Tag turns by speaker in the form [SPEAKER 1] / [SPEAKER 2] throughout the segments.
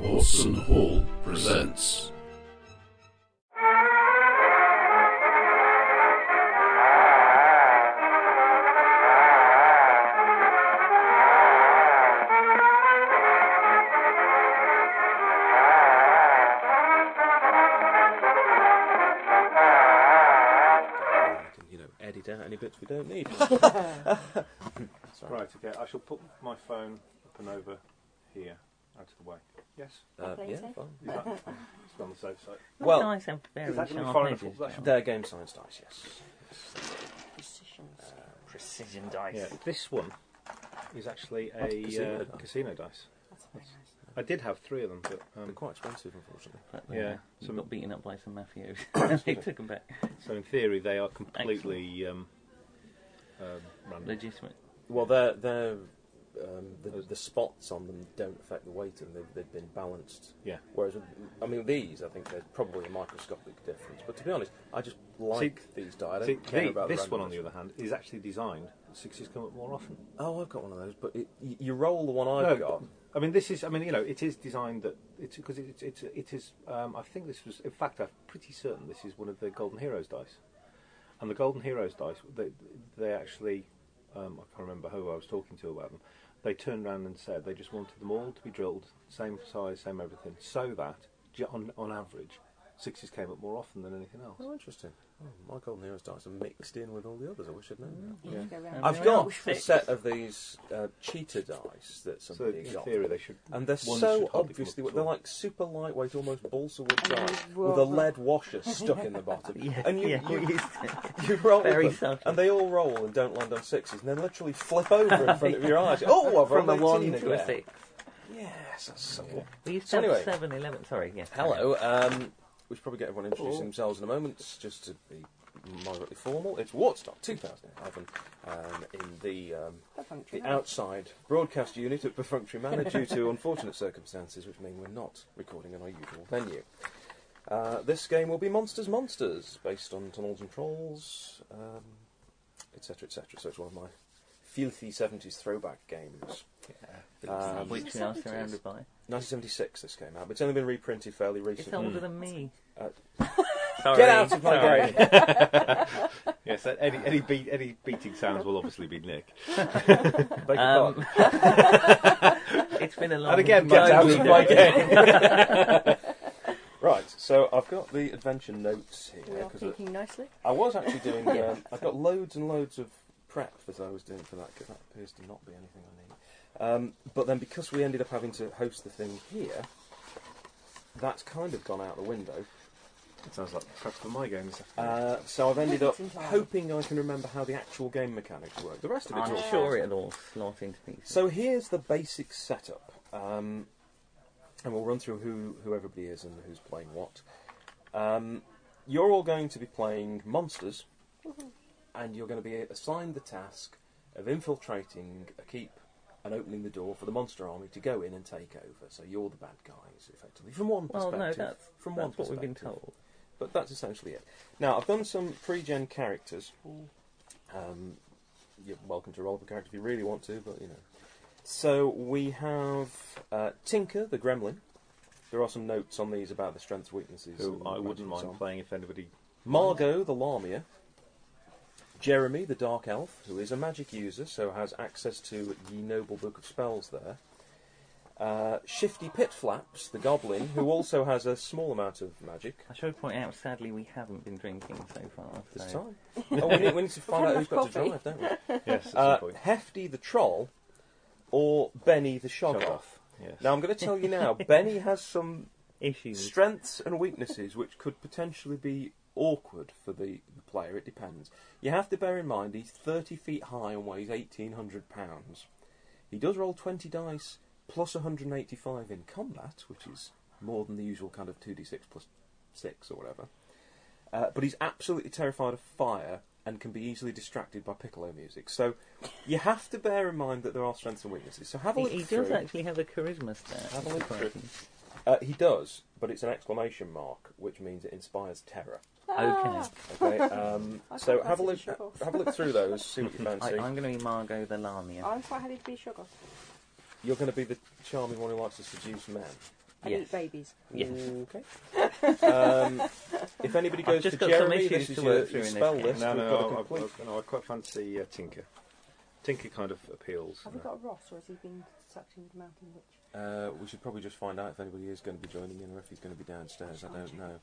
[SPEAKER 1] Wilson Hall presents.
[SPEAKER 2] can, you know, edit out any bits we don't need.
[SPEAKER 3] Right, okay, I shall put my phone up and over here, out of the way. Yes?
[SPEAKER 2] Uh,
[SPEAKER 4] Play
[SPEAKER 2] yeah,
[SPEAKER 4] safe.
[SPEAKER 2] fine.
[SPEAKER 3] Is that, it's on the safe side.
[SPEAKER 2] Well-
[SPEAKER 5] nice and very
[SPEAKER 3] Is that going to be
[SPEAKER 5] sharp
[SPEAKER 3] far enough?
[SPEAKER 5] edges.
[SPEAKER 3] Is that-
[SPEAKER 2] They're game science dice, yes.
[SPEAKER 4] Decisions.
[SPEAKER 5] Precision dice.
[SPEAKER 3] Yeah, this one is actually a
[SPEAKER 2] Casino
[SPEAKER 3] casino, uh,
[SPEAKER 2] dice.
[SPEAKER 3] casino dice.
[SPEAKER 4] That's very nice.
[SPEAKER 3] I did have three of them, but
[SPEAKER 2] They're
[SPEAKER 3] um,
[SPEAKER 2] quite expensive, unfortunately.
[SPEAKER 5] But,
[SPEAKER 3] Yeah,
[SPEAKER 5] you
[SPEAKER 3] some-
[SPEAKER 5] uh, got beaten up by some mafios. and they
[SPEAKER 2] me.
[SPEAKER 5] took them back.
[SPEAKER 3] so in theory they are completely um, um, random.
[SPEAKER 5] Legitimate.
[SPEAKER 2] Well, they're, they're, um, the, the spots on them don't affect the weighting, they've, they've been balanced.
[SPEAKER 3] Yeah.
[SPEAKER 2] Whereas, with, I mean, these, I think there's probably a microscopic difference. But to be honest, I just like these die. I don't
[SPEAKER 3] See,
[SPEAKER 2] care
[SPEAKER 3] the-
[SPEAKER 2] about the
[SPEAKER 3] this one, on the
[SPEAKER 2] randomness.
[SPEAKER 3] other hand, is actually designed. Sixes come up more often.
[SPEAKER 2] Oh, I've got one of those, but it, you, you roll the one I've
[SPEAKER 3] No,
[SPEAKER 2] got.
[SPEAKER 3] I mean, this is. I mean, you know, it is designed that it's because it's it's it is. Um, I think this was. In fact, I'm pretty certain this is one of the Golden Heroes dice. And the Golden Heroes dice, they they actually, um, I can't remember who I was talking to about them. They turned around and said they just wanted them all to be drilled, same size, same everything, so that ju- on on average, sixes came up more often than anything else.
[SPEAKER 2] Oh, interesting. Oh, my golden heroes dice are mixed in with all the others. I wish I'd known that.
[SPEAKER 4] You
[SPEAKER 3] Yeah.
[SPEAKER 4] just go round
[SPEAKER 5] I
[SPEAKER 2] I've
[SPEAKER 4] and
[SPEAKER 5] mean,
[SPEAKER 2] got
[SPEAKER 4] round.
[SPEAKER 5] they're
[SPEAKER 2] a
[SPEAKER 5] all
[SPEAKER 2] set of these uh, cheetah dice that
[SPEAKER 3] So
[SPEAKER 2] somebody
[SPEAKER 3] in
[SPEAKER 2] got,
[SPEAKER 3] theory, they should.
[SPEAKER 2] and they're
[SPEAKER 3] one should
[SPEAKER 2] so
[SPEAKER 3] hardly come up
[SPEAKER 2] obviously
[SPEAKER 3] at
[SPEAKER 2] they're
[SPEAKER 3] all.
[SPEAKER 2] like super lightweight, almost balsa wood
[SPEAKER 4] And
[SPEAKER 2] dice
[SPEAKER 4] you
[SPEAKER 2] with a
[SPEAKER 4] roll-
[SPEAKER 2] lead washer stuck in the bottom.
[SPEAKER 5] Yeah,
[SPEAKER 2] and you,
[SPEAKER 5] yeah,
[SPEAKER 2] you,
[SPEAKER 5] used
[SPEAKER 2] you roll
[SPEAKER 5] Very
[SPEAKER 2] them,
[SPEAKER 5] subtle.
[SPEAKER 2] and they all roll and don't land on sixes, and then literally flip over in front of your eyes. Oh, I've
[SPEAKER 5] from a
[SPEAKER 2] rolled
[SPEAKER 5] one
[SPEAKER 2] 18
[SPEAKER 5] to a
[SPEAKER 2] there.
[SPEAKER 5] six.
[SPEAKER 2] Yes, that's so.
[SPEAKER 5] We used
[SPEAKER 2] So
[SPEAKER 5] to have
[SPEAKER 2] anyway.
[SPEAKER 5] seven, eleven. Sorry, yeah.
[SPEAKER 2] Hello. Um, we should probably get everyone introducing
[SPEAKER 3] Hello.
[SPEAKER 2] themselves in a moment, just to be moderately formal. It's Wartstock 2011 um, in the um,
[SPEAKER 4] Perfunctory.
[SPEAKER 2] the outside broadcast unit at Perfunctory Manor due to unfortunate circumstances, which mean we're not recording in our usual venue. Uh, this game will be Monsters Monsters, based on Tunnels and Trolls, um, etc., etc. So it's one of my filthy 70s throwback games. Um,
[SPEAKER 5] Which we are surrounded by.
[SPEAKER 2] 1976 this came out, but it's only been reprinted fairly
[SPEAKER 5] It's
[SPEAKER 2] recently.
[SPEAKER 5] older than me.
[SPEAKER 2] Uh,
[SPEAKER 5] Sorry.
[SPEAKER 2] Get out of my
[SPEAKER 5] Sorry.
[SPEAKER 2] game!
[SPEAKER 3] Yes, any any, beat, any beating sounds will obviously be Nick.
[SPEAKER 2] Beg your
[SPEAKER 5] Um,
[SPEAKER 2] pardon.
[SPEAKER 5] It's been a long
[SPEAKER 3] And again,
[SPEAKER 2] Get
[SPEAKER 3] Mike,
[SPEAKER 2] out
[SPEAKER 5] time.
[SPEAKER 3] we
[SPEAKER 2] of
[SPEAKER 3] don't.
[SPEAKER 2] my game! right, so I've got the adventure notes
[SPEAKER 4] We
[SPEAKER 2] here.
[SPEAKER 4] are
[SPEAKER 2] 'cause I-
[SPEAKER 4] thinking nicely.
[SPEAKER 2] I was actually doing. Um, I've got loads and loads of prep that I was doing for that because that appears to not be anything I need. Um, but then because we ended up having to host the thing here, that's kind of gone out the window.
[SPEAKER 3] It sounds like prep for my game this afternoon.
[SPEAKER 2] Uh, so I've ended up
[SPEAKER 4] Entirely.
[SPEAKER 2] hoping I can remember how the actual game mechanics work. The rest of it's
[SPEAKER 5] I'm
[SPEAKER 2] all
[SPEAKER 5] sure it'll all slot into pieces.
[SPEAKER 2] So here's the basic setup, um, and we'll run through who, who everybody is and who's playing what. Um, you're all going to be playing monsters, and you're going to be assigned the task of infiltrating a keep and opening the door for the monster army to go in and take over. So you're the bad guys, effectively, from one
[SPEAKER 5] well,
[SPEAKER 2] perspective.
[SPEAKER 5] no, that's,
[SPEAKER 2] from one
[SPEAKER 5] that's what we've been
[SPEAKER 2] perspective.
[SPEAKER 5] told.
[SPEAKER 2] But that's essentially it. Now, I've done some pre-gen characters. Um, you're welcome to roll up a character if you really want to, but you know. So we have uh, Tinker, the Gremlin. There are some notes on these about the strengths, weaknesses.
[SPEAKER 3] who
[SPEAKER 2] and
[SPEAKER 3] I wouldn't
[SPEAKER 2] magic and so
[SPEAKER 3] mind
[SPEAKER 2] on.
[SPEAKER 3] playing if anybody.
[SPEAKER 2] Margot, the Lamia. Jeremy, the Dark Elf, who is a magic user, so has access to Ye Noble Book of Spells there. Uh, Shifty Pitflaps, the Goblin, who also has a small amount of magic.
[SPEAKER 5] I should point out, sadly, we haven't been drinking so far.
[SPEAKER 2] This
[SPEAKER 5] so.
[SPEAKER 2] time. oh, we need, we need to find out
[SPEAKER 4] had
[SPEAKER 2] who's got to
[SPEAKER 4] coffee.
[SPEAKER 2] drive, don't we?
[SPEAKER 3] Yes, at
[SPEAKER 2] Uh,
[SPEAKER 3] some point.
[SPEAKER 2] Hefty the Troll or Benny the Shoggoth.
[SPEAKER 3] Shoggoth, Yes.
[SPEAKER 2] Now, I'm going to tell you now, Benny has some
[SPEAKER 5] Issues.
[SPEAKER 2] strengths and weaknesses which could potentially be awkward for the, the player. It depends. You have to bear in mind he's 30 feet high and weighs 1,800 pounds. He does roll 20 dice plus 185 in combat, which is more than the usual kind of 2d6 plus 6 or whatever. Uh, but he's absolutely terrified of fire and can be easily distracted by piccolo music. So you have to bear in mind that there are strengths and weaknesses. So have a
[SPEAKER 5] he,
[SPEAKER 2] look
[SPEAKER 5] he
[SPEAKER 2] through.
[SPEAKER 5] does actually have a charisma stat.
[SPEAKER 2] Have a look through.
[SPEAKER 5] Okay.
[SPEAKER 2] Uh, he does, but it's an exclamation mark, which means it inspires terror.
[SPEAKER 4] Ah,
[SPEAKER 2] Okay, um,
[SPEAKER 4] I
[SPEAKER 2] so
[SPEAKER 4] thought
[SPEAKER 2] have a look,
[SPEAKER 4] that's what you should
[SPEAKER 2] have a look through those, see what you
[SPEAKER 5] I,
[SPEAKER 2] fancy.
[SPEAKER 5] I'm going to be Margot the Lamia.
[SPEAKER 4] Ah. I'm quite happy to be sugar.
[SPEAKER 2] You're going to be the charming one who likes to seduce men.
[SPEAKER 4] I
[SPEAKER 5] Yes.
[SPEAKER 4] eat babies.
[SPEAKER 5] Yes.
[SPEAKER 2] Okay. um, if anybody
[SPEAKER 5] I've
[SPEAKER 2] goes
[SPEAKER 5] just
[SPEAKER 2] to
[SPEAKER 5] got some
[SPEAKER 2] Jeremy, this
[SPEAKER 5] issues to
[SPEAKER 2] is your,
[SPEAKER 5] work
[SPEAKER 2] your
[SPEAKER 5] through in this
[SPEAKER 2] spell
[SPEAKER 5] game.
[SPEAKER 2] list.
[SPEAKER 3] No,
[SPEAKER 2] We've
[SPEAKER 3] no,
[SPEAKER 2] got to
[SPEAKER 3] no, I,
[SPEAKER 2] complete.
[SPEAKER 3] I, no, I quite fancy uh, Tinker. Tinker kind of appeals.
[SPEAKER 4] Have we got a Ross, or has he been sucked into the Mountain Witch?
[SPEAKER 2] Uh, we should probably just find out if anybody is going to be joining in or if he's going to be downstairs. I don't know.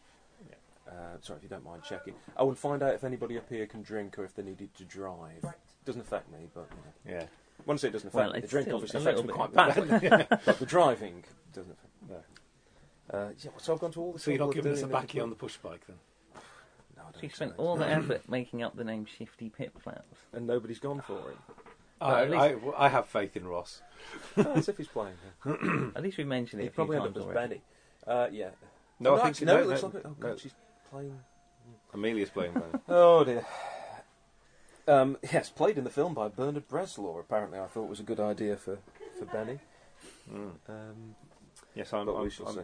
[SPEAKER 3] Yeah.
[SPEAKER 2] Uh, sorry if you don't mind checking. Oh, and find out if anybody up here can drink or if they needed to drive. Doesn't affect me, but you know.
[SPEAKER 3] Yeah.
[SPEAKER 2] when I say it doesn't affect
[SPEAKER 5] Well,
[SPEAKER 2] me, the
[SPEAKER 5] it's
[SPEAKER 2] drink
[SPEAKER 5] still
[SPEAKER 2] obviously
[SPEAKER 5] a
[SPEAKER 2] affects me
[SPEAKER 5] little
[SPEAKER 2] quite
[SPEAKER 5] bit
[SPEAKER 2] badly. but the driving doesn't affect. me.
[SPEAKER 3] No.
[SPEAKER 2] Uh, yeah, so I've gone to all the.
[SPEAKER 3] So you're
[SPEAKER 2] trouble
[SPEAKER 3] not
[SPEAKER 2] of
[SPEAKER 3] giving us a
[SPEAKER 2] doing it
[SPEAKER 3] backy
[SPEAKER 2] before-
[SPEAKER 3] on the push bike then?
[SPEAKER 2] No, I don't
[SPEAKER 5] She
[SPEAKER 2] think
[SPEAKER 5] spent
[SPEAKER 2] so.
[SPEAKER 5] all the effort making up the name Shifty Pip Flaps.
[SPEAKER 2] and nobody's gone for him.
[SPEAKER 5] Well, at
[SPEAKER 3] I, I, I have faith in Ross.
[SPEAKER 2] oh, as if he's playing. Here.
[SPEAKER 5] At least we mentioned it.
[SPEAKER 2] He
[SPEAKER 5] a few
[SPEAKER 2] probably end up
[SPEAKER 5] times
[SPEAKER 2] as
[SPEAKER 5] already.
[SPEAKER 2] Benny. Uh, yeah.
[SPEAKER 3] No, I think
[SPEAKER 2] actually, no,
[SPEAKER 3] no,
[SPEAKER 2] it looks
[SPEAKER 3] no,
[SPEAKER 2] like it. Oh
[SPEAKER 3] no.
[SPEAKER 2] god, she's playing.
[SPEAKER 3] Amelia's playing man.
[SPEAKER 2] Oh dear. Um, yes, played in the film by Bernard Breslaw. Apparently, I thought was a good idea for for Benny.
[SPEAKER 3] Mm.
[SPEAKER 2] Um,
[SPEAKER 3] Yes, I'm.
[SPEAKER 2] but
[SPEAKER 3] I'm,
[SPEAKER 2] we shall
[SPEAKER 3] I'm
[SPEAKER 2] see.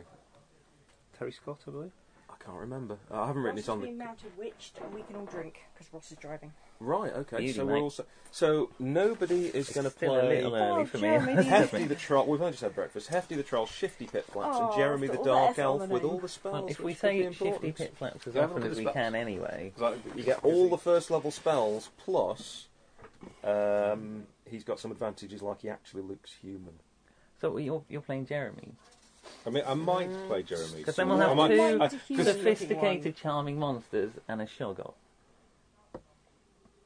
[SPEAKER 3] Terry Scott, I believe.
[SPEAKER 2] I can't remember. I haven't written
[SPEAKER 4] Ross
[SPEAKER 2] it on
[SPEAKER 4] has been
[SPEAKER 2] the
[SPEAKER 4] mounted witched, and we can all drink because Ross is driving.
[SPEAKER 2] right. Okay,
[SPEAKER 5] Beauty,
[SPEAKER 2] so we're
[SPEAKER 5] mate.
[SPEAKER 2] also so nobody is
[SPEAKER 5] It's
[SPEAKER 2] going to
[SPEAKER 5] still a
[SPEAKER 2] play.
[SPEAKER 5] little early
[SPEAKER 4] Oh,
[SPEAKER 5] for me.
[SPEAKER 4] Jeremy, do you-
[SPEAKER 2] Hefty the troll. We've only just had breakfast. Hefty the troll, Shifty Pit Flaps,
[SPEAKER 4] Oh,
[SPEAKER 2] and Jeremy
[SPEAKER 4] it's
[SPEAKER 2] the
[SPEAKER 4] got all that
[SPEAKER 2] Dark
[SPEAKER 4] effort on
[SPEAKER 2] Elf
[SPEAKER 4] the
[SPEAKER 2] with
[SPEAKER 4] name.
[SPEAKER 2] all the spells.
[SPEAKER 5] Well, if
[SPEAKER 2] which
[SPEAKER 5] we
[SPEAKER 2] could be
[SPEAKER 5] say Shifty
[SPEAKER 2] important.
[SPEAKER 5] Pip Flaps as
[SPEAKER 3] Yeah,
[SPEAKER 5] often
[SPEAKER 3] look at
[SPEAKER 5] as
[SPEAKER 3] the
[SPEAKER 5] we
[SPEAKER 3] spells.
[SPEAKER 5] can anyway,
[SPEAKER 2] You get all the first level spells, plus um, he's got some advantages like he actually looks human.
[SPEAKER 5] so you're, you're playing Jeremy.
[SPEAKER 3] I mean, I might play Jeremy.
[SPEAKER 5] Because
[SPEAKER 3] so
[SPEAKER 5] then we'll
[SPEAKER 3] I
[SPEAKER 5] have
[SPEAKER 3] might-
[SPEAKER 5] two
[SPEAKER 3] I-
[SPEAKER 4] Mighty
[SPEAKER 3] 'cause-
[SPEAKER 4] human.
[SPEAKER 5] Sophisticated, charming monsters and a shoggoth.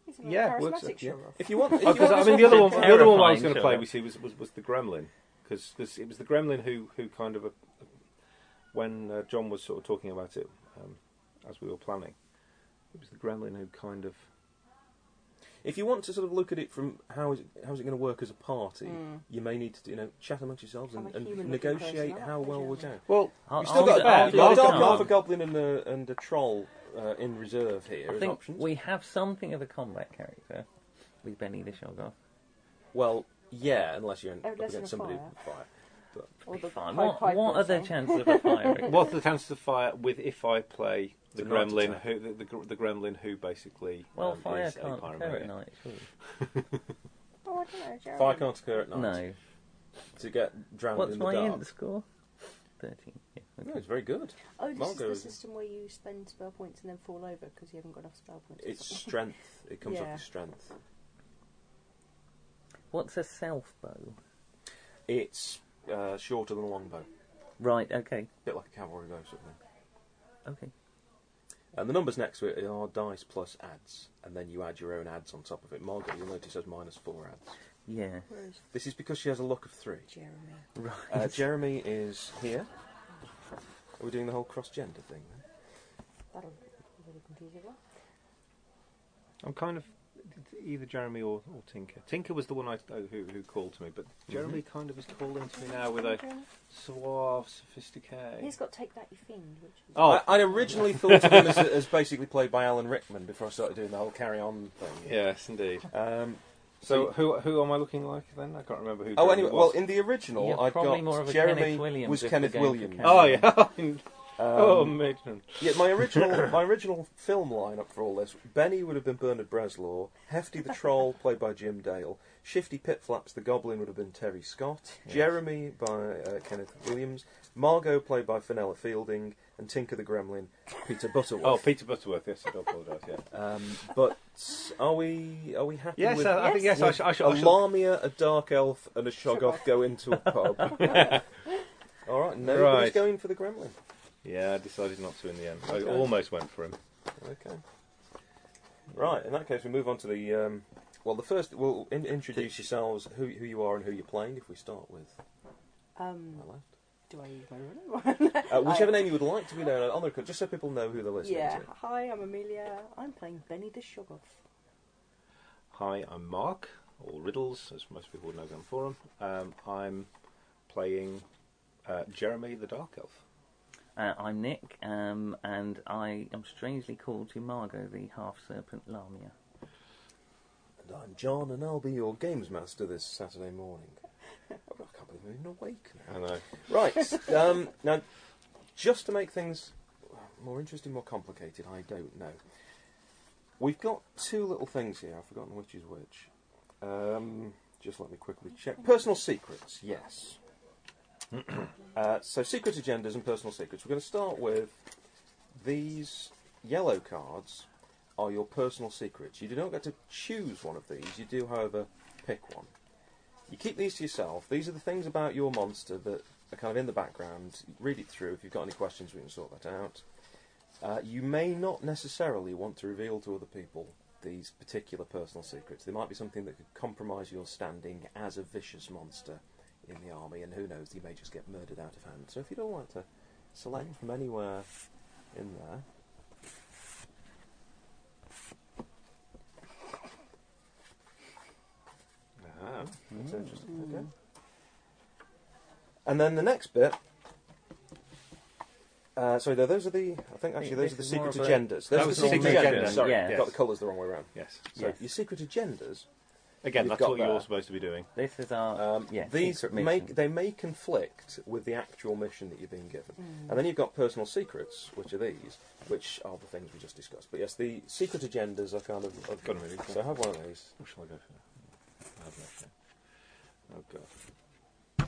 [SPEAKER 4] He's a very
[SPEAKER 3] Yeah,
[SPEAKER 4] Mm, charismatic
[SPEAKER 3] works,
[SPEAKER 2] yeah.
[SPEAKER 4] Sherlock.
[SPEAKER 2] If you want, if you
[SPEAKER 3] Oh, 'cause I
[SPEAKER 2] want
[SPEAKER 3] mean, the other one, the other one I was
[SPEAKER 5] Terrifying
[SPEAKER 3] going to play,
[SPEAKER 5] show.
[SPEAKER 3] we see, was, was, was the Gremlin. Because it was the Gremlin who, who kind of, uh when uh, John was sort of talking about it um, as we were planning, it was the Gremlin who kind of.
[SPEAKER 2] if you want to sort of look at it from how is it, how is it going to work as a party,
[SPEAKER 4] Mm.
[SPEAKER 2] you may need to you know chat amongst yourselves
[SPEAKER 4] I'm
[SPEAKER 2] and,
[SPEAKER 4] a
[SPEAKER 2] and
[SPEAKER 4] human-looking
[SPEAKER 2] negotiate
[SPEAKER 4] person,
[SPEAKER 2] how
[SPEAKER 4] aren't I,
[SPEAKER 2] well we're
[SPEAKER 4] Jeremy?
[SPEAKER 2] doing.
[SPEAKER 3] Well,
[SPEAKER 2] You've still got,
[SPEAKER 5] do
[SPEAKER 2] a,
[SPEAKER 5] that,
[SPEAKER 3] I'll
[SPEAKER 2] you've
[SPEAKER 3] do
[SPEAKER 2] got a
[SPEAKER 3] that.
[SPEAKER 5] I'll do
[SPEAKER 2] dark
[SPEAKER 5] that.
[SPEAKER 2] elf, a goblin, and a, and a troll uh, in reserve here
[SPEAKER 5] I
[SPEAKER 2] as
[SPEAKER 5] think
[SPEAKER 2] options.
[SPEAKER 5] we have something of a combat character with Benny the Shoggoth.
[SPEAKER 2] Well, yeah, unless you're in,
[SPEAKER 4] Oh,
[SPEAKER 2] up
[SPEAKER 4] less
[SPEAKER 2] against
[SPEAKER 4] than a
[SPEAKER 2] somebody
[SPEAKER 4] fire.
[SPEAKER 2] with fire.
[SPEAKER 4] Or the
[SPEAKER 5] Fine.
[SPEAKER 4] Pied
[SPEAKER 5] What,
[SPEAKER 4] Piper
[SPEAKER 5] what
[SPEAKER 4] or
[SPEAKER 5] are the
[SPEAKER 4] something.
[SPEAKER 5] chances of a fire?
[SPEAKER 3] What are the chances of fire with if I play
[SPEAKER 2] It's
[SPEAKER 3] the
[SPEAKER 2] a night
[SPEAKER 3] Gremlin
[SPEAKER 2] attack.
[SPEAKER 3] who the, the, gr- the Gremlin who basically
[SPEAKER 5] well,
[SPEAKER 3] um,
[SPEAKER 5] fire
[SPEAKER 3] is a
[SPEAKER 5] can't occur at
[SPEAKER 3] pyromaniac?
[SPEAKER 5] night, surely.
[SPEAKER 4] Oh, I don't know, Jeremy.
[SPEAKER 2] Fire can't occur at night.
[SPEAKER 5] No.
[SPEAKER 2] To get drowned
[SPEAKER 5] What's
[SPEAKER 2] in the
[SPEAKER 5] my
[SPEAKER 2] dark.
[SPEAKER 5] int score? 13. Yeah, okay.
[SPEAKER 2] No, it's very good.
[SPEAKER 4] Oh, this
[SPEAKER 2] Margot
[SPEAKER 4] is
[SPEAKER 2] is-
[SPEAKER 4] the system where you spend spell points and then fall over because you haven't got enough spell points. or
[SPEAKER 2] It's
[SPEAKER 4] something.
[SPEAKER 2] strength. It comes off
[SPEAKER 4] Yeah.
[SPEAKER 2] your strength.
[SPEAKER 5] What's a self bow?
[SPEAKER 2] It's uh, shorter than a longbow, a
[SPEAKER 5] Right, okay.
[SPEAKER 2] bit like a cavalry bow sort of thing.
[SPEAKER 5] Okay.
[SPEAKER 2] And the numbers next to it are dice plus ads, and then you add your own ads on top of it. Margaret, you'll notice, has minus four ads.
[SPEAKER 5] Yeah.
[SPEAKER 4] Where is
[SPEAKER 2] This is because she has a luck of three.
[SPEAKER 4] Jeremy?
[SPEAKER 5] Right.
[SPEAKER 2] Uh, Jeremy is here. Are we doing the whole cross-gender thing? Then?
[SPEAKER 4] That'll really confuse everyone.
[SPEAKER 3] I'm kind of either Jeremy or, or Tinker. Tinker was the one I uh, who, who called to me, but Jeremy kind of is calling to me now with a
[SPEAKER 4] Jeremy?
[SPEAKER 3] suave, sophisticated.
[SPEAKER 4] He's got Take That You Fiend, which is...
[SPEAKER 3] Oh.
[SPEAKER 2] I, I originally thought of him as, as basically played by Alan Rickman before I started doing the whole carry-on thing.
[SPEAKER 3] Yes, indeed.
[SPEAKER 2] Um,
[SPEAKER 3] So who who am I looking like then? I can't remember who.
[SPEAKER 2] oh,
[SPEAKER 3] Jeremy
[SPEAKER 2] anyway, well,
[SPEAKER 3] was.
[SPEAKER 2] in the original,
[SPEAKER 5] You're
[SPEAKER 2] I
[SPEAKER 5] probably
[SPEAKER 2] got
[SPEAKER 5] more of a
[SPEAKER 2] Jeremy
[SPEAKER 5] Kenneth Williams
[SPEAKER 2] was
[SPEAKER 5] if
[SPEAKER 2] Kenneth
[SPEAKER 5] we're going for
[SPEAKER 2] Williams.
[SPEAKER 5] Kenneth.
[SPEAKER 3] oh yeah. oh,
[SPEAKER 2] Um,
[SPEAKER 3] matron.
[SPEAKER 2] yeah, my original my original film lineup for all this: Benny would have been Bernard Breslaw, Hefty the Troll, played by Jim Dale, Shifty Pitflaps the Goblin would have been Terry Scott, Jeremy by uh, Kenneth Williams, Margot played by Fenella Fielding, and Tinker the Gremlin, Peter Butterworth.
[SPEAKER 3] Oh, Peter Butterworth. Yes, I do apologise. Yeah.
[SPEAKER 2] Um, but are we are we happy
[SPEAKER 3] Yes, uh,
[SPEAKER 2] with
[SPEAKER 3] I, I think yes. I
[SPEAKER 2] with
[SPEAKER 3] should. I should,
[SPEAKER 2] a
[SPEAKER 3] I should
[SPEAKER 2] Lamia, a dark elf, and a shoggoth go into a pub. All right, nobody's
[SPEAKER 3] Right.
[SPEAKER 2] going for the gremlin.
[SPEAKER 3] yeah, I decided not to in the end. I
[SPEAKER 2] Okay.
[SPEAKER 3] almost went for him.
[SPEAKER 2] Okay. Right. In that case, we move on to the. Um, well, the first. We'll in- introduce yourselves, who who you are, and who you're playing. If we start with
[SPEAKER 4] Um,
[SPEAKER 2] my left,
[SPEAKER 4] do I use my real name?
[SPEAKER 2] uh, whichever name you would like to be known on the record, just so people know who they're listening
[SPEAKER 4] yeah.
[SPEAKER 2] to.
[SPEAKER 4] Hi, I'm Amelia. I'm playing Benny the Shoggoth.
[SPEAKER 3] Hi, I'm Mark, or Riddles, as most people would know them for him. Um, I'm playing uh, Jeremy the Dark Elf.
[SPEAKER 5] Uh, I'm Nick, um, and I am strangely called to Margot, the half serpent Lamia.
[SPEAKER 2] And I'm John, and I'll be your games master this Saturday morning. Oh, I can't believe I'm even awake now.
[SPEAKER 3] I know.
[SPEAKER 2] Right. Um, now, just to make things more interesting, more complicated, I don't know. We've got two little things here. I've forgotten which is which. Um, just let me quickly check. Personal secrets, yes. Uh, so, secret agendas and personal secrets. We're going to start with these yellow cards are your personal secrets. You do not get to choose one of these, you do, however, pick one. You keep these to yourself. These are the things about your monster that are kind of in the background. Read it through. If you've got any questions, we can sort that out. Uh, you may not necessarily want to reveal to other people these particular personal secrets. They might be something that could compromise your standing as a vicious monster in the army, and who knows, you may just get murdered out of hand. So if you don't want to select from anywhere in there.
[SPEAKER 3] Ah.
[SPEAKER 2] That's
[SPEAKER 5] Hmm.
[SPEAKER 2] interesting. Okay. And then the next bit. Uh, sorry, no, those are the. I think actually those
[SPEAKER 5] This
[SPEAKER 2] are the
[SPEAKER 5] is more
[SPEAKER 2] secret
[SPEAKER 5] of a-
[SPEAKER 2] agendas. Those
[SPEAKER 3] That
[SPEAKER 2] are the
[SPEAKER 3] was the
[SPEAKER 2] secret
[SPEAKER 3] secret
[SPEAKER 2] agendas.
[SPEAKER 3] agenda,
[SPEAKER 2] Sorry,
[SPEAKER 5] yes.
[SPEAKER 2] got the colours the wrong way around.
[SPEAKER 3] Yes.
[SPEAKER 2] So
[SPEAKER 5] Yes.
[SPEAKER 2] your secret agendas.
[SPEAKER 3] Again,
[SPEAKER 2] You've
[SPEAKER 3] that's
[SPEAKER 2] got
[SPEAKER 3] what you're
[SPEAKER 2] there.
[SPEAKER 3] supposed to be doing.
[SPEAKER 5] This is our
[SPEAKER 2] Um,
[SPEAKER 5] yeah,
[SPEAKER 2] these
[SPEAKER 5] secret
[SPEAKER 2] make
[SPEAKER 5] mission.
[SPEAKER 2] they may conflict with the actual mission that you've been given,
[SPEAKER 5] Mm.
[SPEAKER 2] and then you've got personal secrets, which are these, which are the things we just discussed. But yes, the secret agendas are kind of. of
[SPEAKER 3] Gotta move it.
[SPEAKER 2] so have one of these.
[SPEAKER 3] What shall I go for? I have no shame.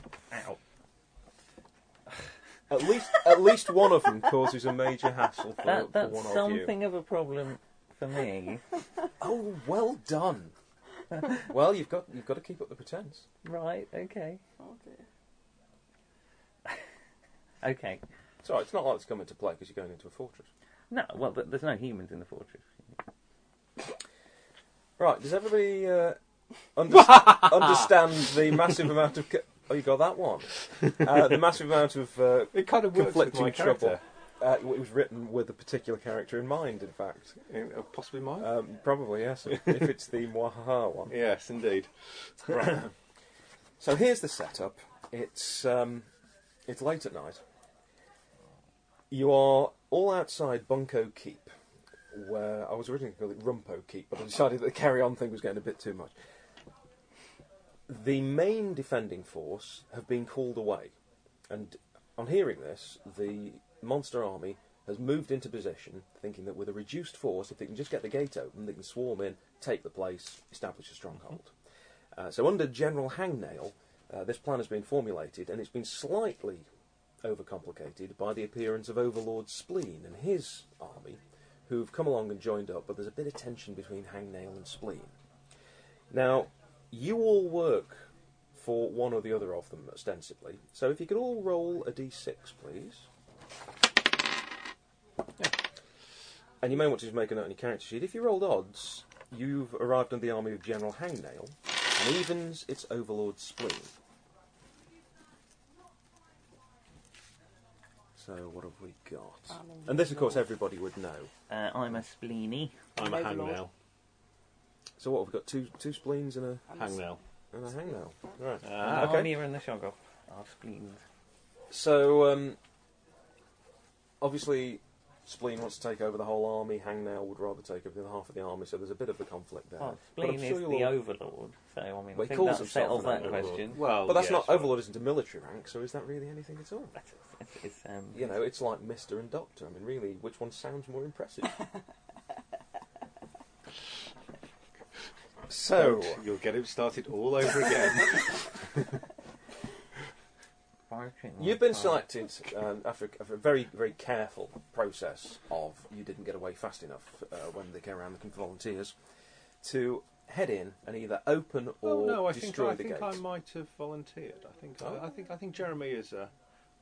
[SPEAKER 3] Oh god. Ow.
[SPEAKER 2] At least at least one of them causes a major hassle for,
[SPEAKER 5] That,
[SPEAKER 2] for
[SPEAKER 5] that's
[SPEAKER 2] one of you.
[SPEAKER 5] something of a problem for me.
[SPEAKER 2] Oh, well done. well, you've got you've got to keep up the pretense.
[SPEAKER 5] right, okay.
[SPEAKER 4] Oh dear.
[SPEAKER 5] Okay.
[SPEAKER 2] It's all right, It's not like it's come into play because you're going into a fortress.
[SPEAKER 5] No, well, th- there's no humans in the fortress.
[SPEAKER 2] Right? Does everybody uh, underst- understand the massive amount of? Co- oh, you got that one. Uh, the massive amount of uh,
[SPEAKER 3] It kind of works with
[SPEAKER 2] conflicting
[SPEAKER 3] my
[SPEAKER 2] trouble.
[SPEAKER 3] character.
[SPEAKER 2] Uh, it was written with a particular character in mind. In fact,
[SPEAKER 3] Uh, Possibly mine.
[SPEAKER 2] um, probably yes. If it's the Mwahaha one.
[SPEAKER 3] yes, indeed.
[SPEAKER 2] Right. so here's the setup. It's um, it's late at night. You are all outside Bunko Keep, where I was originally going to call it Rumpo Keep, but I decided that the carry on thing was getting a bit too much. The main defending force have been called away, and on hearing this, the monster army has moved into position, thinking that with a reduced force, if they can just get the gate open, they can swarm in, take the place, establish a stronghold. Uh, so, under General Hangnail, uh, this plan has been formulated and it's been slightly overcomplicated by the appearance of Overlord Spleen and his army, who've come along and joined up, but there's a bit of tension between Hangnail and Spleen. Now, you all work for one or the other of them, ostensibly, so if you could all roll a d6, please. And you may want to just make a note on your character sheet. If you rolled odds, you've arrived under the army of General Hangnail, and evens, it's Overlord Spleen. So what have we got?
[SPEAKER 4] I'm in
[SPEAKER 2] And this, of course, everybody would know.
[SPEAKER 5] Uh, I'm a spleeny.
[SPEAKER 3] I'm a
[SPEAKER 4] Overlord.
[SPEAKER 3] hangnail.
[SPEAKER 2] So what? We've got two two spleens and a
[SPEAKER 4] I'm
[SPEAKER 3] Hangnail.
[SPEAKER 2] and a hangnail. Right.
[SPEAKER 3] Ah.
[SPEAKER 5] The
[SPEAKER 2] okay.
[SPEAKER 5] Armia and the Shoggoth are spleens.
[SPEAKER 2] So um, obviously, spleen wants to take over the whole army. Hangnail would rather take over the other half of the army. So there's a bit of a conflict there.
[SPEAKER 5] Well,
[SPEAKER 2] But I'm
[SPEAKER 5] spleen
[SPEAKER 2] sure
[SPEAKER 5] is
[SPEAKER 2] you'll
[SPEAKER 5] the
[SPEAKER 2] all-
[SPEAKER 5] overlord, so I mean,
[SPEAKER 2] Well,
[SPEAKER 5] I
[SPEAKER 2] he
[SPEAKER 5] think
[SPEAKER 2] calls
[SPEAKER 5] that
[SPEAKER 2] himself
[SPEAKER 5] settles
[SPEAKER 2] an
[SPEAKER 5] that
[SPEAKER 2] overlord.
[SPEAKER 5] question.
[SPEAKER 3] Well,
[SPEAKER 2] But that's
[SPEAKER 3] yes,
[SPEAKER 2] not
[SPEAKER 3] well,
[SPEAKER 2] overlord isn't a military rank, so is that really anything at all?
[SPEAKER 5] That's, it's, it's, um,
[SPEAKER 2] You know, it's like Mister and Doctor. I mean, really, which one sounds more impressive? so.
[SPEAKER 3] You'll get him started all over again.
[SPEAKER 5] firing
[SPEAKER 2] You've been
[SPEAKER 5] like
[SPEAKER 2] selected um, after, a, after a very, very careful process of you didn't get away fast enough uh, when they came around looking for volunteers to head in and either open or
[SPEAKER 3] oh no, I think
[SPEAKER 2] destroy
[SPEAKER 3] I
[SPEAKER 2] the
[SPEAKER 3] think I
[SPEAKER 2] gate.
[SPEAKER 3] might have volunteered. I think
[SPEAKER 2] Oh.
[SPEAKER 3] I, I think I think Jeremy is a,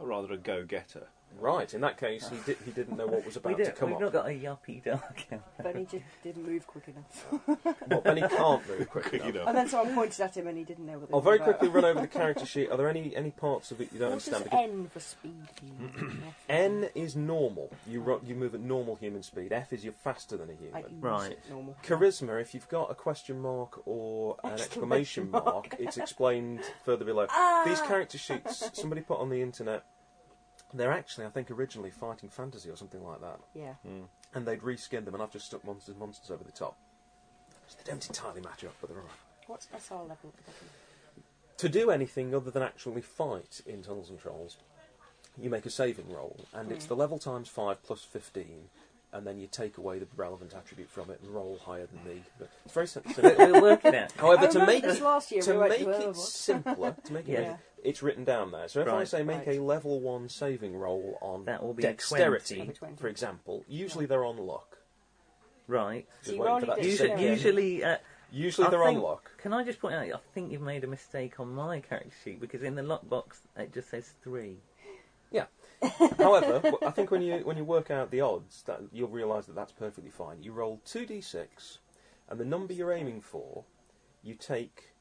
[SPEAKER 3] a rather a go-getter.
[SPEAKER 2] Right, in that case, he, di- he didn't know what was
[SPEAKER 5] We
[SPEAKER 2] about to
[SPEAKER 5] don't,
[SPEAKER 2] come
[SPEAKER 5] we've not
[SPEAKER 2] up.
[SPEAKER 5] got a yuppie dark elf.
[SPEAKER 4] Benny just didn't move quick enough.
[SPEAKER 2] Well, Benny can't move quick
[SPEAKER 3] Quick
[SPEAKER 2] enough.
[SPEAKER 3] enough.
[SPEAKER 4] and then someone pointed at him and he didn't know what they
[SPEAKER 2] I'll Oh,
[SPEAKER 4] were
[SPEAKER 2] very
[SPEAKER 4] about.
[SPEAKER 2] quickly run over the character sheet. Are there any, any parts of it you don't
[SPEAKER 4] What does
[SPEAKER 2] understand? Because
[SPEAKER 4] N for speed mean?
[SPEAKER 2] N is normal. You ru- you move at normal human speed. F is you're faster than a
[SPEAKER 4] I
[SPEAKER 2] human.
[SPEAKER 4] use
[SPEAKER 5] Right.
[SPEAKER 4] it normal.
[SPEAKER 2] Charisma, if you've got a question mark or an exclamation mark, it's explained further below. These character sheets, somebody put on the internet, they're actually, I think, originally Fighting Fantasy or something like that.
[SPEAKER 4] Yeah.
[SPEAKER 2] And they'd reskinned them, and I've just stuck Monsters and Monsters over the top. So they don't entirely match up, but they're alright.
[SPEAKER 4] What's SR level?
[SPEAKER 2] To do anything other than actually fight in Tunnels and Trolls, you make a saving roll, and it's the level times 5 plus 15 and then you take away the relevant attribute from it and roll higher than the. but It's very sim- simple.
[SPEAKER 5] we'll work it out.
[SPEAKER 2] However,
[SPEAKER 4] I
[SPEAKER 2] to
[SPEAKER 4] remember
[SPEAKER 2] make
[SPEAKER 4] this
[SPEAKER 2] it-
[SPEAKER 4] last year,
[SPEAKER 2] to
[SPEAKER 4] we went
[SPEAKER 2] make
[SPEAKER 4] to
[SPEAKER 2] it
[SPEAKER 4] Overwatch.
[SPEAKER 2] simpler, to make it
[SPEAKER 5] Yeah.
[SPEAKER 2] easier, it's written down there. So if I
[SPEAKER 5] Right.
[SPEAKER 2] say make
[SPEAKER 4] Right.
[SPEAKER 2] a level one saving roll on
[SPEAKER 5] That will be a
[SPEAKER 2] dexterity,
[SPEAKER 5] 20.
[SPEAKER 4] That'll be
[SPEAKER 2] for example, usually they're on lock.
[SPEAKER 5] Right.
[SPEAKER 4] So you
[SPEAKER 2] Waiting
[SPEAKER 4] roll
[SPEAKER 2] for
[SPEAKER 4] your
[SPEAKER 2] that to
[SPEAKER 5] Usually,
[SPEAKER 2] sink
[SPEAKER 4] dexterity.
[SPEAKER 2] in.
[SPEAKER 5] usually uh,
[SPEAKER 2] Usually
[SPEAKER 5] I
[SPEAKER 2] they're
[SPEAKER 5] think-
[SPEAKER 2] on lock.
[SPEAKER 5] Can I just point out? I think you've made a mistake on my character sheet because in the lockbox it just says three.
[SPEAKER 2] However, w- I think when you when you work out the odds, that you'll realise that that's perfectly fine. You roll two d6, and the number you're aiming for, you take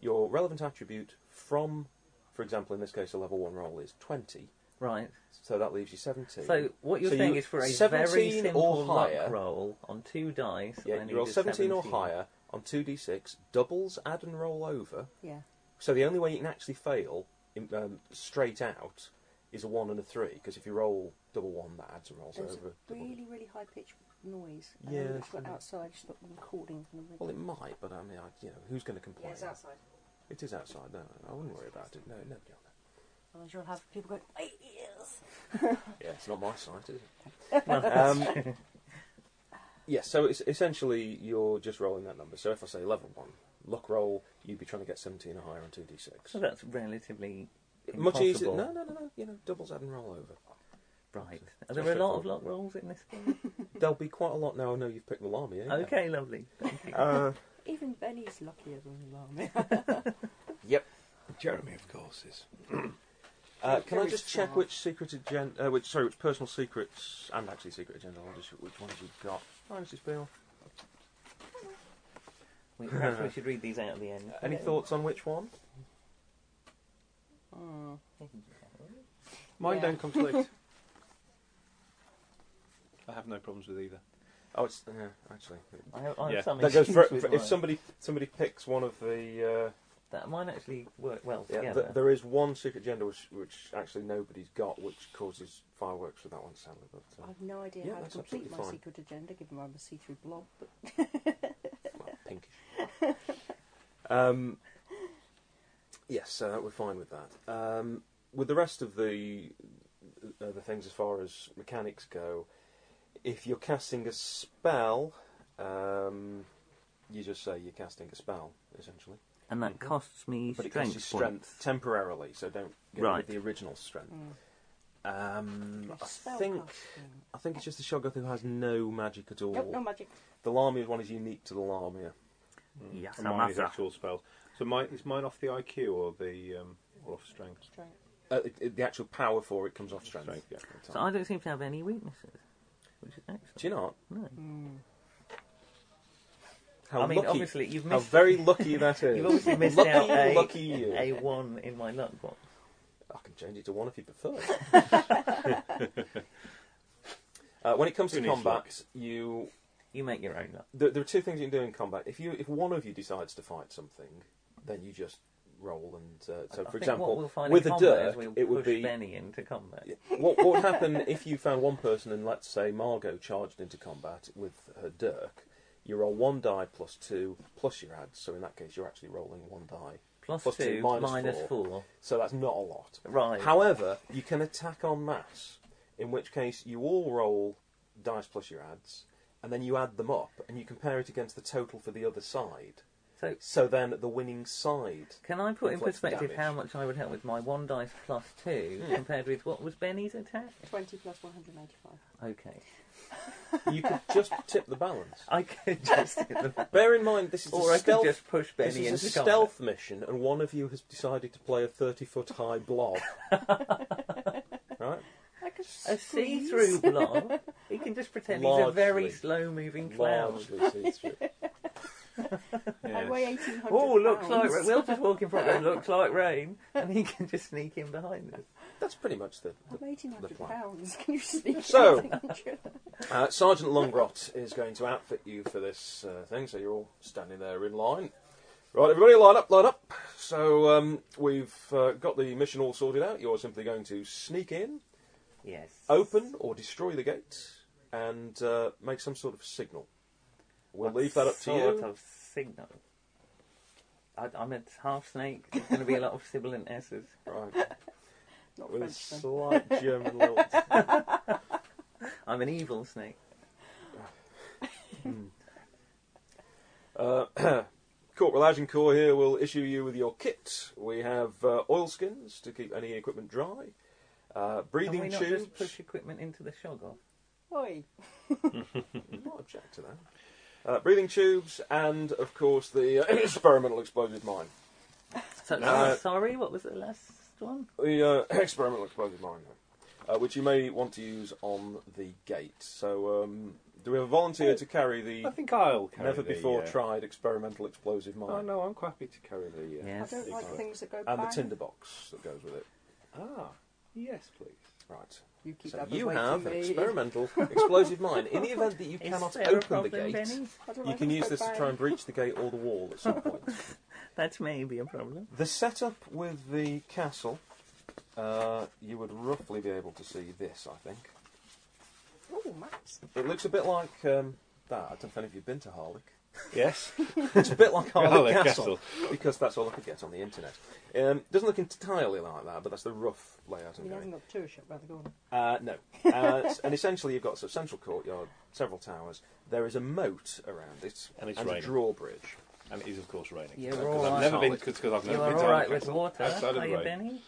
[SPEAKER 2] your relevant attribute from, for example, in this case, a level one roll is twenty,
[SPEAKER 5] Right.
[SPEAKER 2] so that leaves you seventeen.
[SPEAKER 5] So what you're
[SPEAKER 2] So
[SPEAKER 5] saying
[SPEAKER 2] you-
[SPEAKER 5] is for a
[SPEAKER 2] 17
[SPEAKER 5] very
[SPEAKER 2] or
[SPEAKER 5] simple
[SPEAKER 2] higher.
[SPEAKER 5] luck roll on two dice. I
[SPEAKER 2] yeah,
[SPEAKER 5] need
[SPEAKER 2] you roll
[SPEAKER 5] a
[SPEAKER 2] 17, or higher on two d6, doubles, add and roll over.
[SPEAKER 4] Yeah.
[SPEAKER 2] So the only way you can actually fail in, um, straight out is a one and a three, because if you roll double one, that adds and rolls
[SPEAKER 4] There was
[SPEAKER 2] over.
[SPEAKER 4] a
[SPEAKER 2] double.
[SPEAKER 4] really, really high pitched noise.
[SPEAKER 2] Yeah,
[SPEAKER 4] Um,
[SPEAKER 2] it's
[SPEAKER 4] I got
[SPEAKER 2] fine.
[SPEAKER 4] outside, just got the recording from the
[SPEAKER 2] Well, it might, but I mean, I, you know, who's going to complain? It is outside. No, no, I wouldn't worry about it. No, nobody on
[SPEAKER 6] Otherwise, you'll have people going, my ears.
[SPEAKER 2] that. Yeah, it's not my site, is it?
[SPEAKER 5] No,
[SPEAKER 2] Um, yeah, so it's essentially you're just rolling that number. So if I say level one, luck roll, you'd be trying to get 17 or higher on 2d6.
[SPEAKER 5] so that's relatively
[SPEAKER 2] Much easier.
[SPEAKER 5] impossible.
[SPEAKER 2] No, no, no, no. You know, doubles add and roll over.
[SPEAKER 5] Right. Are
[SPEAKER 2] It's
[SPEAKER 5] there a
[SPEAKER 2] straightforward.
[SPEAKER 5] lot of lock rolls in this game?
[SPEAKER 2] There'll be quite a lot now. I know you've picked Malami. ain't you?
[SPEAKER 5] okay, lovely. Thank you.
[SPEAKER 2] Uh,
[SPEAKER 4] Even Benny's luckier than Lamy.
[SPEAKER 2] yep.
[SPEAKER 3] Jeremy, of course, is.
[SPEAKER 2] Uh, can I
[SPEAKER 4] Very
[SPEAKER 2] just
[SPEAKER 4] smart.
[SPEAKER 2] check which secret agenda, uh, which sorry, which personal secrets and actually secret agenda? I'll just which ones you've got. Honestly, Bill.
[SPEAKER 5] we, perhaps we should read these out at the end.
[SPEAKER 2] Any thoughts on which one?
[SPEAKER 4] Mm.
[SPEAKER 3] Mine
[SPEAKER 4] Yeah.
[SPEAKER 3] don't conflict. I have no problems with either.
[SPEAKER 2] Oh, it's yeah, actually.
[SPEAKER 5] I have, I have
[SPEAKER 3] Yeah.
[SPEAKER 5] some
[SPEAKER 2] That goes for,
[SPEAKER 5] issues with
[SPEAKER 2] for-
[SPEAKER 5] mine.
[SPEAKER 2] if somebody somebody picks one of the. Uh,
[SPEAKER 5] That mine actually work well
[SPEAKER 2] yeah, th-
[SPEAKER 5] together.
[SPEAKER 2] there is one secret agenda which which actually nobody's got, which causes fireworks for that one, sadly. But uh,
[SPEAKER 4] I've no idea
[SPEAKER 2] Yeah,
[SPEAKER 4] how to
[SPEAKER 2] that's
[SPEAKER 4] complete
[SPEAKER 2] absolutely
[SPEAKER 4] my
[SPEAKER 2] fine.
[SPEAKER 4] secret agenda, given I'm a see-through blob. But
[SPEAKER 2] well, pinkish. um, yes, so that we're fine with that. Um, with the rest of the uh, the things as far as mechanics go, if you're casting a spell, um, you just say you're casting a spell, essentially.
[SPEAKER 5] and that costs me
[SPEAKER 2] But it costs
[SPEAKER 5] strength,
[SPEAKER 2] you strength
[SPEAKER 5] points.
[SPEAKER 2] temporarily, so don't get rid
[SPEAKER 5] Right.
[SPEAKER 2] of the original strength. Um, Mm. I
[SPEAKER 4] mm, Spell
[SPEAKER 2] think
[SPEAKER 4] casting.
[SPEAKER 2] I think it's just the Shoggoth who has no magic at all.
[SPEAKER 4] Nope, no magic.
[SPEAKER 2] The Lamia one is unique to the Lamia.
[SPEAKER 5] Yes,
[SPEAKER 3] And
[SPEAKER 5] I
[SPEAKER 3] mine is
[SPEAKER 5] must.
[SPEAKER 3] actual spells. So mine is mine off the IQ or the um, or off strength?
[SPEAKER 4] Strength.
[SPEAKER 2] Uh, it, it- the actual power for it comes off strength.
[SPEAKER 3] Strength, yeah.
[SPEAKER 5] So I don't seem to have any weaknesses, which is excellent.
[SPEAKER 2] Do you not?
[SPEAKER 5] No.
[SPEAKER 2] How
[SPEAKER 5] Hmm. I mean,
[SPEAKER 2] lucky,
[SPEAKER 5] obviously, you've
[SPEAKER 2] how
[SPEAKER 5] missed.
[SPEAKER 2] very lucky that is.
[SPEAKER 5] You've obviously missed
[SPEAKER 2] lucky,
[SPEAKER 5] out a,
[SPEAKER 2] lucky you.
[SPEAKER 5] a one in my luck box.
[SPEAKER 2] I can change it to one if you prefer. uh, when it comes
[SPEAKER 3] Who
[SPEAKER 2] to
[SPEAKER 3] needs
[SPEAKER 2] combat, you
[SPEAKER 5] You make your own luck.
[SPEAKER 2] there, there are two things you can do in combat. If you if one of you decides to fight something, then you just roll and uh, so
[SPEAKER 5] I
[SPEAKER 2] for
[SPEAKER 5] think what
[SPEAKER 2] example
[SPEAKER 5] we'll find
[SPEAKER 2] with
[SPEAKER 5] in
[SPEAKER 2] a
[SPEAKER 5] combat
[SPEAKER 2] dirt
[SPEAKER 5] is we'll
[SPEAKER 2] it would
[SPEAKER 5] push
[SPEAKER 2] be
[SPEAKER 5] Benny into combat.
[SPEAKER 2] what, what would happen if you found one person and let's say Margot charged into combat with her dirk? You roll one die plus two plus your ads, so in that case you're actually rolling one die.
[SPEAKER 5] Plus
[SPEAKER 2] Plus
[SPEAKER 5] two,
[SPEAKER 2] two, minus
[SPEAKER 5] minus
[SPEAKER 2] four.
[SPEAKER 5] four.
[SPEAKER 2] So that's not a lot.
[SPEAKER 5] Right.
[SPEAKER 2] However, you can attack en masse, in which case you all roll dice plus your ads, and then you add them up and you compare it against the total for the other side.
[SPEAKER 5] So
[SPEAKER 2] So then the winning side.
[SPEAKER 5] can I put in
[SPEAKER 2] Reflects
[SPEAKER 5] perspective
[SPEAKER 2] damage. Hmm.
[SPEAKER 5] how much I would help with my one dice plus two compared with what was Benny's attack?
[SPEAKER 4] 20 plus 185.
[SPEAKER 5] Okay,
[SPEAKER 2] You could just tip the balance.
[SPEAKER 5] I could just hit them.
[SPEAKER 2] Bear in mind, this is
[SPEAKER 5] or
[SPEAKER 2] a
[SPEAKER 5] I could
[SPEAKER 2] stealth
[SPEAKER 5] just push
[SPEAKER 2] This
[SPEAKER 5] Benny
[SPEAKER 2] is a
[SPEAKER 5] into combat.
[SPEAKER 2] stealth mission, and one of you has decided to play a 30 foot high blob. right?
[SPEAKER 4] Like
[SPEAKER 5] A see-through blob. He can just pretend he's a very
[SPEAKER 2] Largely.
[SPEAKER 5] slow-moving cloud.
[SPEAKER 2] Largely see through.
[SPEAKER 4] I
[SPEAKER 3] Yes.
[SPEAKER 4] weigh 1800
[SPEAKER 5] Oh, looks like
[SPEAKER 4] pounds.
[SPEAKER 5] we'll just walk in front of him. Looks like rain, and he can just sneak in behind us.
[SPEAKER 2] That's pretty much the.
[SPEAKER 4] I'm
[SPEAKER 2] the
[SPEAKER 4] 1800
[SPEAKER 2] plan.
[SPEAKER 4] pounds. Can you sneak
[SPEAKER 2] So-
[SPEAKER 4] 1800?
[SPEAKER 2] uh, Sergeant Longrot is going to outfit you for this uh, thing, so you're all standing there in line. Right, everybody, line up, line up. So um, we've uh, got the mission all sorted out. You're simply going to sneak in,
[SPEAKER 5] Yes.
[SPEAKER 2] open or destroy the gate, and uh, make some sort of signal. We'll leave that up to you.
[SPEAKER 5] Sort of signal. I, I'm a half snake. There's going to be a lot of sibilant s's.
[SPEAKER 2] Right.
[SPEAKER 4] Not
[SPEAKER 2] With a
[SPEAKER 4] French then.
[SPEAKER 2] slight German lilt.
[SPEAKER 5] I'm an evil snake.
[SPEAKER 2] Uh, Corporal Agincourt here will issue you with your kit. We have uh, oilskins to keep any equipment dry, uh,
[SPEAKER 5] Can we
[SPEAKER 2] breathing
[SPEAKER 5] not
[SPEAKER 2] tubes.
[SPEAKER 5] just push equipment into the shoggoth?
[SPEAKER 4] Oi.
[SPEAKER 2] I'm not object to that. Uh, breathing tubes and, of course, the uh, experimental explosive mine.
[SPEAKER 5] So,
[SPEAKER 2] No.
[SPEAKER 5] oh, Sorry, what was the last one?
[SPEAKER 2] The uh, experimental explosive mine, uh, which you may want to use on the gate. So, um, do we have a
[SPEAKER 5] Oh.
[SPEAKER 2] volunteer to carry the
[SPEAKER 3] I think I'll carry
[SPEAKER 2] never
[SPEAKER 3] the,
[SPEAKER 2] before
[SPEAKER 3] uh,
[SPEAKER 2] tried experimental explosive mine
[SPEAKER 3] Oh no, I'm quite happy to carry the. Uh,
[SPEAKER 4] I
[SPEAKER 5] Yes.
[SPEAKER 4] don't like
[SPEAKER 3] Exactly.
[SPEAKER 4] things that go
[SPEAKER 2] and the
[SPEAKER 4] bang.
[SPEAKER 2] tinderbox that goes with it?
[SPEAKER 3] Ah, yes, please.
[SPEAKER 2] Right.
[SPEAKER 4] You keep
[SPEAKER 2] So
[SPEAKER 4] that
[SPEAKER 2] you
[SPEAKER 4] away from
[SPEAKER 2] have an
[SPEAKER 4] me.
[SPEAKER 2] experimental explosive mine. In the event that you
[SPEAKER 5] Is
[SPEAKER 2] cannot
[SPEAKER 5] there a
[SPEAKER 2] open the
[SPEAKER 5] problem,
[SPEAKER 2] gate,
[SPEAKER 5] Benny?
[SPEAKER 4] I don't
[SPEAKER 2] you
[SPEAKER 4] like
[SPEAKER 2] can
[SPEAKER 4] things
[SPEAKER 2] use
[SPEAKER 4] go
[SPEAKER 2] this to try
[SPEAKER 4] bang.
[SPEAKER 2] and breach the gate or the wall at some point.
[SPEAKER 5] That may be a problem.
[SPEAKER 2] The setup with the castle, uh, you would roughly be able to see this, I think.
[SPEAKER 4] Oh, maps.
[SPEAKER 2] It looks a bit like um, that. I don't know if you've been to Harlech.
[SPEAKER 3] Yes.
[SPEAKER 2] It's a bit like Harlech,
[SPEAKER 3] Harlech
[SPEAKER 2] castle, because that's all I could get on the internet. Um, doesn't look entirely like that, but that's the rough layout. I'm
[SPEAKER 4] I mean, I
[SPEAKER 2] going.
[SPEAKER 4] haven't got tourist shop round the corner.
[SPEAKER 2] Uh, no. Uh, it's- and essentially, you've got sort of central courtyard, several towers. There is a moat around it,
[SPEAKER 3] And it's
[SPEAKER 2] a
[SPEAKER 3] raining.
[SPEAKER 2] drawbridge.
[SPEAKER 3] and it is of course raining.
[SPEAKER 5] You're
[SPEAKER 3] Because
[SPEAKER 5] all
[SPEAKER 3] I've never
[SPEAKER 5] right.
[SPEAKER 3] been because I've
[SPEAKER 5] You
[SPEAKER 3] never been
[SPEAKER 5] are
[SPEAKER 3] to
[SPEAKER 5] all right
[SPEAKER 3] Harlech
[SPEAKER 5] with
[SPEAKER 3] Castle,
[SPEAKER 5] water,
[SPEAKER 3] outside of
[SPEAKER 5] are you,
[SPEAKER 3] rain.
[SPEAKER 5] Benny?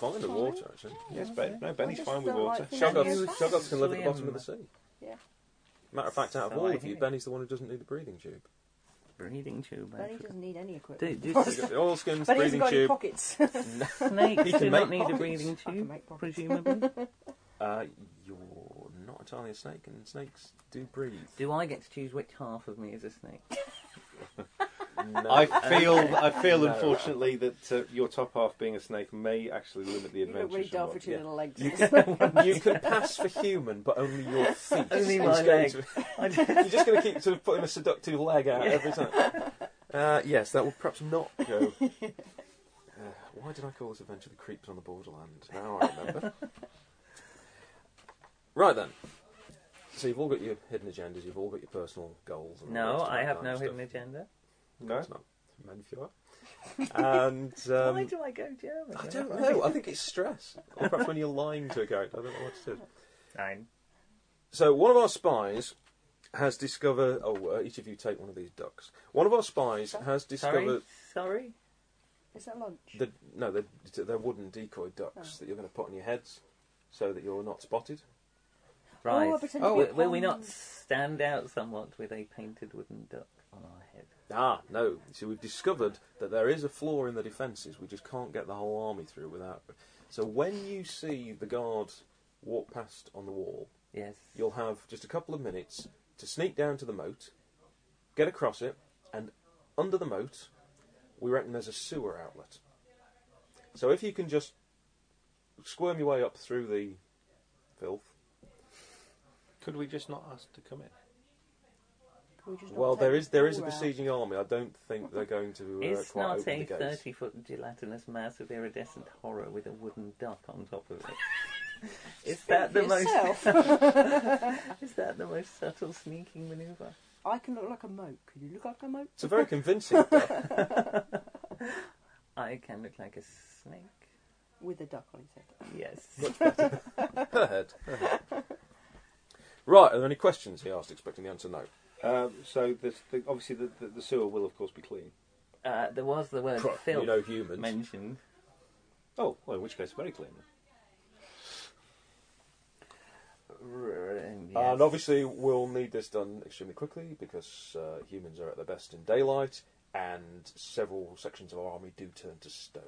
[SPEAKER 2] Fine the water, actually.
[SPEAKER 3] Yes, Ben. No, Benny's
[SPEAKER 4] just
[SPEAKER 3] fine with
[SPEAKER 4] don't like
[SPEAKER 3] water.
[SPEAKER 4] things
[SPEAKER 2] Shoggoths-
[SPEAKER 4] that go bang.
[SPEAKER 2] Shoggoths can live at the bottom
[SPEAKER 5] Swim.
[SPEAKER 2] of the sea.
[SPEAKER 4] Yeah.
[SPEAKER 2] Matter of fact, out of
[SPEAKER 5] So
[SPEAKER 2] all
[SPEAKER 5] I
[SPEAKER 2] of you,
[SPEAKER 5] hear.
[SPEAKER 2] Benny's the one who doesn't need a breathing tube.
[SPEAKER 5] Breathing tube. I
[SPEAKER 4] Benny
[SPEAKER 5] forgot.
[SPEAKER 4] doesn't need any
[SPEAKER 5] Do,
[SPEAKER 4] equipment.
[SPEAKER 5] do
[SPEAKER 2] You've got the oilskins,
[SPEAKER 4] But he
[SPEAKER 2] breathing
[SPEAKER 4] hasn't got any
[SPEAKER 2] tube.
[SPEAKER 4] pockets.
[SPEAKER 5] snakes
[SPEAKER 2] He can make
[SPEAKER 5] do not need a
[SPEAKER 2] pockets.
[SPEAKER 5] breathing
[SPEAKER 4] I can
[SPEAKER 5] tube,
[SPEAKER 4] make pockets.
[SPEAKER 5] presumably?
[SPEAKER 2] Uh, you're not entirely a snake, and snakes do breathe.
[SPEAKER 5] do I get to choose which half of me is a snake?
[SPEAKER 2] No.
[SPEAKER 3] I feel, I feel,
[SPEAKER 2] No.
[SPEAKER 3] unfortunately, that uh, your top half being a snake may actually limit the
[SPEAKER 4] You look
[SPEAKER 3] adventure.
[SPEAKER 4] really dull for
[SPEAKER 3] somewhat.
[SPEAKER 4] two
[SPEAKER 2] yeah.
[SPEAKER 4] little legs.
[SPEAKER 2] You you can pass for human, but only your feet.
[SPEAKER 5] Only
[SPEAKER 2] is
[SPEAKER 5] my
[SPEAKER 2] going
[SPEAKER 5] leg.
[SPEAKER 2] to-
[SPEAKER 5] I don't-
[SPEAKER 2] You're just going to keep sort of putting a seductive leg out every time. Uh, yes, that will perhaps not go. Uh, why did I call this adventure the creeps on the borderland? Now I remember. right then. So you've all got your hidden agendas. You've all got your personal goals. And all the
[SPEAKER 5] no,
[SPEAKER 2] rest of
[SPEAKER 5] I
[SPEAKER 2] that
[SPEAKER 5] have
[SPEAKER 2] kind of
[SPEAKER 5] no
[SPEAKER 2] stuff.
[SPEAKER 5] hidden agenda.
[SPEAKER 3] No,
[SPEAKER 2] It's not men if you are. and um,
[SPEAKER 5] Why do I go German?
[SPEAKER 2] I don't know. I think it's stress, or perhaps when you're lying to a character. I don't know what it is.
[SPEAKER 5] Nine.
[SPEAKER 2] So one of our spies has discovered. Oh, uh, each of you take one of these ducks. One of our spies has
[SPEAKER 5] Sorry,
[SPEAKER 2] discovered
[SPEAKER 5] sorry.
[SPEAKER 4] Is that lunch?
[SPEAKER 2] the no, they're, they're wooden decoy ducks that you're going to put on your heads so that you're not spotted.
[SPEAKER 5] Right.
[SPEAKER 4] I pretend to be
[SPEAKER 5] Will-
[SPEAKER 4] a
[SPEAKER 5] Oh, will we
[SPEAKER 4] clown.
[SPEAKER 5] not stand out somewhat with a painted wooden duck on our head?
[SPEAKER 2] Ah, no. So we've discovered that there is a flaw in the defences. We just can't get the whole army through without. So when you see the guard walk past on the wall,
[SPEAKER 5] Yes.
[SPEAKER 2] you'll have just a couple of minutes to sneak down to the moat, get across it, and under the moat, we reckon there's a sewer outlet. So if you can just squirm your way up through the filth,
[SPEAKER 3] could we just not ask to come in?
[SPEAKER 4] Can we just not
[SPEAKER 2] well,
[SPEAKER 4] take
[SPEAKER 2] there is there
[SPEAKER 4] the
[SPEAKER 2] is a
[SPEAKER 4] door out?
[SPEAKER 2] besieging army. I don't think they're going to uh,
[SPEAKER 5] It's
[SPEAKER 2] quite
[SPEAKER 5] not
[SPEAKER 2] open
[SPEAKER 5] a
[SPEAKER 2] the gates.
[SPEAKER 5] thirty-foot gelatinous mass of iridescent horror with a wooden duck on top of it. is that the
[SPEAKER 4] For
[SPEAKER 5] most?
[SPEAKER 4] yourself.
[SPEAKER 5] Is that the most subtle sneaking manoeuvre?
[SPEAKER 4] I can look like a moat. Can you look like a moat?
[SPEAKER 2] It's a very convincing. duck.
[SPEAKER 5] I can look like a snake.
[SPEAKER 4] With a duck on his head.
[SPEAKER 5] Yes.
[SPEAKER 2] Her head. Her head. Right, are there any questions? He asked, expecting the answer no.
[SPEAKER 3] Um, so, there's the, obviously, the, the, the sewer will, of course, be clean.
[SPEAKER 5] Uh, there was the word filth
[SPEAKER 2] You know humans.
[SPEAKER 5] mentioned.
[SPEAKER 3] Oh, well, in which case, very clean.
[SPEAKER 5] R- um, yes.
[SPEAKER 2] And obviously, we'll need this done extremely quickly because uh, humans are at their best in daylight, and several sections of our army do turn to stone.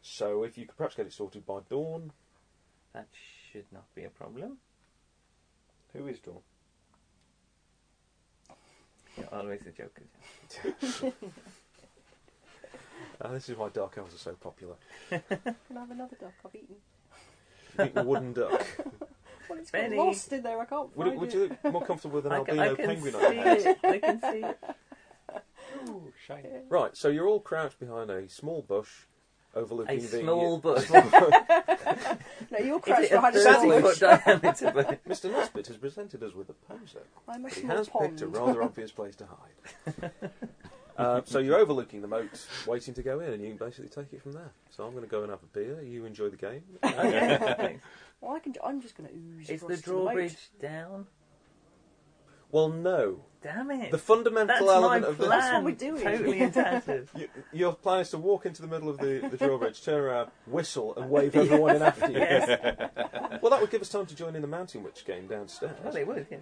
[SPEAKER 2] So, if you could perhaps get it sorted by dawn,
[SPEAKER 5] that should not be a problem.
[SPEAKER 3] Who is Dawn?
[SPEAKER 5] You're always a joker.
[SPEAKER 2] uh, this is why dark elves are so popular.
[SPEAKER 4] Can I have another duck? I've eaten.
[SPEAKER 2] You think the wooden duck.
[SPEAKER 4] Well, it's
[SPEAKER 5] Benny.
[SPEAKER 4] got lost in there. I can't
[SPEAKER 2] Would,
[SPEAKER 4] find
[SPEAKER 2] it, would
[SPEAKER 4] it.
[SPEAKER 2] you look more comfortable with an
[SPEAKER 5] I can, I
[SPEAKER 2] albino
[SPEAKER 5] can
[SPEAKER 2] penguin
[SPEAKER 5] see
[SPEAKER 2] on your head?
[SPEAKER 5] it. I can see it.
[SPEAKER 3] Oh, shiny.
[SPEAKER 2] Right, so you're all crouched behind a small bush overlooking
[SPEAKER 5] A
[SPEAKER 2] the.
[SPEAKER 5] small bush.
[SPEAKER 4] No, you're
[SPEAKER 5] Is
[SPEAKER 4] crouched
[SPEAKER 5] it a
[SPEAKER 4] behind a small bush.
[SPEAKER 5] thirty-foot diameter bush?
[SPEAKER 2] Mr. Nesbitt has presented us with a poser.
[SPEAKER 4] I'm a
[SPEAKER 2] He
[SPEAKER 4] small
[SPEAKER 2] has picked a
[SPEAKER 4] pond.
[SPEAKER 2] rather obvious place to hide. uh, so you're overlooking the moat, waiting to go in, and you can basically take it from there. So I'm going to go and have a beer. You enjoy the game.
[SPEAKER 5] Okay.
[SPEAKER 4] Well, I can. I'm just going to ooze.
[SPEAKER 5] Is the
[SPEAKER 4] across to
[SPEAKER 5] drawbridge
[SPEAKER 4] moat.
[SPEAKER 5] down?
[SPEAKER 2] Well, no,
[SPEAKER 5] Damn it!
[SPEAKER 2] The fundamental
[SPEAKER 5] That's
[SPEAKER 2] element
[SPEAKER 5] my
[SPEAKER 2] of
[SPEAKER 5] plan.
[SPEAKER 2] this.
[SPEAKER 4] what we're doing.
[SPEAKER 5] Totally and tattered.
[SPEAKER 2] You, your plan is to walk into the middle of the, the drawbridge, turn around, whistle, and wave everyone in after you.
[SPEAKER 5] yes.
[SPEAKER 2] Well, that would give us time to join in the Mountain Witch game downstairs.
[SPEAKER 5] Well, they would. Yes.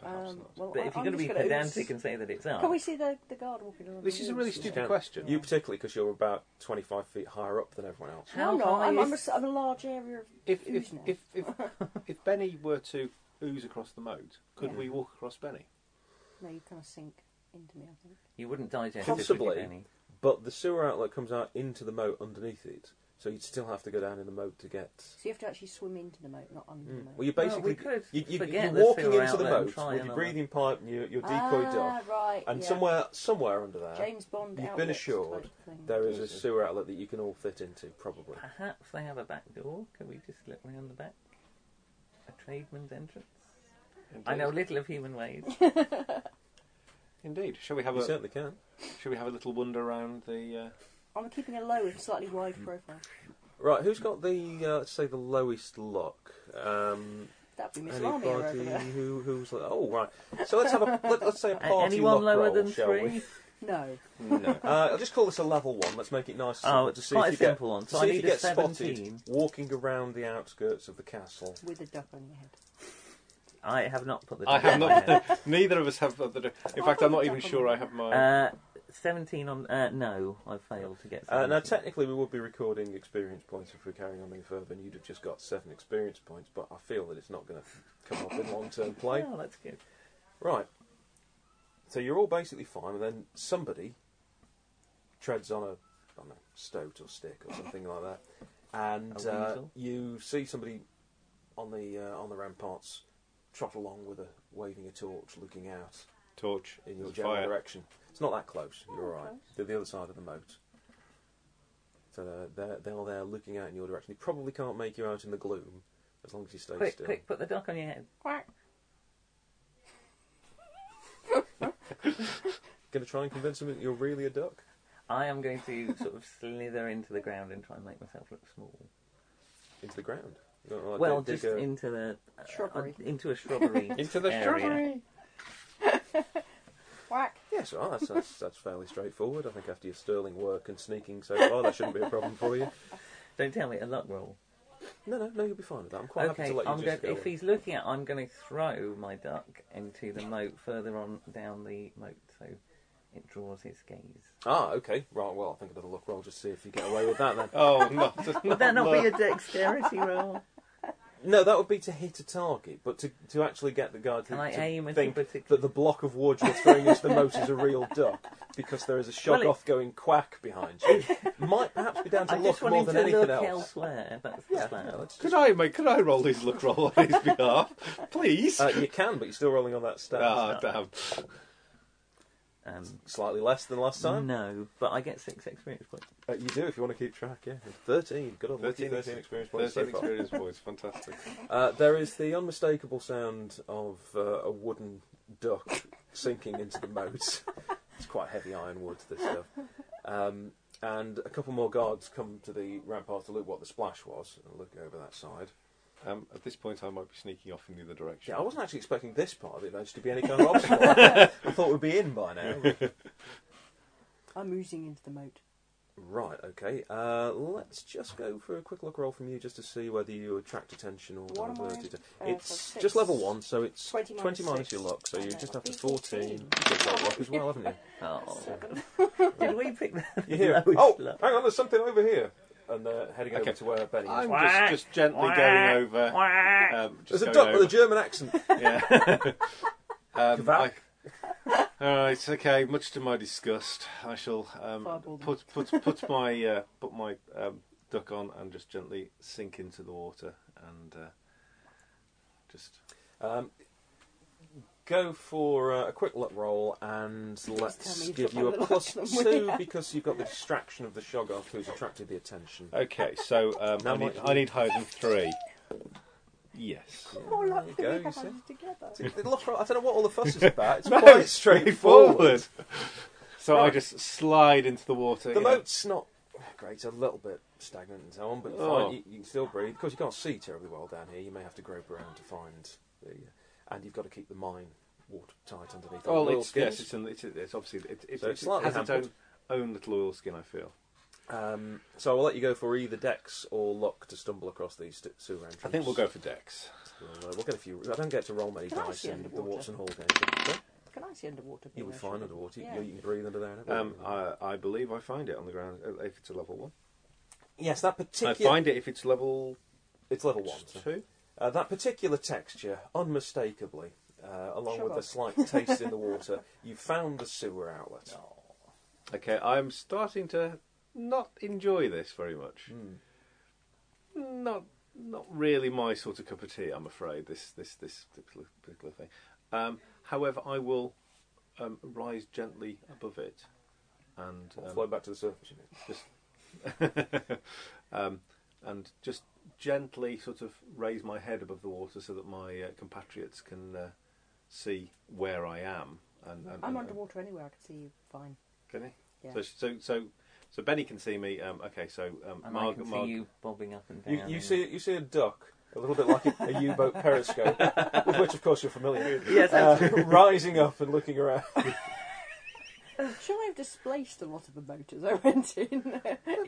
[SPEAKER 3] Perhaps
[SPEAKER 4] Um,
[SPEAKER 3] not.
[SPEAKER 4] well,
[SPEAKER 5] But
[SPEAKER 4] I-
[SPEAKER 5] if you're going
[SPEAKER 4] I'm
[SPEAKER 5] to
[SPEAKER 4] just
[SPEAKER 5] be
[SPEAKER 4] gonna-
[SPEAKER 5] pedantic and say that it's art,
[SPEAKER 4] Can we see the, the guard walking along?
[SPEAKER 3] This
[SPEAKER 4] the
[SPEAKER 3] is a
[SPEAKER 4] walls?
[SPEAKER 3] really
[SPEAKER 2] You
[SPEAKER 3] stupid
[SPEAKER 2] can.
[SPEAKER 3] question.
[SPEAKER 2] You particularly, because you're about 25 feet higher up than everyone else.
[SPEAKER 4] No, no,
[SPEAKER 5] How high
[SPEAKER 4] I'm, I'm, a,
[SPEAKER 5] is-
[SPEAKER 4] I'm a large area of
[SPEAKER 3] if if
[SPEAKER 4] ooze now.
[SPEAKER 3] if if, if Benny were to ooze across the moat, could
[SPEAKER 4] Yeah.
[SPEAKER 3] we walk across Benny?
[SPEAKER 4] No, you kind of sink into me, I think.
[SPEAKER 5] you wouldn't digest it.
[SPEAKER 2] Possibly.
[SPEAKER 5] would you, Benny?
[SPEAKER 2] But the sewer outlet comes out into the moat underneath it, so you'd still have to go down in the moat to get. Mm.
[SPEAKER 4] So you have to actually swim into the moat, not under the moat.
[SPEAKER 2] Hmm. Well, you're basically
[SPEAKER 5] Hmm. we could
[SPEAKER 2] you, you,
[SPEAKER 5] forget
[SPEAKER 2] you're
[SPEAKER 5] the
[SPEAKER 2] walking
[SPEAKER 5] sewer
[SPEAKER 2] into the
[SPEAKER 5] outlet and
[SPEAKER 2] moat
[SPEAKER 5] try
[SPEAKER 2] with your
[SPEAKER 5] another.
[SPEAKER 2] breathing pipe and your, your decoy
[SPEAKER 4] ah,
[SPEAKER 2] duck,
[SPEAKER 4] right.
[SPEAKER 2] and
[SPEAKER 4] yeah.
[SPEAKER 2] somewhere somewhere under there,
[SPEAKER 4] James Bond.
[SPEAKER 2] Uh, you've been
[SPEAKER 4] outlets
[SPEAKER 2] assured
[SPEAKER 4] type thing.
[SPEAKER 2] there is a
[SPEAKER 3] Yes.
[SPEAKER 2] sewer outlet that you can all fit into, probably.
[SPEAKER 5] Perhaps they have a back door. Can we just look round the back? A tradesman's entrance. I know little of human ways.
[SPEAKER 3] Indeed. Shall we have
[SPEAKER 2] You
[SPEAKER 3] a
[SPEAKER 2] certainly can.
[SPEAKER 3] Shall we have a little wander around the? Uh,
[SPEAKER 4] I'm keeping a low and slightly wide profile.
[SPEAKER 2] Right, who's got the uh, let's say the lowest lock? Um,
[SPEAKER 4] That'd be Miss Lamia over
[SPEAKER 2] anybody
[SPEAKER 4] there.
[SPEAKER 2] who, who's like, oh right. So let's have a let, us say a
[SPEAKER 5] A-
[SPEAKER 2] party
[SPEAKER 5] Anyone
[SPEAKER 2] lock
[SPEAKER 5] lower
[SPEAKER 2] roll,
[SPEAKER 5] than
[SPEAKER 2] shall
[SPEAKER 5] three?
[SPEAKER 2] we?
[SPEAKER 4] No.
[SPEAKER 3] no.
[SPEAKER 2] Uh, I'll just call this a level one. Let's make it nice. and
[SPEAKER 5] Oh,
[SPEAKER 2] simple
[SPEAKER 5] it's
[SPEAKER 2] to see
[SPEAKER 5] quite
[SPEAKER 2] if
[SPEAKER 5] a
[SPEAKER 2] you get-
[SPEAKER 5] simple one.
[SPEAKER 2] to
[SPEAKER 5] So I
[SPEAKER 2] see if
[SPEAKER 5] need
[SPEAKER 2] you
[SPEAKER 5] a
[SPEAKER 2] get spotted
[SPEAKER 5] 17.
[SPEAKER 2] walking around the outskirts of the castle.
[SPEAKER 4] With a duck on your head.
[SPEAKER 5] I have not put the.
[SPEAKER 3] I
[SPEAKER 5] door
[SPEAKER 3] have
[SPEAKER 5] on there.
[SPEAKER 3] not. neither of us have. The, the, in fact, I'm not even sure I have my.
[SPEAKER 5] Uh, Seventeen on. Uh, no, I failed to get.
[SPEAKER 2] Uh, now,
[SPEAKER 5] 17.
[SPEAKER 2] technically, we would be recording experience points if we're carrying on any further, and you'd have just got seven experience points. But I feel that it's not going to come up in long-term play.
[SPEAKER 5] Oh, that's good.
[SPEAKER 2] Right. So you're all basically fine, and then somebody treads on a, I don't know, stoat or stick or something like that, and
[SPEAKER 5] A
[SPEAKER 2] uh,
[SPEAKER 5] weasel?
[SPEAKER 2] you see somebody on the uh, on the ramparts trot along with a waving a torch, looking out
[SPEAKER 3] Torch
[SPEAKER 2] in your
[SPEAKER 3] There's
[SPEAKER 2] general
[SPEAKER 3] fire.
[SPEAKER 2] direction. It's not that close. You're all right.
[SPEAKER 4] close.
[SPEAKER 2] They're the other side of the moat. So uh, they're they're there looking out in your direction. They probably can't make you out in the gloom as long as you stay
[SPEAKER 5] Quick,
[SPEAKER 2] still.
[SPEAKER 5] quick, put the duck on your head.
[SPEAKER 4] Quack.
[SPEAKER 2] Going to try and convince them that you're really a duck.
[SPEAKER 5] I am going to sort of slither into the ground and try and make myself look small.
[SPEAKER 2] into the ground. You know, like
[SPEAKER 5] well,
[SPEAKER 2] dig-
[SPEAKER 5] just
[SPEAKER 2] dig a-
[SPEAKER 5] into the uh,
[SPEAKER 4] Shrubbery.
[SPEAKER 5] uh, into a shrubbery.
[SPEAKER 2] into the
[SPEAKER 5] area.
[SPEAKER 2] shrubbery.
[SPEAKER 4] Quack.
[SPEAKER 2] Yes, well, that's, that's that's fairly straightforward. I think after your sterling work and sneaking so far, that shouldn't be a problem for you.
[SPEAKER 5] Don't tell me a luck roll.
[SPEAKER 2] No, no, no, you'll be fine with that. I'm quite
[SPEAKER 5] okay,
[SPEAKER 2] happy to let you
[SPEAKER 5] I'm
[SPEAKER 2] just
[SPEAKER 5] going.
[SPEAKER 2] go.
[SPEAKER 5] If he's looking at, I'm going to throw my duck into the moat further on down the moat, so it draws his gaze.
[SPEAKER 2] Ah, okay, right. Well, I think another look roll just see if you get away with that then.
[SPEAKER 3] Oh no! just
[SPEAKER 5] Would that not
[SPEAKER 3] look.
[SPEAKER 5] be a dexterity roll?
[SPEAKER 2] No, that would be to hit a target, but to, to actually get the guard
[SPEAKER 5] Can
[SPEAKER 2] to,
[SPEAKER 5] I
[SPEAKER 2] to
[SPEAKER 5] aim at
[SPEAKER 2] think
[SPEAKER 5] a particular-
[SPEAKER 2] that the block of wood you're throwing into the moat is a real duck because there is a shot
[SPEAKER 5] Well, it-
[SPEAKER 2] off going quack behind you might perhaps be down to
[SPEAKER 5] I
[SPEAKER 2] luck
[SPEAKER 5] just want
[SPEAKER 2] more
[SPEAKER 5] him
[SPEAKER 2] than
[SPEAKER 5] to
[SPEAKER 2] anything
[SPEAKER 5] look
[SPEAKER 2] else.
[SPEAKER 5] elsewhere. That's the
[SPEAKER 2] Yeah, yeah,
[SPEAKER 5] plan.
[SPEAKER 2] let's just
[SPEAKER 3] Could I make? Could I roll his look roll on his behalf, please?
[SPEAKER 2] Uh, you can, but you're still rolling on that stat.
[SPEAKER 3] ah, damn.
[SPEAKER 5] Um,
[SPEAKER 2] Slightly less than last time.
[SPEAKER 5] no, but I get six experience points.
[SPEAKER 2] Uh, you do if you want to keep track, yeah. 13. Good old lucky
[SPEAKER 3] 13
[SPEAKER 2] 13, experience points so
[SPEAKER 3] Thirteen
[SPEAKER 2] far.
[SPEAKER 3] experience points. Fantastic.
[SPEAKER 2] Uh, there is the unmistakable sound of uh, a wooden duck sinking into the moat. it's quite heavy iron wood, this stuff. Um, and a couple more guards come to the rampart to look what the splash was and look over that side.
[SPEAKER 3] Um, at this point, I might be sneaking off in the other direction.
[SPEAKER 2] Yeah, I wasn't actually expecting this part of the adventure to be any kind of obstacle. I thought we'd be in by now.
[SPEAKER 4] I'm oozing into the moat.
[SPEAKER 2] Right, okay. Uh, let's just go for a quick look roll from you just to see whether you attract attention or
[SPEAKER 4] What am
[SPEAKER 2] divert
[SPEAKER 4] I?
[SPEAKER 2] it.
[SPEAKER 4] Uh, for
[SPEAKER 2] It's
[SPEAKER 4] six.
[SPEAKER 2] just level one, so it's
[SPEAKER 4] 20
[SPEAKER 2] 20
[SPEAKER 4] minus
[SPEAKER 2] minus,
[SPEAKER 4] six.
[SPEAKER 2] your luck, so
[SPEAKER 4] I
[SPEAKER 2] you
[SPEAKER 4] know,
[SPEAKER 2] just have to
[SPEAKER 4] that'd be
[SPEAKER 2] 14. You've got luck as well, haven't you?
[SPEAKER 5] Oh,
[SPEAKER 4] Seven.
[SPEAKER 5] did we pick that?
[SPEAKER 2] You hear,
[SPEAKER 5] lowest
[SPEAKER 2] oh,
[SPEAKER 5] luck?
[SPEAKER 2] hang on, there's something over here. And uh, heading over
[SPEAKER 3] Okay.
[SPEAKER 2] to where Benny is.
[SPEAKER 3] I'm just, just gently going over. Um, just
[SPEAKER 2] There's a
[SPEAKER 3] going
[SPEAKER 2] duck with
[SPEAKER 3] over.
[SPEAKER 2] a German accent.
[SPEAKER 3] Yeah. um,
[SPEAKER 2] Kvack.
[SPEAKER 3] I- all right. Okay. Much to my disgust, I shall um,
[SPEAKER 4] Fireball them.
[SPEAKER 3] put put put my uh, put my um, duck on and just gently sink into the water and uh, just
[SPEAKER 2] Um, go for uh, a quick luck roll and
[SPEAKER 4] tell me
[SPEAKER 2] let's
[SPEAKER 4] you've
[SPEAKER 2] give
[SPEAKER 4] got
[SPEAKER 2] you
[SPEAKER 4] my
[SPEAKER 2] a
[SPEAKER 4] luck
[SPEAKER 2] plus
[SPEAKER 4] and I'm
[SPEAKER 2] two because you've got the distraction of the Shoggoth who's attracted the attention.
[SPEAKER 3] okay. So um,
[SPEAKER 2] Now
[SPEAKER 3] I need
[SPEAKER 2] might-
[SPEAKER 3] I need higher than three. Yes.
[SPEAKER 4] More
[SPEAKER 2] There
[SPEAKER 4] luck
[SPEAKER 2] you
[SPEAKER 4] than
[SPEAKER 2] go,
[SPEAKER 4] we
[SPEAKER 2] you
[SPEAKER 4] have
[SPEAKER 2] see.
[SPEAKER 4] together.
[SPEAKER 2] The luck roll- I don't know what all the fuss is about. It's
[SPEAKER 3] No,
[SPEAKER 2] quite straightforward.
[SPEAKER 3] so I
[SPEAKER 2] Right.
[SPEAKER 3] just slide into the water.
[SPEAKER 2] The
[SPEAKER 3] you know.
[SPEAKER 2] moat's not great, it's a little bit stagnant and so on, but
[SPEAKER 3] Oh.
[SPEAKER 2] fine, you, you can still breathe. Of course, you can't see terribly well down here. You may have to grope around to find the. And you've got to keep the mine watertight underneath.
[SPEAKER 3] Well,
[SPEAKER 2] all the
[SPEAKER 3] it's, Oh, yes,
[SPEAKER 2] oilskins.
[SPEAKER 3] it's, an, it's, it's obviously it, it,
[SPEAKER 2] So
[SPEAKER 3] it,
[SPEAKER 2] it's slightly
[SPEAKER 3] has its own,
[SPEAKER 2] hampered.
[SPEAKER 3] own little oil skin. I feel.
[SPEAKER 2] Um, so I'll let you go for either Dex or Luck to stumble across these st- sewer entrance.
[SPEAKER 3] I think we'll go for Dex.
[SPEAKER 2] We'll, uh, we'll get a few. I don't get to roll many
[SPEAKER 4] Can I
[SPEAKER 2] dice
[SPEAKER 4] see
[SPEAKER 2] in the
[SPEAKER 4] underwater?
[SPEAKER 2] Watson Hall game.
[SPEAKER 4] Can I see underwater?
[SPEAKER 2] You'll be
[SPEAKER 4] being
[SPEAKER 2] fine
[SPEAKER 4] ocean?
[SPEAKER 2] underwater. You,
[SPEAKER 4] Yeah.
[SPEAKER 2] you can breathe under there. and
[SPEAKER 3] Um,
[SPEAKER 2] everything.
[SPEAKER 3] I, I believe I find it on the ground uh, if it's a level one.
[SPEAKER 2] yes, that
[SPEAKER 3] I
[SPEAKER 2] particular.
[SPEAKER 3] find it if it's level
[SPEAKER 2] it's level one. so-
[SPEAKER 3] two.
[SPEAKER 2] Uh, that particular texture, unmistakably, uh, along with
[SPEAKER 4] Sugar.
[SPEAKER 2] the slight taste in the water, you found the sewer outlet.
[SPEAKER 3] Okay, I'm starting to not enjoy this very much. Not not really my sort of cup of tea, I'm afraid. This this this particular, particular thing. Um, however, I will um, rise gently above it and
[SPEAKER 2] We'll
[SPEAKER 3] um,
[SPEAKER 2] Uh, float back to the surface. you know.
[SPEAKER 3] just um, and just gently sort of raise my head above the water so that my uh, compatriots can uh, see where I am. And, and
[SPEAKER 4] I'm
[SPEAKER 3] and-
[SPEAKER 4] underwater anywhere. I can see you fine.
[SPEAKER 3] Can he?
[SPEAKER 4] Yeah.
[SPEAKER 3] So, so, so, so Benny can see me. Um, okay, so um,
[SPEAKER 5] And I
[SPEAKER 3] Marg,
[SPEAKER 5] can see
[SPEAKER 3] Marg-
[SPEAKER 5] you bobbing up and down.
[SPEAKER 2] You, you
[SPEAKER 5] and-
[SPEAKER 2] see, you see a duck, a little bit like a, a U-boat periscope, with which, of course, you're familiar. with,
[SPEAKER 5] Yes,
[SPEAKER 2] uh, rising up and looking around.
[SPEAKER 4] Should I have displaced a lot of the motors I went in?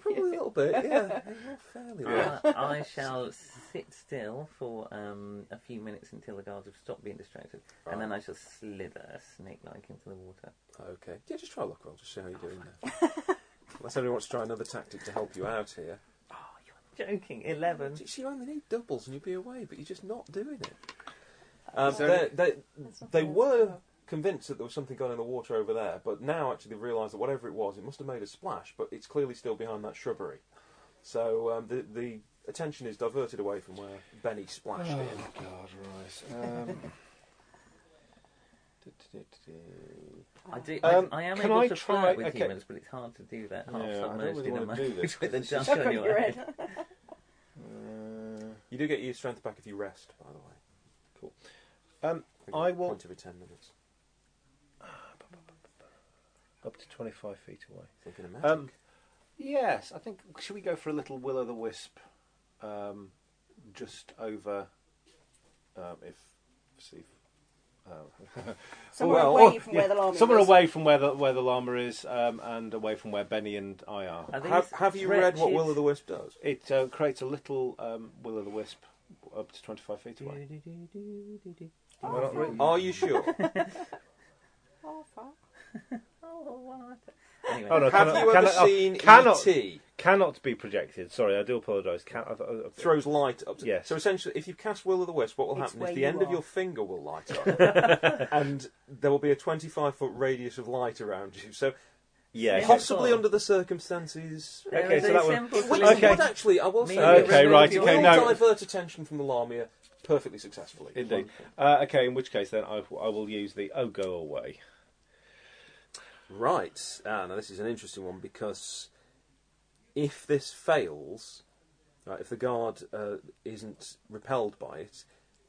[SPEAKER 2] Probably a little bit, yeah. You're fairly right.
[SPEAKER 5] Uh, I shall sit still for um, a few minutes until the guards have stopped being distracted, and then I shall slither snake-like into the water.
[SPEAKER 2] Okay. Yeah, just try a luck roll, just see how you're doing there. Unless anyone wants to try another tactic to help you out here.
[SPEAKER 5] Oh, you're joking! Eleven.
[SPEAKER 2] See, you only need doubles and you'd be away, but you're just not doing it. Um,
[SPEAKER 3] Is there
[SPEAKER 2] they they,
[SPEAKER 4] That's not
[SPEAKER 2] they
[SPEAKER 4] fair.
[SPEAKER 2] were convinced that there was something going in the water over there, but now actually they've realised that whatever it was, it must have made a splash, but it's clearly still behind that shrubbery. So um, the, the attention is diverted away from where Benny splashed in.
[SPEAKER 3] Oh, God, right. Um, du-du-du-du-du.
[SPEAKER 5] I do.
[SPEAKER 3] Um,
[SPEAKER 5] I, I am
[SPEAKER 3] can
[SPEAKER 5] able
[SPEAKER 3] I
[SPEAKER 5] to
[SPEAKER 3] try-
[SPEAKER 5] flirt with
[SPEAKER 3] okay.
[SPEAKER 5] humans, but it's hard to do that half
[SPEAKER 3] Yeah, I don't
[SPEAKER 5] submerged
[SPEAKER 3] really
[SPEAKER 5] in a
[SPEAKER 3] wanna do
[SPEAKER 5] mug
[SPEAKER 3] this,
[SPEAKER 5] with a
[SPEAKER 3] 'cause this
[SPEAKER 5] duck
[SPEAKER 3] is-
[SPEAKER 5] on
[SPEAKER 4] Duck on
[SPEAKER 5] your
[SPEAKER 4] your
[SPEAKER 5] head.
[SPEAKER 4] head.
[SPEAKER 3] Uh,
[SPEAKER 2] You do get your strength back if you rest, by the way.
[SPEAKER 3] um,
[SPEAKER 2] Think
[SPEAKER 3] I
[SPEAKER 2] a
[SPEAKER 3] will
[SPEAKER 2] Point every 10 minutes.
[SPEAKER 3] up to twenty-five feet away.
[SPEAKER 2] Thinking of magic.
[SPEAKER 3] Um, yes, I think. Should we go for a little will o' the wisp, um, just over? Um, if see, uh,
[SPEAKER 4] Somewhere
[SPEAKER 2] Well,
[SPEAKER 4] away from
[SPEAKER 3] yeah,
[SPEAKER 4] where the llama
[SPEAKER 3] somewhere
[SPEAKER 4] is.
[SPEAKER 3] away from where the where the llama is, um, and away from where Benny and I are.
[SPEAKER 5] Are these
[SPEAKER 2] have, have you read what
[SPEAKER 5] wretched-
[SPEAKER 2] Will o' the Wisp does?
[SPEAKER 3] It uh, creates a little um, will o' the wisp up to 25 feet away.
[SPEAKER 5] Do-do-do-do-do-do.
[SPEAKER 3] Am I not right?
[SPEAKER 2] Are you sure?
[SPEAKER 4] Oh, fuck.
[SPEAKER 5] Oh, what? Anyway,
[SPEAKER 3] Oh, no,
[SPEAKER 2] have
[SPEAKER 3] cannot-
[SPEAKER 2] you ever
[SPEAKER 3] cannot- oh,
[SPEAKER 2] seen E
[SPEAKER 3] cannot-
[SPEAKER 2] E.T.?
[SPEAKER 3] Cannot be projected. Sorry, I do apologise. Can- I- I- I-
[SPEAKER 2] throws light up to
[SPEAKER 3] Yes.
[SPEAKER 2] so essentially if you cast will of the wisp what will
[SPEAKER 4] It's
[SPEAKER 2] happen
[SPEAKER 4] where
[SPEAKER 2] is the
[SPEAKER 4] you
[SPEAKER 2] end of
[SPEAKER 4] are.
[SPEAKER 2] your finger will light up and there will be a 25 foot radius of light around you so
[SPEAKER 3] Yes.
[SPEAKER 5] Yes.
[SPEAKER 2] possibly under the circumstances
[SPEAKER 5] There
[SPEAKER 3] Okay,
[SPEAKER 5] is
[SPEAKER 3] so
[SPEAKER 5] a
[SPEAKER 3] that one-
[SPEAKER 5] simple
[SPEAKER 2] which
[SPEAKER 5] solution.
[SPEAKER 3] Okay.
[SPEAKER 2] would actually I will say
[SPEAKER 5] Mean
[SPEAKER 2] this,
[SPEAKER 3] Okay, right,
[SPEAKER 2] you
[SPEAKER 3] okay,
[SPEAKER 2] will
[SPEAKER 3] no.
[SPEAKER 2] divert attention from the lamia perfectly successfully
[SPEAKER 3] Indeed. Uh, okay, in which case then I, I will use the oh go away.
[SPEAKER 2] right ah, now this is an interesting one because if this fails right, if the guard uh, isn't repelled by it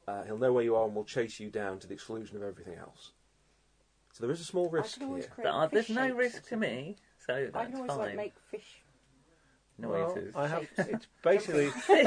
[SPEAKER 2] uh, he'll know where you are and will chase you down to the exclusion of everything else so there is a small
[SPEAKER 4] I
[SPEAKER 2] risk
[SPEAKER 4] can always
[SPEAKER 2] here.
[SPEAKER 4] create
[SPEAKER 5] There are- uh, there's
[SPEAKER 4] fish
[SPEAKER 5] no
[SPEAKER 4] shapes.
[SPEAKER 5] risk to me, so
[SPEAKER 4] I
[SPEAKER 5] that's
[SPEAKER 4] can always
[SPEAKER 5] fine.
[SPEAKER 4] like make fish.
[SPEAKER 3] Well,
[SPEAKER 5] Noises.
[SPEAKER 3] I have. It's basically
[SPEAKER 4] I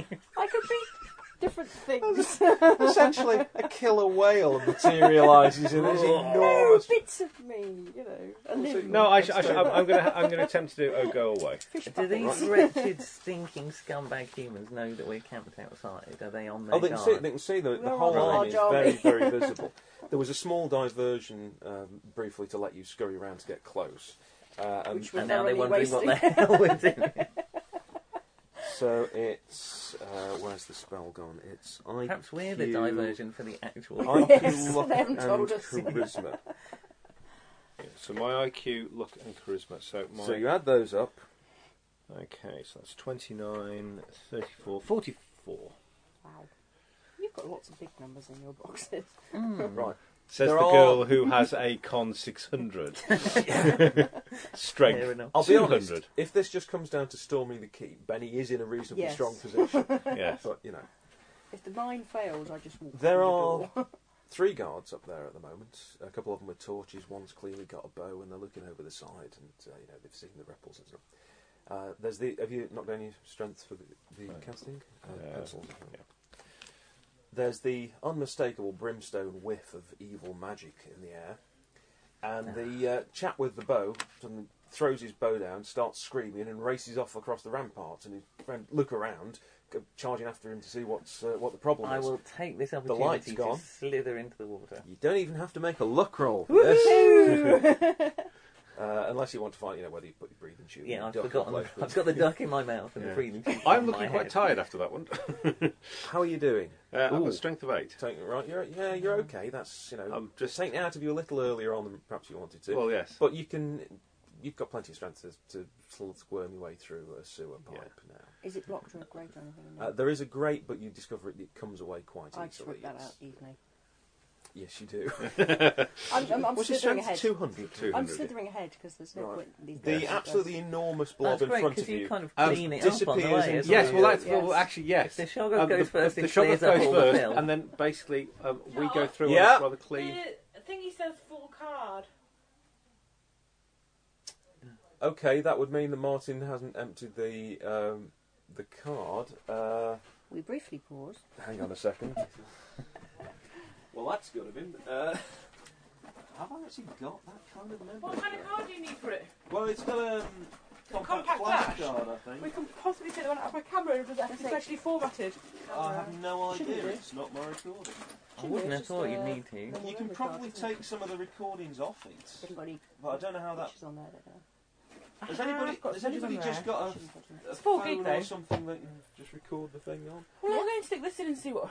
[SPEAKER 4] could be different things.
[SPEAKER 2] essentially a killer whale materializes in this enormous.
[SPEAKER 4] bits of me, you know. A limb.
[SPEAKER 3] no. I sh- I sh- I'm, I'm going to. I'm going to attempt to do oh go away.
[SPEAKER 4] Fish
[SPEAKER 5] Do these
[SPEAKER 4] puppets.
[SPEAKER 5] wretched, stinking scumbag humans know that we're camped outside? Are they on their
[SPEAKER 2] Oh, they can see.
[SPEAKER 5] guard?
[SPEAKER 2] They can see the, the
[SPEAKER 4] We're
[SPEAKER 2] whole
[SPEAKER 4] on
[SPEAKER 2] army is
[SPEAKER 4] Hodge
[SPEAKER 2] very,
[SPEAKER 4] Army.
[SPEAKER 2] very visible. There was a small diversion um, briefly to let you scurry around to get close. Uh, and
[SPEAKER 4] Which was-
[SPEAKER 5] and now they're
[SPEAKER 4] thoroughly
[SPEAKER 5] wondering what the hell we're doing.
[SPEAKER 2] so it's uh, where's the spell gone? It's I.
[SPEAKER 5] Perhaps we're the diversion for the actual.
[SPEAKER 2] IQ
[SPEAKER 4] Yes,
[SPEAKER 2] luck
[SPEAKER 4] they haven't
[SPEAKER 2] and
[SPEAKER 4] told us.
[SPEAKER 2] charisma.
[SPEAKER 3] So my IQ, look, and charisma. So my.
[SPEAKER 2] so you add those up.
[SPEAKER 3] okay, so that's 29, 34, 44.
[SPEAKER 4] Wow. You've got lots of big numbers in your boxes.
[SPEAKER 2] Right.
[SPEAKER 3] Says
[SPEAKER 2] There
[SPEAKER 3] the
[SPEAKER 2] are-
[SPEAKER 3] girl who has a con 600.
[SPEAKER 5] Fair
[SPEAKER 3] Strength.
[SPEAKER 5] enough.
[SPEAKER 2] I'll be
[SPEAKER 3] 200.
[SPEAKER 2] honest. If this just comes down to storming the keep, Benny is in a reasonably
[SPEAKER 4] Yes.
[SPEAKER 2] strong position.
[SPEAKER 3] Yes.
[SPEAKER 2] but you know.
[SPEAKER 4] If the mine fails, I just walk
[SPEAKER 2] There
[SPEAKER 4] through
[SPEAKER 2] are
[SPEAKER 4] the door.
[SPEAKER 2] three guards up there at the moment. A couple of them with torches. One's clearly got a bow, and they're looking over the side, and uh, you know they've seen the rebels and stuff. Uh, there's the. Have you not got any strength for the, the
[SPEAKER 3] No.
[SPEAKER 2] casting? Uh,
[SPEAKER 3] Uh,
[SPEAKER 2] pencil.
[SPEAKER 3] yeah.
[SPEAKER 2] There's the unmistakable brimstone whiff of evil magic in the air, and the uh, chap with the bow suddenly throws his bow down, starts screaming, and races off across the ramparts. And his friend look around, go charging after him to see what's uh, what the problem
[SPEAKER 5] I
[SPEAKER 2] is.
[SPEAKER 5] will take this
[SPEAKER 2] light's
[SPEAKER 5] opportunity to
[SPEAKER 2] gone.
[SPEAKER 5] slither into the water.
[SPEAKER 2] You don't even have to make a luck roll. Yes. uh, unless you want to find, you know, whether you put your breathing tube.
[SPEAKER 5] Yeah, I've
[SPEAKER 2] duck and
[SPEAKER 5] forgotten.
[SPEAKER 2] blow.
[SPEAKER 5] I've got the duck in my mouth and
[SPEAKER 3] Yeah.
[SPEAKER 5] the breathing tube.
[SPEAKER 3] I'm
[SPEAKER 5] in my
[SPEAKER 3] looking quite
[SPEAKER 5] head.
[SPEAKER 3] tired after that one.
[SPEAKER 2] How are you doing?
[SPEAKER 3] Uh, I've
[SPEAKER 2] Ooh.
[SPEAKER 3] got strength of eight.
[SPEAKER 2] Take it right. You're, yeah, you're okay. That's you know,
[SPEAKER 3] I'm
[SPEAKER 2] just
[SPEAKER 3] just-
[SPEAKER 2] taken out of you a little earlier on than perhaps you wanted to.
[SPEAKER 3] Well, yes.
[SPEAKER 2] but you can. You've got plenty of strength to, to sl- squirm your way through a sewer pipe
[SPEAKER 4] Is it blocked or a grate or anything?
[SPEAKER 2] now. Uh, there is a grate, but you discover it, it comes away quite
[SPEAKER 4] I
[SPEAKER 2] easily.
[SPEAKER 4] strip that out
[SPEAKER 2] It's-
[SPEAKER 4] easily.
[SPEAKER 2] Yes, you do.
[SPEAKER 4] I'm, I'm, I'm
[SPEAKER 2] What's your
[SPEAKER 4] slithering
[SPEAKER 2] strength?
[SPEAKER 4] ahead.
[SPEAKER 2] Two hundred.
[SPEAKER 3] Two.
[SPEAKER 4] I'm
[SPEAKER 3] 200, yeah.
[SPEAKER 4] slithering ahead because there's no
[SPEAKER 2] Right.
[SPEAKER 4] point in these
[SPEAKER 2] The
[SPEAKER 4] guys.
[SPEAKER 2] absolutely enormous blob
[SPEAKER 5] That's
[SPEAKER 2] in
[SPEAKER 5] great
[SPEAKER 2] front
[SPEAKER 5] because
[SPEAKER 2] of
[SPEAKER 5] you
[SPEAKER 2] you.
[SPEAKER 5] kind of
[SPEAKER 3] Um,
[SPEAKER 5] clean it up on the
[SPEAKER 2] disappears
[SPEAKER 5] way.
[SPEAKER 2] into
[SPEAKER 5] isn't
[SPEAKER 3] Yes,
[SPEAKER 5] it?
[SPEAKER 2] Yeah.
[SPEAKER 3] well, that's well,
[SPEAKER 4] Yes.
[SPEAKER 3] actually yes. Um,
[SPEAKER 5] The Shoggoth goes first and
[SPEAKER 3] Shoggoth
[SPEAKER 5] clears up all the film.
[SPEAKER 3] and then basically um, we go through
[SPEAKER 2] Yeah.
[SPEAKER 3] and rather clean.
[SPEAKER 6] I think he says full card.
[SPEAKER 2] Okay, that would mean that Martin hasn't emptied the um, the card. Uh,
[SPEAKER 4] We briefly pause.
[SPEAKER 2] hang on a second. well, that's good of him. Uh, have I actually got that kind of memory?
[SPEAKER 6] What kind of card do you need for it?
[SPEAKER 2] Well, it's got um, compact,
[SPEAKER 6] compact
[SPEAKER 2] flash
[SPEAKER 6] flash?
[SPEAKER 2] card, I think.
[SPEAKER 6] We can possibly take the one out of my camera and that it's actually formatted.
[SPEAKER 2] I have no
[SPEAKER 4] Shouldn't
[SPEAKER 2] idea.
[SPEAKER 4] we?
[SPEAKER 2] It's not my recording.
[SPEAKER 5] I wouldn't have
[SPEAKER 4] Just,
[SPEAKER 5] thought you'd
[SPEAKER 4] uh,
[SPEAKER 5] need to.
[SPEAKER 4] the
[SPEAKER 2] You can
[SPEAKER 4] memory
[SPEAKER 2] probably
[SPEAKER 4] card, isn't it?
[SPEAKER 2] take some of the recordings off it,
[SPEAKER 4] Haven't got any
[SPEAKER 2] but I don't know how that.
[SPEAKER 4] pictures on there, don't they?
[SPEAKER 2] Has
[SPEAKER 6] Ah,
[SPEAKER 2] anybody?
[SPEAKER 6] I've got
[SPEAKER 2] Has
[SPEAKER 6] some of
[SPEAKER 2] anybody
[SPEAKER 6] them
[SPEAKER 2] just
[SPEAKER 6] there.
[SPEAKER 2] got
[SPEAKER 4] Shouldn't touch them.
[SPEAKER 2] a, a
[SPEAKER 6] four
[SPEAKER 2] phone
[SPEAKER 6] gig,
[SPEAKER 2] or
[SPEAKER 6] though.
[SPEAKER 2] something that you can just record the thing on?
[SPEAKER 6] Well, I'm going to stick this in and see what.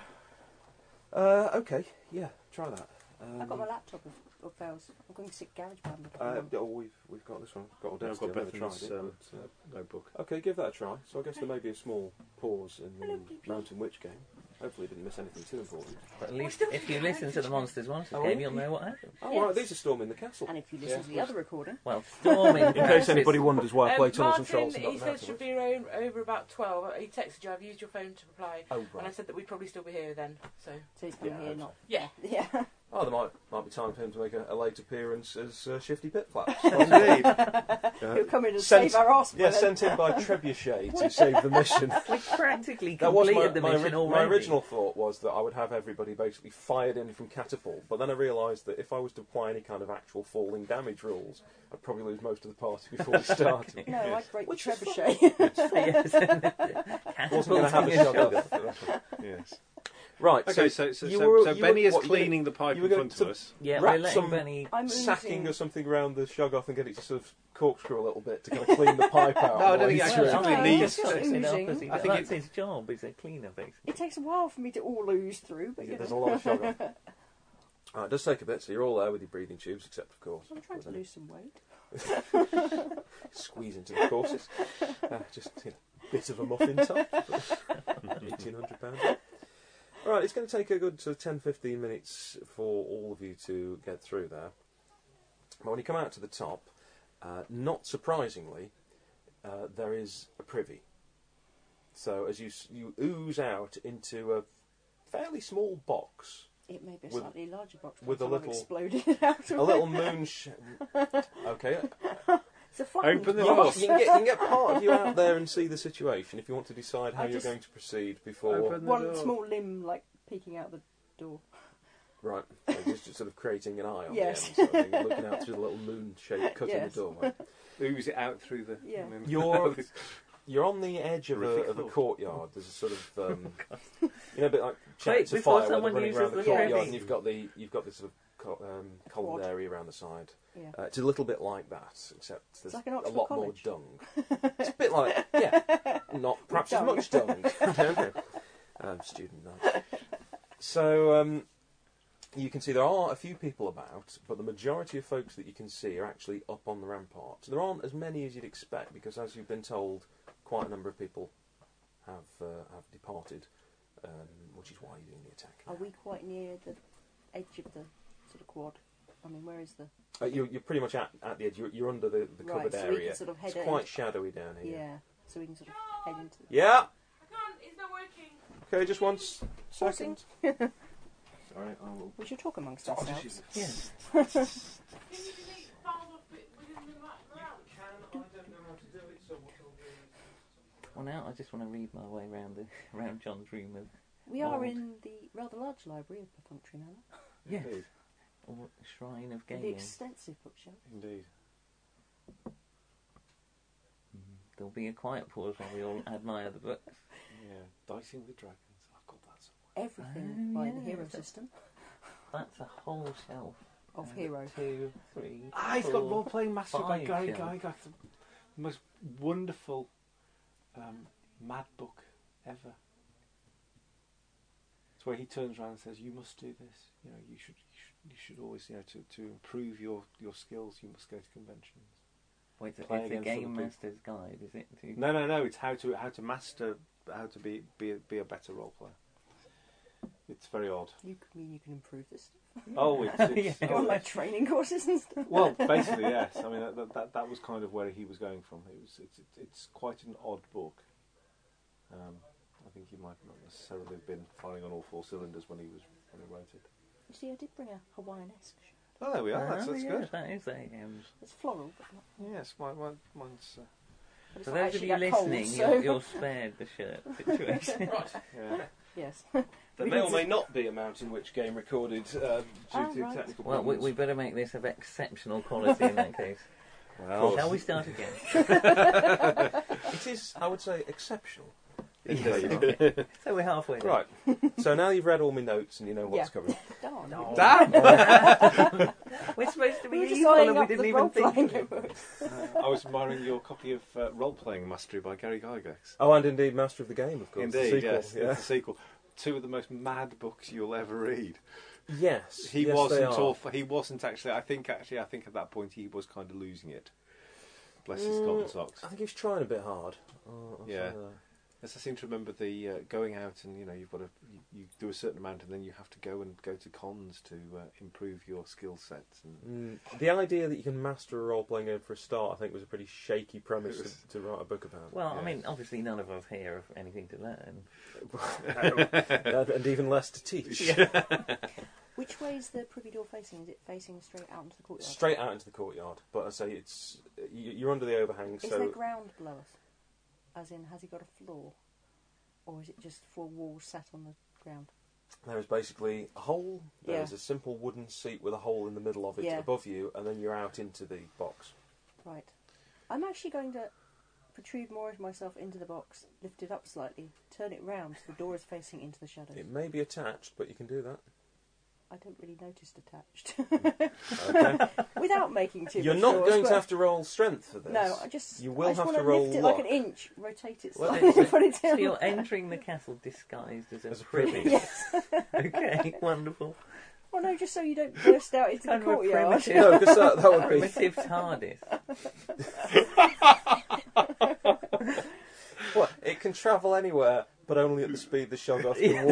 [SPEAKER 2] Uh, okay, yeah, try that. Um,
[SPEAKER 4] I've got my laptop of, of fails. I'm going to sit garage band.
[SPEAKER 2] Uh, oh, we've we've got this one. We've got all
[SPEAKER 3] I've
[SPEAKER 2] density.
[SPEAKER 3] got
[SPEAKER 2] I've never
[SPEAKER 3] Bethan's,
[SPEAKER 2] tried it,
[SPEAKER 3] um,
[SPEAKER 2] but, uh,
[SPEAKER 3] Notebook.
[SPEAKER 2] Okay, give that a try. So I guess there may be a small pause in the
[SPEAKER 6] Hello, Peepy.
[SPEAKER 2] Mountain Witch game. Hopefully, didn't miss anything too important.
[SPEAKER 5] But at least
[SPEAKER 6] still
[SPEAKER 5] if you
[SPEAKER 6] can.
[SPEAKER 5] listen to the Monsters Monsters
[SPEAKER 2] Oh,
[SPEAKER 5] game,
[SPEAKER 2] yeah.
[SPEAKER 5] you'll know what happened.
[SPEAKER 2] Oh,
[SPEAKER 4] Yes.
[SPEAKER 2] right, these are storming the castle.
[SPEAKER 4] And if you listen
[SPEAKER 2] Yeah.
[SPEAKER 4] to the other recording,
[SPEAKER 5] Well, storming.
[SPEAKER 2] In case anybody wonders why I play Tunnels
[SPEAKER 6] uh, um, Martin,
[SPEAKER 2] and Trolls and not
[SPEAKER 6] he
[SPEAKER 2] Mountain
[SPEAKER 6] said should
[SPEAKER 2] Witch.
[SPEAKER 6] be around, over about 12. He texted you, I've used your phone to reply.
[SPEAKER 2] Oh,
[SPEAKER 6] And I
[SPEAKER 2] right.
[SPEAKER 6] said that we'd probably still be here then. So,
[SPEAKER 4] so it's been
[SPEAKER 2] Yeah,
[SPEAKER 4] here,
[SPEAKER 2] okay.
[SPEAKER 4] not
[SPEAKER 6] yeah.
[SPEAKER 4] yeah.
[SPEAKER 2] Oh, there might, might be time for him to make a, a late appearance as uh, Shifty Pitflaps.
[SPEAKER 3] Indeed.
[SPEAKER 4] You'll come in and
[SPEAKER 2] Sent-
[SPEAKER 4] save our arse.
[SPEAKER 2] Uh,
[SPEAKER 4] by
[SPEAKER 2] yeah,
[SPEAKER 4] then.
[SPEAKER 2] sent in by Trebuchet to save the mission.
[SPEAKER 5] We practically
[SPEAKER 2] That was my,
[SPEAKER 5] completed the
[SPEAKER 2] my
[SPEAKER 5] mission
[SPEAKER 2] ori- my
[SPEAKER 5] already.
[SPEAKER 2] original thought was that I would have everybody basically fired in from catapult, but then I realised that if I was to apply any kind of actual falling damage rules, I'd probably lose most of the party before we started.
[SPEAKER 4] No,
[SPEAKER 3] Yes.
[SPEAKER 4] I'd break
[SPEAKER 2] Which
[SPEAKER 4] the
[SPEAKER 2] is
[SPEAKER 4] trebuchet.
[SPEAKER 5] Yes.
[SPEAKER 2] Wasn't going to have a shot at
[SPEAKER 3] yes.
[SPEAKER 2] Right.
[SPEAKER 3] Okay,
[SPEAKER 2] so
[SPEAKER 3] so so,
[SPEAKER 2] you
[SPEAKER 3] so,
[SPEAKER 2] were-
[SPEAKER 3] so
[SPEAKER 2] you
[SPEAKER 3] Benny
[SPEAKER 2] were-
[SPEAKER 3] is
[SPEAKER 2] what, you were-
[SPEAKER 3] cleaning the pipe
[SPEAKER 2] you were
[SPEAKER 3] in
[SPEAKER 2] going
[SPEAKER 3] front
[SPEAKER 2] to-
[SPEAKER 3] of us.
[SPEAKER 5] Yeah,
[SPEAKER 2] Wrap
[SPEAKER 5] we're letting
[SPEAKER 2] some-
[SPEAKER 5] Benny.
[SPEAKER 4] I'm losing.
[SPEAKER 2] sacking or something round the Shoggoth and get it to sort of corkscrew a little bit to kind of clean the pipe out.
[SPEAKER 3] No, I
[SPEAKER 2] on
[SPEAKER 3] don't
[SPEAKER 2] the
[SPEAKER 3] think
[SPEAKER 2] way
[SPEAKER 3] it
[SPEAKER 2] through.
[SPEAKER 3] actually
[SPEAKER 4] Well,
[SPEAKER 3] particularly
[SPEAKER 4] no,
[SPEAKER 3] needs.
[SPEAKER 4] it's not
[SPEAKER 5] That's enough,
[SPEAKER 4] oozing.
[SPEAKER 5] isn't it?
[SPEAKER 3] I think
[SPEAKER 5] that's his job. He's a cleaner, basically.
[SPEAKER 4] It takes a while for me to all ooze through, but
[SPEAKER 2] Yeah,
[SPEAKER 4] you
[SPEAKER 2] there's a
[SPEAKER 4] know.
[SPEAKER 2] lot of Shoggoth. Alright, it does take a bit, so you're all there with your breathing tubes, except of course.
[SPEAKER 4] I'm trying to
[SPEAKER 2] with any
[SPEAKER 4] lose some weight.
[SPEAKER 2] Squeeze into the courses. uh, just you know, bit of a muffin top. Eighteen hundred pounds. All right, it's going to take a good sort of 10, 15 minutes for all of you to get through there. But when you come out to the top, uh, not surprisingly, uh, there is a privy. So as you s- you ooze out into a fairly small box,
[SPEAKER 4] It may be a
[SPEAKER 2] With-
[SPEAKER 4] slightly larger box. by
[SPEAKER 2] with
[SPEAKER 4] the
[SPEAKER 2] a
[SPEAKER 4] time I've
[SPEAKER 2] little-
[SPEAKER 4] exploded it out of
[SPEAKER 2] a little moon. Sh- okay,
[SPEAKER 4] It's a flying
[SPEAKER 3] Open the
[SPEAKER 2] You,
[SPEAKER 3] door.
[SPEAKER 4] box.
[SPEAKER 2] you, can get, you can get part of you out there and see the situation if you want to decide how
[SPEAKER 4] I
[SPEAKER 2] you're
[SPEAKER 4] just-
[SPEAKER 2] going to proceed before.
[SPEAKER 3] Open the
[SPEAKER 4] One
[SPEAKER 3] door.
[SPEAKER 4] small limb like peeking out the door.
[SPEAKER 2] Right, so just, just sort of creating an eye on the
[SPEAKER 4] Yes.
[SPEAKER 2] end, sort of thing, looking out through the little moon shape cut in the
[SPEAKER 4] Yes.
[SPEAKER 2] doorway.
[SPEAKER 3] Ooze it out through the.
[SPEAKER 4] Yeah.
[SPEAKER 2] You're you're on the edge of a,
[SPEAKER 3] Horrific
[SPEAKER 2] of a
[SPEAKER 3] thought.
[SPEAKER 2] courtyard. There's a sort of um, you know, a bit like chance of
[SPEAKER 5] before
[SPEAKER 2] fire where they're
[SPEAKER 5] someone
[SPEAKER 2] running around the
[SPEAKER 5] uses
[SPEAKER 4] the
[SPEAKER 2] courtyard,
[SPEAKER 4] privy.
[SPEAKER 2] and you've got the you've got this sort of co- um, cold
[SPEAKER 4] Quad.
[SPEAKER 2] area around the side.
[SPEAKER 4] Yeah.
[SPEAKER 2] Uh, it's a little bit like that, except there's
[SPEAKER 4] like an
[SPEAKER 2] a
[SPEAKER 4] Oxford
[SPEAKER 2] lot
[SPEAKER 4] college.
[SPEAKER 2] more dung. It's a bit like, yeah, not perhaps as
[SPEAKER 4] dung.
[SPEAKER 2] much dung. I don't know. Um, student life. So um, you can see there are a few people about, but the majority of folks that you can see are actually up on the ramparts. There aren't as many as you'd expect because, as you've been told, quite a number of people have uh, have departed, um, which is why you're doing the attack.
[SPEAKER 4] Are we quite near the edge of the sort of quad? I mean, where is the?
[SPEAKER 2] Uh, you're, you're pretty much at, at the edge. You're, you're under the, the
[SPEAKER 4] Right,
[SPEAKER 2] covered
[SPEAKER 4] so we can
[SPEAKER 2] area.
[SPEAKER 4] sort of
[SPEAKER 2] it's
[SPEAKER 4] head
[SPEAKER 2] quite
[SPEAKER 4] in.
[SPEAKER 2] shadowy down
[SPEAKER 4] Yeah.
[SPEAKER 2] here.
[SPEAKER 4] So we can sort of head into. The...
[SPEAKER 2] Yeah.
[SPEAKER 6] I can't, it's not working.
[SPEAKER 2] Okay, just one s-
[SPEAKER 4] Pausing.
[SPEAKER 2] second. Oh, Sorry, I will.
[SPEAKER 4] We should talk amongst ourselves.
[SPEAKER 5] Yeah.
[SPEAKER 6] Can you delete files off it within the background?
[SPEAKER 5] Well, now I just want to read my way round the round John's room with
[SPEAKER 4] We are
[SPEAKER 5] Old.
[SPEAKER 4] in the rather large library of Perfunctory Manor.
[SPEAKER 5] Yes.
[SPEAKER 3] Indeed.
[SPEAKER 5] Or Shrine of
[SPEAKER 4] The
[SPEAKER 5] Gaming.
[SPEAKER 4] extensive bookshelf.
[SPEAKER 3] Indeed.
[SPEAKER 5] There'll be a quiet pause while we all admire the book.
[SPEAKER 3] Yeah. Dicing with Dragons. Oh, I've got that somewhere.
[SPEAKER 4] Everything
[SPEAKER 5] Oh,
[SPEAKER 4] by the
[SPEAKER 5] yeah,
[SPEAKER 4] Hero
[SPEAKER 5] that's-
[SPEAKER 4] system
[SPEAKER 5] That's a whole shelf.
[SPEAKER 4] of
[SPEAKER 5] And
[SPEAKER 4] Hero.
[SPEAKER 5] Two, three.
[SPEAKER 3] Ah, he's got
[SPEAKER 5] four.
[SPEAKER 3] Role Playing Master by
[SPEAKER 5] five,
[SPEAKER 3] Gary
[SPEAKER 5] yeah.
[SPEAKER 3] Gygax. The most wonderful um, mad book ever. It's where he turns around and says, "You must do this. You know, you should, you should, you should always, you know, to, to improve your, your skills, you must go to conventions."
[SPEAKER 5] Wait, it's,
[SPEAKER 3] Play
[SPEAKER 5] it's a
[SPEAKER 3] against other
[SPEAKER 5] game
[SPEAKER 3] people.
[SPEAKER 5] master's guide, is it? To-
[SPEAKER 3] No, no, no. It's how to how to master how to be be a, be a better role player. It's very odd.
[SPEAKER 4] You c- mean you can improve this stuff?
[SPEAKER 3] Oh, it's, it's
[SPEAKER 5] Yeah.
[SPEAKER 4] Go
[SPEAKER 3] oh,
[SPEAKER 4] on like
[SPEAKER 3] it's-
[SPEAKER 4] training courses and stuff.
[SPEAKER 3] well, basically, yes. I mean, that, that- that that was kind of where he was going from. It was it's it's, it's quite an odd book. Um, I think he might not necessarily have been firing on all four cylinders when he was when he wrote it.
[SPEAKER 4] You see, I did bring a Hawaiian-esque shirt.
[SPEAKER 3] Oh, there we are. That's,
[SPEAKER 5] Ah,
[SPEAKER 3] that's
[SPEAKER 5] yeah,
[SPEAKER 3] good.
[SPEAKER 5] That is a um,
[SPEAKER 4] It's floral, but not.
[SPEAKER 3] Yes, mine, mine, mine's. Uh,
[SPEAKER 4] But it's
[SPEAKER 5] For those
[SPEAKER 4] not
[SPEAKER 5] of
[SPEAKER 4] actually
[SPEAKER 5] you
[SPEAKER 4] that cold,
[SPEAKER 5] listening,
[SPEAKER 4] so-
[SPEAKER 5] you're, you're spared the shirt situation.
[SPEAKER 3] yeah.
[SPEAKER 4] Yes.
[SPEAKER 2] There
[SPEAKER 4] We
[SPEAKER 2] may
[SPEAKER 4] can
[SPEAKER 2] or may not be a mountain which game recorded
[SPEAKER 3] um,
[SPEAKER 2] uh, due
[SPEAKER 4] Ah,
[SPEAKER 2] to
[SPEAKER 4] right.
[SPEAKER 2] technical
[SPEAKER 5] well, we,
[SPEAKER 2] problems.
[SPEAKER 5] we better make this of exceptional quality in that case.
[SPEAKER 3] Well,
[SPEAKER 5] Shall we start again?
[SPEAKER 2] It is, I would say, exceptional.
[SPEAKER 3] indeed.
[SPEAKER 5] So we're halfway there.
[SPEAKER 2] Right. so now you've read all my notes and you know what's
[SPEAKER 4] Yeah.
[SPEAKER 2] coming.
[SPEAKER 4] Darn.
[SPEAKER 2] Damn!
[SPEAKER 5] We're supposed to be
[SPEAKER 4] We were just
[SPEAKER 5] equal
[SPEAKER 4] laying
[SPEAKER 5] and we
[SPEAKER 4] up
[SPEAKER 5] didn't
[SPEAKER 4] the
[SPEAKER 5] even
[SPEAKER 4] role-playing
[SPEAKER 5] think.
[SPEAKER 4] homework.
[SPEAKER 3] I was admiring your copy of uh, Role Playing Mastery by Gary Gygax.
[SPEAKER 2] Oh, and indeed, Master of the Game, of course. the
[SPEAKER 3] Indeed,
[SPEAKER 2] sequel,
[SPEAKER 3] yes,
[SPEAKER 2] yeah.
[SPEAKER 3] it's a sequel. Two of the most mad books you'll ever read.
[SPEAKER 2] Yes.
[SPEAKER 3] He
[SPEAKER 2] yes,
[SPEAKER 3] wasn't
[SPEAKER 2] they are.
[SPEAKER 3] awful. He wasn't actually. I think actually. I think at that point he was kind of losing it. Bless his cotton socks.
[SPEAKER 2] I think he was trying a bit hard. Oh, I'll say
[SPEAKER 3] Yeah.
[SPEAKER 2] that.
[SPEAKER 3] As I seem to remember the uh, going out and you know you've got to you, you do a certain amount and then you have to go and go to cons to uh, improve your skill sets. And
[SPEAKER 2] Mm, the idea that you can master a role playing game for a start, I think, was a pretty shaky premise
[SPEAKER 3] It was-
[SPEAKER 2] to, to write a book about.
[SPEAKER 5] Well, I
[SPEAKER 3] Yeah.
[SPEAKER 5] mean, obviously none of us here have anything to learn.
[SPEAKER 2] and, and even less to teach.
[SPEAKER 4] Which way is the privy door facing? Is it facing straight out into the courtyard?
[SPEAKER 2] Straight out into the courtyard. But I say it's you, you're under the overhang,
[SPEAKER 4] Is
[SPEAKER 2] so
[SPEAKER 4] there ground below us? As in, has he got a floor? Or is it just four walls sat on the ground?
[SPEAKER 2] there is basically a hole. There
[SPEAKER 4] Yeah.
[SPEAKER 2] is a simple wooden seat with a hole in the middle of it
[SPEAKER 4] Yeah.
[SPEAKER 2] above you, and then you're out into the box.
[SPEAKER 4] Right. I'm actually going to protrude more of myself into the box, lift it up slightly, turn it round so the door is facing into the shadows.
[SPEAKER 2] It may be attached, but you can do that.
[SPEAKER 4] I don't really notice attached. Without making too
[SPEAKER 2] You're
[SPEAKER 4] much
[SPEAKER 2] not
[SPEAKER 4] noise,
[SPEAKER 2] going
[SPEAKER 4] but-
[SPEAKER 2] to have to roll strength for this.
[SPEAKER 4] No, I just.
[SPEAKER 2] You will
[SPEAKER 4] I just
[SPEAKER 2] have
[SPEAKER 4] want
[SPEAKER 2] to roll
[SPEAKER 4] lift it
[SPEAKER 2] luck.
[SPEAKER 4] like an inch, rotate it
[SPEAKER 2] Well,
[SPEAKER 4] slightly, and
[SPEAKER 2] it's-
[SPEAKER 4] put it
[SPEAKER 5] So
[SPEAKER 4] down.
[SPEAKER 5] you're entering the castle disguised as a,
[SPEAKER 2] As a
[SPEAKER 5] privy.
[SPEAKER 2] privy.
[SPEAKER 4] yes.
[SPEAKER 5] okay, wonderful.
[SPEAKER 4] Well, no, just so you don't burst out into the
[SPEAKER 5] Kind of a
[SPEAKER 4] courtyard.
[SPEAKER 5] primitive,
[SPEAKER 2] no, because that, that would be
[SPEAKER 5] primitive TARDIS.
[SPEAKER 2] Well, it can travel anywhere, but only at the speed the shog off
[SPEAKER 5] Yeah.
[SPEAKER 2] can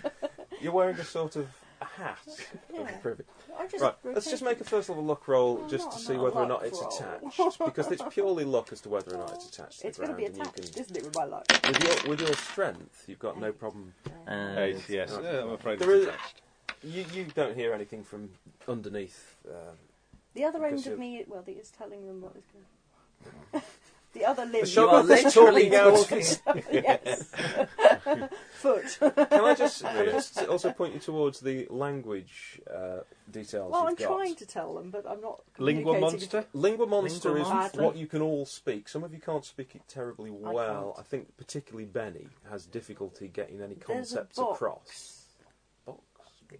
[SPEAKER 2] walk. You're wearing a sort of a hat.
[SPEAKER 4] Yeah.
[SPEAKER 2] Privy.
[SPEAKER 4] I just
[SPEAKER 2] Right, let's just make a first level luck roll
[SPEAKER 4] Oh,
[SPEAKER 2] just
[SPEAKER 4] not
[SPEAKER 2] to see
[SPEAKER 4] another
[SPEAKER 2] whether or
[SPEAKER 4] luck
[SPEAKER 2] not it's
[SPEAKER 4] roll.
[SPEAKER 2] attached, because it's purely luck as to whether or not it's attached to
[SPEAKER 4] It's
[SPEAKER 2] the
[SPEAKER 4] going to
[SPEAKER 2] ground.
[SPEAKER 4] be attached,
[SPEAKER 2] and you
[SPEAKER 4] isn't it, with my luck?
[SPEAKER 2] can, with, your, with your strength, you've got no problem.
[SPEAKER 5] Um,
[SPEAKER 3] yes, I'm afraid
[SPEAKER 2] There is- You, you don't hear anything from underneath. Um,
[SPEAKER 4] The other
[SPEAKER 2] Because
[SPEAKER 4] end of
[SPEAKER 2] you're-
[SPEAKER 4] me, well, the, is telling them what is going. the other
[SPEAKER 2] the
[SPEAKER 5] you
[SPEAKER 4] limb.
[SPEAKER 5] are
[SPEAKER 2] shog is talking
[SPEAKER 5] literally
[SPEAKER 2] out.
[SPEAKER 5] talking.
[SPEAKER 4] yes. Foot.
[SPEAKER 2] Can I just, can I just also point you towards the language uh, details?
[SPEAKER 4] Well,
[SPEAKER 2] you've
[SPEAKER 4] I'm
[SPEAKER 2] got?
[SPEAKER 4] trying to tell them, but I'm not.
[SPEAKER 3] Lingua
[SPEAKER 4] communicating.
[SPEAKER 3] Monster.
[SPEAKER 2] Lingua monster
[SPEAKER 5] Lingua
[SPEAKER 2] is
[SPEAKER 5] monster.
[SPEAKER 2] what you can all speak. Some of you can't speak it terribly
[SPEAKER 4] I
[SPEAKER 2] well.
[SPEAKER 4] can't.
[SPEAKER 2] I, think particularly Benny has difficulty getting any
[SPEAKER 4] There's a
[SPEAKER 2] concepts
[SPEAKER 4] box.
[SPEAKER 2] across. Box.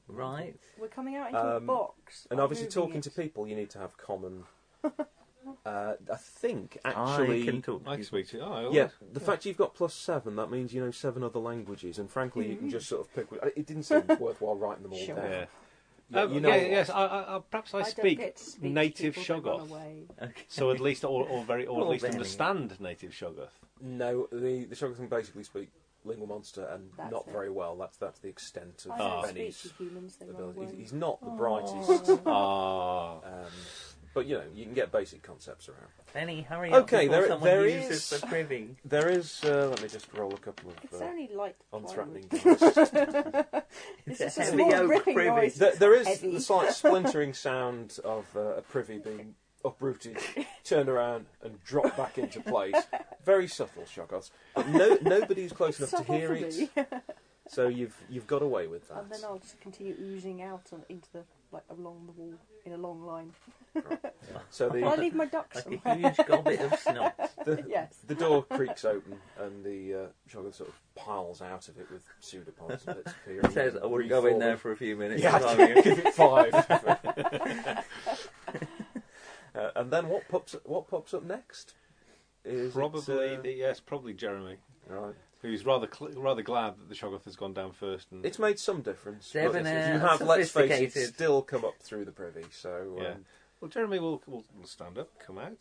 [SPEAKER 5] Right.
[SPEAKER 4] We're coming out into a
[SPEAKER 2] Um,
[SPEAKER 4] box.
[SPEAKER 2] And
[SPEAKER 4] I'm
[SPEAKER 2] obviously,
[SPEAKER 4] moving
[SPEAKER 2] talking
[SPEAKER 4] it.
[SPEAKER 2] to people, you need to have common. uh, I think actually.
[SPEAKER 5] I can talk.
[SPEAKER 3] I
[SPEAKER 5] to
[SPEAKER 3] can
[SPEAKER 5] you.
[SPEAKER 3] speak to you. Oh,
[SPEAKER 2] Yeah, the fact you've got plus seven, that means you know seven other languages, and frankly, you can just sort of pick. wh- It didn't seem worthwhile writing them all
[SPEAKER 4] Sure.
[SPEAKER 2] down.
[SPEAKER 3] Yeah.
[SPEAKER 2] Yeah,
[SPEAKER 3] Um,
[SPEAKER 2] you know
[SPEAKER 3] yeah,
[SPEAKER 2] what?
[SPEAKER 3] yes. I, I, I, perhaps I,
[SPEAKER 4] I
[SPEAKER 3] speak,
[SPEAKER 4] don't get to speak to
[SPEAKER 3] native
[SPEAKER 4] people, they run
[SPEAKER 3] Shoggoth.
[SPEAKER 4] away.
[SPEAKER 5] Okay.
[SPEAKER 3] So at least, or, or very, or at
[SPEAKER 5] Well,
[SPEAKER 3] least
[SPEAKER 5] then.
[SPEAKER 3] understand native Shoggoth.
[SPEAKER 2] No, the the Shoggoth can basically speak lingua monster and
[SPEAKER 4] That's
[SPEAKER 2] not
[SPEAKER 4] it.
[SPEAKER 2] very well. That's that's the extent
[SPEAKER 4] I
[SPEAKER 2] of
[SPEAKER 4] don't
[SPEAKER 2] Benny's.
[SPEAKER 4] speak to humans. They run
[SPEAKER 2] Ah, ability.
[SPEAKER 4] away.
[SPEAKER 2] He's- He's not the brightest,
[SPEAKER 3] Ah,
[SPEAKER 2] um, but you know you can get basic concepts around.
[SPEAKER 5] Benny, hurry up
[SPEAKER 2] Okay,
[SPEAKER 5] before
[SPEAKER 2] there-
[SPEAKER 5] someone
[SPEAKER 2] there
[SPEAKER 5] uses
[SPEAKER 2] is-
[SPEAKER 5] the privy.
[SPEAKER 2] There is. Uh, let me just roll a couple
[SPEAKER 4] It's
[SPEAKER 2] of uh,
[SPEAKER 4] only light.
[SPEAKER 2] unthreatening.
[SPEAKER 4] plywood.
[SPEAKER 2] dice.
[SPEAKER 4] It's
[SPEAKER 5] It's
[SPEAKER 4] just a
[SPEAKER 5] a
[SPEAKER 4] small
[SPEAKER 5] heavy oak
[SPEAKER 4] ripping
[SPEAKER 5] privy.
[SPEAKER 4] noise.
[SPEAKER 2] there, there is
[SPEAKER 4] Heavy.
[SPEAKER 2] the slight splintering sound of uh, a privy being uprooted, turned around, and dropped back into place. Very subtle, Shoggoths. But no, nobody is close enough to hear
[SPEAKER 4] Subtly.
[SPEAKER 2] it, so you've you've got away with that.
[SPEAKER 4] And then I'll just continue oozing out on, into the like along the wall in a long line.
[SPEAKER 2] So
[SPEAKER 4] Well, I
[SPEAKER 2] the,
[SPEAKER 4] leave my ducks.
[SPEAKER 5] Like a huge gobbet of snot.
[SPEAKER 2] the
[SPEAKER 4] yes.
[SPEAKER 2] the door creaks open, and the uh, Shoggoth sort of piles out of it with pseudopods and bits of fear.
[SPEAKER 5] It says, I wouldn't go in there for a few minutes.
[SPEAKER 2] Yeah.
[SPEAKER 5] I'm here."
[SPEAKER 2] give it five. uh, and then what pops what pops up next? Is it,
[SPEAKER 3] Probably,
[SPEAKER 2] uh,
[SPEAKER 3] the, yes, probably Jeremy,
[SPEAKER 2] right.
[SPEAKER 3] who's rather cl- rather glad that the Shoggoth has gone down first. And
[SPEAKER 2] It's made some difference. but
[SPEAKER 5] Debonair,
[SPEAKER 2] you have, let's face it,
[SPEAKER 5] sophisticated.
[SPEAKER 2] still come up through the privy. So um,
[SPEAKER 3] yeah. Well, Jeremy will, will will stand up, come out,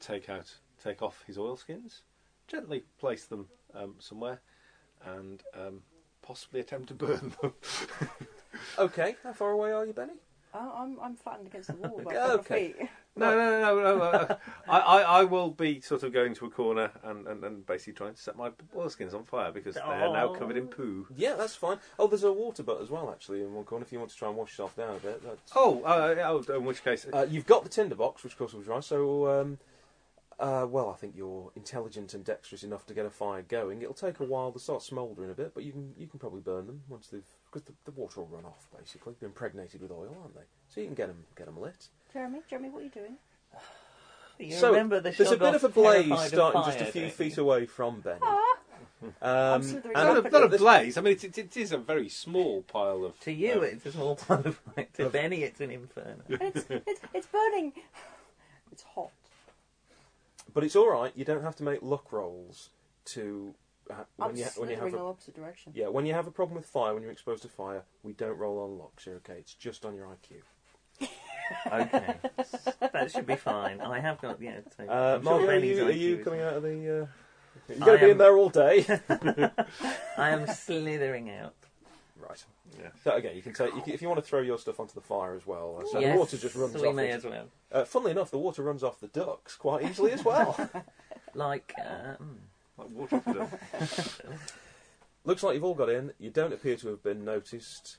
[SPEAKER 3] take out, take off his oilskins, gently place them um, somewhere, and um, possibly attempt to burn them.
[SPEAKER 2] okay, how far away are you, Benny?
[SPEAKER 4] I- I'm I'm flattened against the wall. Like,
[SPEAKER 2] Okay.
[SPEAKER 4] okay. Feet.
[SPEAKER 3] No, no, no, no, no. no. I, I, I will be sort of going to a corner and, and, and basically trying to set my oilskins on fire because they're now covered in poo.
[SPEAKER 2] Yeah, that's fine. Oh, there's a water butt as well, actually, in one corner. If you want to try and wash yourself down a bit, that's...
[SPEAKER 3] Oh, uh, oh, in which case,
[SPEAKER 2] Uh, you've got the tinderbox, which of course will dry. So, um, uh, well, I think you're intelligent and dexterous enough to get a fire going. It'll take a while to start smouldering a bit, but you can you can probably burn them once they've because the, the water will run off basically. They're impregnated with oil, aren't they? So you can get them lit.
[SPEAKER 4] Jeremy, Jeremy, what are you doing?
[SPEAKER 5] You
[SPEAKER 2] so
[SPEAKER 5] remember the
[SPEAKER 2] there's a bit
[SPEAKER 5] Shoggoth
[SPEAKER 2] of a blaze
[SPEAKER 5] terrified of
[SPEAKER 2] starting
[SPEAKER 5] fire,
[SPEAKER 2] just a few
[SPEAKER 5] don't
[SPEAKER 2] feet
[SPEAKER 5] you?
[SPEAKER 2] away from Ben.
[SPEAKER 4] Ah.
[SPEAKER 2] Um, and-
[SPEAKER 4] slithering up
[SPEAKER 3] not, a, not a
[SPEAKER 2] this-
[SPEAKER 3] blaze. I mean, it, it, it is a very small pile of.
[SPEAKER 5] To you,
[SPEAKER 3] uh,
[SPEAKER 5] it's a small pile Oh. of light. To Benny, it's an inferno.
[SPEAKER 4] It's it's, it's burning. It's hot.
[SPEAKER 2] But it's all right. You don't have to make luck rolls to uh,
[SPEAKER 4] I'm
[SPEAKER 2] when you when
[SPEAKER 4] slithering
[SPEAKER 2] you have a
[SPEAKER 4] in the opposite direction.
[SPEAKER 2] Yeah, when you have a problem with fire, when you're exposed to fire, we don't roll on locks here, okay? It's just on your IQ.
[SPEAKER 5] Okay, that should be fine. I have got yeah. So
[SPEAKER 2] Uh,
[SPEAKER 5] I'm sure
[SPEAKER 2] Mark, are
[SPEAKER 5] Benny's
[SPEAKER 2] you, are
[SPEAKER 5] IQ
[SPEAKER 2] you
[SPEAKER 5] is
[SPEAKER 2] coming
[SPEAKER 5] high.
[SPEAKER 2] out of the. Uh... You're
[SPEAKER 5] I
[SPEAKER 2] going to be
[SPEAKER 5] am-
[SPEAKER 2] in there all day.
[SPEAKER 5] I am slithering out.
[SPEAKER 2] right.
[SPEAKER 3] Yeah.
[SPEAKER 2] So, okay, you can take. You can, if you want to throw your stuff onto the fire as well, uh, so
[SPEAKER 5] yes,
[SPEAKER 2] the water just runs
[SPEAKER 5] we
[SPEAKER 2] off.
[SPEAKER 5] may
[SPEAKER 2] it.
[SPEAKER 5] as well.
[SPEAKER 2] Uh, funnily enough, the water runs off the ducks quite easily as well.
[SPEAKER 5] Like, um,
[SPEAKER 3] Like water for them.
[SPEAKER 2] Looks like you've all got in. You don't appear to have been noticed.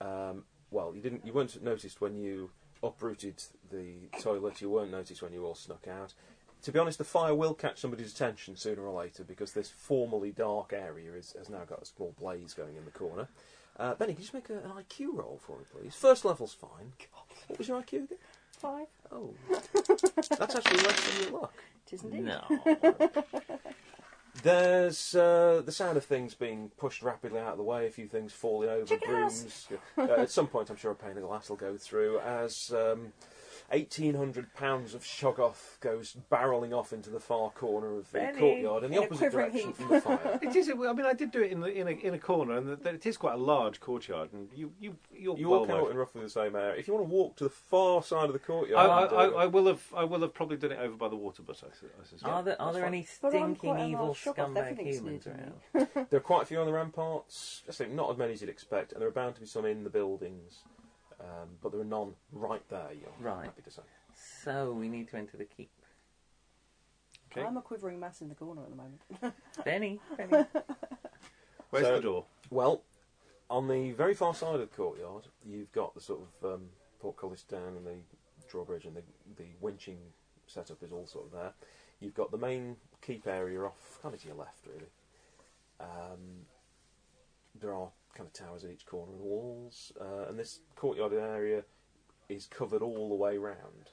[SPEAKER 2] Um, well, you didn't. You weren't noticed when you uprooted the toilet. You weren't noticed when you all snuck out. To be honest, the fire will catch somebody's attention sooner or later because this formerly dark area is, has now got a small blaze going in the corner. Uh, Benny, can you just make a, an IQ roll for me, please? First level's fine. What was your IQ again?
[SPEAKER 4] Five.
[SPEAKER 2] Oh, that's actually less than your luck.
[SPEAKER 4] It is indeed.
[SPEAKER 5] no.
[SPEAKER 2] There's uh, the sound of things being pushed rapidly out of the way, a few things falling over,
[SPEAKER 4] Chicken
[SPEAKER 2] brooms. uh, at some point, I'm sure a pane of glass will go through as um, 1,800 pounds of Shoggoth goes barrelling off into the far corner of the
[SPEAKER 5] Benny,
[SPEAKER 2] courtyard in the
[SPEAKER 4] in a
[SPEAKER 2] opposite
[SPEAKER 4] quivering
[SPEAKER 2] direction
[SPEAKER 4] heap.
[SPEAKER 2] from the fire.
[SPEAKER 3] It is. a- I mean, I did do it in the, in a in a corner, and the, it is quite a large courtyard. And you you you're
[SPEAKER 2] You
[SPEAKER 3] well
[SPEAKER 2] all came
[SPEAKER 3] away
[SPEAKER 2] out
[SPEAKER 3] from-
[SPEAKER 2] in roughly the same area. If you want to walk to the far side of the
[SPEAKER 3] I,
[SPEAKER 2] courtyard,
[SPEAKER 3] I,
[SPEAKER 2] and do
[SPEAKER 3] I,
[SPEAKER 2] it-
[SPEAKER 3] I will have I will have probably done it over by the water, but I, su- I suspect.
[SPEAKER 5] Are there are
[SPEAKER 2] that's
[SPEAKER 5] there
[SPEAKER 2] fine.
[SPEAKER 5] any
[SPEAKER 4] But I'm quite
[SPEAKER 5] stinking
[SPEAKER 4] a
[SPEAKER 5] evil
[SPEAKER 4] large Shoggoth,
[SPEAKER 5] scumbag
[SPEAKER 4] everything's
[SPEAKER 5] humans
[SPEAKER 4] new to me.
[SPEAKER 5] around?
[SPEAKER 2] there are quite a few on the ramparts. I think not as many as you'd expect, and there are bound to be some in the buildings, um, but there are none right there. You're
[SPEAKER 5] Right.
[SPEAKER 2] happy to say.
[SPEAKER 5] So we need to enter the keep.
[SPEAKER 3] Okay.
[SPEAKER 4] I'm a quivering mass in the corner at the moment.
[SPEAKER 5] Benny, Benny.
[SPEAKER 3] Where's
[SPEAKER 2] So-
[SPEAKER 3] the door?
[SPEAKER 2] Well, on the very far side of the courtyard, you've got the sort of um, portcullis down and the drawbridge and the, the winching setup is all sort of there. You've got the main keep area off kind of to your left, really. Um, there are kind of towers at each corner of the walls, uh, and this courtyard area is covered all the way round.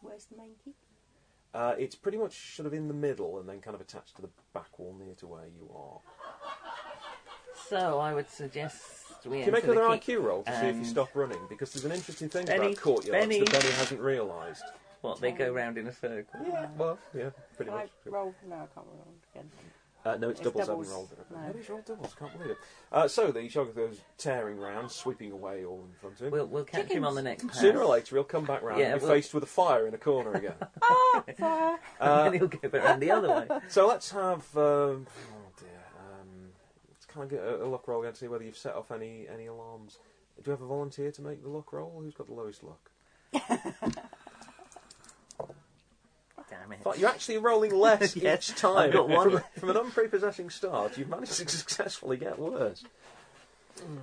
[SPEAKER 4] Where's the main key?
[SPEAKER 2] Uh, it's pretty much sort of in the middle and then kind of attached to the back wall near to where you are.
[SPEAKER 5] So I would suggest we
[SPEAKER 2] Can you make
[SPEAKER 5] enter
[SPEAKER 2] another
[SPEAKER 5] the keep.
[SPEAKER 2] IQ roll to see if you
[SPEAKER 5] and-
[SPEAKER 2] stop running? Because there's an interesting thing
[SPEAKER 5] Benny,
[SPEAKER 2] about courtyards
[SPEAKER 5] Benny.
[SPEAKER 2] that Benny hasn't realised.
[SPEAKER 5] What they go round in a circle.
[SPEAKER 2] Yeah, well, yeah, pretty
[SPEAKER 4] I
[SPEAKER 2] much.
[SPEAKER 4] roll. No, I can't roll again.
[SPEAKER 2] Uh, no, it's,
[SPEAKER 4] It's
[SPEAKER 2] doubles.
[SPEAKER 4] doubles.
[SPEAKER 2] I haven't rolled it.
[SPEAKER 4] No.
[SPEAKER 2] Maybe it's rolled doubles. Can't believe it. Uh, so the Shoggoth goes tearing round, sweeping away all in front of him.
[SPEAKER 5] We'll we'll catch him on the next pass.
[SPEAKER 2] Sooner or later, he'll come back round
[SPEAKER 5] Yeah,
[SPEAKER 2] and be
[SPEAKER 5] we'll-
[SPEAKER 2] faced with a fire in a corner again. Uh,
[SPEAKER 4] Fire!
[SPEAKER 5] and then he'll go back round the other way.
[SPEAKER 2] so let's have. Um, oh dear. Um, let's kind of get a, a luck roll again to see whether you've set off any any alarms. Do you have a volunteer to make the luck roll? Who's got the lowest luck?
[SPEAKER 5] Damn it.
[SPEAKER 2] But you're actually rolling less
[SPEAKER 5] Yes,
[SPEAKER 2] each time.
[SPEAKER 5] I've got one.
[SPEAKER 2] From, from an unprepossessing start, you've managed to successfully get worse.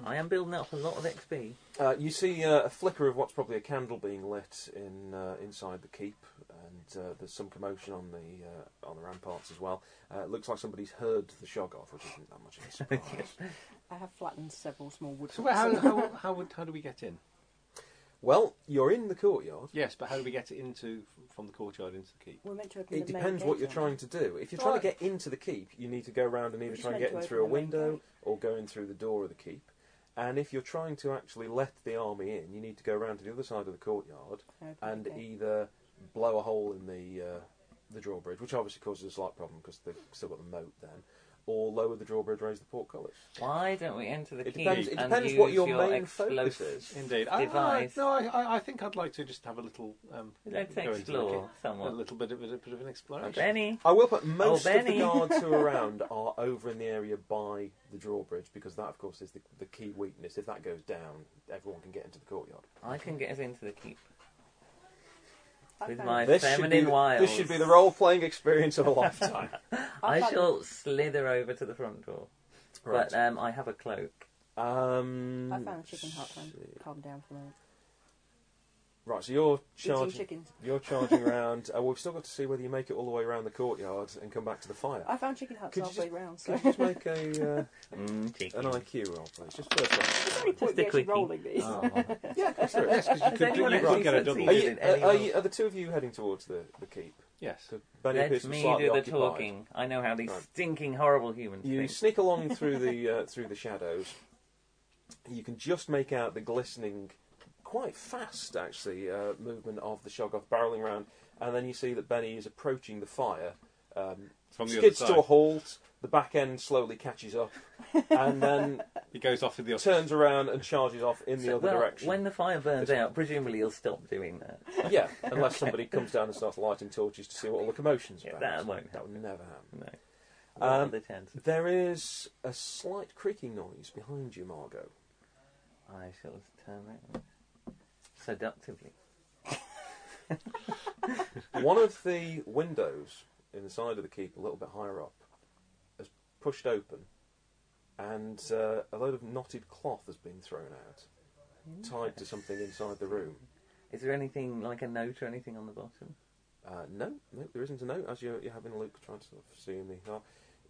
[SPEAKER 5] I am building up a lot of XP.
[SPEAKER 2] Uh, you see uh, a flicker of what's probably a candle being lit in uh, inside the keep, and uh, there's some commotion on the uh, on the ramparts as well. Uh, it looks like somebody's heard the Shoggoth, which isn't that much of a surprise.
[SPEAKER 4] I have flattened several small wood.
[SPEAKER 3] So wait, how,
[SPEAKER 4] blocks.
[SPEAKER 3] how, how, would, how do we get in?
[SPEAKER 2] well, you're in the courtyard.
[SPEAKER 3] Yes, but how do we get into from the courtyard into the keep?
[SPEAKER 4] We're meant to open
[SPEAKER 2] It
[SPEAKER 4] the main
[SPEAKER 2] depends what
[SPEAKER 4] gate,
[SPEAKER 2] you're
[SPEAKER 4] aren't
[SPEAKER 2] trying to do. If you're trying to
[SPEAKER 3] Right.
[SPEAKER 2] get into the keep, you need to go round and either
[SPEAKER 4] just
[SPEAKER 2] try and
[SPEAKER 4] meant
[SPEAKER 2] get in
[SPEAKER 4] to
[SPEAKER 2] through a
[SPEAKER 4] open the main
[SPEAKER 2] window
[SPEAKER 4] gate.
[SPEAKER 2] or go in through the door of the keep. And if you're trying to actually let the army in, you need to go round to the other side of the courtyard
[SPEAKER 4] we? Open the
[SPEAKER 2] and
[SPEAKER 4] gate.
[SPEAKER 2] either blow a hole in the uh, the drawbridge, which obviously causes a slight problem because they've still got the moat then, or lower the drawbridge, raise the portcullis.
[SPEAKER 5] Why don't we enter the
[SPEAKER 2] It
[SPEAKER 5] key
[SPEAKER 2] depends- it
[SPEAKER 5] and
[SPEAKER 2] depends
[SPEAKER 5] use
[SPEAKER 2] what your main
[SPEAKER 5] explosive
[SPEAKER 2] focus is.
[SPEAKER 3] Indeed. I- I,
[SPEAKER 5] Device.
[SPEAKER 3] Ah, no, I, I- I think I'd like to just have a little. Um,
[SPEAKER 5] Let's
[SPEAKER 3] go into the
[SPEAKER 5] explore
[SPEAKER 3] keep. A
[SPEAKER 5] somewhat.
[SPEAKER 3] little bit of, a bit of an exploration.
[SPEAKER 5] Benny,
[SPEAKER 2] I will put most of the
[SPEAKER 5] Benny.
[SPEAKER 2] guards who are around are over in the area by the drawbridge because that, of course, is the, the key weakness. If that goes down, everyone can get into the courtyard.
[SPEAKER 5] I can get us into the keep
[SPEAKER 4] I
[SPEAKER 5] with
[SPEAKER 4] found-
[SPEAKER 5] my
[SPEAKER 2] be,
[SPEAKER 5] feminine
[SPEAKER 2] the-
[SPEAKER 5] wiles.
[SPEAKER 2] this should be the role playing experience of a lifetime.
[SPEAKER 4] I
[SPEAKER 5] I
[SPEAKER 4] found-
[SPEAKER 5] shall slither over to the front door,
[SPEAKER 2] right.
[SPEAKER 5] but um, I have a cloak.
[SPEAKER 2] um,
[SPEAKER 4] I found a chicken heart one. Calm down for a moment.
[SPEAKER 2] Right, so you're
[SPEAKER 4] Eating
[SPEAKER 2] charging.
[SPEAKER 4] chickens.
[SPEAKER 2] You're charging around. Uh, we've still got to see whether you make it all the way around the courtyard and come back to the fire.
[SPEAKER 4] I found chicken hearts
[SPEAKER 2] Could you
[SPEAKER 4] halfway
[SPEAKER 2] just-
[SPEAKER 4] round. So
[SPEAKER 2] Could you just make a uh,
[SPEAKER 5] Mm,
[SPEAKER 2] an
[SPEAKER 5] chicken.
[SPEAKER 2] IQ roll, please? Just first
[SPEAKER 4] It's only
[SPEAKER 5] Just
[SPEAKER 4] point
[SPEAKER 5] a
[SPEAKER 4] me actually
[SPEAKER 5] quickie.
[SPEAKER 4] rolling these.
[SPEAKER 3] Oh,
[SPEAKER 2] one. yeah, that's true.
[SPEAKER 3] yes, because you
[SPEAKER 5] Has
[SPEAKER 3] could do,
[SPEAKER 5] anyone
[SPEAKER 3] you could
[SPEAKER 5] actually
[SPEAKER 3] get a
[SPEAKER 5] said
[SPEAKER 3] double.
[SPEAKER 2] Are
[SPEAKER 5] Is
[SPEAKER 2] you,
[SPEAKER 5] it
[SPEAKER 2] are, are
[SPEAKER 5] anyone-
[SPEAKER 2] you, are the two of you heading towards the, the keep?
[SPEAKER 3] Yes.
[SPEAKER 2] 'Cause Benny
[SPEAKER 5] Let
[SPEAKER 2] appears to be
[SPEAKER 5] me
[SPEAKER 2] slightly
[SPEAKER 5] do the
[SPEAKER 2] occupied.
[SPEAKER 5] talking. I know how these
[SPEAKER 2] Right.
[SPEAKER 5] stinking, horrible humans
[SPEAKER 2] You
[SPEAKER 5] think.
[SPEAKER 2] sneak along through the uh, through the shadows. You can just make out the glistening, quite fast actually, uh, movement of the Shoggoth barreling round, and then you see that Benny is approaching the fire. Um,
[SPEAKER 3] From the other
[SPEAKER 2] skids to a
[SPEAKER 3] side.
[SPEAKER 2] halt. The back end slowly catches up, and then
[SPEAKER 3] He goes off in the opposite.
[SPEAKER 2] turns around and charges off in the
[SPEAKER 5] So-
[SPEAKER 2] other
[SPEAKER 5] well,
[SPEAKER 2] direction.
[SPEAKER 5] When the fire burns out, presumably you'll stop doing that.
[SPEAKER 2] Yeah, unless somebody comes down and starts lighting torches to see what all the commotion's
[SPEAKER 5] Yeah,
[SPEAKER 2] about.
[SPEAKER 5] that won't
[SPEAKER 2] That would never happen.
[SPEAKER 5] No. What
[SPEAKER 2] Um,
[SPEAKER 5] are the chances?
[SPEAKER 2] There is a slight creaking noise behind you, Margot.
[SPEAKER 5] I shall turn around seductively.
[SPEAKER 2] One of the windows in the side of the keep, a little bit higher up, has pushed open, and uh, a load of knotted cloth has been thrown out, tied to something inside the room.
[SPEAKER 5] Is there anything like a note or anything on the bottom?
[SPEAKER 2] Uh, no, no, there isn't a note. As you're, you're having a look, trying to sort of see in the dark,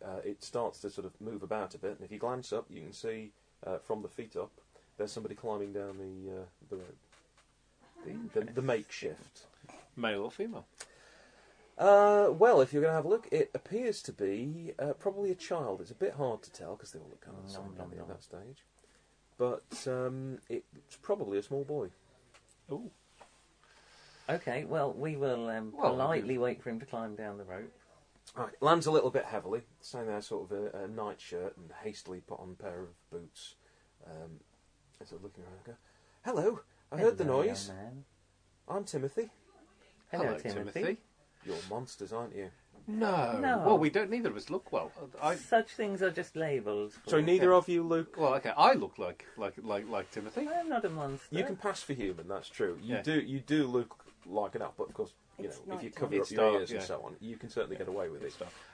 [SPEAKER 2] uh, it starts to sort of move about a bit. And if you glance up, you can see uh, from the feet up, there's somebody climbing down the uh, the rope, the, the, the makeshift.
[SPEAKER 3] Male or female?
[SPEAKER 2] Uh, well, if you're going to have a look, it appears to be uh, probably a child. It's a bit hard to tell because they all look kind of the
[SPEAKER 5] Nom,
[SPEAKER 2] same
[SPEAKER 5] nom,
[SPEAKER 2] don't they, at
[SPEAKER 5] nom.
[SPEAKER 2] that stage. But um, it's probably a small boy.
[SPEAKER 3] Oh,
[SPEAKER 5] Okay, well, we will um,
[SPEAKER 2] Well,
[SPEAKER 5] politely wait for him to climb down the rope.
[SPEAKER 2] Right, lands a little bit heavily, standing there sort of a, a nightshirt and hastily put on a pair of boots. Um, and sort of looking around, I go, hello, I heard the
[SPEAKER 5] Hello,
[SPEAKER 2] noise.
[SPEAKER 5] young man.
[SPEAKER 2] I'm Timothy.
[SPEAKER 5] Hello, Timothy.
[SPEAKER 2] You're monsters, aren't you?
[SPEAKER 3] No.
[SPEAKER 5] No.
[SPEAKER 3] Well, we don't. Neither of us look well. I.
[SPEAKER 5] Such things are just labels. for-
[SPEAKER 2] So neither of you, Luke.
[SPEAKER 3] Well, okay. I look like like like like Timothy.
[SPEAKER 5] I'm not a monster.
[SPEAKER 2] You can pass for human. That's true. You
[SPEAKER 3] Yeah.
[SPEAKER 2] do, you do look like an app, but of course, you
[SPEAKER 4] It's
[SPEAKER 2] know, if you
[SPEAKER 4] nighttime.
[SPEAKER 2] cover
[SPEAKER 3] It's
[SPEAKER 2] up your
[SPEAKER 3] dark,
[SPEAKER 2] ears and
[SPEAKER 3] yeah.
[SPEAKER 2] so on, you can certainly get away with it.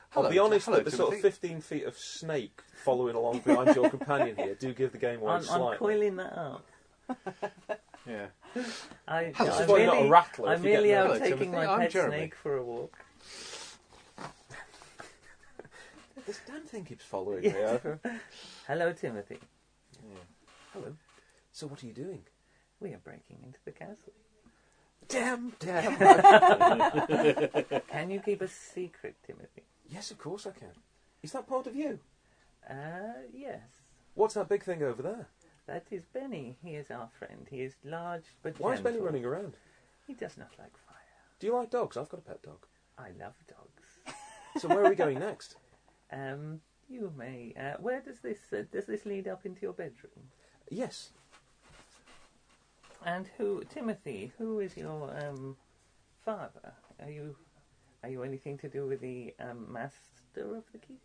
[SPEAKER 3] Hello,
[SPEAKER 2] I'll be honest,
[SPEAKER 3] hello,
[SPEAKER 2] that the sort of
[SPEAKER 3] Timothy.
[SPEAKER 2] 15 feet of snake following along behind your companion here do give the game away
[SPEAKER 5] I'm,
[SPEAKER 2] slightly.
[SPEAKER 5] I'm coiling that up.
[SPEAKER 3] Yeah.
[SPEAKER 5] I,
[SPEAKER 3] Hello,
[SPEAKER 5] I'm
[SPEAKER 3] Timothy.
[SPEAKER 2] Why not a
[SPEAKER 5] merely,
[SPEAKER 2] rattler
[SPEAKER 5] I'm
[SPEAKER 2] if you get
[SPEAKER 5] merely
[SPEAKER 2] that?
[SPEAKER 5] out
[SPEAKER 3] Hello,
[SPEAKER 5] taking
[SPEAKER 3] Timothy.
[SPEAKER 5] my
[SPEAKER 3] I'm
[SPEAKER 5] pet
[SPEAKER 3] Jeremy.
[SPEAKER 5] snake for a walk.
[SPEAKER 2] This damn thing keeps following me. uh,
[SPEAKER 5] Hello, Timothy.
[SPEAKER 2] Hello. So what are you doing?
[SPEAKER 5] We are breaking into the castle.
[SPEAKER 2] Damn, damn.
[SPEAKER 5] Can you keep a secret, Timothy?
[SPEAKER 2] yes, of course I can. Is that part of you?
[SPEAKER 5] Uh, yes.
[SPEAKER 2] What's that big thing over there?
[SPEAKER 5] That is Benny. He is our friend. He is large but
[SPEAKER 2] Why is Benny
[SPEAKER 5] gentle.
[SPEAKER 2] running around?
[SPEAKER 5] He does not like fire.
[SPEAKER 2] Do you like dogs? I've got a pet dog.
[SPEAKER 5] I love dogs.
[SPEAKER 2] So where are we going next?
[SPEAKER 5] Um, you may. Uh, where does this uh, does this lead up into your bedroom?
[SPEAKER 2] Yes.
[SPEAKER 5] And who, Timothy? Who is your um father? Are you are you anything to do with the um, master of the keep?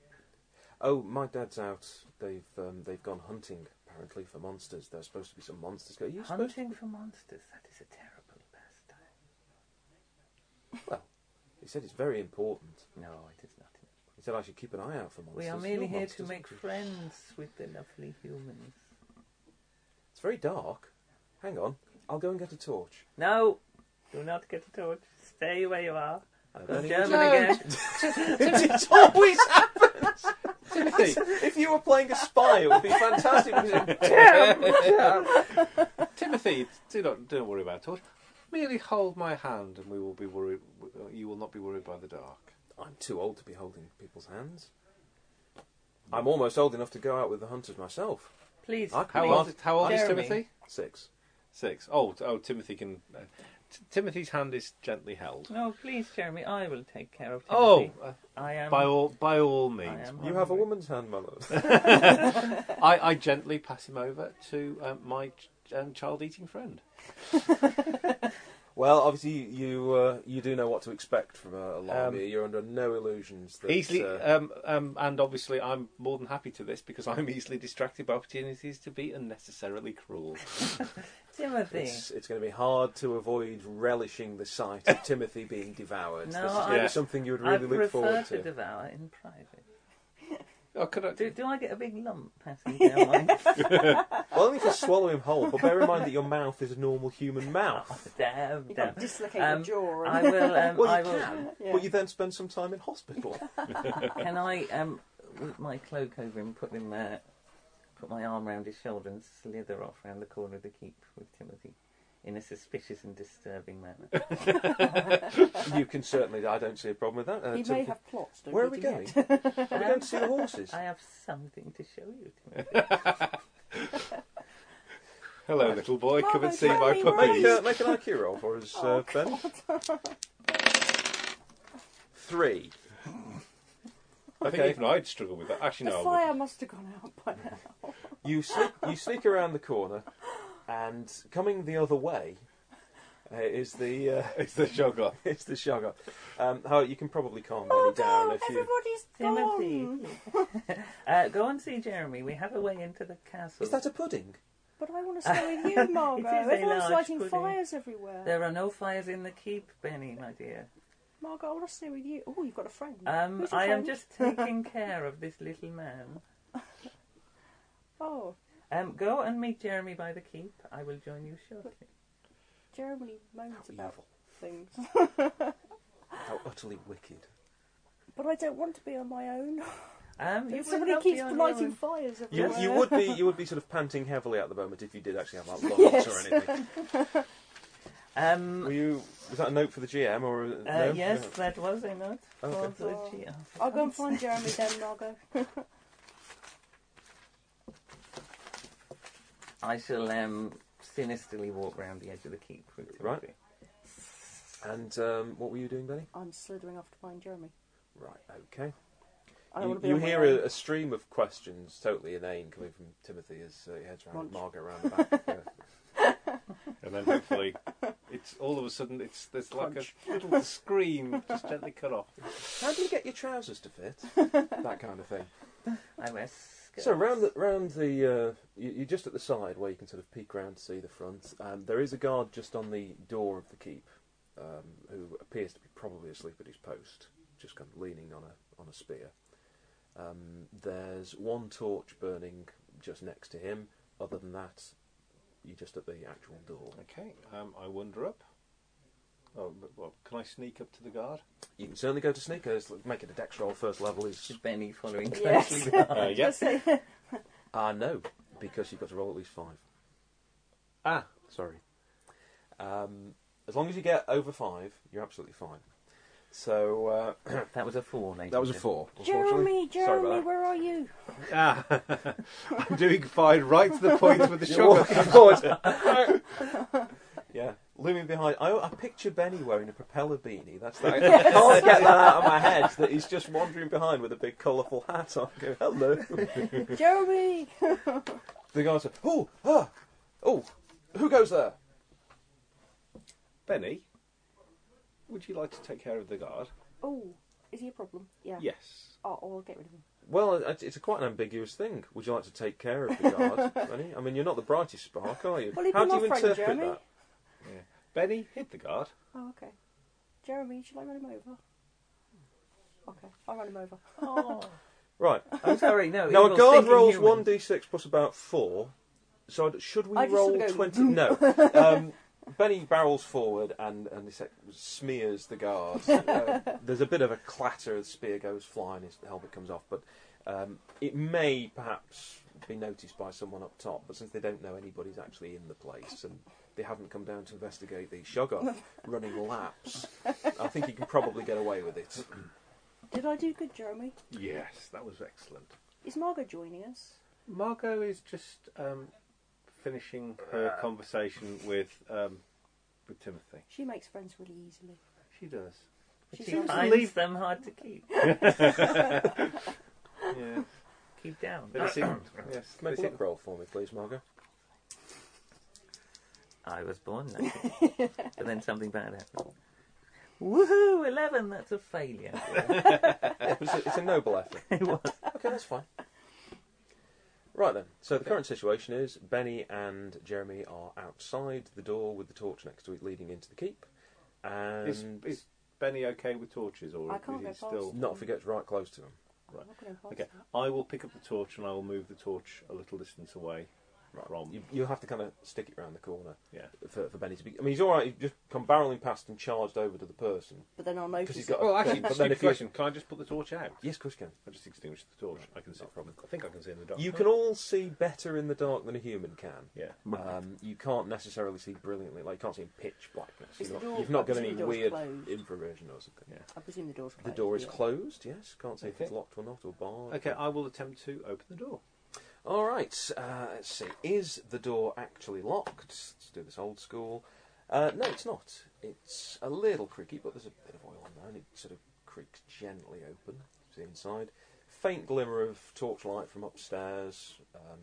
[SPEAKER 2] Oh, my dad's out. They've um, they've gone hunting apparently for monsters. There's supposed to be some monsters. Are you supposed
[SPEAKER 5] Hunting for monsters. That is a terrible pastime.
[SPEAKER 2] Well, he said it's very important.
[SPEAKER 5] No, it is not.
[SPEAKER 2] He said I should keep an eye out for monsters.
[SPEAKER 5] We are
[SPEAKER 2] You're
[SPEAKER 5] merely here to
[SPEAKER 2] monsters,
[SPEAKER 5] make
[SPEAKER 2] aren't you?
[SPEAKER 5] friends with the lovely humans.
[SPEAKER 2] very dark. Hang on, I'll go and get a torch.
[SPEAKER 5] No! Do not get a torch. Stay where you are. I've got
[SPEAKER 2] Don't
[SPEAKER 5] German
[SPEAKER 4] No.
[SPEAKER 5] again.
[SPEAKER 2] it always happens. Timothy, if you were playing a spy, it would be fantastic. wouldn't it?
[SPEAKER 3] Timothy, do not don't worry about torch. Merely hold my hand, and we will be worried. You will not be worried by the dark.
[SPEAKER 2] I'm too old to be holding people's hands. I'm almost old enough to go out with the hunters myself.
[SPEAKER 5] Please.
[SPEAKER 2] I can't
[SPEAKER 3] How
[SPEAKER 2] Please,
[SPEAKER 3] old? How old is
[SPEAKER 5] Jeremy.
[SPEAKER 3] Timothy?
[SPEAKER 2] Six.
[SPEAKER 3] Six. Oh, t- oh, Timothy can. Uh, t- Timothy's hand is gently held.
[SPEAKER 5] No, please, Jeremy. I will take care of
[SPEAKER 3] Oh,
[SPEAKER 5] Timothy.
[SPEAKER 3] uh,
[SPEAKER 5] I am.
[SPEAKER 3] by all by all
[SPEAKER 5] I
[SPEAKER 3] means.
[SPEAKER 5] am
[SPEAKER 2] You have a
[SPEAKER 5] hungry.
[SPEAKER 2] woman's hand, my love.
[SPEAKER 3] I, I gently pass him over to um, my ch- um, child-eating friend.
[SPEAKER 2] well, obviously you uh, you do know what to expect from a, a
[SPEAKER 3] Um,
[SPEAKER 2] lawyer. You're under no illusions that
[SPEAKER 3] easily,
[SPEAKER 2] uh,
[SPEAKER 3] um, um, and obviously, I'm more than happy to this because I'm easily distracted by opportunities to be unnecessarily cruel.
[SPEAKER 5] Timothy.
[SPEAKER 2] It's, it's going to be hard to avoid relishing the sight of Timothy being devoured.
[SPEAKER 5] No,
[SPEAKER 2] this is
[SPEAKER 5] I-
[SPEAKER 2] gonna be
[SPEAKER 3] Yeah.
[SPEAKER 2] something you would
[SPEAKER 5] I
[SPEAKER 2] really
[SPEAKER 5] prefer
[SPEAKER 2] look forward
[SPEAKER 5] to
[SPEAKER 2] to.
[SPEAKER 5] devour in private.
[SPEAKER 3] Oh, could I?
[SPEAKER 5] Do, do I get a big lump passing down my
[SPEAKER 2] Well, only if you swallow him whole, but bear in mind that your mouth is a normal human mouth.
[SPEAKER 5] Damn,
[SPEAKER 4] You
[SPEAKER 5] damn.
[SPEAKER 4] can't dislocate
[SPEAKER 5] Um,
[SPEAKER 4] your jaw.
[SPEAKER 5] I will. Um,
[SPEAKER 2] Well, you
[SPEAKER 5] I will.
[SPEAKER 2] can,
[SPEAKER 4] Yeah.
[SPEAKER 2] but you then spend some time in hospital.
[SPEAKER 5] Can I, um, with my cloak over him, put him uh, put my arm round his shoulder and slither off round the corner of the keep with Timothy in a suspicious and disturbing manner?
[SPEAKER 2] you can certainly. I don't see a problem with that. Uh,
[SPEAKER 4] he may
[SPEAKER 2] Timothy-
[SPEAKER 4] have plots. Don't
[SPEAKER 2] where are
[SPEAKER 4] you
[SPEAKER 2] we
[SPEAKER 4] do
[SPEAKER 2] going?
[SPEAKER 4] yet.
[SPEAKER 2] are we going to see the horses?
[SPEAKER 5] I have something to show you. Timothy.
[SPEAKER 3] Hello, little boy. Come and
[SPEAKER 4] Mama,
[SPEAKER 3] see my
[SPEAKER 4] Mummy,
[SPEAKER 2] Make,
[SPEAKER 3] puppies.
[SPEAKER 2] uh, make an IQ roll for us, uh, Ben. Three.
[SPEAKER 3] I think
[SPEAKER 2] okay.
[SPEAKER 3] even I'd struggle with that. Actually,
[SPEAKER 4] The
[SPEAKER 3] no. I wouldn't.
[SPEAKER 4] fire must have gone out by now.
[SPEAKER 2] You sneak, you sneak around the corner, and coming the other way uh, is the. Uh,
[SPEAKER 3] It's the Shoggoth.
[SPEAKER 2] it's the shoggoth. Um, how you can probably calm Benny
[SPEAKER 4] Oh
[SPEAKER 2] down
[SPEAKER 4] no!
[SPEAKER 2] if you.
[SPEAKER 5] Timothy.
[SPEAKER 4] Everybody's gone.
[SPEAKER 5] Uh, go and see Jeremy. We have a way into the castle.
[SPEAKER 2] Is that a pudding?
[SPEAKER 4] But I want to stay with you,
[SPEAKER 5] It is
[SPEAKER 4] Margot.
[SPEAKER 5] a
[SPEAKER 4] Everyone's
[SPEAKER 5] large
[SPEAKER 4] lighting
[SPEAKER 5] pudding.
[SPEAKER 4] fires everywhere.
[SPEAKER 5] There are no fires in the keep, Benny, my dear.
[SPEAKER 4] Margot, I want to stay with you. Oh, you've got a friend.
[SPEAKER 2] Uh,
[SPEAKER 5] Um,
[SPEAKER 4] Who's your
[SPEAKER 5] I am
[SPEAKER 4] friend?
[SPEAKER 5] just taking care of this little man.
[SPEAKER 4] Oh,
[SPEAKER 5] Um, go and meet Jeremy by the keep. I will join you shortly.
[SPEAKER 4] Jeremy moans
[SPEAKER 2] How
[SPEAKER 4] about
[SPEAKER 2] evil.
[SPEAKER 4] things.
[SPEAKER 2] How utterly wicked.
[SPEAKER 4] But I don't want to be on my own.
[SPEAKER 5] Um, you will
[SPEAKER 4] Somebody
[SPEAKER 5] not be
[SPEAKER 4] keeps
[SPEAKER 5] on your
[SPEAKER 4] lighting
[SPEAKER 5] own.
[SPEAKER 4] fires
[SPEAKER 2] You,
[SPEAKER 4] everywhere.
[SPEAKER 2] you would be you would be sort of panting heavily at the moment if you did actually have like logs
[SPEAKER 4] Yes.
[SPEAKER 2] or anything.
[SPEAKER 5] Um,
[SPEAKER 2] Were you was that a note for the GM or a,
[SPEAKER 5] Uh,
[SPEAKER 2] no?
[SPEAKER 5] yes,
[SPEAKER 2] No.
[SPEAKER 5] that was a note for
[SPEAKER 2] Okay.
[SPEAKER 5] the G. oh, for
[SPEAKER 4] I'll go and
[SPEAKER 5] God's
[SPEAKER 4] find
[SPEAKER 5] sake.
[SPEAKER 4] Jeremy then, Margot.
[SPEAKER 5] I shall um, sinisterly walk round the edge of the keep. With
[SPEAKER 2] Right.
[SPEAKER 5] Timothy.
[SPEAKER 2] And um, what were you doing, Benny?
[SPEAKER 4] I'm slithering off to find Jeremy.
[SPEAKER 2] Right. Okay.
[SPEAKER 4] I don't
[SPEAKER 2] You,
[SPEAKER 4] want to be
[SPEAKER 2] you
[SPEAKER 4] on my
[SPEAKER 2] hear
[SPEAKER 4] own.
[SPEAKER 2] a, a stream of questions, totally inane, coming from Timothy as uh, he heads around
[SPEAKER 4] Munch.
[SPEAKER 2] Margaret around the back. Yeah.
[SPEAKER 3] And then hopefully, it's all of a sudden it's there's like a little scream just gently cut off.
[SPEAKER 2] How do you get your trousers to fit? that kind of thing.
[SPEAKER 5] I wear skirts.
[SPEAKER 2] So round the round the uh, you, you're just at the side where you can sort of peek round to see the front. Um, there is a guard just on the door of the keep, um, who appears to be probably asleep at his post, just kind of leaning on a on a spear. Um, there's one torch burning just next to him. Other than that, you're just at the actual door.
[SPEAKER 3] Okay, um, I wander up. Oh, but, well, can I sneak up to the guard?
[SPEAKER 2] You can certainly go to sneakers. Look, Make it a dex roll. First level is
[SPEAKER 5] Is Benny following
[SPEAKER 4] Yes.
[SPEAKER 5] closely behind?
[SPEAKER 3] Uh, yes.
[SPEAKER 4] Say-
[SPEAKER 2] ah no, because you've got to roll at least five.
[SPEAKER 3] Ah,
[SPEAKER 2] Sorry. Um, as long as you get over five, you're absolutely fine. So uh,
[SPEAKER 5] That was a four, ladies
[SPEAKER 2] that was a
[SPEAKER 5] and
[SPEAKER 2] four.
[SPEAKER 4] Jeremy,
[SPEAKER 2] unfortunately. Sorry
[SPEAKER 4] Jeremy,
[SPEAKER 2] about that.
[SPEAKER 4] where are you?
[SPEAKER 3] ah. I'm doing fine, right to the point with the
[SPEAKER 2] You're
[SPEAKER 3] sugar.
[SPEAKER 2] walking forward. yeah, looming behind. I, I picture Benny wearing a propeller beanie. That's that. I can't get that out of my head. That he's just wandering behind with a big colourful hat on. Go hello.
[SPEAKER 4] Jeremy!
[SPEAKER 2] the guy said, "Oh, ah, oh, who goes there?"
[SPEAKER 3] Benny, would you like to take care of the guard?
[SPEAKER 4] Oh, is he a problem? Yeah.
[SPEAKER 3] Yes.
[SPEAKER 4] Oh, oh, I'll get rid of him.
[SPEAKER 2] Well, it's it's a quite an ambiguous thing. Would you like to take care of the guard, Benny? I mean, you're not the brightest spark, are you?
[SPEAKER 4] Well, he'd
[SPEAKER 2] How
[SPEAKER 4] be
[SPEAKER 2] do
[SPEAKER 4] my
[SPEAKER 2] you
[SPEAKER 4] friend,
[SPEAKER 2] interpret
[SPEAKER 4] Jeremy.
[SPEAKER 2] that?
[SPEAKER 3] Benny, hit the guard.
[SPEAKER 4] Oh, okay. Jeremy, shall I run him over?
[SPEAKER 2] Hmm.
[SPEAKER 4] Okay, I'll run him over.
[SPEAKER 5] Oh.
[SPEAKER 2] Right.
[SPEAKER 5] I'm sorry, no.
[SPEAKER 2] Now,
[SPEAKER 5] evil
[SPEAKER 2] a guard
[SPEAKER 5] stinking
[SPEAKER 2] rolls
[SPEAKER 5] human.
[SPEAKER 2] 1d6 plus about 4, So I'd- should we
[SPEAKER 4] I just
[SPEAKER 2] roll
[SPEAKER 4] sort of go,
[SPEAKER 2] twenty? No. Um, Benny barrels forward and and he sec- smears the guard. Uh, there's a bit of a clatter. The spear goes flying. His helmet comes off, but um, it may perhaps be noticed by someone up top. But since they don't know anybody's actually in the place and they haven't come down to investigate the Shoggoth running laps, I think he can probably get away with it.
[SPEAKER 4] Did I do good, Jeremy?
[SPEAKER 3] Yes, that was excellent.
[SPEAKER 4] Is Margot joining us?
[SPEAKER 3] Margot is just um, finishing
[SPEAKER 2] Uh.
[SPEAKER 3] her conversation with um, with Timothy.
[SPEAKER 4] She makes friends really easily.
[SPEAKER 3] She does.
[SPEAKER 5] But
[SPEAKER 4] She
[SPEAKER 5] she
[SPEAKER 4] seems to
[SPEAKER 5] finds
[SPEAKER 3] leave-
[SPEAKER 5] them hard to keep
[SPEAKER 3] Yeah.
[SPEAKER 5] keep down.
[SPEAKER 3] They seem, yes. They
[SPEAKER 2] Make a
[SPEAKER 3] seem,
[SPEAKER 2] luck roll for me, please, Margot.
[SPEAKER 5] I was born that day. but then something bad happened. Woohoo! Eleven. That's a failure.
[SPEAKER 2] It was a, it's a noble effort.
[SPEAKER 5] It was.
[SPEAKER 2] Okay, that's fine. Right then. So the current situation is Benny and Jeremy are outside the door with the torch next to it, leading into the keep. And
[SPEAKER 3] is, is Benny okay with torches, or
[SPEAKER 4] I can't
[SPEAKER 3] is
[SPEAKER 4] go
[SPEAKER 3] he
[SPEAKER 4] past
[SPEAKER 3] still?
[SPEAKER 2] not if he gets right close to him.
[SPEAKER 4] I'm not going to
[SPEAKER 3] Okay, I will pick up the torch and I will move the torch a little distance away from.
[SPEAKER 2] You, you'll have to kind of stick it round the corner
[SPEAKER 3] Yeah.
[SPEAKER 2] for, for Benny to be. I mean, he's all right. He just come barreling past and charged over to the person.
[SPEAKER 4] But then I'll notice.
[SPEAKER 2] he's got
[SPEAKER 4] it.
[SPEAKER 2] a- Well, actually, but then if you-
[SPEAKER 3] question. Can I just put the torch out?
[SPEAKER 2] Yes, Chris can.
[SPEAKER 3] I just extinguish the torch. I can see from. I think I can see in the dark.
[SPEAKER 2] You can all see better in the dark than a human can.
[SPEAKER 3] Yeah.
[SPEAKER 2] Um, you can't necessarily see brilliantly. Like you can't see in pitch blackness.
[SPEAKER 4] Is
[SPEAKER 2] You're
[SPEAKER 4] the
[SPEAKER 2] not,
[SPEAKER 4] door-
[SPEAKER 2] you've not got
[SPEAKER 4] I
[SPEAKER 2] any
[SPEAKER 4] presume the door's
[SPEAKER 2] weird
[SPEAKER 4] closed.
[SPEAKER 2] infravision or something.
[SPEAKER 3] Yeah.
[SPEAKER 4] I presume the door's
[SPEAKER 2] The
[SPEAKER 4] closed.
[SPEAKER 2] door is
[SPEAKER 4] yeah.
[SPEAKER 2] closed, yes. Can't say if it's
[SPEAKER 3] Okay.
[SPEAKER 2] locked or not or barred.
[SPEAKER 3] Okay, I will attempt to open the door.
[SPEAKER 2] All right, uh, let's see. Is the door actually locked? Let's do this old school. Uh, no, it's not. It's a little creaky, but there's a bit of oil on there and it sort of creaks gently open. See inside. Faint glimmer of torchlight from upstairs. Um,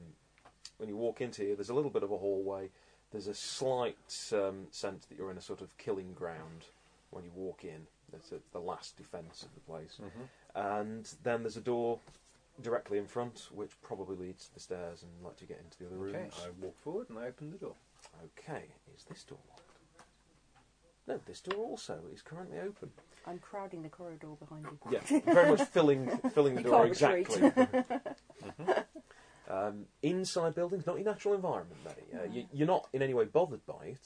[SPEAKER 2] when you walk into here, there's a little bit of a hallway. There's a slight um, sense that you're in a sort of killing ground when you walk in. That's a, the last defence of the place. And then there's a door directly in front, which probably leads to the stairs and lets you get into the other
[SPEAKER 3] Okay,
[SPEAKER 2] rooms.
[SPEAKER 3] I walk forward and I open the door.
[SPEAKER 2] Okay, is this door locked? No, this door also is currently open.
[SPEAKER 4] I'm crowding the corridor behind you.
[SPEAKER 2] Yeah, very much filling filling the
[SPEAKER 4] You
[SPEAKER 2] door
[SPEAKER 4] can't retreat.
[SPEAKER 2] exactly. Mm-hmm. um, inside buildings, not your natural environment, mate. Uh, you, you're not in any way bothered by it.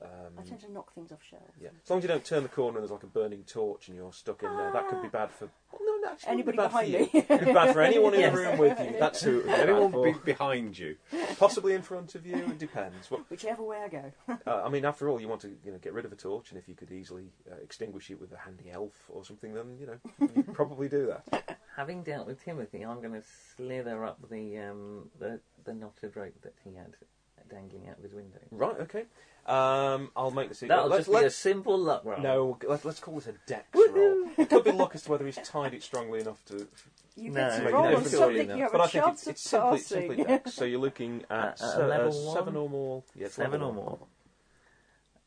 [SPEAKER 2] Um,
[SPEAKER 4] I tend to knock things off shelves.
[SPEAKER 2] Yeah, as long as you don't turn the corner and there's like a burning torch and you're stuck in there, that could be bad for. Well, no, no, actually, it wouldn't
[SPEAKER 4] Ah. Anybody
[SPEAKER 2] be bad
[SPEAKER 4] behind
[SPEAKER 2] for you.
[SPEAKER 4] me.
[SPEAKER 2] It'd be bad for anyone in
[SPEAKER 5] Yes.
[SPEAKER 2] the room with you. That's who. It would be bad
[SPEAKER 3] Anyone
[SPEAKER 2] for.
[SPEAKER 3] be behind you?
[SPEAKER 2] possibly in front of you. It depends. Well,
[SPEAKER 4] Whichever way I go.
[SPEAKER 2] uh, I mean, after all, you want to you know get rid of a torch, and if you could easily uh, extinguish it with a handy elf or something, then you know you probably do that.
[SPEAKER 5] Having dealt with Timothy, I'm going to slither up the um, the the knotted rope that he had dangling out of his window.
[SPEAKER 2] Right. Okay. Um, I'll make the secret.
[SPEAKER 5] That'll
[SPEAKER 2] let's,
[SPEAKER 5] just be a
[SPEAKER 2] let's-
[SPEAKER 5] simple luck roll.
[SPEAKER 2] no. Let's, let's call this a dex roll. It could be luck as to whether he's tied it strongly enough to.
[SPEAKER 4] You
[SPEAKER 5] No,
[SPEAKER 4] get
[SPEAKER 5] no,
[SPEAKER 4] to roll
[SPEAKER 5] no,
[SPEAKER 4] on
[SPEAKER 5] surely
[SPEAKER 4] something
[SPEAKER 5] not.
[SPEAKER 4] you have
[SPEAKER 2] but
[SPEAKER 4] a
[SPEAKER 2] I think
[SPEAKER 4] chance
[SPEAKER 2] it's, it's simply
[SPEAKER 4] of
[SPEAKER 2] it's
[SPEAKER 4] passing.
[SPEAKER 2] simply dex. So you're looking at
[SPEAKER 5] Uh, uh,
[SPEAKER 2] se- uh,
[SPEAKER 5] level
[SPEAKER 2] seven
[SPEAKER 5] one?
[SPEAKER 2] or more. Yeah, it's
[SPEAKER 5] Seven
[SPEAKER 2] level
[SPEAKER 5] or
[SPEAKER 2] one.
[SPEAKER 5] more.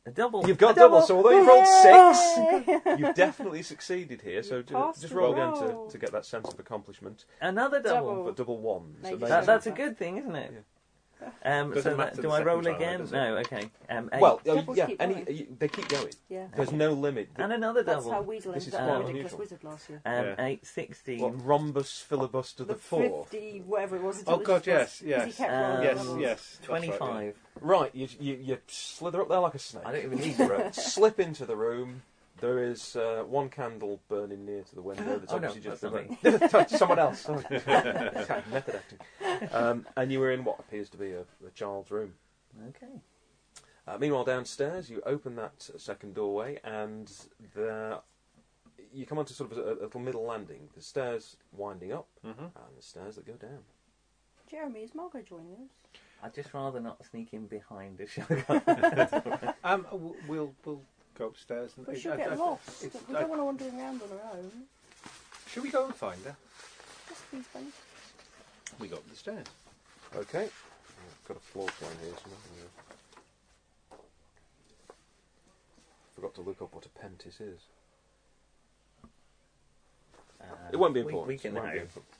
[SPEAKER 5] A double.
[SPEAKER 2] You've got
[SPEAKER 5] a
[SPEAKER 2] double, so although you've rolled six, you've definitely succeeded here. So ju-
[SPEAKER 4] passed
[SPEAKER 2] just
[SPEAKER 4] the
[SPEAKER 2] roll again
[SPEAKER 4] roll.
[SPEAKER 2] to, to get that sense of accomplishment.
[SPEAKER 5] Another double.
[SPEAKER 4] Double.
[SPEAKER 2] But double ones.
[SPEAKER 4] Maybe
[SPEAKER 2] amazing.
[SPEAKER 5] That, that's a good thing, isn't it? Um,
[SPEAKER 3] Doesn't
[SPEAKER 5] so
[SPEAKER 3] matter
[SPEAKER 5] that,
[SPEAKER 3] the
[SPEAKER 5] do I
[SPEAKER 3] second
[SPEAKER 5] roll
[SPEAKER 3] time,
[SPEAKER 5] again?
[SPEAKER 3] does it?
[SPEAKER 5] No. Okay. Um, eight.
[SPEAKER 2] Well, uh,
[SPEAKER 4] Doubles
[SPEAKER 2] yeah,
[SPEAKER 4] keep
[SPEAKER 2] any,
[SPEAKER 4] going.
[SPEAKER 2] you- they keep going.
[SPEAKER 4] Yeah.
[SPEAKER 2] There's no limit. The-
[SPEAKER 5] and another
[SPEAKER 4] That's
[SPEAKER 5] double.
[SPEAKER 4] how Weasel
[SPEAKER 2] This is
[SPEAKER 4] ended up
[SPEAKER 5] quite
[SPEAKER 4] with Ridiculous
[SPEAKER 2] unusual.
[SPEAKER 4] Wizard last year.
[SPEAKER 5] um,
[SPEAKER 3] Yeah.
[SPEAKER 5] Eight sixteen.
[SPEAKER 2] what, rhombus filibuster the, fourth.
[SPEAKER 4] 50, whatever it was. until
[SPEAKER 3] Oh,
[SPEAKER 4] it was
[SPEAKER 3] God,
[SPEAKER 4] just-
[SPEAKER 3] yes,
[SPEAKER 4] 'cause He
[SPEAKER 3] yes.
[SPEAKER 4] kept
[SPEAKER 5] Um,
[SPEAKER 4] rolling
[SPEAKER 3] yes,
[SPEAKER 4] doubles.
[SPEAKER 3] yes. that's right, yeah.
[SPEAKER 5] Twenty-five.
[SPEAKER 2] Right, you, you you slither up there like a snake.
[SPEAKER 5] I don't even need the rope.
[SPEAKER 2] Slip into the room. There is uh, one candle burning near to the window. That's
[SPEAKER 5] Oh, no,
[SPEAKER 2] obviously just
[SPEAKER 5] that's
[SPEAKER 2] the lamp. someone else. Sorry. Okay, Method acting. Um, and you were in what appears to be a, a child's room.
[SPEAKER 5] Okay.
[SPEAKER 2] Uh, meanwhile, downstairs, you open that second doorway, and the, you come onto sort of a, a little middle landing. The stairs winding up,
[SPEAKER 5] Mm-hmm.
[SPEAKER 2] and the stairs that go down.
[SPEAKER 4] Jeremy, is Margot joining us?
[SPEAKER 5] I'd just rather not sneak in behind a show.
[SPEAKER 3] Um, w- we'll we'll go upstairs and
[SPEAKER 4] We
[SPEAKER 3] it-
[SPEAKER 4] should
[SPEAKER 3] I- I-
[SPEAKER 4] get lost.
[SPEAKER 3] it's-
[SPEAKER 4] We
[SPEAKER 3] I-
[SPEAKER 4] don't want to wander around on our own.
[SPEAKER 3] Should we go and find her?
[SPEAKER 4] Just please, Benny.
[SPEAKER 3] We go up the stairs.
[SPEAKER 2] Okay. I've got a floor plan here somewhere. Hang on. Forgot to look up what a pentis is. It won't be
[SPEAKER 5] Uh, we-
[SPEAKER 2] important.
[SPEAKER 5] we can
[SPEAKER 2] It won't be
[SPEAKER 5] know.
[SPEAKER 2] important.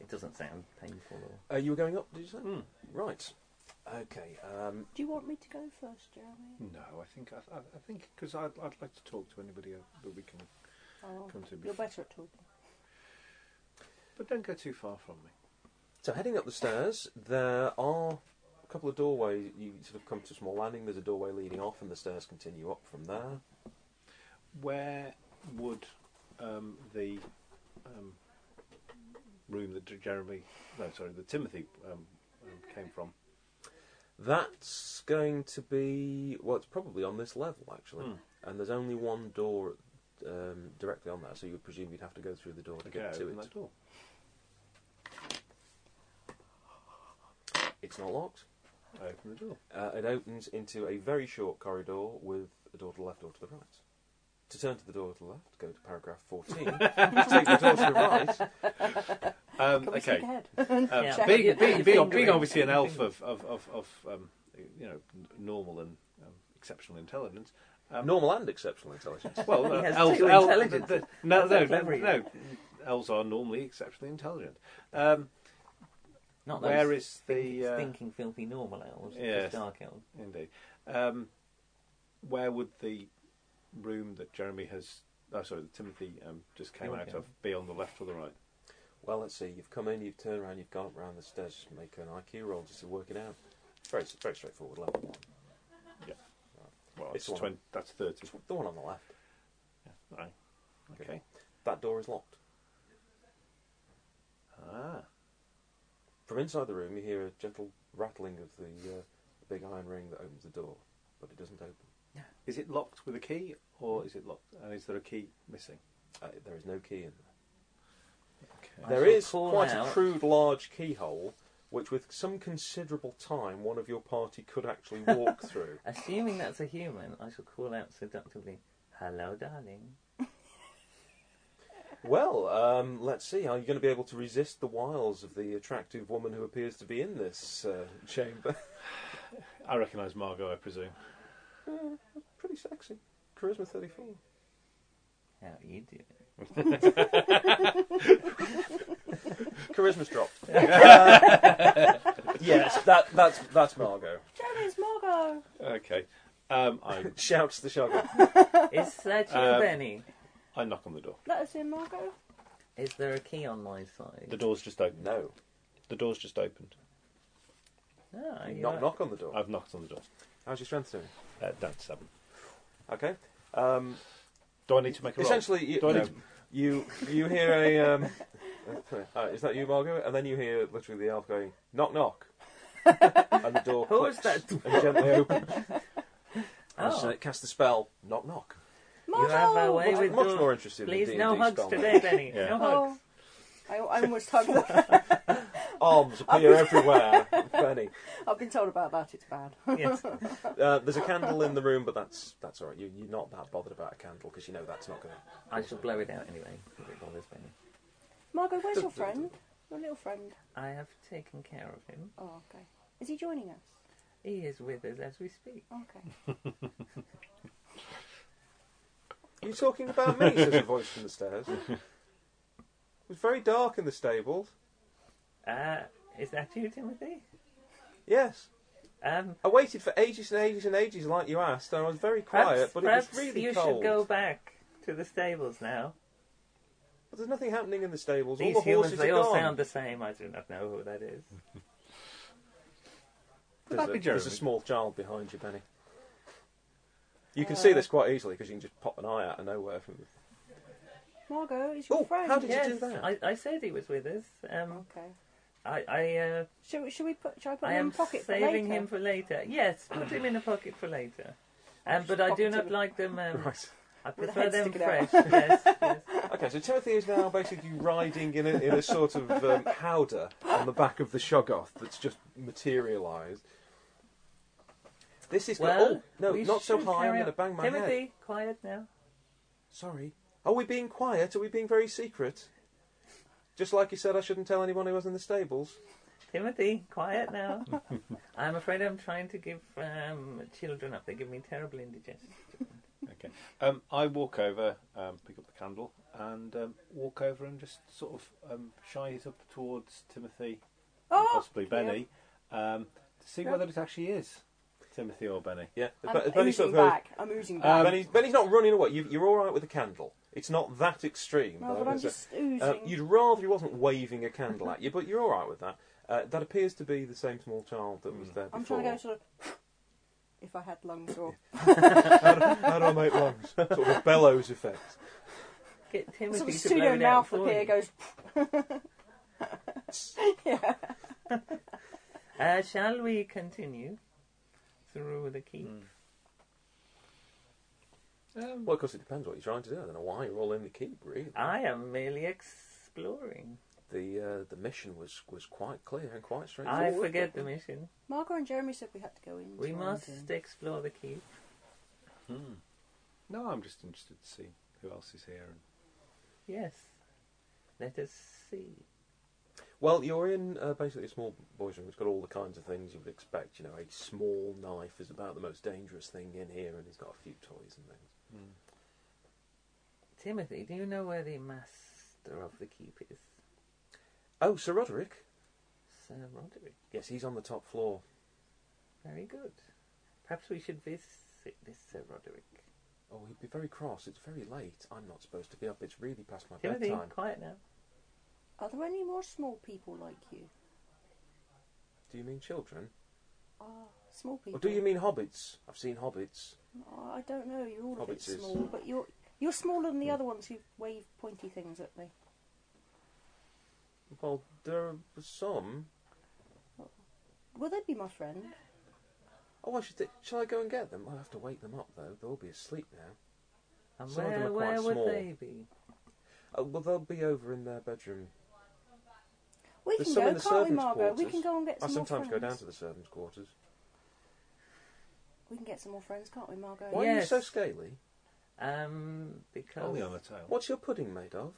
[SPEAKER 5] It doesn't sound painful. Or...
[SPEAKER 2] Uh, you were going up, did you say? Right. Okay. Um,
[SPEAKER 4] Do you want me to go first, Jeremy?
[SPEAKER 3] No, I think I, I I think because I'd, I'd like to talk to anybody uh, that we can,
[SPEAKER 4] Oh,
[SPEAKER 3] Come to me.
[SPEAKER 4] you're better at talking.
[SPEAKER 3] but don't go too far from me.
[SPEAKER 2] so heading up the stairs, there are a couple of doorways. You sort of come to a small landing. There's a doorway leading off, and the stairs continue up from there.
[SPEAKER 3] Where would um, the um, room that Jeremy, no, sorry, the Timothy um, um, came from?
[SPEAKER 2] That's going to be well. It's probably on this level actually,
[SPEAKER 3] Hmm.
[SPEAKER 2] and there's only one door um, directly on there, so you would presume you'd have to go through the door to
[SPEAKER 3] Okay,
[SPEAKER 2] get to
[SPEAKER 3] open
[SPEAKER 2] it.
[SPEAKER 3] that door.
[SPEAKER 2] It's not locked.
[SPEAKER 3] Open the door.
[SPEAKER 2] Uh, it opens into a very short corridor with a door to the left, door to the right. To turn to the door to the left, go to paragraph 14. to take the door to the right.
[SPEAKER 3] Um,
[SPEAKER 4] Can we
[SPEAKER 3] okay.
[SPEAKER 4] sneak ahead?
[SPEAKER 3] Um,
[SPEAKER 5] Yeah.
[SPEAKER 3] being,
[SPEAKER 5] Check
[SPEAKER 3] being,
[SPEAKER 5] your
[SPEAKER 3] being,
[SPEAKER 5] finger
[SPEAKER 3] being
[SPEAKER 5] in.
[SPEAKER 3] obviously an
[SPEAKER 5] Your
[SPEAKER 3] elf
[SPEAKER 5] finger.
[SPEAKER 3] of, of, of, of um, you know n- normal and um, exceptional intelligence. Um,
[SPEAKER 2] Normal and exceptional intelligence.
[SPEAKER 3] Well,
[SPEAKER 5] He
[SPEAKER 3] uh,
[SPEAKER 5] has
[SPEAKER 3] elves,
[SPEAKER 5] two
[SPEAKER 3] el-
[SPEAKER 5] intelligences.
[SPEAKER 3] th- th- no,
[SPEAKER 5] That's how
[SPEAKER 3] no, no,
[SPEAKER 5] clever he
[SPEAKER 3] no. Elves are normally exceptionally intelligent. Um,
[SPEAKER 5] Not those
[SPEAKER 3] where is
[SPEAKER 5] stinking,
[SPEAKER 3] the uh,
[SPEAKER 5] stinking, filthy normal elves?
[SPEAKER 3] Yes.
[SPEAKER 5] Just dark elves.
[SPEAKER 3] indeed? Um, where would the room that Jeremy has? Oh, sorry, that Timothy um, just came out
[SPEAKER 5] Okay.
[SPEAKER 3] of be on the left or the right?
[SPEAKER 2] well, let's see. You've come in, you've turned around, you've gone up round the stairs. Just make an IQ roll just to work it out. Very, very straightforward level one.
[SPEAKER 3] Well,
[SPEAKER 2] It's
[SPEAKER 3] it's
[SPEAKER 2] the one.
[SPEAKER 3] 20, that's thirty.
[SPEAKER 2] It's the one on the left.
[SPEAKER 3] Yeah, right. Okay.
[SPEAKER 2] That door is locked.
[SPEAKER 3] Ah.
[SPEAKER 2] From inside the room, you hear a gentle rattling of the uh, big iron ring that opens the door, but it doesn't open.
[SPEAKER 3] Is it locked with a key, or is it locked? And is there a key missing?
[SPEAKER 2] Uh, there is no key in there.
[SPEAKER 3] Okay.
[SPEAKER 5] I
[SPEAKER 2] There
[SPEAKER 5] shall
[SPEAKER 2] is
[SPEAKER 5] call
[SPEAKER 2] quite a
[SPEAKER 5] out-
[SPEAKER 2] crude large keyhole, which with some considerable time one of your party could actually walk through.
[SPEAKER 5] Assuming that's a human, I shall call out seductively, "Hello, darling."
[SPEAKER 2] Well, um, let's see. Are you going to be able to resist the wiles of the attractive woman who appears to be in this uh, chamber?
[SPEAKER 3] I recognise Margot, I presume.
[SPEAKER 2] Pretty sexy. Charisma 34.
[SPEAKER 5] How are you doing?
[SPEAKER 2] Charisma's dropped. Uh, yes, that, that's, that's Margot.
[SPEAKER 4] Jeremy, it's Margot.
[SPEAKER 3] Okay. Um, I
[SPEAKER 2] Shouts the shugger.
[SPEAKER 5] Is that you,
[SPEAKER 3] Um,
[SPEAKER 5] Benny?
[SPEAKER 3] I knock on the door.
[SPEAKER 4] Let us in, Margot.
[SPEAKER 5] Is there a key on my side?
[SPEAKER 3] The door's just opened.
[SPEAKER 2] No.
[SPEAKER 3] The door's just opened.
[SPEAKER 5] No, you
[SPEAKER 2] Knock,
[SPEAKER 5] are-
[SPEAKER 2] knock on the door.
[SPEAKER 3] I've knocked on the door.
[SPEAKER 2] How's your strength doing?
[SPEAKER 3] Uh, that's seven.
[SPEAKER 2] Okay. Um,
[SPEAKER 3] Do I need to make a roll?
[SPEAKER 2] Essentially, you,
[SPEAKER 3] Do I
[SPEAKER 2] no.
[SPEAKER 3] need
[SPEAKER 2] you you hear a um, uh, is that you, Margot? And then you hear literally the elf going knock knock, and the door Oh.
[SPEAKER 5] Who is
[SPEAKER 2] clicks
[SPEAKER 5] that?
[SPEAKER 2] and gently opens. And
[SPEAKER 5] Oh.
[SPEAKER 2] so it casts the spell knock knock.
[SPEAKER 5] You have our
[SPEAKER 4] Margot.
[SPEAKER 5] way
[SPEAKER 2] Much,
[SPEAKER 5] with
[SPEAKER 2] much
[SPEAKER 5] your-
[SPEAKER 2] more interested.
[SPEAKER 5] Please,
[SPEAKER 2] than
[SPEAKER 5] no
[SPEAKER 2] D&D
[SPEAKER 5] hugs
[SPEAKER 2] spell
[SPEAKER 5] today,
[SPEAKER 2] magic.
[SPEAKER 5] Benny.
[SPEAKER 3] Yeah.
[SPEAKER 5] No hugs.
[SPEAKER 4] Oh, I, I almost hugged her.
[SPEAKER 2] Arms appear everywhere. Benny,
[SPEAKER 4] I've been told about that. It's bad.
[SPEAKER 5] Yes.
[SPEAKER 2] uh, there's a candle in the room, but that's that's all right. You, you're not that bothered about a candle because you know that's not going to.
[SPEAKER 5] I shall blow it out anyway. If it bothers Benny.
[SPEAKER 4] Margot, where's your friend? Your little friend.
[SPEAKER 5] I have taken care of him.
[SPEAKER 4] Oh, okay. Is he joining us?
[SPEAKER 5] He is with us as we speak.
[SPEAKER 4] Okay.
[SPEAKER 2] You talking about me? says a voice from the stairs. It was very dark in the stables.
[SPEAKER 5] Uh, is that you, Timothy?
[SPEAKER 2] Yes.
[SPEAKER 5] Um,
[SPEAKER 2] I waited for ages and ages and ages, like you asked, and I was very quiet,
[SPEAKER 5] perhaps,
[SPEAKER 2] but it
[SPEAKER 5] perhaps
[SPEAKER 2] was really
[SPEAKER 5] you
[SPEAKER 2] cold.
[SPEAKER 5] should go back to the stables now.
[SPEAKER 2] But there's nothing happening in the stables.
[SPEAKER 5] These
[SPEAKER 2] all the
[SPEAKER 5] humans,
[SPEAKER 2] horses
[SPEAKER 5] they
[SPEAKER 2] are
[SPEAKER 5] all
[SPEAKER 2] gone.
[SPEAKER 5] sound the same. I do not know who that is.
[SPEAKER 2] There's,
[SPEAKER 3] Could that
[SPEAKER 2] a,
[SPEAKER 3] be
[SPEAKER 2] there's a
[SPEAKER 3] Jeremy?
[SPEAKER 2] small child behind you, Benny. You can
[SPEAKER 5] Uh,
[SPEAKER 2] see this quite easily because you can just pop an eye out of nowhere. From...
[SPEAKER 4] Margot, is your
[SPEAKER 2] Oh,
[SPEAKER 4] friend?
[SPEAKER 2] how did
[SPEAKER 5] yes,
[SPEAKER 2] you do that?
[SPEAKER 5] I, I said he was with us. Um,
[SPEAKER 4] Okay.
[SPEAKER 5] I, I, uh,
[SPEAKER 4] Should we, should we put? Should I Oh. put
[SPEAKER 5] I
[SPEAKER 4] him
[SPEAKER 5] am
[SPEAKER 4] in pocket for
[SPEAKER 5] saving
[SPEAKER 4] later?
[SPEAKER 5] him for later. Yes, put him in a pocket for later. Um, but I do
[SPEAKER 4] pocket
[SPEAKER 5] not
[SPEAKER 4] him.
[SPEAKER 5] like them. Um,
[SPEAKER 2] Right.
[SPEAKER 5] I
[SPEAKER 4] With the
[SPEAKER 5] prefer
[SPEAKER 4] head
[SPEAKER 5] them
[SPEAKER 4] sticking out.
[SPEAKER 5] fresh. yes, yes.
[SPEAKER 2] Okay, so Timothy is now basically riding in a, in a sort of um, powder on the back of the Shoggoth that's just materialised. This is
[SPEAKER 5] Well,
[SPEAKER 2] oh no,
[SPEAKER 5] we
[SPEAKER 2] not so
[SPEAKER 5] should
[SPEAKER 2] high. I'm
[SPEAKER 5] carry
[SPEAKER 2] going to
[SPEAKER 5] on.
[SPEAKER 2] bang my
[SPEAKER 5] Timothy,
[SPEAKER 2] head.
[SPEAKER 5] quiet now.
[SPEAKER 2] Sorry. Are we being quiet? Are we being very secret? Just like you said, I shouldn't tell anyone who was in the stables.
[SPEAKER 5] Timothy, quiet now. I'm afraid I'm trying to give um, children up. They give me terrible indigestion.
[SPEAKER 3] Okay. Um, I walk over, um, pick up the candle, and um, walk over and just sort of um, shy it up towards Timothy, and
[SPEAKER 4] Oh,
[SPEAKER 3] possibly Benny, um, to see whether it actually is Timothy or Benny.
[SPEAKER 2] Yeah, Um,
[SPEAKER 4] I'm
[SPEAKER 2] but
[SPEAKER 4] oozing back. I'm oozing back.
[SPEAKER 2] Benny's, Benny's not running away. You, you're all right with a candle. It's not that extreme.
[SPEAKER 4] no,
[SPEAKER 2] though,
[SPEAKER 4] but I'm
[SPEAKER 2] is it?
[SPEAKER 4] just oozing.
[SPEAKER 2] Uh, you'd rather he wasn't waving a candle at you, but you're all right with that. Uh, that appears to be the same small child that was there before.
[SPEAKER 4] I'm trying to go sort of. If I had lungs or
[SPEAKER 2] how, do, how do I make lungs? Sort of a bellows effect.
[SPEAKER 5] Get Timothy
[SPEAKER 4] sort of
[SPEAKER 5] to blow
[SPEAKER 4] pseudo
[SPEAKER 5] it out
[SPEAKER 4] mouth
[SPEAKER 5] for
[SPEAKER 4] appear
[SPEAKER 5] you.
[SPEAKER 4] goes. yeah.
[SPEAKER 5] Uh, shall we continue through the keep?
[SPEAKER 2] Hmm.
[SPEAKER 3] Um,
[SPEAKER 2] Well, of course, it depends what you're trying to do. I don't know why you're all in the keep, really.
[SPEAKER 5] I am merely exploring.
[SPEAKER 2] The uh, the mission was, was quite clear and quite straightforward.
[SPEAKER 5] I forget the mission.
[SPEAKER 4] Margot and Jeremy said we had to go in.
[SPEAKER 5] We
[SPEAKER 4] tomorrow
[SPEAKER 5] must
[SPEAKER 4] morning.
[SPEAKER 5] explore the keep.
[SPEAKER 3] no, I'm just interested to see who else is here. And
[SPEAKER 5] Yes. Let us see.
[SPEAKER 2] Well, you're in uh, basically a small boys' room. It's got all the kinds of things you would expect. You know, a small knife is about the most dangerous thing in here, and he's got a few toys and things.
[SPEAKER 5] Timothy, do you know where the master of the keep is?
[SPEAKER 2] Oh, Sir Roderick.
[SPEAKER 5] Sir Roderick.
[SPEAKER 2] Yes, he's on the top floor.
[SPEAKER 5] Very good. Perhaps we should visit this Sir Roderick.
[SPEAKER 2] Oh, he'd be very cross. It's very late. I'm not supposed to be up. It's really past my
[SPEAKER 5] Timothy,
[SPEAKER 2] bedtime.
[SPEAKER 5] quiet now.
[SPEAKER 4] Are there any more small people like you?
[SPEAKER 2] Do you mean children?
[SPEAKER 4] Ah, small people.
[SPEAKER 2] Or do you mean hobbits? I've seen hobbits.
[SPEAKER 4] Oh, I don't know. You're all a bit
[SPEAKER 2] Hobbits is-
[SPEAKER 4] small, but you're you're smaller than the other ones who wave pointy things at me.
[SPEAKER 2] Well, there are some.
[SPEAKER 4] Will they be my friend?
[SPEAKER 2] Oh, I should. Th- shall I go and get them? I'll have to wake them up though. They'll be asleep now.
[SPEAKER 5] And
[SPEAKER 2] Some of them
[SPEAKER 5] where,
[SPEAKER 2] are
[SPEAKER 5] where
[SPEAKER 2] quite
[SPEAKER 5] would
[SPEAKER 2] small.
[SPEAKER 5] they be?
[SPEAKER 2] Oh, well, they'll be over in their bedroom.
[SPEAKER 4] We
[SPEAKER 2] There's
[SPEAKER 4] can
[SPEAKER 2] some
[SPEAKER 4] go,
[SPEAKER 2] in the
[SPEAKER 4] can't we,
[SPEAKER 2] servants'
[SPEAKER 4] Margot? We
[SPEAKER 2] quarters.
[SPEAKER 4] can go and get
[SPEAKER 2] I
[SPEAKER 4] some
[SPEAKER 2] sometimes
[SPEAKER 4] more
[SPEAKER 2] go
[SPEAKER 4] friends.
[SPEAKER 2] down to the servants' quarters.
[SPEAKER 4] We can get some more friends, can't we, Margot?
[SPEAKER 2] Why are you
[SPEAKER 5] Yes.
[SPEAKER 2] so scaly?
[SPEAKER 5] Um, because
[SPEAKER 3] Only on the tail.
[SPEAKER 2] What's your pudding made of?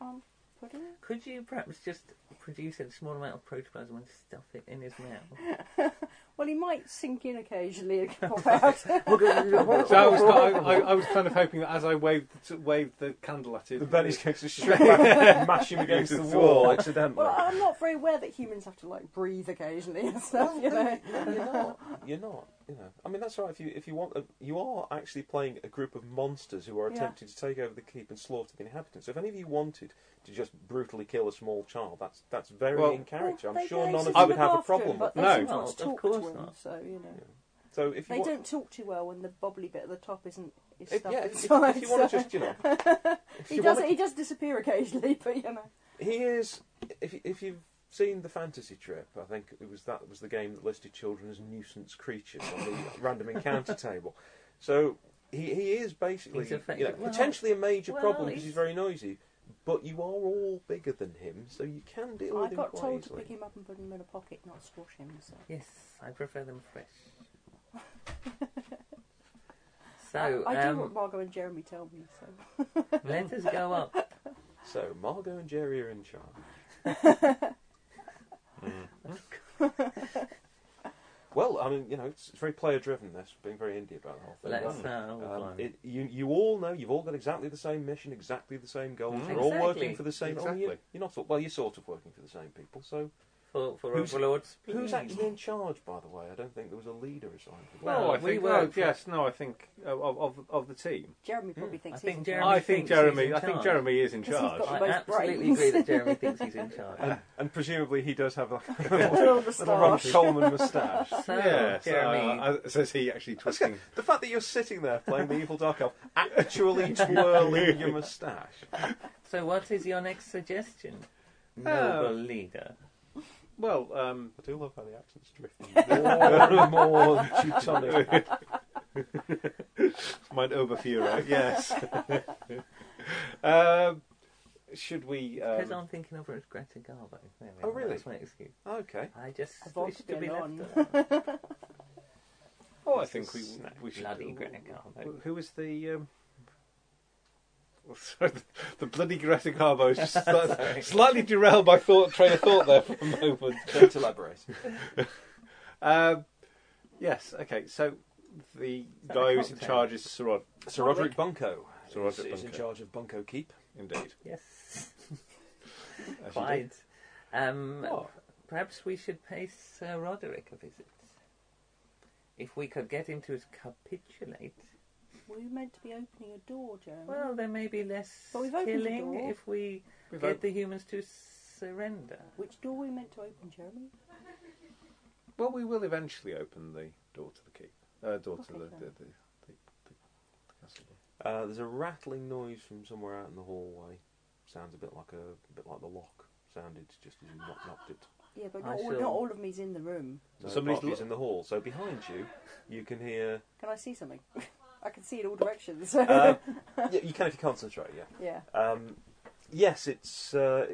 [SPEAKER 4] Um, pudding?
[SPEAKER 5] could you perhaps just produce a small amount of protoplasm and stuff it in his mouth?
[SPEAKER 4] Well, he might sink in occasionally and pop out.
[SPEAKER 3] So I was, I, I, I was kind of hoping that as I waved the, waved the candle at it,
[SPEAKER 2] going to straight mash him
[SPEAKER 3] against the wall
[SPEAKER 2] accidentally.
[SPEAKER 4] well, I'm not very aware that humans have to like breathe occasionally and stuff, you know.
[SPEAKER 2] you're not. You're not. You know. I mean, that's all right. If you if you want, a, you are actually playing a group of monsters who are
[SPEAKER 4] Yeah.
[SPEAKER 2] attempting to take over the keep and slaughter the inhabitants. So if any of you wanted to just brutally kill a small child, that's that's very
[SPEAKER 3] Well-
[SPEAKER 2] in character.
[SPEAKER 4] Well,
[SPEAKER 2] I'm
[SPEAKER 4] they-
[SPEAKER 2] sure
[SPEAKER 4] they
[SPEAKER 2] none of
[SPEAKER 4] seem to
[SPEAKER 2] you
[SPEAKER 3] I
[SPEAKER 2] would
[SPEAKER 4] look
[SPEAKER 2] have a
[SPEAKER 4] after
[SPEAKER 2] problem
[SPEAKER 4] him,
[SPEAKER 2] with that.
[SPEAKER 4] but they
[SPEAKER 3] No.
[SPEAKER 4] sometimes
[SPEAKER 5] Of
[SPEAKER 4] talk
[SPEAKER 5] course
[SPEAKER 4] to him,
[SPEAKER 5] not.
[SPEAKER 4] so you know.
[SPEAKER 2] So if you
[SPEAKER 4] They
[SPEAKER 2] want,
[SPEAKER 4] don't talk too well when the bobbly bit at the top isn't is
[SPEAKER 2] if,
[SPEAKER 4] stuff
[SPEAKER 2] yeah, if, if
[SPEAKER 4] inside.
[SPEAKER 2] you want
[SPEAKER 4] so-
[SPEAKER 2] to just you know, if
[SPEAKER 4] he
[SPEAKER 2] you
[SPEAKER 4] does
[SPEAKER 2] wanna-
[SPEAKER 4] he does disappear occasionally, but you know.
[SPEAKER 2] He is. If if you've seen the Fantasy Trip, I think it was that was the game that listed children as nuisance creatures on the random encounter table. So he he is basically
[SPEAKER 5] He's
[SPEAKER 2] you
[SPEAKER 5] affected-
[SPEAKER 2] know,
[SPEAKER 5] well,
[SPEAKER 2] potentially a major
[SPEAKER 5] well,
[SPEAKER 2] problem because
[SPEAKER 5] he's-
[SPEAKER 2] he's very noisy. But you are all bigger than him, so you can deal with
[SPEAKER 4] I
[SPEAKER 2] him
[SPEAKER 4] got
[SPEAKER 2] quite
[SPEAKER 4] told to
[SPEAKER 2] easily.
[SPEAKER 4] pick him up and put him in a pocket, not squash him. So.
[SPEAKER 5] yes, I prefer them fresh. So
[SPEAKER 4] I, I do what
[SPEAKER 5] um,
[SPEAKER 4] Margot and Jeremy tell me. So
[SPEAKER 5] let us go up.
[SPEAKER 2] So Margot and Jerry are in charge. Mm. well, I mean, you know, it's, it's very player driven. This being very indie about the whole thing.
[SPEAKER 5] Let's
[SPEAKER 2] wasn't it?
[SPEAKER 5] uh, hold
[SPEAKER 2] Um,
[SPEAKER 5] on.
[SPEAKER 2] it, you, you all know you've all got exactly the same mission, exactly the same goals.
[SPEAKER 3] Mm.
[SPEAKER 2] You're all working
[SPEAKER 5] Exactly.
[SPEAKER 2] for the same. oh, you,
[SPEAKER 3] Exactly.
[SPEAKER 2] you're not. Well, you're sort of working for the same people. So
[SPEAKER 5] for for
[SPEAKER 2] who's-
[SPEAKER 5] overlords.
[SPEAKER 2] who's
[SPEAKER 5] please.
[SPEAKER 2] actually in charge, by the way? I don't think there was a leader assigned. For that.
[SPEAKER 5] Well,
[SPEAKER 3] Well, I
[SPEAKER 5] we
[SPEAKER 3] think
[SPEAKER 5] were-
[SPEAKER 3] oh, yes. No, I think uh, of of, of the team.
[SPEAKER 4] Jeremy probably thinks
[SPEAKER 5] I
[SPEAKER 4] he's
[SPEAKER 5] think
[SPEAKER 4] in
[SPEAKER 5] Jeremy-
[SPEAKER 4] charge.
[SPEAKER 3] I think
[SPEAKER 5] thinks he's in
[SPEAKER 3] Jeremy. I think
[SPEAKER 5] charge.
[SPEAKER 3] Jeremy is in
[SPEAKER 4] Because he's
[SPEAKER 3] charge.
[SPEAKER 4] got
[SPEAKER 5] I
[SPEAKER 4] Both
[SPEAKER 5] absolutely
[SPEAKER 4] brains.
[SPEAKER 5] agree that Jeremy thinks he's in charge.
[SPEAKER 2] and, and presumably he does have like a
[SPEAKER 4] Drill the
[SPEAKER 2] little Ron
[SPEAKER 4] stars.
[SPEAKER 2] Coleman moustache.
[SPEAKER 5] So,
[SPEAKER 3] yeah, so,
[SPEAKER 5] Jeremy,
[SPEAKER 3] uh, I- says he actually twisting.
[SPEAKER 2] The fact that you're sitting there playing the evil dark elf, actually twirling your moustache.
[SPEAKER 5] so what is your next suggestion, noble
[SPEAKER 3] Oh.
[SPEAKER 5] leader?
[SPEAKER 3] Well, um,
[SPEAKER 2] I do love how the accent's drifting more and more Teutonic.
[SPEAKER 3] mein Oberführer. yes.
[SPEAKER 2] Uh,
[SPEAKER 3] um, should we?
[SPEAKER 5] Because
[SPEAKER 3] Um,
[SPEAKER 5] I'm thinking of her as Greta Garbo. There we
[SPEAKER 2] Oh,
[SPEAKER 5] are,
[SPEAKER 2] really?
[SPEAKER 5] That's my excuse.
[SPEAKER 2] Okay.
[SPEAKER 5] I just
[SPEAKER 4] I want
[SPEAKER 5] wish
[SPEAKER 4] to
[SPEAKER 5] to
[SPEAKER 4] be
[SPEAKER 5] be left
[SPEAKER 4] alone.
[SPEAKER 5] alone.
[SPEAKER 3] oh, I think we we should.
[SPEAKER 5] Bloody Greta Garbo.
[SPEAKER 3] Who was the? Um, Sorry, the- the bloody Greta Garbo has just sli- slightly derailed my thought train of thought there for a moment.
[SPEAKER 2] Don't elaborate.
[SPEAKER 3] Um, yes, okay. So the guy who's in
[SPEAKER 5] cocktail?
[SPEAKER 3] charge is Sir Rod.
[SPEAKER 2] Sir Roderick Bunko
[SPEAKER 3] Sir Roderick
[SPEAKER 2] is, is in
[SPEAKER 3] Bunko.
[SPEAKER 2] charge of Bunko Keep.
[SPEAKER 3] Indeed.
[SPEAKER 5] Yes,
[SPEAKER 3] as you do.
[SPEAKER 5] quite. Um,
[SPEAKER 2] What?
[SPEAKER 5] Perhaps we should pay Sir Roderick a visit. If we could get him to capitulate,
[SPEAKER 4] Mm. Were you meant to be opening a door, Jeremy?
[SPEAKER 5] well, there may be less
[SPEAKER 4] But we've opened the
[SPEAKER 5] killing
[SPEAKER 4] door.
[SPEAKER 5] if we
[SPEAKER 3] We've
[SPEAKER 5] get
[SPEAKER 3] op-
[SPEAKER 5] the humans to s- surrender.
[SPEAKER 4] Which door were we meant to open, Jeremy?
[SPEAKER 3] Well, we will eventually open the door to the keep. Uh, door to
[SPEAKER 4] Okay,
[SPEAKER 3] the, the,
[SPEAKER 4] fair
[SPEAKER 3] the,
[SPEAKER 4] enough.
[SPEAKER 3] the, the castle door.
[SPEAKER 2] Uh, there's a rattling noise from somewhere out in the hallway. Sounds a bit like a, a bit like the lock sounded just as you knock- knocked it.
[SPEAKER 4] Yeah, but
[SPEAKER 5] I
[SPEAKER 4] not all,
[SPEAKER 5] shall-
[SPEAKER 4] not all of me's in the room.
[SPEAKER 2] No,
[SPEAKER 3] Somebody's
[SPEAKER 2] Somebody's
[SPEAKER 3] lo-
[SPEAKER 2] in the hall. So behind you, you can hear.
[SPEAKER 4] Can I see something? I can see in all directions.
[SPEAKER 2] Uh, yeah, you can if you concentrate. Yeah.
[SPEAKER 4] yeah.
[SPEAKER 2] Um, yes, it's uh,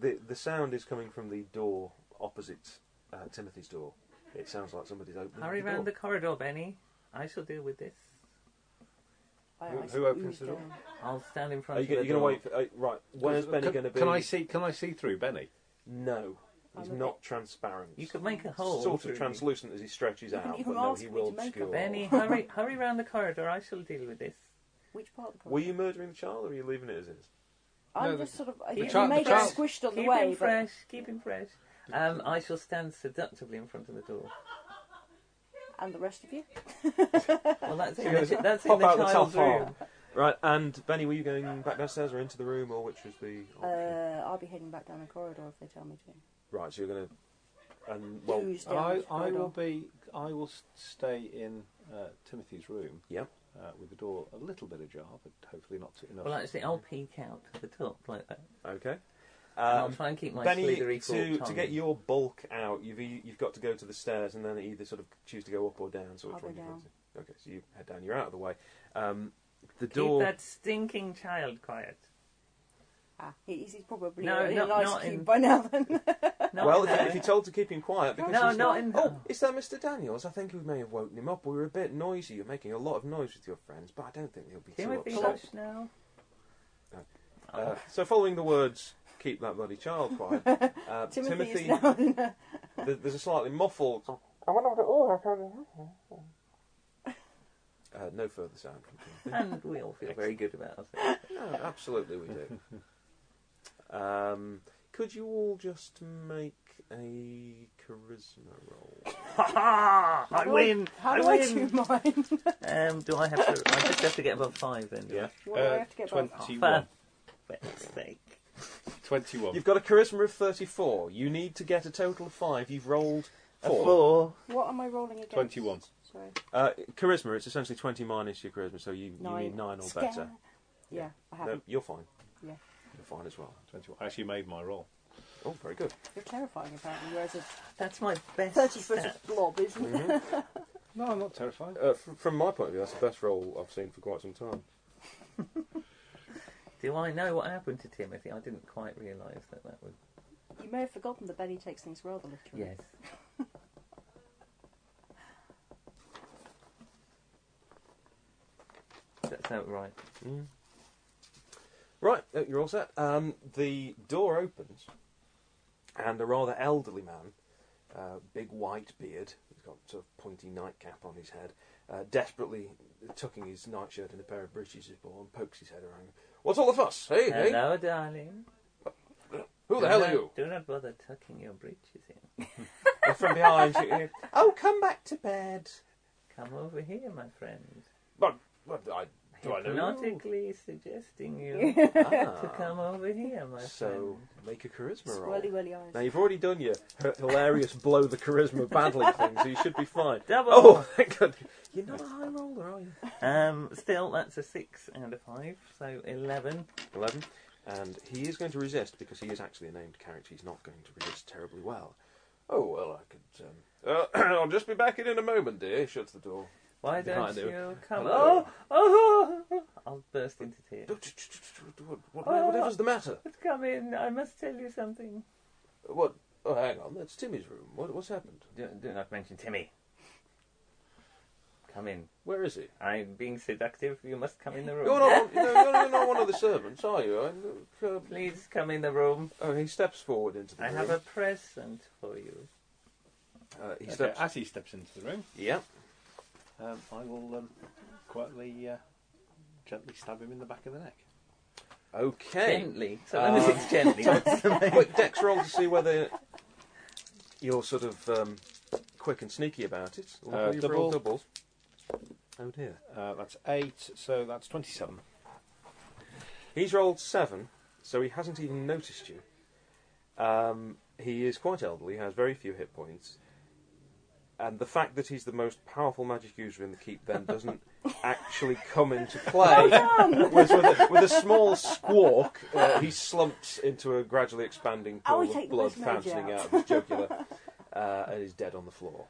[SPEAKER 2] the the sound is coming from the door opposite uh, Timothy's door. It sounds like somebody's opening
[SPEAKER 5] Hurry
[SPEAKER 2] the door.
[SPEAKER 5] round the corridor, Benny. I shall deal with this.
[SPEAKER 4] I,
[SPEAKER 3] Who-
[SPEAKER 4] I
[SPEAKER 3] who opens
[SPEAKER 4] squeezed
[SPEAKER 3] the door?
[SPEAKER 4] down.
[SPEAKER 5] I'll stand in front
[SPEAKER 2] Are you
[SPEAKER 5] of
[SPEAKER 2] going
[SPEAKER 5] the
[SPEAKER 2] to
[SPEAKER 5] door.
[SPEAKER 2] wait? For, uh, right. Where's Benny
[SPEAKER 3] Can-
[SPEAKER 2] going to be?
[SPEAKER 3] Can I see? Can I see through Benny?
[SPEAKER 2] No, he's
[SPEAKER 4] I'm a
[SPEAKER 2] not transparent.
[SPEAKER 5] You could make a hole.
[SPEAKER 2] sort
[SPEAKER 5] through
[SPEAKER 2] of
[SPEAKER 5] me.
[SPEAKER 2] translucent as he stretches
[SPEAKER 4] You can-
[SPEAKER 2] out,
[SPEAKER 4] you
[SPEAKER 2] but
[SPEAKER 4] can
[SPEAKER 2] no,
[SPEAKER 4] ask
[SPEAKER 2] he
[SPEAKER 4] me
[SPEAKER 2] will
[SPEAKER 4] to make a
[SPEAKER 2] obscure.
[SPEAKER 5] Benny, hurry, hurry round the corridor. I shall deal with this.
[SPEAKER 4] Which part of the
[SPEAKER 2] Were
[SPEAKER 4] corridor?
[SPEAKER 2] you murdering the child, or are you leaving it as is?
[SPEAKER 4] I'm
[SPEAKER 3] No, the-
[SPEAKER 4] just sort of. I
[SPEAKER 5] the
[SPEAKER 4] you
[SPEAKER 5] child-
[SPEAKER 4] may
[SPEAKER 5] the
[SPEAKER 4] get
[SPEAKER 5] child-
[SPEAKER 4] squished on
[SPEAKER 5] keep
[SPEAKER 4] the way,
[SPEAKER 5] him fresh. Keep him fresh. Um, I shall stand seductively in front of the door.
[SPEAKER 4] but and the rest of you.
[SPEAKER 5] Well,
[SPEAKER 2] You're
[SPEAKER 5] that's in the,
[SPEAKER 2] gonna
[SPEAKER 5] chi- that's in
[SPEAKER 2] pop
[SPEAKER 5] the
[SPEAKER 2] out the top
[SPEAKER 5] child's
[SPEAKER 2] half.
[SPEAKER 5] room.
[SPEAKER 2] Right. And Benny, were you going back downstairs or into the room, or which was the? option?
[SPEAKER 4] Uh, I'll be heading back down the corridor if they tell me to.
[SPEAKER 2] right. So you're going to. And well,
[SPEAKER 4] Who's down
[SPEAKER 3] I,
[SPEAKER 4] the
[SPEAKER 3] I
[SPEAKER 4] corridor?
[SPEAKER 3] will be. I will s- stay in uh, Timothy's room.
[SPEAKER 2] Yeah.
[SPEAKER 3] Uh, with the door a little bit ajar, but hopefully not too enough.
[SPEAKER 5] Well, actually, I'll peek out at the top like that.
[SPEAKER 2] okay.
[SPEAKER 5] And I'll
[SPEAKER 2] Um,
[SPEAKER 5] try and keep my
[SPEAKER 2] Benny,
[SPEAKER 5] slithery
[SPEAKER 2] to,
[SPEAKER 5] fork
[SPEAKER 2] to get
[SPEAKER 5] on.
[SPEAKER 2] your bulk out, you've e- you've got to go to the stairs and then either sort of choose to go up or down. So
[SPEAKER 4] I'll
[SPEAKER 2] which
[SPEAKER 4] go
[SPEAKER 2] one do you
[SPEAKER 4] down.
[SPEAKER 2] fancy? Okay, so you head down. You're out of the way. Um, the
[SPEAKER 5] Keep
[SPEAKER 2] door.
[SPEAKER 5] that stinking child quiet.
[SPEAKER 4] Ah, he- he's he's probably
[SPEAKER 5] No,
[SPEAKER 4] in
[SPEAKER 5] not-
[SPEAKER 4] an ice
[SPEAKER 5] not
[SPEAKER 4] cube
[SPEAKER 5] in-
[SPEAKER 4] by now. Then
[SPEAKER 5] Not
[SPEAKER 2] well,
[SPEAKER 5] in
[SPEAKER 2] if, you-
[SPEAKER 5] there.
[SPEAKER 2] if you're told to keep him quiet, because
[SPEAKER 5] No,
[SPEAKER 2] he's
[SPEAKER 5] not
[SPEAKER 2] like,
[SPEAKER 5] in-
[SPEAKER 2] Oh, is that Mr. Daniels? I think we may have woken him up. We were a bit noisy. You're making a lot of noise with your friends, but I don't think they'll be
[SPEAKER 5] Timothy,
[SPEAKER 2] too
[SPEAKER 5] hush
[SPEAKER 2] upset.
[SPEAKER 5] now.
[SPEAKER 2] Uh, so, following the words, "Keep that bloody child quiet," uh,
[SPEAKER 4] Timothy
[SPEAKER 2] Timothy.
[SPEAKER 4] is now. in a-
[SPEAKER 2] th- there's a slightly muffled.
[SPEAKER 5] I wonder what it all
[SPEAKER 2] Uh, no further sound from Timothy.
[SPEAKER 5] And we all feel very good about ourselves.
[SPEAKER 2] No, absolutely we do. um, could you all just make a charisma roll?
[SPEAKER 5] Ha ha! I win!
[SPEAKER 4] How
[SPEAKER 5] I
[SPEAKER 4] do I, do
[SPEAKER 5] win!
[SPEAKER 4] mine?
[SPEAKER 5] Um, do I have to? I just have to get above five then. do I?
[SPEAKER 4] what
[SPEAKER 3] Uh,
[SPEAKER 4] do I have to get by?
[SPEAKER 5] For
[SPEAKER 3] Twenty-one.
[SPEAKER 5] fuck's sake.
[SPEAKER 3] Twenty-one.
[SPEAKER 2] You've got a charisma of 34. You need to get a total of 5. You've rolled 4.
[SPEAKER 5] A four.
[SPEAKER 4] What am I rolling against?
[SPEAKER 3] 21.
[SPEAKER 4] Sorry.
[SPEAKER 2] Uh, charisma, it's essentially 20 minus your charisma, so you, you
[SPEAKER 4] Nine.
[SPEAKER 2] need 9 or
[SPEAKER 4] Scare.
[SPEAKER 2] better.
[SPEAKER 4] Yeah, I
[SPEAKER 2] No,
[SPEAKER 4] haven't.
[SPEAKER 2] you're fine.
[SPEAKER 4] Yeah.
[SPEAKER 2] You're fine as well.
[SPEAKER 3] Twenty-one. I actually made my roll.
[SPEAKER 2] Oh, very good.
[SPEAKER 4] You're terrifying, apparently. Whereas a Mm-hmm.
[SPEAKER 5] That's my best.
[SPEAKER 4] 30
[SPEAKER 5] stat.
[SPEAKER 4] foot blob is.
[SPEAKER 3] No, I'm not terrified.
[SPEAKER 2] Uh, fr- from my point of view, that's the best roll I've seen for quite some time.
[SPEAKER 5] Do I know what happened to Timothy? I didn't quite realise that that was.
[SPEAKER 4] You may have forgotten that Benny takes things rather literally.
[SPEAKER 5] Yes. That's sound right.
[SPEAKER 2] Right, uh, you're all set. Um, the door opens, and a rather elderly man, uh, big white beard, he's got sort of pointy nightcap on his head, uh, desperately tucking his nightshirt in a pair of breeches he's worn, pokes his head around. What's all the fuss? Hey, hey,
[SPEAKER 5] Hello, darling.
[SPEAKER 2] who the
[SPEAKER 5] Do
[SPEAKER 2] hell
[SPEAKER 5] not-
[SPEAKER 2] are you?
[SPEAKER 5] Do not bother tucking your breeches in.
[SPEAKER 2] And from behind, she, oh, come back to bed.
[SPEAKER 5] Come over here, my friend.
[SPEAKER 2] But, but I, do I know you?
[SPEAKER 5] Hypnotically suggesting you to
[SPEAKER 2] Ah,
[SPEAKER 5] come over here, my
[SPEAKER 2] so
[SPEAKER 5] friend.
[SPEAKER 2] make a charisma roll.
[SPEAKER 4] Swirly, whirly eyes.
[SPEAKER 2] Now you've already done your h- hilarious blow the charisma badly thing, so you should be fine.
[SPEAKER 5] Double.
[SPEAKER 2] Oh, thank God. You're not a high roller, are you?
[SPEAKER 5] Um, still, that's a six and a five, so eleven.
[SPEAKER 2] Eleven, and he is going to resist because he is actually a named character. He's not going to resist terribly well. Oh well, I could. Um... Uh, I'll just be back in in a moment, dear. Shuts the door.
[SPEAKER 5] Why
[SPEAKER 2] Behind
[SPEAKER 5] don't
[SPEAKER 2] you.
[SPEAKER 5] you come?
[SPEAKER 2] Hello.
[SPEAKER 5] Oh, oh, I'll burst into tears.
[SPEAKER 2] What, what, whatever's the matter?
[SPEAKER 5] Come in. I must tell you something.
[SPEAKER 2] What? Oh, hang on. That's Timmy's room. What, what's happened?
[SPEAKER 5] Do, do not mention Timmy. Come in.
[SPEAKER 2] Where is he?
[SPEAKER 5] I'm being seductive. You must come in the room.
[SPEAKER 2] You're not. One, no, you're, you're not one of the servants, are you? I, uh,
[SPEAKER 5] Please come in the room.
[SPEAKER 2] oh, he steps forward into the
[SPEAKER 5] I
[SPEAKER 2] room.
[SPEAKER 5] have a present for you.
[SPEAKER 2] Uh, he
[SPEAKER 3] Okay,
[SPEAKER 2] steps.
[SPEAKER 3] As he steps into the room,
[SPEAKER 2] Yeah.
[SPEAKER 3] um, I will um, quietly, uh, gently stab him in the back of the neck.
[SPEAKER 2] Okay.
[SPEAKER 5] Gently. So long as
[SPEAKER 2] Uh,
[SPEAKER 5] it's gently. Ah. that's the main-
[SPEAKER 2] Quick dex roll to see whether you're sort of um, quick and sneaky about it. Or
[SPEAKER 3] Uh,
[SPEAKER 2] whether you've rolled
[SPEAKER 3] double.
[SPEAKER 2] doubles. Oh dear.
[SPEAKER 3] Uh, that's eight, so that's twenty-seven.
[SPEAKER 2] He's rolled seven, so he hasn't even noticed you. Um, he is quite elderly, has very few hit points, and the fact that he's the most powerful magic user in the keep then doesn't actually come into play. Whereas with, a, with a small squawk, uh, he slumps into a gradually expanding
[SPEAKER 4] Oh,
[SPEAKER 2] pool
[SPEAKER 4] he
[SPEAKER 2] of
[SPEAKER 4] take the
[SPEAKER 2] blood
[SPEAKER 4] most major
[SPEAKER 2] fountaining
[SPEAKER 4] out.
[SPEAKER 2] out of his jugular, uh, and is dead on the floor.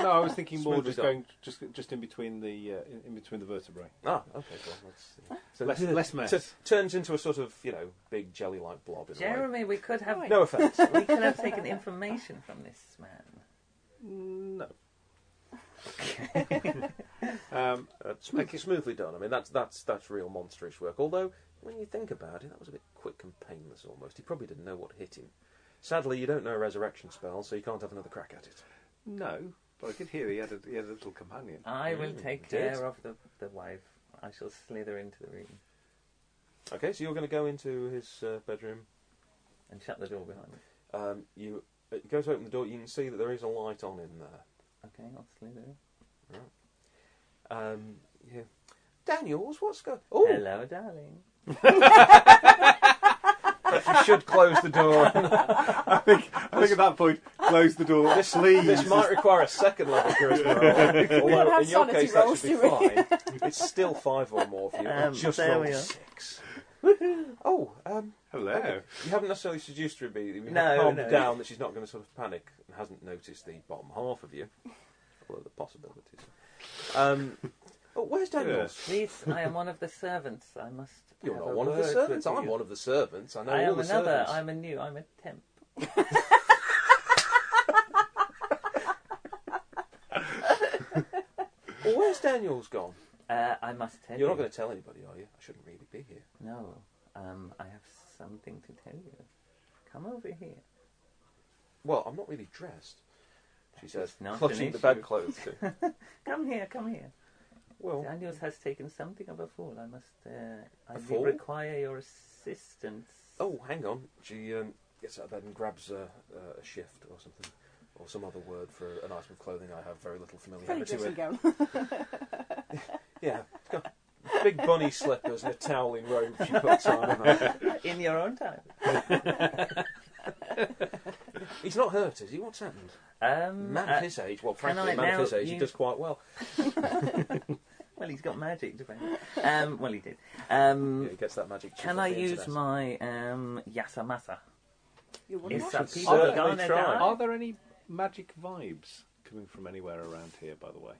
[SPEAKER 3] No, I was thinking more
[SPEAKER 2] Smooth
[SPEAKER 3] just
[SPEAKER 2] it up.
[SPEAKER 3] going just just in between the uh, in, in between the vertebrae.
[SPEAKER 2] Ah, okay, well, that's, uh, so
[SPEAKER 3] Less-
[SPEAKER 2] t-
[SPEAKER 3] less
[SPEAKER 2] t-
[SPEAKER 3] mess.
[SPEAKER 2] turns into a sort of you know big jelly-like blob in a way.
[SPEAKER 5] Jeremy, we could have
[SPEAKER 2] No offence.
[SPEAKER 5] we could have taken information from this man.
[SPEAKER 3] No. um,
[SPEAKER 2] Uh, smooth, Smoothly done. I mean, that's that's that's real monsterish work. Although, when you think about it, that was a bit quick and painless almost. He probably didn't know what hit him. Sadly, you don't know a resurrection spell, so you can't have another crack at it.
[SPEAKER 3] no, but I could hear he had a, he had a little companion.
[SPEAKER 5] I will
[SPEAKER 2] Mm,
[SPEAKER 5] take
[SPEAKER 2] did.
[SPEAKER 5] care of the, the wife. I shall slither into the room
[SPEAKER 2] Okay, so you're going to go into his uh, bedroom.
[SPEAKER 5] and shut the door behind me.
[SPEAKER 2] Um, you uh, go to open the door. You can see that there is a light on in there.
[SPEAKER 5] Okay, I'll slither. in.
[SPEAKER 2] Um, yeah. Daniels, what's going? Oh,
[SPEAKER 5] Hello, darling.
[SPEAKER 2] you should close the door.
[SPEAKER 3] I think I think at that point, close the door.
[SPEAKER 2] This,
[SPEAKER 3] please.
[SPEAKER 2] this might require a second level charisma roll.
[SPEAKER 4] We'll
[SPEAKER 2] Although
[SPEAKER 4] have
[SPEAKER 2] in your
[SPEAKER 4] sanity
[SPEAKER 2] case that
[SPEAKER 4] rolls
[SPEAKER 2] should be
[SPEAKER 4] to
[SPEAKER 2] fine. It's still five or more for you.
[SPEAKER 5] Um,
[SPEAKER 2] just
[SPEAKER 5] there
[SPEAKER 2] rolled
[SPEAKER 5] we
[SPEAKER 2] a
[SPEAKER 5] are.
[SPEAKER 2] six. Oh, um,
[SPEAKER 3] Hello.
[SPEAKER 2] you haven't necessarily seduced her immediately. We've
[SPEAKER 5] No,
[SPEAKER 2] calmed her
[SPEAKER 5] no.
[SPEAKER 2] down that she's not going to sort of panic and hasn't noticed the bottom half of you. Although the possibilities. Um, oh, where's Daniels?
[SPEAKER 5] Please, I am one of the servants. I must.
[SPEAKER 2] You're
[SPEAKER 5] have
[SPEAKER 2] not
[SPEAKER 5] a
[SPEAKER 2] one of the
[SPEAKER 5] word
[SPEAKER 2] servants.
[SPEAKER 5] with
[SPEAKER 2] I'm
[SPEAKER 5] you.
[SPEAKER 2] one of the servants. I know
[SPEAKER 5] I
[SPEAKER 2] all
[SPEAKER 5] am
[SPEAKER 2] the
[SPEAKER 5] another.
[SPEAKER 2] servants.
[SPEAKER 5] I'm a new. I'm a temp.
[SPEAKER 2] Well, where's Daniels gone?
[SPEAKER 5] Uh, I must tell
[SPEAKER 2] You're
[SPEAKER 5] you.
[SPEAKER 2] not going to tell anybody, are you? I shouldn't really be here.
[SPEAKER 5] No, um, I have something to tell you. Come over here.
[SPEAKER 2] Well, I'm not really dressed. She says,
[SPEAKER 5] is not an
[SPEAKER 2] clutching the
[SPEAKER 5] issue.
[SPEAKER 2] bedclothes.
[SPEAKER 5] Come here. Come here.
[SPEAKER 2] well,
[SPEAKER 5] Daniels has taken something of a fall. I must. Uh, I
[SPEAKER 2] A
[SPEAKER 5] do
[SPEAKER 2] fall?
[SPEAKER 5] require your assistance.
[SPEAKER 2] Oh, hang on. She um, gets out of bed and grabs a, uh, a shift or something, or some other word for an item of clothing I have very little
[SPEAKER 4] Probably
[SPEAKER 2] familiarity
[SPEAKER 4] dressing
[SPEAKER 2] with.
[SPEAKER 4] gown.
[SPEAKER 2] Yeah, it's got big bunny slippers and a toweling robe she puts on.
[SPEAKER 5] Uh, in your own time.
[SPEAKER 2] He's not hurt, is he? What's happened?
[SPEAKER 5] Um,
[SPEAKER 2] Man
[SPEAKER 5] uh,
[SPEAKER 2] of his age, well,
[SPEAKER 5] can
[SPEAKER 2] frankly,
[SPEAKER 5] I
[SPEAKER 2] a man of
[SPEAKER 5] now
[SPEAKER 2] his age, he
[SPEAKER 5] use-
[SPEAKER 2] does quite well.
[SPEAKER 5] well, he's got magic. Depending. Um, well, he did. Um,
[SPEAKER 2] Yeah, he gets that magic. chip
[SPEAKER 5] can
[SPEAKER 2] off
[SPEAKER 5] I
[SPEAKER 2] the
[SPEAKER 5] use
[SPEAKER 2] internet.
[SPEAKER 5] my um, Yasamasa?
[SPEAKER 4] You're one
[SPEAKER 5] Is
[SPEAKER 4] of
[SPEAKER 5] that
[SPEAKER 4] us.
[SPEAKER 5] people
[SPEAKER 2] certainly
[SPEAKER 5] gonna
[SPEAKER 2] try.
[SPEAKER 5] die?
[SPEAKER 3] Are there any magic vibes coming from anywhere around here? By the way,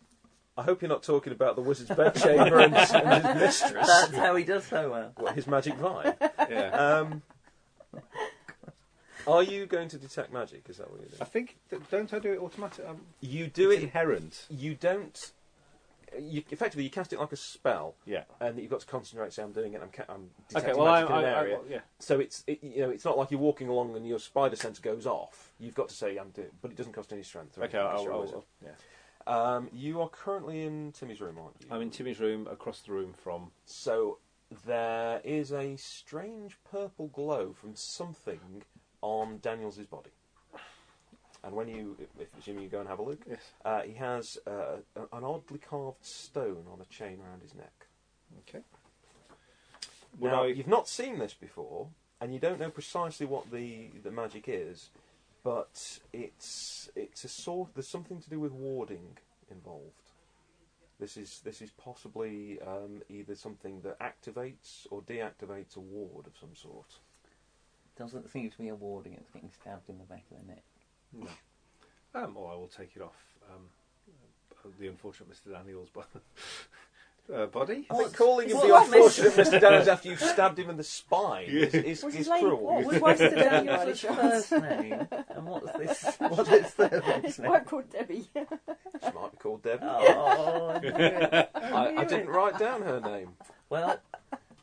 [SPEAKER 2] I hope you're not talking about the wizard's bedchamber and, and his mistress.
[SPEAKER 5] That's how he does so well.
[SPEAKER 2] What, his magic vibe.
[SPEAKER 3] yeah.
[SPEAKER 2] Um, are you going to detect magic? Is that what you're
[SPEAKER 3] I
[SPEAKER 2] doing?
[SPEAKER 3] think that, don't I do it automatically? Um,
[SPEAKER 2] You do
[SPEAKER 3] it's
[SPEAKER 2] it
[SPEAKER 3] inherent.
[SPEAKER 2] you don't. You, effectively, you cast it like a spell,
[SPEAKER 3] Yeah.
[SPEAKER 2] and you've got to concentrate. Say, I'm doing it. I'm, ca- I'm detecting
[SPEAKER 3] Okay. Well, I,
[SPEAKER 2] magic in
[SPEAKER 3] I,
[SPEAKER 2] an
[SPEAKER 3] I,
[SPEAKER 2] area.
[SPEAKER 3] yeah.
[SPEAKER 2] so it's it, you know it's not like you're walking along and your spider sense goes off. You've got to say I'm doing, but it doesn't cost any strength. or
[SPEAKER 3] Okay.
[SPEAKER 2] anything,
[SPEAKER 3] I'll,
[SPEAKER 2] it's your
[SPEAKER 3] I'll,
[SPEAKER 2] wizard.
[SPEAKER 3] I'll- yeah.
[SPEAKER 2] um, you are currently in Timmy's room, aren't you?
[SPEAKER 3] I'm in Timmy's room, across the room from.
[SPEAKER 2] So there is a strange purple glow from something on Daniel's body. And when you, if, assuming you go and have a look,
[SPEAKER 3] Yes.
[SPEAKER 2] uh, he has uh, a- an oddly carved stone on a chain around his neck.
[SPEAKER 3] Okay. Would
[SPEAKER 2] Now,
[SPEAKER 3] I-
[SPEAKER 2] you've not seen this before, and you don't know precisely what the, the magic is, but it's it's a sort. There's something to do with warding involved. This is this is possibly um, either something that activates or deactivates a ward of some sort.
[SPEAKER 5] Doesn't seem to be a ward against getting stabbed in the back of the neck.
[SPEAKER 3] No. Um, or I will take it off um, uh, the unfortunate Mr. Daniels' bo- uh, body.
[SPEAKER 2] I think calling him the
[SPEAKER 5] what-
[SPEAKER 2] unfortunate Mr. Daniels after you stabbed him in the spine is, is,
[SPEAKER 4] Was
[SPEAKER 2] is
[SPEAKER 4] his name
[SPEAKER 2] cruel.
[SPEAKER 4] what?
[SPEAKER 5] What's
[SPEAKER 4] What's
[SPEAKER 5] Mr.
[SPEAKER 4] the
[SPEAKER 5] Daniels'
[SPEAKER 4] Daniels'
[SPEAKER 5] first name? And what's this? What's his
[SPEAKER 4] His
[SPEAKER 5] servant's name?
[SPEAKER 4] wife called Debbie.
[SPEAKER 2] She might be called Debbie.
[SPEAKER 5] Oh, dear.
[SPEAKER 2] I, I didn't write down her name.
[SPEAKER 5] well,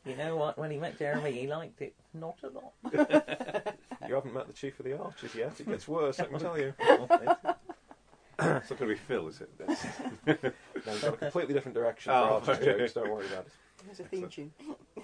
[SPEAKER 5] you know what? When he met Jeremy, he liked it not a lot.
[SPEAKER 2] You haven't met the chief of the archers yet. It gets worse, I can tell you.
[SPEAKER 3] It's not going to be Phil, is it? That's-
[SPEAKER 2] No, we've got a completely different direction
[SPEAKER 3] Oh.
[SPEAKER 2] for artist jokes. Don't worry about it.
[SPEAKER 4] There's a theme tune.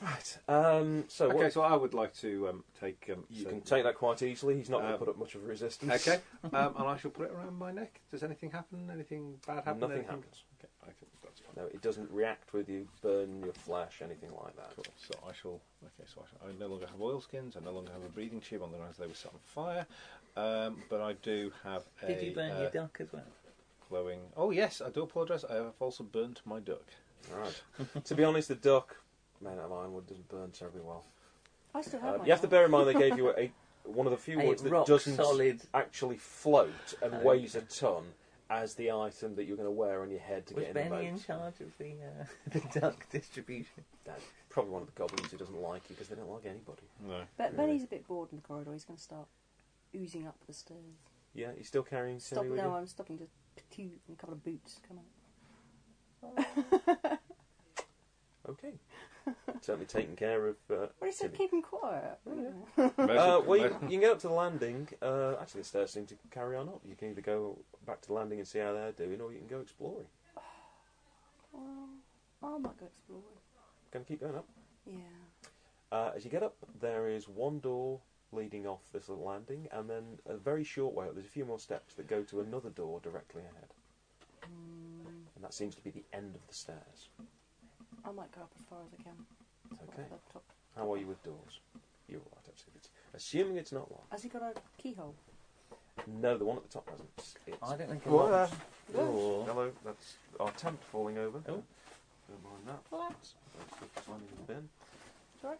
[SPEAKER 2] Right. Um, so
[SPEAKER 3] okay,
[SPEAKER 2] what,
[SPEAKER 3] so I would like to um, take. Um,
[SPEAKER 2] you
[SPEAKER 3] so-
[SPEAKER 2] can take that quite easily. He's not going
[SPEAKER 3] Um,
[SPEAKER 2] to put up much of a resistance.
[SPEAKER 3] Okay, um, and I shall put it around my neck. Does anything happen? Anything bad happen?
[SPEAKER 2] Nothing
[SPEAKER 3] Anything-
[SPEAKER 2] happens.
[SPEAKER 3] Okay, I think that's fine.
[SPEAKER 2] No, it doesn't react with you, burn your flesh, anything like that.
[SPEAKER 3] Cool. So I shall. Okay. So I, shall, I no longer have oilskins. I no longer have a breathing tube on the grounds they were set on fire. Um, but I do have a
[SPEAKER 5] Did you burn
[SPEAKER 3] uh,
[SPEAKER 5] your duck as well?
[SPEAKER 3] glowing. Oh yes, I do apologise. I have also burnt my duck.
[SPEAKER 2] Right. to be honest, the duck, man of ironwood, doesn't burn terribly well.
[SPEAKER 4] I still Uh, have
[SPEAKER 2] Um,
[SPEAKER 4] my
[SPEAKER 2] you have to
[SPEAKER 4] card.
[SPEAKER 2] bear in mind they gave you a, one of the few
[SPEAKER 5] Oh, A
[SPEAKER 2] ones that
[SPEAKER 5] rock
[SPEAKER 2] doesn't
[SPEAKER 5] solid.
[SPEAKER 2] actually float and
[SPEAKER 5] Oh,
[SPEAKER 2] weighs a
[SPEAKER 5] okay.
[SPEAKER 2] ton as the item that you're going to wear on your head to
[SPEAKER 5] Was
[SPEAKER 2] get in the
[SPEAKER 5] Benny
[SPEAKER 2] boat.
[SPEAKER 5] in charge of the uh, the duck distribution?
[SPEAKER 2] That's probably one of the goblins who doesn't like you because they don't like anybody.
[SPEAKER 3] No.
[SPEAKER 4] But Benny's a bit bored in the corridor. He's going to start oozing up the stairs.
[SPEAKER 2] Yeah, he's still carrying
[SPEAKER 4] Stop!
[SPEAKER 2] Terry with
[SPEAKER 4] No,
[SPEAKER 2] you?
[SPEAKER 4] I'm stopping to patoot and a couple of boots. Come on.
[SPEAKER 2] Okay. Certainly taking care of. Uh,
[SPEAKER 4] What is it?
[SPEAKER 2] Timmy.
[SPEAKER 4] Keep him quiet.
[SPEAKER 2] Uh, well, you, you can get up to the landing. Uh, actually, the stairs seem to carry on up. You can either go back to the landing and see how they're doing, or you can go exploring.
[SPEAKER 4] Well, I might go exploring.
[SPEAKER 2] Can keep going up.
[SPEAKER 4] Yeah.
[SPEAKER 2] Uh, as you get up, there is one door leading off this little landing, and then a very short way up. There's a few more steps that go to another door directly ahead,
[SPEAKER 4] Mm.
[SPEAKER 2] and that seems to be the end of the stairs.
[SPEAKER 4] I might go up as far as I can. Sort of
[SPEAKER 2] Okay.
[SPEAKER 4] up top.
[SPEAKER 2] How are you with doors? You're all right, actually. It's, assuming it's not locked.
[SPEAKER 4] Has he got a keyhole?
[SPEAKER 2] No, the one at the top hasn't. It's,
[SPEAKER 5] I don't think. it
[SPEAKER 2] Well,
[SPEAKER 5] was.
[SPEAKER 2] uh,
[SPEAKER 5] Or-
[SPEAKER 2] Hello, that's our tent falling over.
[SPEAKER 5] Oh.
[SPEAKER 2] Don't mind that.
[SPEAKER 4] Collapse.
[SPEAKER 2] Just landing in the bin.
[SPEAKER 4] Sorry.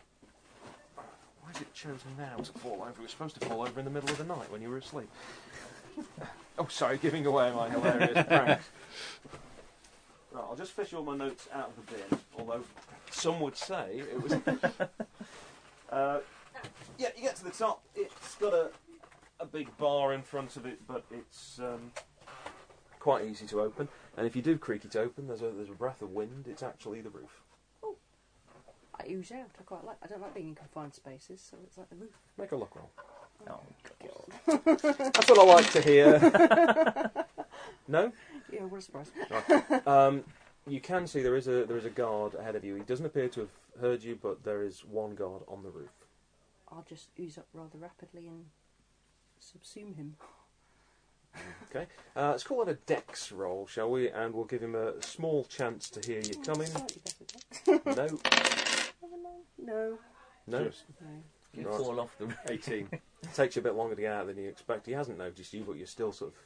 [SPEAKER 2] Why is it chosen now to fall over? It was supposed to fall over in the middle of the night when you were asleep. oh, sorry, giving away my hilarious pranks. Right, I'll just fish all my notes out of the bin, although some would say it was. uh, yeah, you get to the top, it's got a, a big bar in front of it, but it's um, quite easy to open. And if you do creak it open, there's a, there's a breath of wind, it's actually the roof.
[SPEAKER 4] I ooze out. I quite like. I don't like being in confined spaces, so it's like the roof.
[SPEAKER 2] Make a lock roll.
[SPEAKER 5] Oh, God.
[SPEAKER 2] That's what I like to hear. no,
[SPEAKER 4] Yeah, what a surprise.
[SPEAKER 2] um, you can see there is a there is a guard ahead of you. He doesn't appear to have heard you, but there is one guard on the roof.
[SPEAKER 4] I'll just ooze up rather rapidly and subsume him.
[SPEAKER 2] Okay, uh, let's call it a dex roll, shall we? And we'll give him a small chance to hear you coming.
[SPEAKER 4] Slightly better. than-
[SPEAKER 2] No,
[SPEAKER 4] No.
[SPEAKER 2] no,
[SPEAKER 4] No.
[SPEAKER 5] You
[SPEAKER 2] Right.
[SPEAKER 5] fall off the.
[SPEAKER 3] Eighteen.
[SPEAKER 2] takes you a bit longer to get out than you expect. He hasn't noticed you, but you're still sort of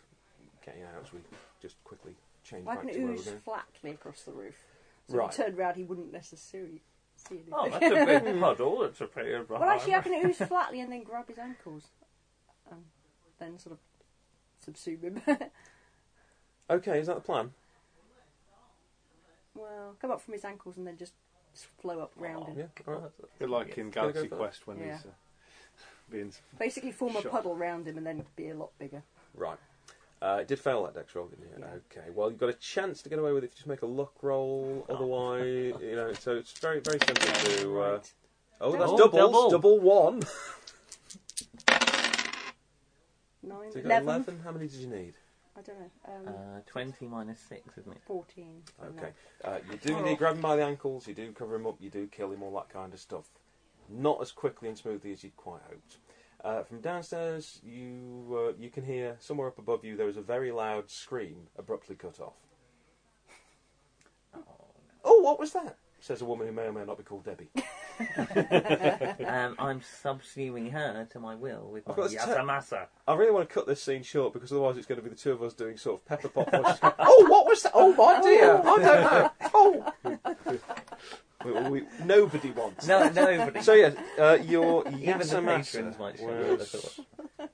[SPEAKER 2] getting out. So we just quickly change
[SPEAKER 4] I
[SPEAKER 2] back
[SPEAKER 4] can
[SPEAKER 2] to where we're
[SPEAKER 4] ooze
[SPEAKER 2] going.
[SPEAKER 4] flatly across the roof. So
[SPEAKER 2] Right.
[SPEAKER 4] if he turned round, he wouldn't necessarily see anything.
[SPEAKER 5] Oh, that's a big puddle. That's a pretty
[SPEAKER 4] well, actually, I can ooze flatly and then grab his ankles. Um, then sort of subsume him.
[SPEAKER 2] Okay, is that the plan?
[SPEAKER 4] well, come up from his ankles and then just s- flow up round him.
[SPEAKER 2] Yeah. All right.
[SPEAKER 3] Bit like
[SPEAKER 2] Gonna
[SPEAKER 3] in
[SPEAKER 2] go
[SPEAKER 3] Galaxy
[SPEAKER 2] for it.
[SPEAKER 3] Quest when
[SPEAKER 4] Yeah.
[SPEAKER 3] he's uh, being.
[SPEAKER 4] Basically, form a
[SPEAKER 3] Sure.
[SPEAKER 4] puddle round him and then be a lot bigger.
[SPEAKER 2] Right. Uh, it did fail that dex roll, didn't it?
[SPEAKER 4] Yeah. Oh.
[SPEAKER 2] Okay. Well, you've got a chance to get away with it if you just make a luck roll. Otherwise, you know. So it's very, very simple to. Uh,
[SPEAKER 4] Right.
[SPEAKER 2] oh, that's
[SPEAKER 5] Oh,
[SPEAKER 2] doubles. Double,
[SPEAKER 5] double.
[SPEAKER 2] one.
[SPEAKER 4] Nine,
[SPEAKER 2] So you got
[SPEAKER 4] eleven.
[SPEAKER 2] eleven. How many did you need?
[SPEAKER 4] I don't know. Um,
[SPEAKER 5] Uh, 20 minus 6, isn't it?
[SPEAKER 4] Fourteen. I don't
[SPEAKER 2] Okay.
[SPEAKER 4] know.
[SPEAKER 2] Uh, you do need grab him by the ankles. You do cover him up. You do kill him. All that kind of stuff. Not as quickly and smoothly as you'd quite hoped. Uh, from downstairs, you uh, you can hear somewhere up above you there is a very loud scream, abruptly cut off. Oh, what was that? Says a woman who may or may not be called Debbie.
[SPEAKER 5] um, I'm subsuming her to my will with my
[SPEAKER 2] I've got to ta-
[SPEAKER 5] Yasamasa.
[SPEAKER 2] I really want to cut this scene short because otherwise it's going to be the two of us doing sort of pepper pot. voices. oh, what was that? Oh my dear, I don't know. Oh, we, we, nobody wants.
[SPEAKER 5] No, nobody.
[SPEAKER 2] So yes, uh, your
[SPEAKER 5] Even the
[SPEAKER 2] Yasamasa
[SPEAKER 5] patrons might show up, I
[SPEAKER 2] was,
[SPEAKER 5] thought.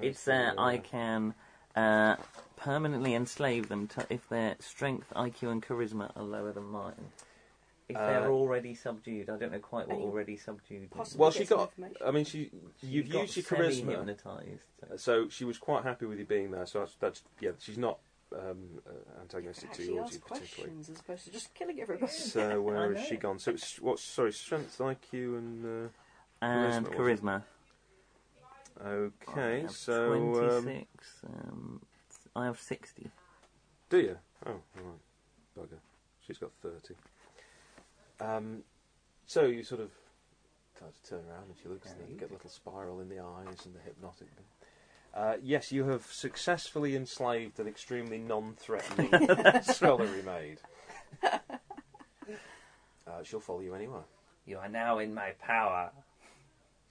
[SPEAKER 5] It's uh, I can uh, permanently enslave them to, if their strength, IQ, and charisma are lower than mine. If they're
[SPEAKER 2] Uh,
[SPEAKER 5] already subdued, I don't know quite what
[SPEAKER 4] Any
[SPEAKER 5] already subdued. means.
[SPEAKER 4] possible-
[SPEAKER 2] Well, she
[SPEAKER 4] Get some
[SPEAKER 2] got.
[SPEAKER 4] information.
[SPEAKER 2] I mean, she. You've
[SPEAKER 5] got
[SPEAKER 2] used your charisma,
[SPEAKER 5] semi-hypnotised, so-
[SPEAKER 2] so she was quite happy with you being there. So that's, that's yeah. She's not um, uh, antagonistic to you
[SPEAKER 4] Actually,
[SPEAKER 2] towards you
[SPEAKER 4] ask
[SPEAKER 2] particularly.
[SPEAKER 4] questions as opposed to just killing everybody.
[SPEAKER 2] So where
[SPEAKER 5] I
[SPEAKER 2] has she
[SPEAKER 5] know.
[SPEAKER 2] gone? So it's what? Sorry, strength, IQ, and. Uh,
[SPEAKER 5] and
[SPEAKER 2] Charisma, was it?
[SPEAKER 5] charisma. I
[SPEAKER 2] Okay,
[SPEAKER 5] have
[SPEAKER 2] so um,
[SPEAKER 5] 26. Um, I have 60.
[SPEAKER 2] do you? Oh, all right, bugger. She's got thirty. Um, so you sort of try to turn around, and she looks, and then you get a little spiral in the eyes and the hypnotic. Bit. Uh, yes, you have successfully enslaved an extremely non-threatening scullery maid. Uh, she'll follow you anywhere.
[SPEAKER 5] You are now in my power.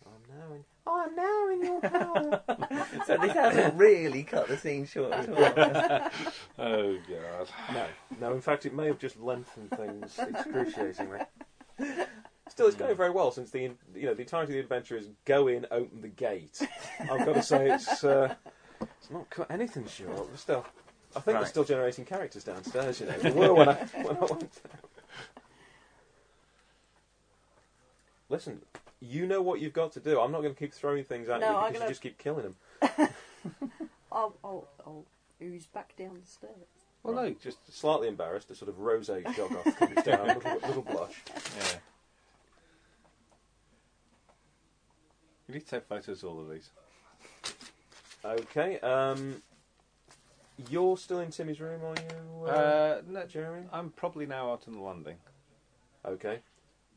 [SPEAKER 2] I'm now in.
[SPEAKER 5] I'm now in your power. so this hasn't really cut the scene short at all.
[SPEAKER 3] Oh god.
[SPEAKER 2] No, no. In fact, it may have just lengthened things excruciatingly. Mm. Still, it's going very well since the you know the entirety of the adventure is go in, open the gate. I've got to say it's uh, it's not cut anything short. But still, I think
[SPEAKER 5] Right.
[SPEAKER 2] we're still generating characters downstairs. You know, They were when I, when I went there. Listen, you know what you've got to do. I'm not going to keep throwing things at
[SPEAKER 4] No,
[SPEAKER 2] you
[SPEAKER 4] I'm
[SPEAKER 2] because
[SPEAKER 4] gonna-
[SPEAKER 2] you just keep killing them.
[SPEAKER 4] I'll, I'll, I'll ooze back down the stairs.
[SPEAKER 3] Well,
[SPEAKER 2] Right.
[SPEAKER 3] no, just
[SPEAKER 2] Slightly embarrassed, a sort of rosé jog off comes down, little, little blush.
[SPEAKER 3] yeah. We need to take photos of all of these.
[SPEAKER 2] Okay. Um, you're still in Timmy's room, are you, uh,
[SPEAKER 3] Uh, no,
[SPEAKER 2] Jeremy?
[SPEAKER 3] I'm probably now out on the landing.
[SPEAKER 2] Okay.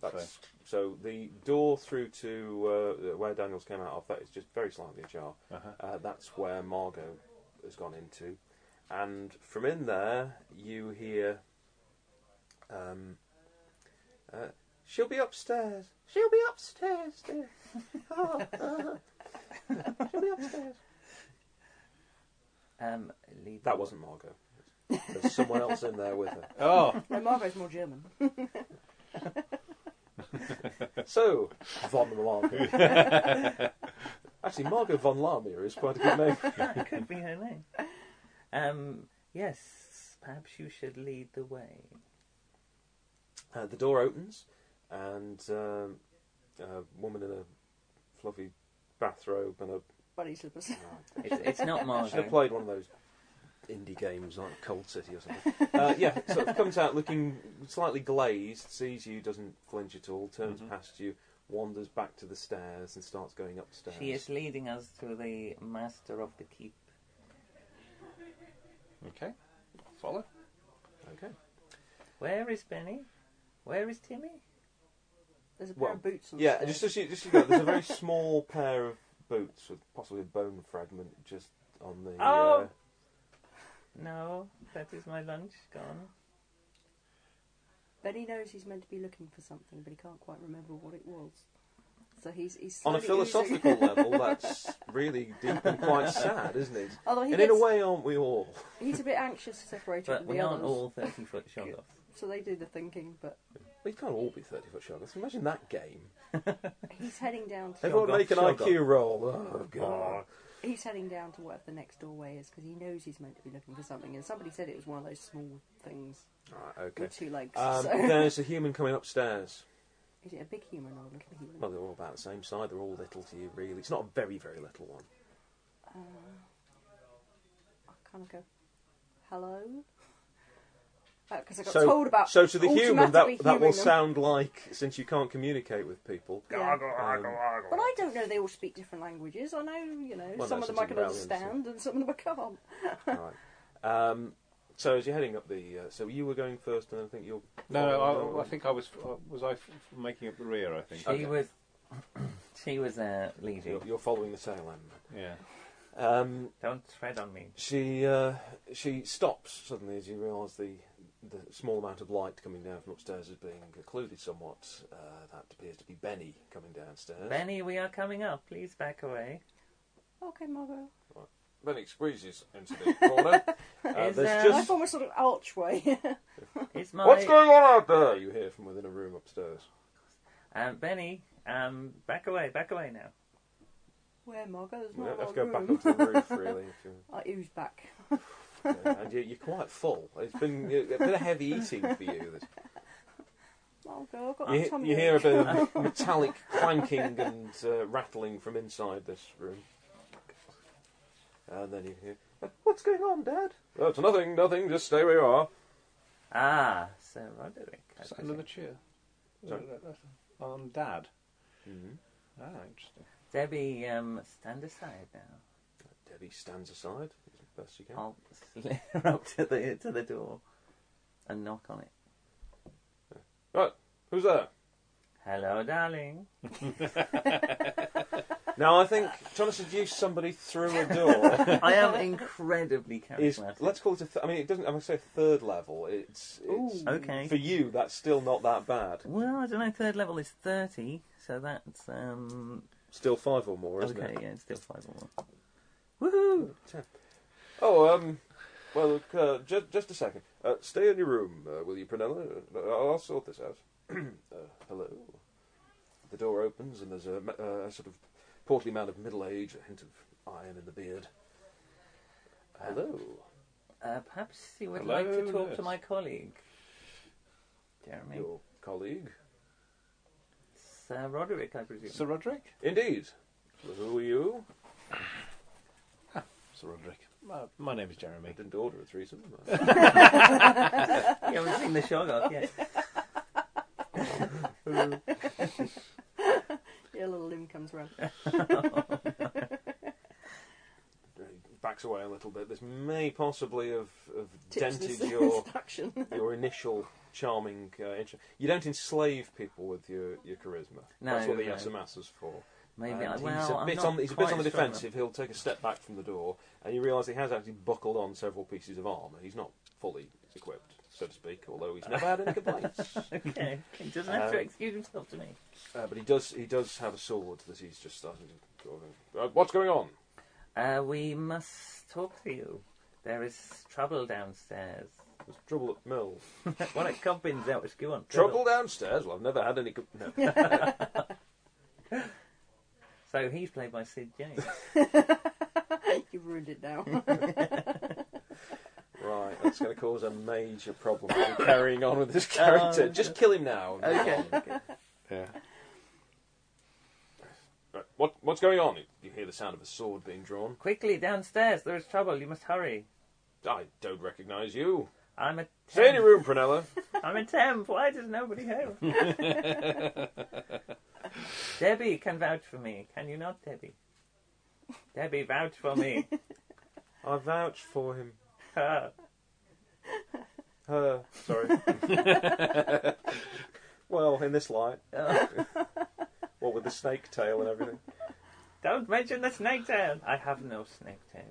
[SPEAKER 2] That's so the door through to uh, where Daniels came out of that is just very slightly ajar.
[SPEAKER 3] Uh-huh.
[SPEAKER 2] Uh, that's where Margot has gone into, and from in there you hear. Um, uh, She'll be upstairs. She'll be upstairs, dear. Oh, uh, she'll be upstairs.
[SPEAKER 5] Um, leave
[SPEAKER 2] That wasn't Margot. There's someone else in there with her.
[SPEAKER 3] Oh,
[SPEAKER 4] No, Margot's more German.
[SPEAKER 2] So, Von Lamia. Actually, Margot Von Lamia is quite a good name.
[SPEAKER 5] That could be her name. Um, yes, perhaps you should lead the way.
[SPEAKER 2] Uh, the door opens, and um, a woman in a fluffy bathrobe and a.
[SPEAKER 4] Bunny slippers.
[SPEAKER 5] It's, it's not
[SPEAKER 2] should have
[SPEAKER 5] Margot.
[SPEAKER 2] played one of those indie games like Cold City or something. Uh, yeah, sort of comes out looking slightly glazed, sees you, doesn't flinch at all, turns
[SPEAKER 5] Mm-hmm.
[SPEAKER 2] past you, wanders back to the stairs, and starts going upstairs.
[SPEAKER 5] She is leading us to the master of the keep.
[SPEAKER 3] okay. Follow.
[SPEAKER 2] Okay.
[SPEAKER 5] Where is Benny? Where is Timmy?
[SPEAKER 4] There's a pair
[SPEAKER 2] Well,
[SPEAKER 4] of boots on the
[SPEAKER 2] Yeah,
[SPEAKER 4] stairs.
[SPEAKER 2] just as you, just as you go, there's a very small pair of boots with possibly a bone fragment just on the.
[SPEAKER 5] Oh!
[SPEAKER 2] Uh,
[SPEAKER 5] No, that is my lunch gone.
[SPEAKER 4] Benny knows he's meant to be looking for something, but he can't quite remember what it was. So he's he's
[SPEAKER 2] on a
[SPEAKER 4] slowly oozing-
[SPEAKER 2] philosophical level, that's really deep and quite sad, isn't it?
[SPEAKER 4] Although he
[SPEAKER 2] and in a
[SPEAKER 4] gets-
[SPEAKER 2] way, aren't we all?
[SPEAKER 4] he's a bit anxious to separate it
[SPEAKER 5] But
[SPEAKER 4] from the
[SPEAKER 5] we aren't
[SPEAKER 4] others.
[SPEAKER 5] all 30 foot shot off.
[SPEAKER 4] So they do the thinking, but
[SPEAKER 2] We can't all be 30 foot shoggoths. Imagine that game.
[SPEAKER 4] he's heading down to
[SPEAKER 2] Everyone
[SPEAKER 5] Shoggoth,
[SPEAKER 2] make an
[SPEAKER 5] shoggoth.
[SPEAKER 2] IQ roll. Oh, God.
[SPEAKER 5] Oh.
[SPEAKER 4] he's heading down to whatever the next doorway is because he knows he's meant to be looking for something. And somebody said it was one of those small things
[SPEAKER 2] Right, okay.
[SPEAKER 4] with two legs.
[SPEAKER 2] Um,
[SPEAKER 4] so
[SPEAKER 2] there's a human coming upstairs.
[SPEAKER 4] is it a big human or a little human?
[SPEAKER 2] Well, they're all about the same size. They're all little to you, really. It's not a very, very little one.
[SPEAKER 4] I kind of go, hello. Because I got
[SPEAKER 2] so,
[SPEAKER 4] told about
[SPEAKER 2] so to the human, that,
[SPEAKER 4] automatically
[SPEAKER 2] that will
[SPEAKER 4] humoring them.
[SPEAKER 2] sound like, since you can't communicate with people,
[SPEAKER 4] Yeah.
[SPEAKER 2] um,
[SPEAKER 4] But I don't know they all speak different languages. I know, you know,
[SPEAKER 2] Well,
[SPEAKER 4] some
[SPEAKER 2] no,
[SPEAKER 4] of them I
[SPEAKER 2] something
[SPEAKER 4] can
[SPEAKER 2] about
[SPEAKER 4] understand and some of them I can't.
[SPEAKER 2] Right. Um, so as you're heading up the, uh, so you were going first, and I think you're.
[SPEAKER 3] No, no. I, I think I was uh, was I f- making up the rear. I think.
[SPEAKER 5] She was. she was uh, leading.
[SPEAKER 2] You're, you're following the tail end.
[SPEAKER 3] Yeah.
[SPEAKER 2] Um,
[SPEAKER 5] Don't tread on me.
[SPEAKER 2] she uh, she stops suddenly as you realise the the small amount of light coming down from upstairs is being occluded somewhat. Uh, that appears to be Benny coming downstairs.
[SPEAKER 5] Benny, we are coming up. Please back away.
[SPEAKER 4] Okay, Margot.
[SPEAKER 2] Benny squeezes into the corner. uh,
[SPEAKER 5] Is
[SPEAKER 2] there's
[SPEAKER 5] there-
[SPEAKER 4] That's
[SPEAKER 2] just
[SPEAKER 4] almost sort of archway.
[SPEAKER 5] It's my.
[SPEAKER 2] what's going on out there? You hear from within a room upstairs.
[SPEAKER 5] Um, Benny, um, back away, back away now.
[SPEAKER 4] Where Margot? There's
[SPEAKER 2] Well,
[SPEAKER 4] not
[SPEAKER 2] let's
[SPEAKER 4] a lot
[SPEAKER 2] go
[SPEAKER 4] of
[SPEAKER 2] back
[SPEAKER 4] room.
[SPEAKER 2] up to the roof, really. If you
[SPEAKER 4] I ooze back.
[SPEAKER 2] Yeah, and you're, you're quite full. It's been a bit of heavy eating for you. This.
[SPEAKER 4] Margot, I've got a
[SPEAKER 2] You,
[SPEAKER 4] tummy
[SPEAKER 2] you hear a
[SPEAKER 4] ache.
[SPEAKER 2] bit of metallic clanking and uh, rattling from inside this room. And then you hear, What's going on, Dad? Oh, it's nothing, nothing, just stay where you are.
[SPEAKER 5] Ah, Sir Roderick. I
[SPEAKER 3] Is that
[SPEAKER 5] presume.
[SPEAKER 3] another cheer?
[SPEAKER 2] Sorry?
[SPEAKER 3] On Dad.
[SPEAKER 2] Mhm.
[SPEAKER 3] Ah, interesting.
[SPEAKER 5] Debbie, um, stand aside now.
[SPEAKER 2] Debbie stands aside as best she can.
[SPEAKER 5] I'll slither up to the to the door and knock on it.
[SPEAKER 2] Right, who's there?
[SPEAKER 5] Hello, darling.
[SPEAKER 2] Now, I think trying to seduce somebody through a door
[SPEAKER 5] I am incredibly
[SPEAKER 2] is
[SPEAKER 5] charismatic.
[SPEAKER 2] let's call it a. Th- I mean, it doesn't. I'm going to say third level. It's, it's
[SPEAKER 5] Okay.
[SPEAKER 2] for you. That's still not that bad.
[SPEAKER 5] Well, I don't know. Third level is thirty, so that's um.
[SPEAKER 2] Still five or more, isn't
[SPEAKER 5] okay,
[SPEAKER 2] it?
[SPEAKER 5] yeah, it's still five or more. Woohoo!
[SPEAKER 2] Oh, um, well, uh, just just a second. Uh, stay in your room, uh, will you, Prunella? Uh, I'll sort this out. uh, hello. The door opens, and there's a, ma- uh, a sort of portly man of middle age, a hint of iron in the beard. Hello.
[SPEAKER 5] Uh, perhaps you would like to
[SPEAKER 3] Hello,
[SPEAKER 5] talk to
[SPEAKER 3] yes.
[SPEAKER 5] my colleague, Jeremy.
[SPEAKER 2] Your colleague.
[SPEAKER 5] Sir Roderick, I presume.
[SPEAKER 3] Sir Roderick?
[SPEAKER 2] Indeed. Who are you?
[SPEAKER 3] Sir Roderick. My, my name is Jeremy.
[SPEAKER 2] I didn't order a threesome.
[SPEAKER 5] you haven't seen the Shoggoth yet.
[SPEAKER 4] Your little limb comes round.
[SPEAKER 2] He backs away a little bit. This may possibly have, have
[SPEAKER 4] Tips the
[SPEAKER 2] dented your
[SPEAKER 4] seduction.
[SPEAKER 2] your initial charming. Uh, intro. You don't enslave people with your, your charisma.
[SPEAKER 5] No,
[SPEAKER 2] That's what the
[SPEAKER 5] no.
[SPEAKER 2] yes is for.
[SPEAKER 5] Maybe.
[SPEAKER 2] And
[SPEAKER 5] I, well,
[SPEAKER 2] he's a
[SPEAKER 5] I'm
[SPEAKER 2] bit
[SPEAKER 5] not
[SPEAKER 2] on he's a bit
[SPEAKER 5] quite
[SPEAKER 2] on the
[SPEAKER 5] strong enough.
[SPEAKER 2] defensive. He'll take a step back from the door, and you realise he has actually buckled on several pieces of armour. He's not fully equipped, so to speak, although he's never had any complaints. uh,
[SPEAKER 5] Okay, he doesn't have to
[SPEAKER 2] Um,
[SPEAKER 5] excuse himself to me.
[SPEAKER 2] but he does he does have a sword that he's just starting to. sort of- Uh, what's going on?
[SPEAKER 5] Uh, we must talk to you. There is trouble downstairs.
[SPEAKER 2] There's trouble at mill.
[SPEAKER 5] One at Cobbins out at Skewan.
[SPEAKER 2] Trouble downstairs. Well, I've never had any. Com- no.
[SPEAKER 5] So he's played by Sid James.
[SPEAKER 4] You've ruined it now.
[SPEAKER 2] Right, that's going to cause a major problem if we're carrying on with this character.
[SPEAKER 5] Um,
[SPEAKER 2] Just kill him now. and move
[SPEAKER 5] okay.
[SPEAKER 2] on.
[SPEAKER 5] okay.
[SPEAKER 3] Yeah.
[SPEAKER 2] Right, What, what's going on? You hear the sound of a sword being drawn.
[SPEAKER 5] Quickly downstairs. There is trouble. You must hurry.
[SPEAKER 2] I don't recognise you.
[SPEAKER 5] I'm a.
[SPEAKER 2] Stay in your room, Prunella.
[SPEAKER 5] I'm a temp. Why does nobody help? Debbie can vouch for me. Can you not, Debbie? Debbie, vouch for me.
[SPEAKER 2] I vouch for him.
[SPEAKER 5] Her.
[SPEAKER 2] Her. Sorry. well, in this light. what with the snake tail and everything.
[SPEAKER 5] Don't mention the snake tail. I have no snake tail.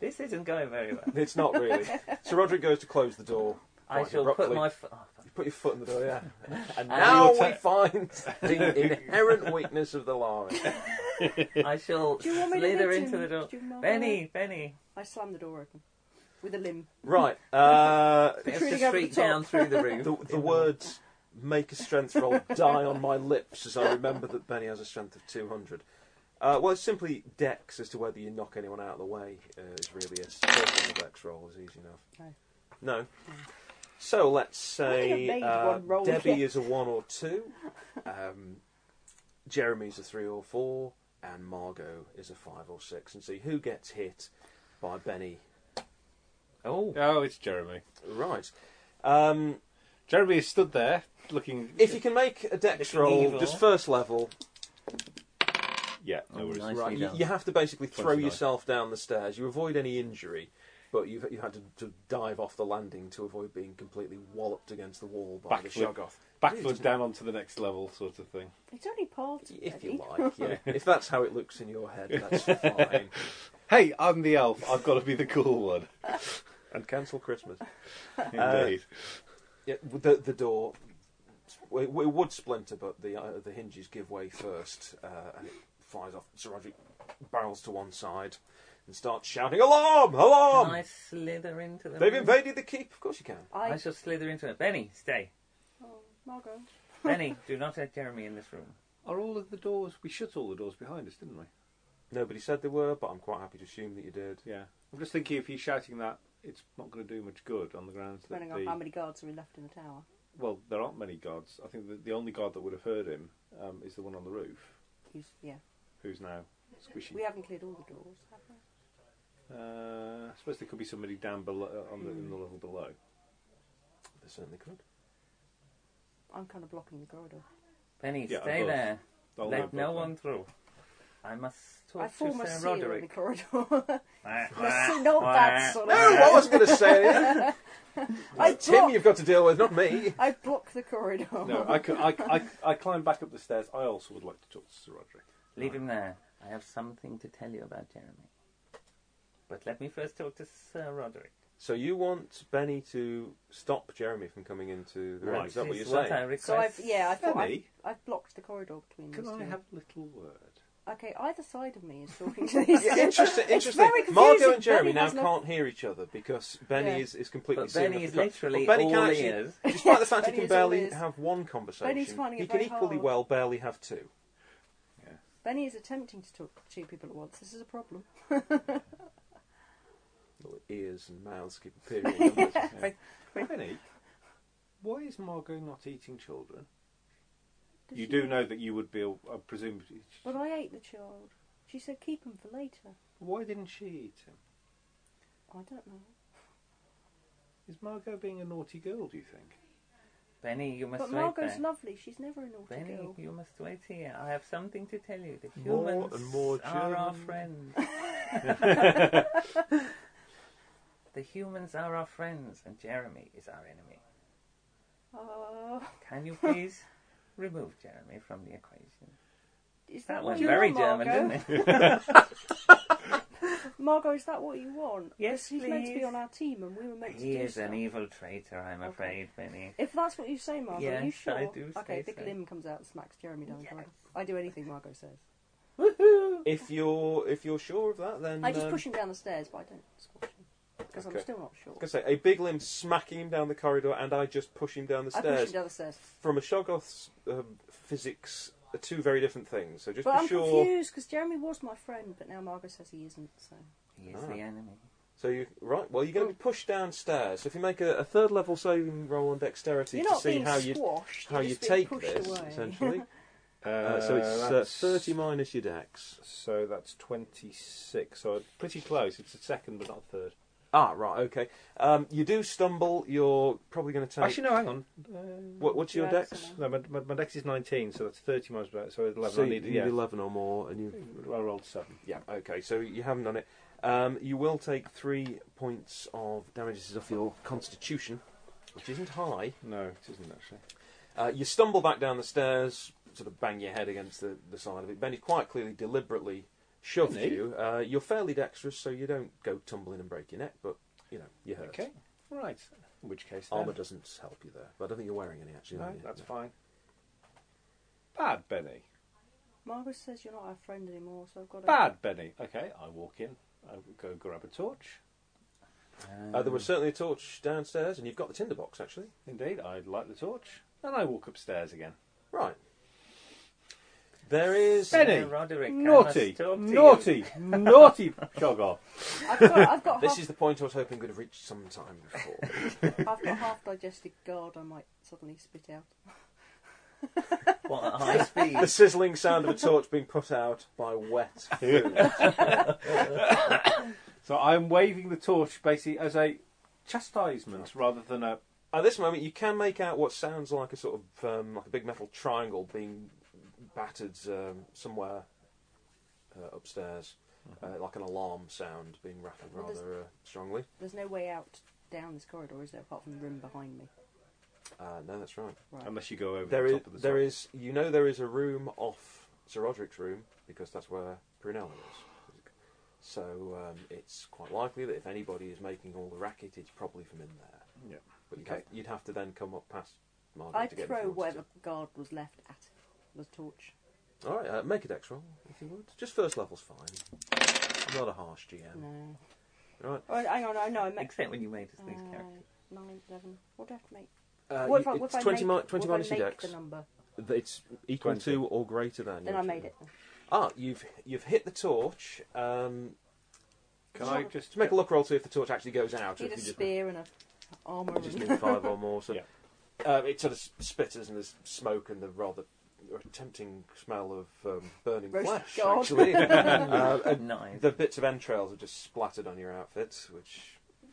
[SPEAKER 5] This isn't going very well.
[SPEAKER 2] It's not really. Sir Roderick goes to close the door.
[SPEAKER 5] I
[SPEAKER 2] quite
[SPEAKER 5] shall put
[SPEAKER 2] abruptly.
[SPEAKER 5] my. F- oh,
[SPEAKER 2] You put your foot in the door, yeah. And
[SPEAKER 3] now
[SPEAKER 2] now
[SPEAKER 3] we
[SPEAKER 2] we find the inherent weakness of the lion.
[SPEAKER 5] I shall
[SPEAKER 4] Do you want me to
[SPEAKER 5] slither
[SPEAKER 4] hit
[SPEAKER 5] into
[SPEAKER 4] him?
[SPEAKER 5] the door.
[SPEAKER 4] Do you mind?
[SPEAKER 5] Benny, Benny.
[SPEAKER 4] I slammed the door open with a limb.
[SPEAKER 2] Right. Uh,
[SPEAKER 5] Bit of
[SPEAKER 4] Protruding
[SPEAKER 5] just
[SPEAKER 4] over the
[SPEAKER 5] streak
[SPEAKER 4] top.
[SPEAKER 5] down through the roof.
[SPEAKER 2] the, the words make a strength roll die on my lips as I remember that Benny has a strength of 200. Uh, well, it's simply dex as to whether you knock anyone out of the way uh, is really a personal dex roll, is easy enough.
[SPEAKER 4] No.
[SPEAKER 2] No. So let's
[SPEAKER 4] I think I've
[SPEAKER 2] say
[SPEAKER 4] made
[SPEAKER 2] uh,
[SPEAKER 4] one roll
[SPEAKER 2] Debbie
[SPEAKER 4] yet.
[SPEAKER 2] is a 1 or 2, um, Jeremy's a 3 or 4, and Margot is a 5 or 6. And see who gets hit by Benny.
[SPEAKER 5] Oh,
[SPEAKER 3] Oh, it's Jeremy.
[SPEAKER 2] Right. Um,
[SPEAKER 3] Jeremy is stood there looking.
[SPEAKER 2] If you can make a dex
[SPEAKER 5] Looking
[SPEAKER 2] roll,
[SPEAKER 5] evil.
[SPEAKER 2] just first level,
[SPEAKER 3] Yeah, no
[SPEAKER 5] Oh,
[SPEAKER 3] worries.
[SPEAKER 5] nice.
[SPEAKER 2] right, you,
[SPEAKER 5] done.
[SPEAKER 2] you have to basically throw
[SPEAKER 3] 29.
[SPEAKER 2] yourself down the stairs. You avoid any injury, but you've you had to, to dive off the landing to avoid being completely walloped against the wall by the
[SPEAKER 3] Backflip.
[SPEAKER 2] Shoggoth.
[SPEAKER 3] Backflip down onto the next level, sort of thing.
[SPEAKER 4] It's only part.
[SPEAKER 2] If you like, yeah. if that's how it looks in your head, that's fine.
[SPEAKER 3] Hey, I'm the elf. I've got to be the cool one.
[SPEAKER 2] And cancel Christmas. Uh,
[SPEAKER 3] Indeed.
[SPEAKER 2] Yeah, the the door. It, it would splinter, but the uh, the hinges give way first, uh, and it flies off. Sir Roderick barrels to one side and starts shouting, "Alarm! Alarm!"
[SPEAKER 5] can I slither into the
[SPEAKER 2] They've
[SPEAKER 5] room?
[SPEAKER 2] invaded the keep. Of course you can.
[SPEAKER 5] I
[SPEAKER 4] I.
[SPEAKER 5] shall slither into it. Benny, stay.
[SPEAKER 4] Oh, Margot.
[SPEAKER 5] Benny, do not let Jeremy in this room.
[SPEAKER 3] Are all of the doors? We shut all the doors behind us, didn't we?
[SPEAKER 2] Nobody said they were, but I'm quite happy to assume that you did.
[SPEAKER 3] Yeah. I'm just thinking if he's shouting that, it's not going to do much good on the grounds that
[SPEAKER 4] Depending on
[SPEAKER 3] the-
[SPEAKER 4] how many guards are left in the tower.
[SPEAKER 3] well, there aren't many guards. I think that the only guard that would have heard him um, is the one on the roof,
[SPEAKER 4] Who's, yeah.
[SPEAKER 3] who's now squishy.
[SPEAKER 4] We haven't cleared all the doors, have we?
[SPEAKER 3] Uh, I suppose there could be somebody down below on the, in
[SPEAKER 2] Hmm.
[SPEAKER 3] the level below.
[SPEAKER 2] They certainly could.
[SPEAKER 4] I'm kind of blocking the corridor.
[SPEAKER 5] Benny,
[SPEAKER 3] Yeah,
[SPEAKER 5] stay
[SPEAKER 3] above.
[SPEAKER 5] there.
[SPEAKER 3] I'll
[SPEAKER 5] let
[SPEAKER 3] have
[SPEAKER 5] no
[SPEAKER 3] that.
[SPEAKER 5] one through. I must
[SPEAKER 4] I
[SPEAKER 5] talk
[SPEAKER 4] form
[SPEAKER 5] to
[SPEAKER 4] a
[SPEAKER 5] Sir
[SPEAKER 4] seal in the
[SPEAKER 5] Roderick. Ah,
[SPEAKER 4] corridor.
[SPEAKER 5] Wah,
[SPEAKER 4] Let's see,
[SPEAKER 5] wah,
[SPEAKER 4] not
[SPEAKER 5] wah.
[SPEAKER 4] that sort of.
[SPEAKER 2] No, I wasn't going to say anything.
[SPEAKER 4] I
[SPEAKER 2] Tim,
[SPEAKER 4] block,
[SPEAKER 2] you've got to deal with, not me.
[SPEAKER 4] I block the corridor.
[SPEAKER 3] No, I, could, I, I, I climbed back up the stairs. I also would like to talk to Sir Roderick.
[SPEAKER 5] Leave him there. I have something to tell you about Jeremy. But let me first talk to Sir Roderick.
[SPEAKER 2] So you want Benny to stop Jeremy from coming into the room?
[SPEAKER 3] Right.
[SPEAKER 2] Is that what you're
[SPEAKER 5] Is what
[SPEAKER 2] saying?
[SPEAKER 5] I request.
[SPEAKER 4] So I've yeah, I thought I've,
[SPEAKER 3] Funny.
[SPEAKER 4] I've blocked the corridor between
[SPEAKER 3] Can
[SPEAKER 4] these
[SPEAKER 3] I
[SPEAKER 4] two.
[SPEAKER 3] have a little word?
[SPEAKER 4] Okay, either side of me is talking to these
[SPEAKER 2] Yeah,
[SPEAKER 4] two.
[SPEAKER 2] interesting.
[SPEAKER 4] It's
[SPEAKER 2] Interesting.
[SPEAKER 4] very
[SPEAKER 2] Margot
[SPEAKER 4] confusing.
[SPEAKER 2] and Jeremy
[SPEAKER 4] Benny
[SPEAKER 2] now
[SPEAKER 4] has no-
[SPEAKER 2] can't hear each other because Benny
[SPEAKER 4] Yeah.
[SPEAKER 2] is, is completely.
[SPEAKER 5] But Benny
[SPEAKER 2] seeing
[SPEAKER 5] is
[SPEAKER 2] the-
[SPEAKER 5] literally
[SPEAKER 2] But Benny
[SPEAKER 5] all
[SPEAKER 2] can actually,
[SPEAKER 5] ears.
[SPEAKER 2] despite the fact he
[SPEAKER 4] Benny
[SPEAKER 2] can
[SPEAKER 4] is all
[SPEAKER 2] barely
[SPEAKER 4] ears.
[SPEAKER 2] have one conversation,
[SPEAKER 4] Benny's finding it
[SPEAKER 2] he can
[SPEAKER 4] very
[SPEAKER 2] equally
[SPEAKER 4] hard.
[SPEAKER 2] well barely have two.
[SPEAKER 4] Benny is attempting to talk to two people at once. This is a problem.
[SPEAKER 2] Little ears and mouths keep appearing. in numbers.
[SPEAKER 4] Very-
[SPEAKER 3] Penny, why is Margot not eating children?
[SPEAKER 4] Does
[SPEAKER 3] you
[SPEAKER 4] she-
[SPEAKER 3] do know that you would be, uh, I presume.
[SPEAKER 4] But I ate the child. She said keep him for later.
[SPEAKER 3] Why didn't she eat him?
[SPEAKER 4] I don't know.
[SPEAKER 3] Is Margot being a naughty girl? Do you think?
[SPEAKER 5] Benny, you must
[SPEAKER 4] But
[SPEAKER 5] wait
[SPEAKER 4] Margot's
[SPEAKER 5] there.
[SPEAKER 4] lovely. She's never a naughty
[SPEAKER 5] Benny,
[SPEAKER 4] girl.
[SPEAKER 5] you must wait here. I have something to tell you. The
[SPEAKER 2] More
[SPEAKER 5] humans
[SPEAKER 2] and more
[SPEAKER 5] are our
[SPEAKER 2] German.
[SPEAKER 5] friends. the humans are our friends, and Jeremy is our enemy.
[SPEAKER 4] Uh,
[SPEAKER 5] Can you please remove Jeremy from the equation?
[SPEAKER 4] is that,
[SPEAKER 5] That
[SPEAKER 4] what
[SPEAKER 5] went
[SPEAKER 4] you
[SPEAKER 5] very
[SPEAKER 4] want, Margot?
[SPEAKER 5] German, didn't it?
[SPEAKER 4] Margot, is that what you want?
[SPEAKER 5] Yes,
[SPEAKER 4] Because he's meant to be
[SPEAKER 5] please.
[SPEAKER 4] on our team, and we were meant
[SPEAKER 5] He
[SPEAKER 4] to do
[SPEAKER 5] is an
[SPEAKER 4] stuff.
[SPEAKER 5] evil traitor, I'm
[SPEAKER 4] Okay.
[SPEAKER 5] afraid, Benny.
[SPEAKER 4] If that's what you say, Margot, are you
[SPEAKER 5] Yes,
[SPEAKER 4] sure?
[SPEAKER 5] I do
[SPEAKER 4] okay,
[SPEAKER 5] say
[SPEAKER 4] Big
[SPEAKER 5] so.
[SPEAKER 4] Lim comes out and smacks Jeremy down the
[SPEAKER 5] Yes.
[SPEAKER 4] groin. I do anything Margot says.
[SPEAKER 5] Woohoo!
[SPEAKER 2] if you're if you're sure of that, then
[SPEAKER 4] I just
[SPEAKER 2] um,
[SPEAKER 4] push him down the stairs, but I don't squash him. Because
[SPEAKER 2] Okay.
[SPEAKER 4] I'm still not sure.
[SPEAKER 2] I was gonna say a big limb smacking him down the corridor, and I just push him down the
[SPEAKER 4] I push
[SPEAKER 2] stairs.
[SPEAKER 4] him down the stairs.
[SPEAKER 2] From a Shoggoth's um, physics, are two very different things. So just
[SPEAKER 4] But
[SPEAKER 2] be
[SPEAKER 4] I'm
[SPEAKER 2] sure.
[SPEAKER 4] confused because Jeremy was my friend, but now Margot says he isn't, so.
[SPEAKER 5] He is
[SPEAKER 2] Ah.
[SPEAKER 5] the enemy.
[SPEAKER 2] So you right? Well, you're going
[SPEAKER 4] Oh.
[SPEAKER 2] to be pushed downstairs. So if you make a, a third level saving roll on dexterity
[SPEAKER 4] You're
[SPEAKER 2] to
[SPEAKER 4] not
[SPEAKER 2] see
[SPEAKER 4] being
[SPEAKER 2] how you
[SPEAKER 4] squashed,
[SPEAKER 2] how
[SPEAKER 4] you're
[SPEAKER 2] you
[SPEAKER 4] just being
[SPEAKER 2] take
[SPEAKER 4] pushed
[SPEAKER 2] this
[SPEAKER 4] away.
[SPEAKER 2] essentially. Uh, so it's uh,
[SPEAKER 3] that's-
[SPEAKER 2] thirty minus your dex.
[SPEAKER 3] So that's twenty-six. So I'm pretty close. It's a second, but not a third.
[SPEAKER 2] Ah, right, okay. Um, you do stumble. You're probably going to take.
[SPEAKER 3] Actually, no. Hang on. Uh,
[SPEAKER 2] what, what's your
[SPEAKER 4] Yeah,
[SPEAKER 2] dex?
[SPEAKER 4] something.
[SPEAKER 3] No, my, my, my dex is nineteen, so that's thirty minus about. So eleven.
[SPEAKER 2] So
[SPEAKER 3] I
[SPEAKER 2] you
[SPEAKER 3] need,
[SPEAKER 2] need
[SPEAKER 3] yeah.
[SPEAKER 2] eleven or more, and you
[SPEAKER 4] Hmm.
[SPEAKER 3] I rolled seven.
[SPEAKER 2] Yeah, okay, so you haven't done it. Um, you will take three points of damage. This is off your constitution, which isn't high.
[SPEAKER 3] No, it isn't actually.
[SPEAKER 2] Uh, you stumble back down the stairs, sort of bang your head against the, the side of it. Benny quite clearly deliberately shoved
[SPEAKER 3] Didn't he?
[SPEAKER 2] you. Uh, you're fairly dexterous, so you don't go tumbling and break your neck, but, you know, you hurt.
[SPEAKER 3] Okay. Right. In which case, then.
[SPEAKER 2] Armour doesn't help you there, but I don't think you're wearing any, actually.
[SPEAKER 3] No,
[SPEAKER 2] are you?
[SPEAKER 3] that's
[SPEAKER 2] No.
[SPEAKER 3] fine. Bad Benny.
[SPEAKER 4] Margot says you're not our friend anymore, so I've got to.
[SPEAKER 3] Bad Benny. Okay, I walk in. I go grab a torch.
[SPEAKER 5] Um,
[SPEAKER 2] Uh, there was certainly a torch downstairs, and you've got the tinderbox, actually.
[SPEAKER 3] Indeed, I light the torch, and I walk upstairs again.
[SPEAKER 2] Right. There is...
[SPEAKER 3] Benny!
[SPEAKER 5] Roderick, I must
[SPEAKER 3] Naughty,
[SPEAKER 5] talk to you.
[SPEAKER 3] naughty, naughty, jog off.
[SPEAKER 4] I've got, I've got,
[SPEAKER 2] This
[SPEAKER 4] half,
[SPEAKER 2] is the point I was hoping we'd have reached some time before.
[SPEAKER 4] I've got half digested guard I might suddenly spit out.
[SPEAKER 5] What, at high speed?
[SPEAKER 2] the sizzling sound of a torch being put out by wet food.
[SPEAKER 3] So I'm waving the torch basically as a chastisement rather than a.
[SPEAKER 2] At this moment, you can make out what sounds like a sort of um, like a big metal triangle being battered um, somewhere uh, upstairs, uh, like an alarm sound being rattled
[SPEAKER 4] Mm-hmm. Well, there's-
[SPEAKER 2] rather uh, strongly.
[SPEAKER 4] There's no way out down this corridor, is there, apart from the room behind me?
[SPEAKER 2] Uh, no, that's right.
[SPEAKER 4] Right.
[SPEAKER 3] Unless you go over
[SPEAKER 2] There
[SPEAKER 3] the
[SPEAKER 2] is,
[SPEAKER 3] top of the.
[SPEAKER 2] there
[SPEAKER 3] side.
[SPEAKER 2] is, you know, there is a room off Sir Roderick's room because that's where Prunella is. So um, it's quite likely that if anybody is making all the racket, it's probably from in there.
[SPEAKER 3] Yeah.
[SPEAKER 2] But you'd,
[SPEAKER 3] Okay.
[SPEAKER 2] have, you'd have to then come up past Margaret
[SPEAKER 4] I'd
[SPEAKER 2] to get
[SPEAKER 4] throw
[SPEAKER 2] if you wanted
[SPEAKER 4] whatever guard was left at the torch.
[SPEAKER 2] to. All right, uh, make a dex roll if you would. Just first level's fine. I'm not a harsh GM.
[SPEAKER 4] No.
[SPEAKER 2] All right.
[SPEAKER 4] Oh, hang on, I know, I make.
[SPEAKER 5] Except when you made us
[SPEAKER 4] Uh,
[SPEAKER 5] these characters.
[SPEAKER 4] 9, 11. What do I have to make?
[SPEAKER 2] Uh,
[SPEAKER 4] what if
[SPEAKER 2] you-
[SPEAKER 4] I, what
[SPEAKER 2] it's
[SPEAKER 4] if I
[SPEAKER 2] 20, mi-
[SPEAKER 4] make,
[SPEAKER 2] 20
[SPEAKER 4] what
[SPEAKER 2] minus
[SPEAKER 4] if
[SPEAKER 2] your
[SPEAKER 4] I make
[SPEAKER 2] dex.
[SPEAKER 4] the number?
[SPEAKER 2] Th- It's equal
[SPEAKER 3] 20.
[SPEAKER 2] to or greater than.
[SPEAKER 4] Then
[SPEAKER 2] your
[SPEAKER 4] I made
[SPEAKER 2] GM.
[SPEAKER 4] it.
[SPEAKER 2] Ah, you've you've hit the torch. Um,
[SPEAKER 3] Can I just
[SPEAKER 2] just make a look roll to see if the torch actually goes out. or
[SPEAKER 4] Need
[SPEAKER 2] if
[SPEAKER 4] a
[SPEAKER 2] you just-
[SPEAKER 4] spear and a armour.
[SPEAKER 2] you
[SPEAKER 4] And
[SPEAKER 2] just need five or more. So
[SPEAKER 3] Yeah.
[SPEAKER 2] uh, it sort of spitters and there's smoke and the rather tempting smell of um, burning
[SPEAKER 4] Roast
[SPEAKER 2] flesh.
[SPEAKER 4] God.
[SPEAKER 2] Actually, uh, and
[SPEAKER 5] Nice.
[SPEAKER 2] The bits of entrails are just splattered on your outfit, which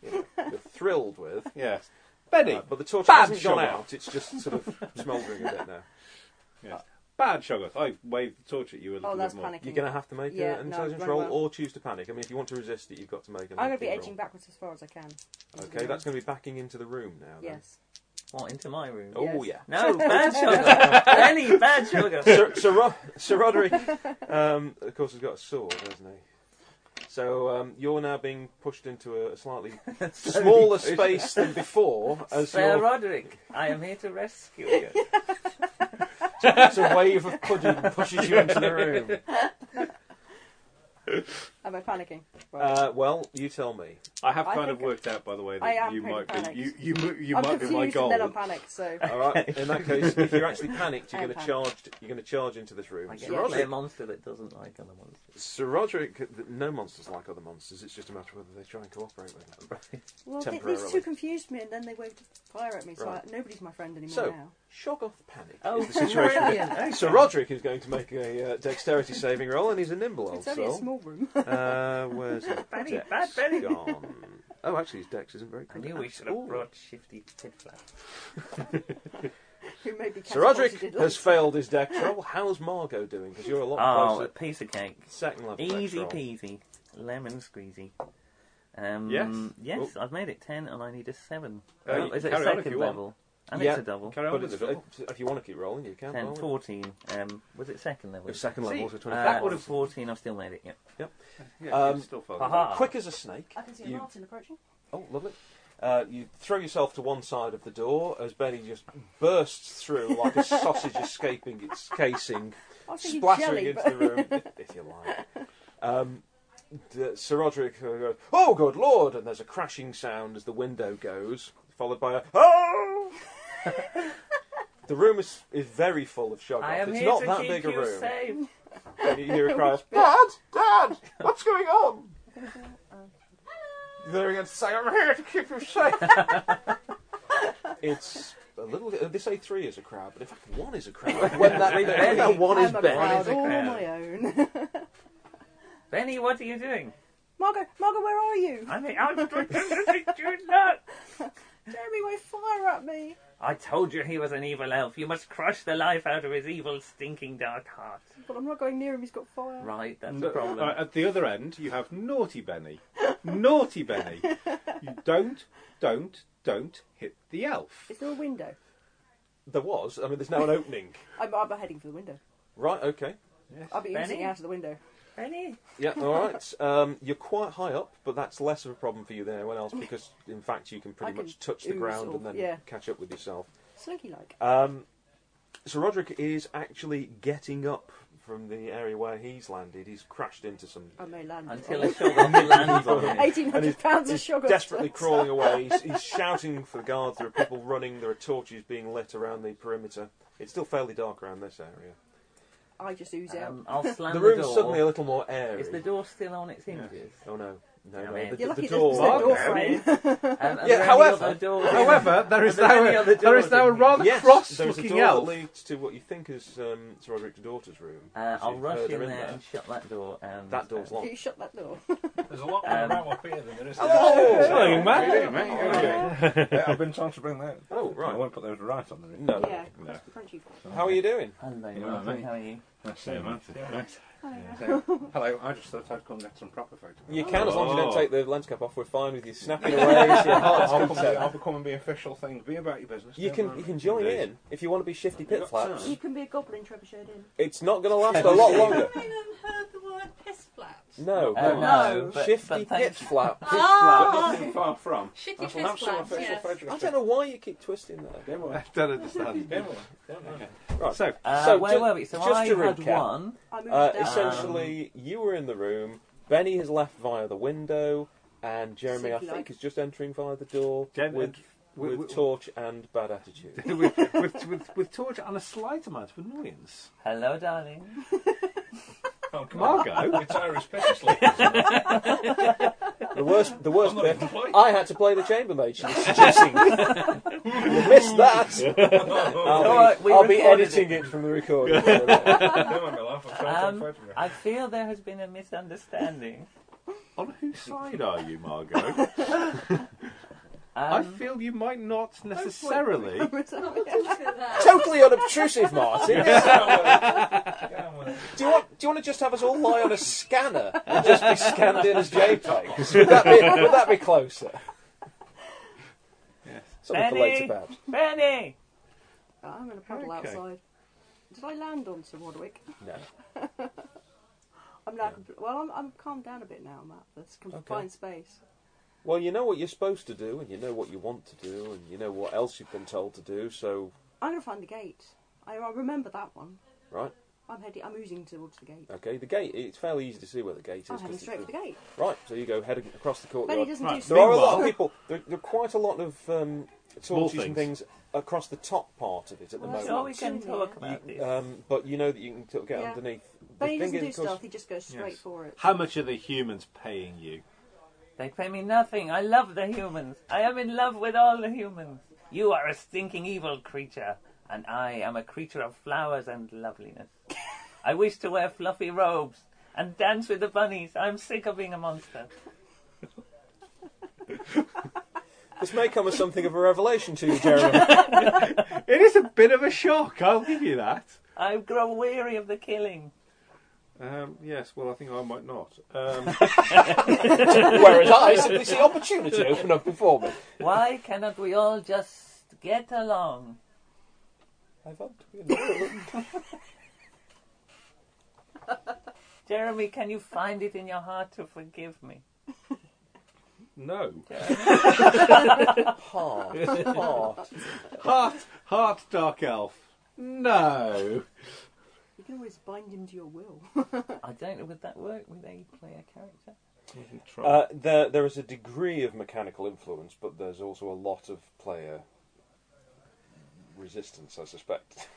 [SPEAKER 2] you know, you're thrilled with.
[SPEAKER 3] Yes. Benny.
[SPEAKER 2] Uh, but the torch
[SPEAKER 3] Bad
[SPEAKER 2] hasn't gone
[SPEAKER 3] sugar.
[SPEAKER 2] out; it's just sort of smoldering a bit now.
[SPEAKER 3] Yes. Bad Shoggoth. I wave the torch at you a little
[SPEAKER 4] oh, that's
[SPEAKER 3] bit more.
[SPEAKER 4] panicking.
[SPEAKER 2] You're going to have to make
[SPEAKER 4] Yeah,
[SPEAKER 2] a- an
[SPEAKER 4] no,
[SPEAKER 2] intelligence
[SPEAKER 4] run
[SPEAKER 2] roll
[SPEAKER 4] well.
[SPEAKER 2] or choose to panic. I mean, if you want to resist it, you've got to make. An
[SPEAKER 4] I'm going to be
[SPEAKER 2] active
[SPEAKER 4] edging
[SPEAKER 2] roll.
[SPEAKER 4] backwards as far as I can.
[SPEAKER 2] Okay, that's going to be backing into the room now. Then.
[SPEAKER 4] Yes.
[SPEAKER 5] What, into my room?
[SPEAKER 2] Oh,
[SPEAKER 4] Yes.
[SPEAKER 2] yeah.
[SPEAKER 5] No, bad sugar. Any bad sugar.
[SPEAKER 2] Sir, Sir, Ro- Sir Roderick, um, of course, has got a sword, hasn't he? So um, you're now being pushed into a slightly smaller space than before as
[SPEAKER 5] Sir
[SPEAKER 2] you're
[SPEAKER 5] Roderick, I am here to rescue you.
[SPEAKER 2] it's a wave of pudding pushes you into the room.
[SPEAKER 4] Am I panicking? Right.
[SPEAKER 2] Uh, well, you tell me.
[SPEAKER 3] I have
[SPEAKER 4] I
[SPEAKER 3] kind of
[SPEAKER 4] think-
[SPEAKER 3] worked out, by the way,
[SPEAKER 4] I
[SPEAKER 3] that
[SPEAKER 4] am
[SPEAKER 3] you
[SPEAKER 4] pretty
[SPEAKER 3] might
[SPEAKER 4] panicked.
[SPEAKER 3] be you you, mo- you
[SPEAKER 4] I'm
[SPEAKER 3] might be
[SPEAKER 4] confused
[SPEAKER 3] my goal.
[SPEAKER 4] and then I'm panicked. So
[SPEAKER 2] All right. In that case, if you're actually panicked, you're
[SPEAKER 4] I am
[SPEAKER 2] going to charge.
[SPEAKER 4] panicked.
[SPEAKER 2] You're going to charge into this room.
[SPEAKER 5] I
[SPEAKER 2] Sir
[SPEAKER 5] get to play a
[SPEAKER 2] Roderick,
[SPEAKER 5] monster that doesn't like other monsters.
[SPEAKER 2] Sir Roderick, th- no monsters like other monsters. It's just a matter of whether they try and cooperate with them.
[SPEAKER 4] well, th- these
[SPEAKER 2] Temporarily.
[SPEAKER 4] two confused me, and then they waved fire at me. So
[SPEAKER 2] Right.
[SPEAKER 4] I, nobody's my friend anymore
[SPEAKER 2] So,
[SPEAKER 4] now.
[SPEAKER 2] Shoggoth panic
[SPEAKER 5] Oh,
[SPEAKER 2] is the situation.
[SPEAKER 5] brilliant. Okay.
[SPEAKER 2] Sir Roderick is going to make a uh, dexterity saving roll, and he's a nimble old
[SPEAKER 4] It's only a
[SPEAKER 2] soul.
[SPEAKER 4] small room.
[SPEAKER 2] Uh, where's his
[SPEAKER 5] Benny,
[SPEAKER 2] dex
[SPEAKER 5] bad Benny.
[SPEAKER 2] gone? Oh, actually, his dex isn't very
[SPEAKER 5] I
[SPEAKER 2] good.
[SPEAKER 5] knew we should have
[SPEAKER 2] Ooh.
[SPEAKER 5] brought Shifty Tidflap.
[SPEAKER 4] who may be
[SPEAKER 2] Sir Roderick
[SPEAKER 4] catapulted
[SPEAKER 2] has
[SPEAKER 4] later.
[SPEAKER 2] failed his dex roll. How's Margot doing? Because you're a lot
[SPEAKER 5] Oh, a
[SPEAKER 2] closer.
[SPEAKER 5] piece of cake.
[SPEAKER 2] Second level. dex
[SPEAKER 5] Easy
[SPEAKER 2] roll.
[SPEAKER 5] peasy. Lemon squeezy. Um,
[SPEAKER 3] Yes.
[SPEAKER 5] Yes, I've made it 10 and I need a 7.
[SPEAKER 3] Uh,
[SPEAKER 5] Oh,
[SPEAKER 3] you
[SPEAKER 5] is it a
[SPEAKER 3] carry on if
[SPEAKER 5] second
[SPEAKER 3] you want.
[SPEAKER 5] level? And
[SPEAKER 2] Yeah.
[SPEAKER 5] it's a double.
[SPEAKER 3] Carry on
[SPEAKER 2] But
[SPEAKER 3] with the
[SPEAKER 2] it's,
[SPEAKER 3] double.
[SPEAKER 2] if you want to keep rolling, you can.
[SPEAKER 5] 10,
[SPEAKER 2] can't
[SPEAKER 5] 14. Um, was it second level?
[SPEAKER 2] you? Second level,
[SPEAKER 3] See,
[SPEAKER 2] so
[SPEAKER 5] Uh,
[SPEAKER 2] 25.
[SPEAKER 3] that would've-
[SPEAKER 5] 14, I've still made it, yeah.
[SPEAKER 3] Yeah,
[SPEAKER 2] Um,
[SPEAKER 3] it's still fun.
[SPEAKER 5] Aha.
[SPEAKER 2] Quick as a snake.
[SPEAKER 4] I can see a
[SPEAKER 2] you-
[SPEAKER 4] Martin approaching.
[SPEAKER 2] Oh, lovely. Uh, you throw yourself to one side of the door as Benny just bursts through like a sausage escaping its casing,
[SPEAKER 4] I was thinking
[SPEAKER 2] splattering
[SPEAKER 4] jelly,
[SPEAKER 2] into
[SPEAKER 4] but
[SPEAKER 2] the room, if, if you like. Um, d- Sir Roderick uh, goes, Oh, good lord! And there's a crashing sound as the window goes, followed by a, Oh! the room is, is very full of shoggoth.
[SPEAKER 5] I am
[SPEAKER 2] it's
[SPEAKER 5] here
[SPEAKER 2] not
[SPEAKER 5] to
[SPEAKER 2] that
[SPEAKER 5] keep
[SPEAKER 2] big a
[SPEAKER 5] you
[SPEAKER 2] room.
[SPEAKER 5] safe.
[SPEAKER 2] And you hear a cry of, Dad! Dad! What's going on? They're going to say, I'm here to keep you safe. it's a little. They say three is a crowd, but in fact, one is a crowd. when that,
[SPEAKER 5] Benny.
[SPEAKER 2] when that one is
[SPEAKER 4] I'm a
[SPEAKER 2] Ben.
[SPEAKER 4] crowd
[SPEAKER 5] Benny's a
[SPEAKER 4] all
[SPEAKER 5] crowd.
[SPEAKER 4] Oh my own.
[SPEAKER 5] Benny, what are you doing?
[SPEAKER 4] Margot, Margot, where are you?
[SPEAKER 5] I mean, I'm doing that.
[SPEAKER 4] Jeremy, waved fire at me.
[SPEAKER 5] I told you he was an evil elf. You must crush the life out of his evil, stinking dark heart.
[SPEAKER 4] But I'm not going near him. He's got fire.
[SPEAKER 5] Right, that's the
[SPEAKER 3] No,
[SPEAKER 5] problem.
[SPEAKER 3] alright, at the other end, you have naughty Benny. naughty Benny. You don't, don't, don't hit the elf.
[SPEAKER 4] Is there a window?
[SPEAKER 2] There was. I mean, there's now an opening.
[SPEAKER 4] I'm, I'm heading for the window.
[SPEAKER 2] Right, okay.
[SPEAKER 4] I'll be
[SPEAKER 5] Benny?
[SPEAKER 4] eating out of the window.
[SPEAKER 5] Benny,
[SPEAKER 2] Yeah, alright. Um, you're quite high up, but that's less of a problem for you than anyone else because, in fact, you can pretty
[SPEAKER 4] I can
[SPEAKER 2] much touch the
[SPEAKER 4] ooze
[SPEAKER 2] ground
[SPEAKER 4] off,
[SPEAKER 2] and then
[SPEAKER 4] yeah.
[SPEAKER 2] catch up with yourself.
[SPEAKER 4] Slinky like.
[SPEAKER 2] Um, so Roderick is actually getting up from the area where he's landed. He's crashed into some.
[SPEAKER 4] I may land.
[SPEAKER 5] until a shotgun lands on him.
[SPEAKER 4] Eighteen hundred pounds of
[SPEAKER 2] He's
[SPEAKER 4] sugar.
[SPEAKER 2] desperately crawling away. He's, he's shouting for the guards. There are people running. There are torches being lit around the perimeter. It's still fairly dark around this area.
[SPEAKER 4] I just ooze out.
[SPEAKER 5] Um, I'll slam
[SPEAKER 2] the
[SPEAKER 5] the,
[SPEAKER 2] room's
[SPEAKER 5] door.
[SPEAKER 2] suddenly a little more airy.
[SPEAKER 5] Is the door still on its hinges?
[SPEAKER 2] Oh no, no,
[SPEAKER 5] Yeah,
[SPEAKER 2] no.
[SPEAKER 5] man.
[SPEAKER 2] The,
[SPEAKER 4] You're
[SPEAKER 2] the
[SPEAKER 4] lucky it doesn't
[SPEAKER 2] door.
[SPEAKER 4] say door
[SPEAKER 5] Mark,
[SPEAKER 4] frame.
[SPEAKER 2] Yeah,
[SPEAKER 5] Um, are there any
[SPEAKER 2] however-
[SPEAKER 5] other doors in-
[SPEAKER 3] However, there is
[SPEAKER 5] Are there
[SPEAKER 3] now
[SPEAKER 5] any
[SPEAKER 3] a,
[SPEAKER 5] other
[SPEAKER 3] there is
[SPEAKER 5] doors
[SPEAKER 3] now a
[SPEAKER 5] in here?
[SPEAKER 3] rather
[SPEAKER 2] Yes, there's a
[SPEAKER 3] cross-looking
[SPEAKER 2] door
[SPEAKER 3] elf.
[SPEAKER 2] that leads to what you think is um, Sir Roderick's daughter's room.
[SPEAKER 5] Uh,
[SPEAKER 2] Because
[SPEAKER 5] I'll
[SPEAKER 2] you've
[SPEAKER 5] rush
[SPEAKER 2] heard
[SPEAKER 5] in
[SPEAKER 2] her
[SPEAKER 5] there, and shut that door. And,
[SPEAKER 2] That door's
[SPEAKER 5] uh,
[SPEAKER 2] locked.
[SPEAKER 4] Can you shut that door?
[SPEAKER 7] There's a lot more
[SPEAKER 5] Um,
[SPEAKER 7] um, up here than there is.
[SPEAKER 3] Oh,
[SPEAKER 2] Hello!
[SPEAKER 3] Hello, young man.
[SPEAKER 7] yeah, I've been trying to bring that.
[SPEAKER 2] Oh
[SPEAKER 7] I
[SPEAKER 2] right.
[SPEAKER 7] won't put those right on the roof.
[SPEAKER 2] No.
[SPEAKER 4] yeah.
[SPEAKER 7] No.
[SPEAKER 4] That's the Frenchie.
[SPEAKER 2] How are you doing?
[SPEAKER 5] Hello,
[SPEAKER 7] You know
[SPEAKER 5] Martin,
[SPEAKER 7] what I mean?
[SPEAKER 5] how are you?
[SPEAKER 7] That's it, man. Nice. So, hello, I just thought I'd come and get some proper photos.
[SPEAKER 2] You can, as long as you don't
[SPEAKER 3] Oh.
[SPEAKER 2] take the lens cap off. We're fine with you snapping away. it's your heart's
[SPEAKER 7] I'll, become,
[SPEAKER 2] content.
[SPEAKER 7] I'll become and be official things. Be about your business.
[SPEAKER 2] You
[SPEAKER 7] don't
[SPEAKER 2] can
[SPEAKER 7] worry.
[SPEAKER 2] you can join in if you want to be shifty pit flaps.
[SPEAKER 4] You can be a goblin, Trebuchet. In.
[SPEAKER 2] It's not going to last a lot longer.
[SPEAKER 6] Anyone heard the word piss flaps?
[SPEAKER 2] No,
[SPEAKER 5] Uh, no, but-
[SPEAKER 2] shifty
[SPEAKER 5] but thank
[SPEAKER 2] pit
[SPEAKER 5] you.
[SPEAKER 2] flap.
[SPEAKER 7] Not
[SPEAKER 6] Ah,
[SPEAKER 7] too far from.
[SPEAKER 6] shitty
[SPEAKER 7] That's
[SPEAKER 6] piss
[SPEAKER 7] an
[SPEAKER 6] flaps.
[SPEAKER 7] absolute official
[SPEAKER 6] yes.
[SPEAKER 7] photograph.
[SPEAKER 2] I don't know why you keep twisting that.
[SPEAKER 7] Don't worry.
[SPEAKER 3] I don't understand.
[SPEAKER 7] Don't worry. Don't worry.
[SPEAKER 2] Right. So,
[SPEAKER 5] Uh, where
[SPEAKER 2] ju-
[SPEAKER 5] were we? So
[SPEAKER 2] just
[SPEAKER 5] I
[SPEAKER 2] to
[SPEAKER 5] had
[SPEAKER 2] recap,
[SPEAKER 5] one.
[SPEAKER 4] I moved
[SPEAKER 2] Uh,
[SPEAKER 5] Um,
[SPEAKER 4] down.
[SPEAKER 2] essentially, you were in the room. Benny has left via the window, and Jeremy, I
[SPEAKER 4] Simply
[SPEAKER 2] think,
[SPEAKER 4] like-
[SPEAKER 2] is just entering via the door
[SPEAKER 3] Jen-
[SPEAKER 2] with,
[SPEAKER 3] wi-
[SPEAKER 2] with
[SPEAKER 3] wi-
[SPEAKER 2] torch and bad attitude.
[SPEAKER 3] with, with, with, with torture and a slight amount of annoyance.
[SPEAKER 5] Hello, darling.
[SPEAKER 7] Oh, come on.
[SPEAKER 3] Margot,
[SPEAKER 7] It's Irish British ladies.
[SPEAKER 2] the worst, the worst
[SPEAKER 7] I'm not
[SPEAKER 2] bit.
[SPEAKER 7] employed.
[SPEAKER 2] I had to play the chambermaid. She was suggesting. you missed that. I'll,
[SPEAKER 5] All right,
[SPEAKER 2] be,
[SPEAKER 5] we
[SPEAKER 2] I'll be
[SPEAKER 5] recorded
[SPEAKER 2] editing it. from the recording.
[SPEAKER 7] Don't make me laugh. I'm trying to
[SPEAKER 5] Um,
[SPEAKER 7] take photographs.
[SPEAKER 5] I feel there has been a misunderstanding.
[SPEAKER 3] on whose side are you,
[SPEAKER 2] Um,
[SPEAKER 3] Margot? I
[SPEAKER 5] Um,
[SPEAKER 3] feel you might not necessarily.
[SPEAKER 2] totally unobtrusive, Martin.
[SPEAKER 7] Get on with it.
[SPEAKER 2] Do you want? Do you want to just have us all lie on a scanner and just be scanned in as JPEGs? Would that be, would that be closer?
[SPEAKER 7] Yes.
[SPEAKER 2] Something for later,
[SPEAKER 5] Benny!
[SPEAKER 2] perhaps.
[SPEAKER 5] Benny!
[SPEAKER 4] I'm going to paddle
[SPEAKER 3] Okay.
[SPEAKER 4] outside. Did I land on Sir Roderick?
[SPEAKER 2] No.
[SPEAKER 4] I'm now. compl- Well, I'm, I'm calmed down a bit now, Matt. There's confined space.
[SPEAKER 2] Well, you know what you're supposed to do, and you know what you want to do, and you know what else you've been told to do. So,
[SPEAKER 4] I'm going to find the gate. I, I remember that one.
[SPEAKER 2] right,
[SPEAKER 4] I'm heading. I'm oozing towards the gate.
[SPEAKER 2] okay. The gate. It's fairly easy to see where the gate is.
[SPEAKER 4] I'm
[SPEAKER 2] 'cause
[SPEAKER 4] Oh, heading
[SPEAKER 2] it's
[SPEAKER 4] straight for the gate.
[SPEAKER 2] Right, so you go heading across the
[SPEAKER 4] Benny
[SPEAKER 2] courtyard.
[SPEAKER 4] doesn't
[SPEAKER 7] Right,
[SPEAKER 4] do
[SPEAKER 2] There are a lot
[SPEAKER 7] Meanwhile-
[SPEAKER 2] of people. There, there are quite a lot of um,
[SPEAKER 7] Small
[SPEAKER 2] torches and things across the top part of it at the
[SPEAKER 4] Well, that's
[SPEAKER 5] Sure,
[SPEAKER 4] all
[SPEAKER 5] we
[SPEAKER 2] moment.
[SPEAKER 5] can
[SPEAKER 4] Yeah.
[SPEAKER 5] talk about
[SPEAKER 2] You-
[SPEAKER 5] this.
[SPEAKER 2] um, but you know that you can sort of get
[SPEAKER 4] Yeah.
[SPEAKER 2] underneath.
[SPEAKER 4] Benny
[SPEAKER 2] the thing
[SPEAKER 4] doesn't do
[SPEAKER 2] is, of course,
[SPEAKER 4] stealth. He just goes straight
[SPEAKER 3] Yes.
[SPEAKER 4] for it.
[SPEAKER 3] How much are the humans paying you?
[SPEAKER 5] They pay me nothing. I love the humans. I am in love with all the humans. You are a stinking evil creature, and I am a creature of flowers and loveliness. I wish to wear fluffy robes and dance with the bunnies. I'm sick of being a monster.
[SPEAKER 2] This may come as something of a revelation to you, Jeremy.
[SPEAKER 3] It is a bit of a shock, I'll give you that.
[SPEAKER 5] I grow weary of the killing.
[SPEAKER 3] Um, yes, well, I think I might not. Um,
[SPEAKER 2] Whereas I simply see opportunity open up before me.
[SPEAKER 5] Why cannot we all just get along?
[SPEAKER 2] I've had to be alone.
[SPEAKER 5] Jeremy, can you find it in your heart to forgive me?
[SPEAKER 3] no.
[SPEAKER 2] Heart, heart.
[SPEAKER 3] Heart, heart, dark elf. No.
[SPEAKER 4] You can always bind him to your will.
[SPEAKER 5] I don't know, would that work with a player character?
[SPEAKER 2] Uh, there, there is a degree of mechanical influence, but there's also a lot of player resistance, I suspect.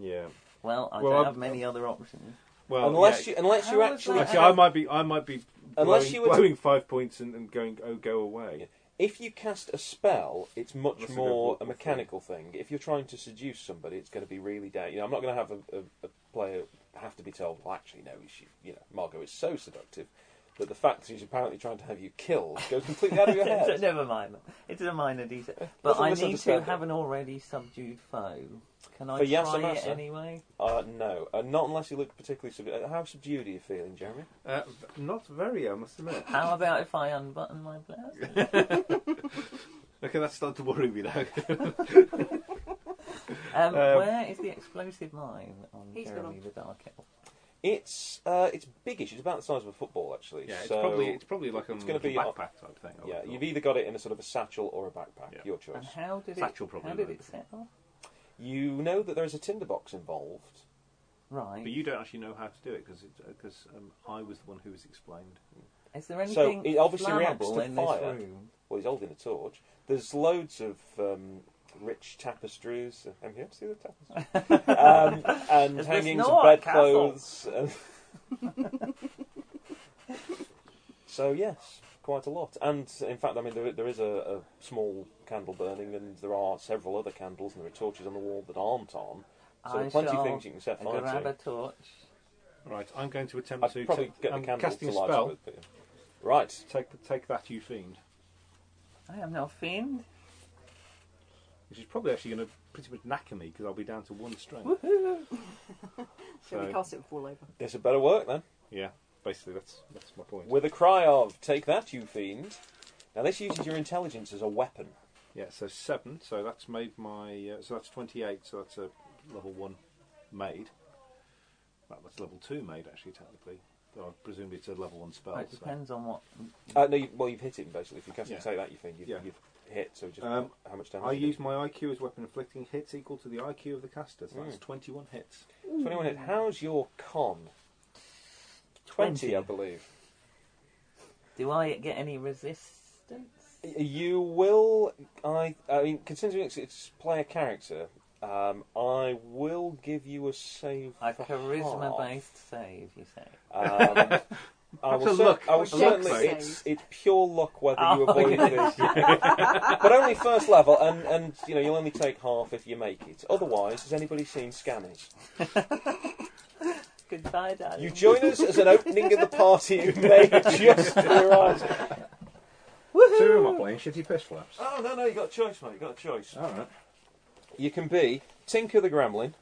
[SPEAKER 3] yeah.
[SPEAKER 5] Well, I
[SPEAKER 3] Well,
[SPEAKER 5] don't
[SPEAKER 3] I'm-
[SPEAKER 5] have many other options.
[SPEAKER 3] Well,
[SPEAKER 2] unless
[SPEAKER 3] yeah,
[SPEAKER 2] you, unless you
[SPEAKER 5] How is
[SPEAKER 2] actually,
[SPEAKER 5] that?
[SPEAKER 3] Actually, I might be. I might be.
[SPEAKER 2] Unless
[SPEAKER 3] blowing,
[SPEAKER 2] you were to-
[SPEAKER 3] blowing five points and, and going, oh, go away.
[SPEAKER 2] if you cast a spell, it's much
[SPEAKER 3] Unless you go
[SPEAKER 2] more a
[SPEAKER 3] vocal
[SPEAKER 2] mechanical thing. If you're trying to seduce somebody, it's going to be really down. You know, I'm not going to have a, a, a player have to be told, well, actually, no, she, you know, Margot is so seductive that the fact that she's apparently trying to have you killed goes completely out of your
[SPEAKER 5] So
[SPEAKER 2] head.
[SPEAKER 5] never mind. It's a minor detail. But
[SPEAKER 2] doesn't
[SPEAKER 5] I need to
[SPEAKER 2] misunderstand it.
[SPEAKER 5] have an already subdued foe. Can I
[SPEAKER 2] For yes or
[SPEAKER 5] try
[SPEAKER 2] no,
[SPEAKER 5] it
[SPEAKER 2] sir?
[SPEAKER 5] anyway?
[SPEAKER 2] Uh, no, uh, not unless you look particularly. Sub- uh, how subdued are you feeling, Jeremy?
[SPEAKER 3] Uh, v- not very, I must admit.
[SPEAKER 5] How about if I unbutton my blouse?
[SPEAKER 3] Okay, that's starting to worry me now.
[SPEAKER 5] Um,
[SPEAKER 3] Um,
[SPEAKER 5] where is the explosive mine on
[SPEAKER 4] He's gone
[SPEAKER 5] Jeremy
[SPEAKER 4] on.
[SPEAKER 5] the Dark Elf?
[SPEAKER 2] It's uh, it's biggish. It's about the size of a football, actually.
[SPEAKER 3] yeah, it's
[SPEAKER 2] so,
[SPEAKER 3] probably it's probably like a,
[SPEAKER 2] it's gonna be-
[SPEAKER 3] backpack type thing. I would
[SPEAKER 2] yeah,
[SPEAKER 3] have
[SPEAKER 2] you've
[SPEAKER 3] thought.
[SPEAKER 2] either got it in a sort of a satchel or a backpack,
[SPEAKER 3] Yeah.
[SPEAKER 2] your choice.
[SPEAKER 5] And how did
[SPEAKER 3] Satchel
[SPEAKER 5] it?
[SPEAKER 3] probably
[SPEAKER 5] how did
[SPEAKER 3] would.
[SPEAKER 5] it settle? you
[SPEAKER 2] You know that there is a tinderbox involved.
[SPEAKER 5] Right.
[SPEAKER 3] But you don't actually know how to do it because because um, I was the one who was explained.
[SPEAKER 5] is there anything
[SPEAKER 2] it obviously reacts
[SPEAKER 5] flammable
[SPEAKER 2] to
[SPEAKER 5] in
[SPEAKER 2] fire.
[SPEAKER 5] this room?
[SPEAKER 2] Well, he's holding a torch. There's loads of um, rich tapestries. I'm here to see the tapestries. um, and
[SPEAKER 5] Is this
[SPEAKER 2] hangings and
[SPEAKER 5] not a castle?
[SPEAKER 2] bedclothes. and- so, yes, quite a lot. And in fact, I mean, there, there is a, a small candle burning, and there are several other candles, and there are torches on the wall that aren't on. So,
[SPEAKER 5] I
[SPEAKER 2] there are plenty
[SPEAKER 5] shall
[SPEAKER 2] of things you can set fire
[SPEAKER 5] grab a
[SPEAKER 2] to.
[SPEAKER 5] torch.
[SPEAKER 3] Right, I'm going to attempt
[SPEAKER 2] I'd
[SPEAKER 3] to.
[SPEAKER 2] probably
[SPEAKER 3] take-
[SPEAKER 2] get the
[SPEAKER 3] I'm
[SPEAKER 2] candle
[SPEAKER 3] casting
[SPEAKER 2] to
[SPEAKER 3] a
[SPEAKER 2] light
[SPEAKER 3] spell.
[SPEAKER 2] up with it. Right.
[SPEAKER 3] Take take that, you fiend.
[SPEAKER 5] I am no fiend.
[SPEAKER 3] Which is probably actually going to pretty much knacker me because I'll be down to one strength.
[SPEAKER 4] so we
[SPEAKER 3] So-
[SPEAKER 4] cast it and fall over.
[SPEAKER 2] This had better work then.
[SPEAKER 3] Yeah, basically that's that's my point.
[SPEAKER 2] With a cry of, take that, you fiend. Now, this uses your intelligence as a weapon.
[SPEAKER 3] Yeah, so seven. So that's made my. Uh, so that's twenty-eight. So that's a level one made. Well, that's level two made actually technically. Though I presume it's a level one spell.
[SPEAKER 5] Well, it
[SPEAKER 3] so-
[SPEAKER 5] depends on what.
[SPEAKER 2] Uh, no, you, well, you've hit him basically. If you cast
[SPEAKER 3] Yeah.
[SPEAKER 2] take that, you fiend, you've,
[SPEAKER 3] Yeah.
[SPEAKER 2] you've hit. So just
[SPEAKER 3] Um,
[SPEAKER 2] how much damage?
[SPEAKER 3] I
[SPEAKER 2] you did.
[SPEAKER 3] use my IQ as weapon inflicting hits equal to the IQ of the caster. So that's
[SPEAKER 2] Mm.
[SPEAKER 3] twenty-one hits.
[SPEAKER 2] twenty-one hit. How's your con?
[SPEAKER 5] 20.
[SPEAKER 2] Twenty, I believe.
[SPEAKER 5] Do I get any resistance?
[SPEAKER 2] Y- You will. I. I mean, considering it's, it's player character, um, I will give you a save.
[SPEAKER 5] A
[SPEAKER 2] for
[SPEAKER 5] charisma
[SPEAKER 2] half.
[SPEAKER 5] based save, you say?
[SPEAKER 2] Um, I
[SPEAKER 3] That's
[SPEAKER 2] will,
[SPEAKER 3] a
[SPEAKER 2] cer-
[SPEAKER 3] luck-
[SPEAKER 2] I will
[SPEAKER 4] that's a
[SPEAKER 2] certainly.
[SPEAKER 4] luck save.
[SPEAKER 2] It's, it's pure luck whether you
[SPEAKER 5] Oh,
[SPEAKER 2] avoid
[SPEAKER 5] okay.
[SPEAKER 2] this, but only first level, and, and you know you'll only take half if you make it. Otherwise, has anybody seen Scanners?
[SPEAKER 5] Goodbye, darling.
[SPEAKER 2] You join us as an opening of the party in May just arrived.
[SPEAKER 7] So who am I playing? Shitty piss flaps.
[SPEAKER 2] Oh no no, you got a choice, mate. You got a choice.
[SPEAKER 7] All right.
[SPEAKER 2] You can be Tinker the Gremlin.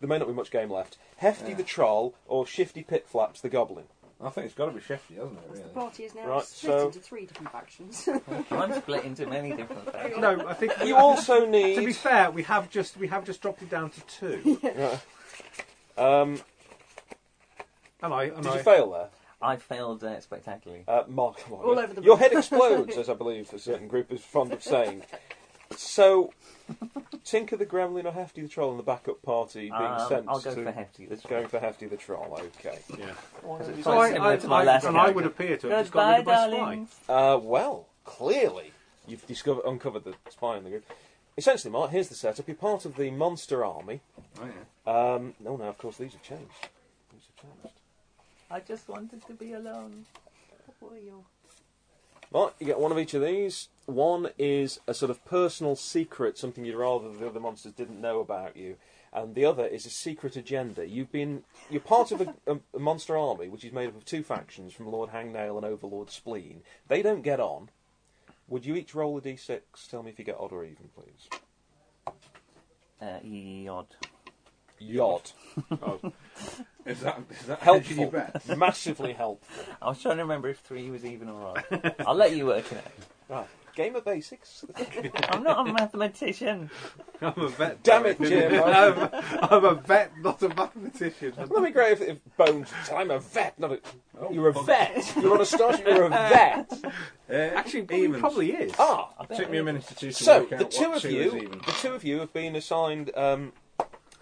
[SPEAKER 2] There may not be much game left. Hefty the Troll or Shifty Pitflaps the Goblin.
[SPEAKER 7] I think it's got to be Shefty, hasn't it?
[SPEAKER 4] The
[SPEAKER 7] Really.
[SPEAKER 4] party is now
[SPEAKER 2] Right,
[SPEAKER 4] split
[SPEAKER 2] so-
[SPEAKER 4] into three different factions.
[SPEAKER 5] I'm split into many different things.
[SPEAKER 3] No, I think
[SPEAKER 2] You also
[SPEAKER 3] To be
[SPEAKER 2] need.
[SPEAKER 3] fair, we have just we have just dropped it down to two.
[SPEAKER 2] Um,
[SPEAKER 3] And I and
[SPEAKER 2] did
[SPEAKER 3] I
[SPEAKER 2] you fail there?
[SPEAKER 5] I failed uh, spectacularly.
[SPEAKER 2] Uh, Mark, come on,
[SPEAKER 4] All
[SPEAKER 2] yeah.
[SPEAKER 4] over the
[SPEAKER 2] your
[SPEAKER 4] place.
[SPEAKER 2] head explodes, as I believe a certain group is fond of saying. So, Tinker the Gremlin or Hefty the Troll in the backup party being
[SPEAKER 5] Um,
[SPEAKER 2] sent
[SPEAKER 5] I'll go
[SPEAKER 2] to
[SPEAKER 5] for hefty. This
[SPEAKER 2] going for Hefty the Troll. Okay.
[SPEAKER 3] Yeah.
[SPEAKER 5] it's
[SPEAKER 3] So I-
[SPEAKER 5] quite similar
[SPEAKER 3] I-
[SPEAKER 5] to my
[SPEAKER 3] I-
[SPEAKER 5] last
[SPEAKER 3] and I
[SPEAKER 5] character.
[SPEAKER 3] would appear to have just got rid
[SPEAKER 5] Goodbye,
[SPEAKER 3] of my spy.
[SPEAKER 5] darlings.
[SPEAKER 2] Uh, well, clearly you've discovered uncovered the spy in the group. Essentially, Mark, here's the setup. You're part of the monster army.
[SPEAKER 7] Oh, yeah.
[SPEAKER 2] Um, oh no, of course these have changed. These have changed.
[SPEAKER 5] I just wanted to be alone.
[SPEAKER 4] What are your-
[SPEAKER 2] Right, you get one of each of these. One is a sort of personal secret, something you'd rather the other monsters didn't know about you, and the other is a secret agenda. You've been you're part of a, a, a monster army which is made up of two factions from Lord Hangnail and Overlord Spleen. They don't get on. Would you each roll a d6? Tell me if you get odd or even, please.
[SPEAKER 5] Uh, yod.
[SPEAKER 2] Yod,
[SPEAKER 7] Oh. is that is that hedging your
[SPEAKER 2] helpful,
[SPEAKER 7] bet?
[SPEAKER 2] massively helpful.
[SPEAKER 5] I was trying to remember if three was even or odd. I'll let you work it out.
[SPEAKER 2] Right, game of basics.
[SPEAKER 5] I'm not a mathematician.
[SPEAKER 3] I'm a vet.
[SPEAKER 2] Damn it,
[SPEAKER 3] Derek.
[SPEAKER 2] Jim! I-
[SPEAKER 3] I'm, I'm a vet, not a mathematician.
[SPEAKER 2] That'd be great if, if Bones. I'm a vet, not a.
[SPEAKER 7] Oh,
[SPEAKER 2] you're a
[SPEAKER 7] fuck.
[SPEAKER 2] vet. You're on a starship. You're a vet.
[SPEAKER 7] Uh,
[SPEAKER 3] Actually,
[SPEAKER 7] evens.
[SPEAKER 3] he probably is.
[SPEAKER 2] Ah.
[SPEAKER 5] I
[SPEAKER 7] It
[SPEAKER 5] bet
[SPEAKER 7] took me a
[SPEAKER 5] I-
[SPEAKER 7] minute or two to
[SPEAKER 2] So
[SPEAKER 7] work out
[SPEAKER 2] the two
[SPEAKER 7] what
[SPEAKER 2] of
[SPEAKER 7] two
[SPEAKER 2] you,
[SPEAKER 7] is even.
[SPEAKER 2] the two of you have been assigned. Um,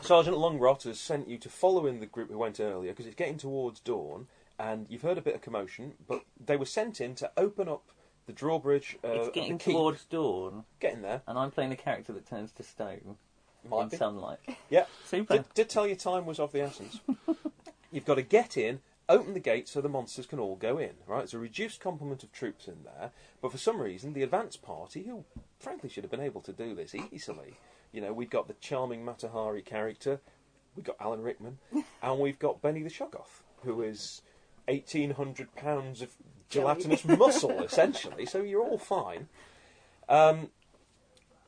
[SPEAKER 2] Sergeant Longrot has sent you to follow in the group who went earlier because it's getting towards dawn, and you've heard a bit of commotion. But they were sent in to open up the drawbridge. Uh,
[SPEAKER 5] It's
[SPEAKER 2] of
[SPEAKER 5] getting
[SPEAKER 2] the keep.
[SPEAKER 5] towards dawn,
[SPEAKER 2] Getting there.
[SPEAKER 5] and I'm playing a character that turns to stone in
[SPEAKER 2] Might be.
[SPEAKER 5] sunlight.
[SPEAKER 2] Yeah.
[SPEAKER 5] Super.
[SPEAKER 2] Did, did tell you time was of the essence. You've got to get in, open the gate so the monsters can all go in, right? It's a reduced complement of troops in there, but for some reason, the advance party, who frankly should have been able to do this easily, you know, we've got the charming Matahari character, we've got Alan Rickman, and we've got Benny the Shoggoth, who is 1,800 pounds of gelatinous muscle, essentially, so you're all fine. Um,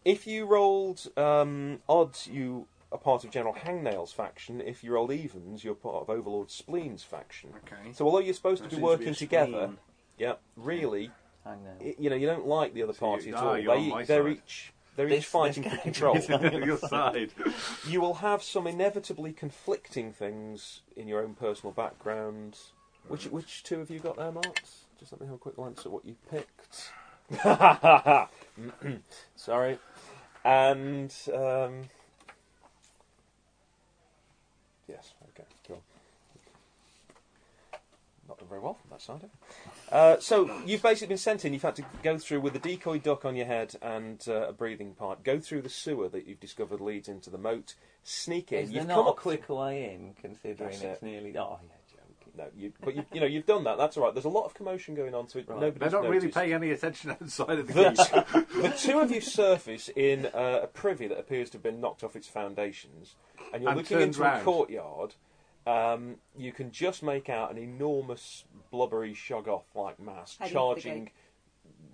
[SPEAKER 2] if you rolled um, odds, you are part of General Hangnail's faction. If you rolled evens, you're part of Overlord Spleen's faction.
[SPEAKER 7] Okay.
[SPEAKER 2] So although you're supposed
[SPEAKER 7] That
[SPEAKER 2] to be
[SPEAKER 7] seems
[SPEAKER 2] working
[SPEAKER 7] a
[SPEAKER 2] together,
[SPEAKER 7] spleen.
[SPEAKER 2] yeah, really,
[SPEAKER 5] I know.
[SPEAKER 2] i you know, you don't like the other
[SPEAKER 3] So
[SPEAKER 2] party
[SPEAKER 3] you-
[SPEAKER 2] at
[SPEAKER 3] ah,
[SPEAKER 2] all.
[SPEAKER 3] you're on
[SPEAKER 2] They,
[SPEAKER 3] my
[SPEAKER 2] they're
[SPEAKER 3] side.
[SPEAKER 2] each they're
[SPEAKER 5] This-
[SPEAKER 2] each fighting
[SPEAKER 5] this
[SPEAKER 2] for
[SPEAKER 5] guy.
[SPEAKER 2] control.
[SPEAKER 3] your side.
[SPEAKER 2] you will have some inevitably conflicting things in your own personal background. Which which two have you got there, Mark? Just let me have a quick glance at what you picked. Sorry. And um, yes, okay, cool. Not done very well from that side. have you? Uh, so you've basically been sent in. You've had to go through with a decoy duck on your head and uh, a breathing pipe. Go through the sewer that you've discovered leads into the moat. Sneak in.
[SPEAKER 5] Is there
[SPEAKER 2] you've
[SPEAKER 5] not a
[SPEAKER 2] up-
[SPEAKER 5] quicker way in, considering
[SPEAKER 2] That's
[SPEAKER 5] it's
[SPEAKER 2] it.
[SPEAKER 5] nearly... Oh, yeah, joking.
[SPEAKER 2] No, you, but you, you know you've done that. That's all right. There's a lot of commotion going on, so it,
[SPEAKER 5] Right.
[SPEAKER 2] nobody's
[SPEAKER 3] They're not really
[SPEAKER 2] noticed.
[SPEAKER 3] paying any attention outside of the
[SPEAKER 2] The,
[SPEAKER 3] gate.
[SPEAKER 2] t- the two of you surface in uh, a privy that appears to have been knocked off its foundations, and you're
[SPEAKER 3] And
[SPEAKER 2] looking
[SPEAKER 3] turned
[SPEAKER 2] into a
[SPEAKER 3] round.
[SPEAKER 2] courtyard. Um, you can just make out an enormous blubbery shoggoth-like mass
[SPEAKER 4] Heading for the
[SPEAKER 2] charging
[SPEAKER 4] gate.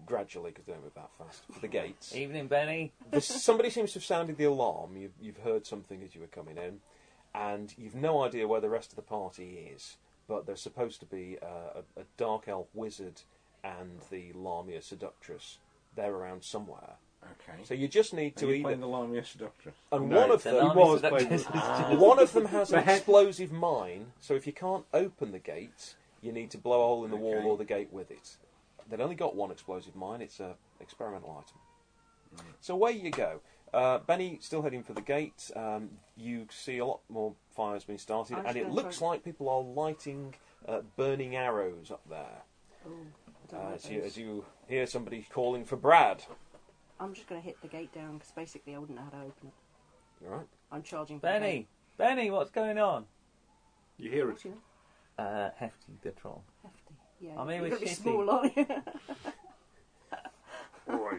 [SPEAKER 2] gradually because they don't move that fast for the gates.
[SPEAKER 5] Evening, Benny.
[SPEAKER 2] There's, somebody seems to have sounded the alarm. You've, you've heard something as you were coming in, and you've no idea where the rest of the party is. But there's supposed to be uh, a, a dark elf wizard and the Lamia seductress. They're around somewhere.
[SPEAKER 7] Okay.
[SPEAKER 2] So you just need
[SPEAKER 7] So
[SPEAKER 2] to
[SPEAKER 7] you
[SPEAKER 2] either.
[SPEAKER 7] playing the Lamia Seductress?
[SPEAKER 2] and
[SPEAKER 3] No,
[SPEAKER 2] one of
[SPEAKER 5] The
[SPEAKER 2] them.
[SPEAKER 5] Lamy
[SPEAKER 3] was
[SPEAKER 5] Seductress
[SPEAKER 3] playing-
[SPEAKER 5] is just-
[SPEAKER 2] One of them has an
[SPEAKER 3] The head-
[SPEAKER 2] explosive mine, so if you can't open the gate, you need to blow a hole in the wall
[SPEAKER 7] Okay.
[SPEAKER 2] or the gate with it. They'd only got one explosive mine, it's an experimental item. So away you go. Uh, Benny still heading for the gate. Um, you see a lot more fires being started,
[SPEAKER 4] I was
[SPEAKER 2] and it
[SPEAKER 4] gonna
[SPEAKER 2] looks
[SPEAKER 4] try-
[SPEAKER 2] like people are lighting uh, burning arrows up there.
[SPEAKER 4] Oh, I don't
[SPEAKER 2] Uh,
[SPEAKER 4] like
[SPEAKER 2] as, you,
[SPEAKER 4] those.
[SPEAKER 2] as you hear somebody calling for Brad.
[SPEAKER 4] I'm just going to hit the gate down because basically I wouldn't know how to open it.
[SPEAKER 2] All right.
[SPEAKER 4] I'm charging. for the
[SPEAKER 5] Benny. Benny, what's going on?
[SPEAKER 3] You hear it.
[SPEAKER 4] gate. What, you know?
[SPEAKER 5] Uh, hefty the troll.
[SPEAKER 4] Hefty. Yeah.
[SPEAKER 5] I'm here
[SPEAKER 4] you've
[SPEAKER 5] with
[SPEAKER 4] got to be
[SPEAKER 5] Shitty.
[SPEAKER 4] small, aren't you?
[SPEAKER 7] Boy.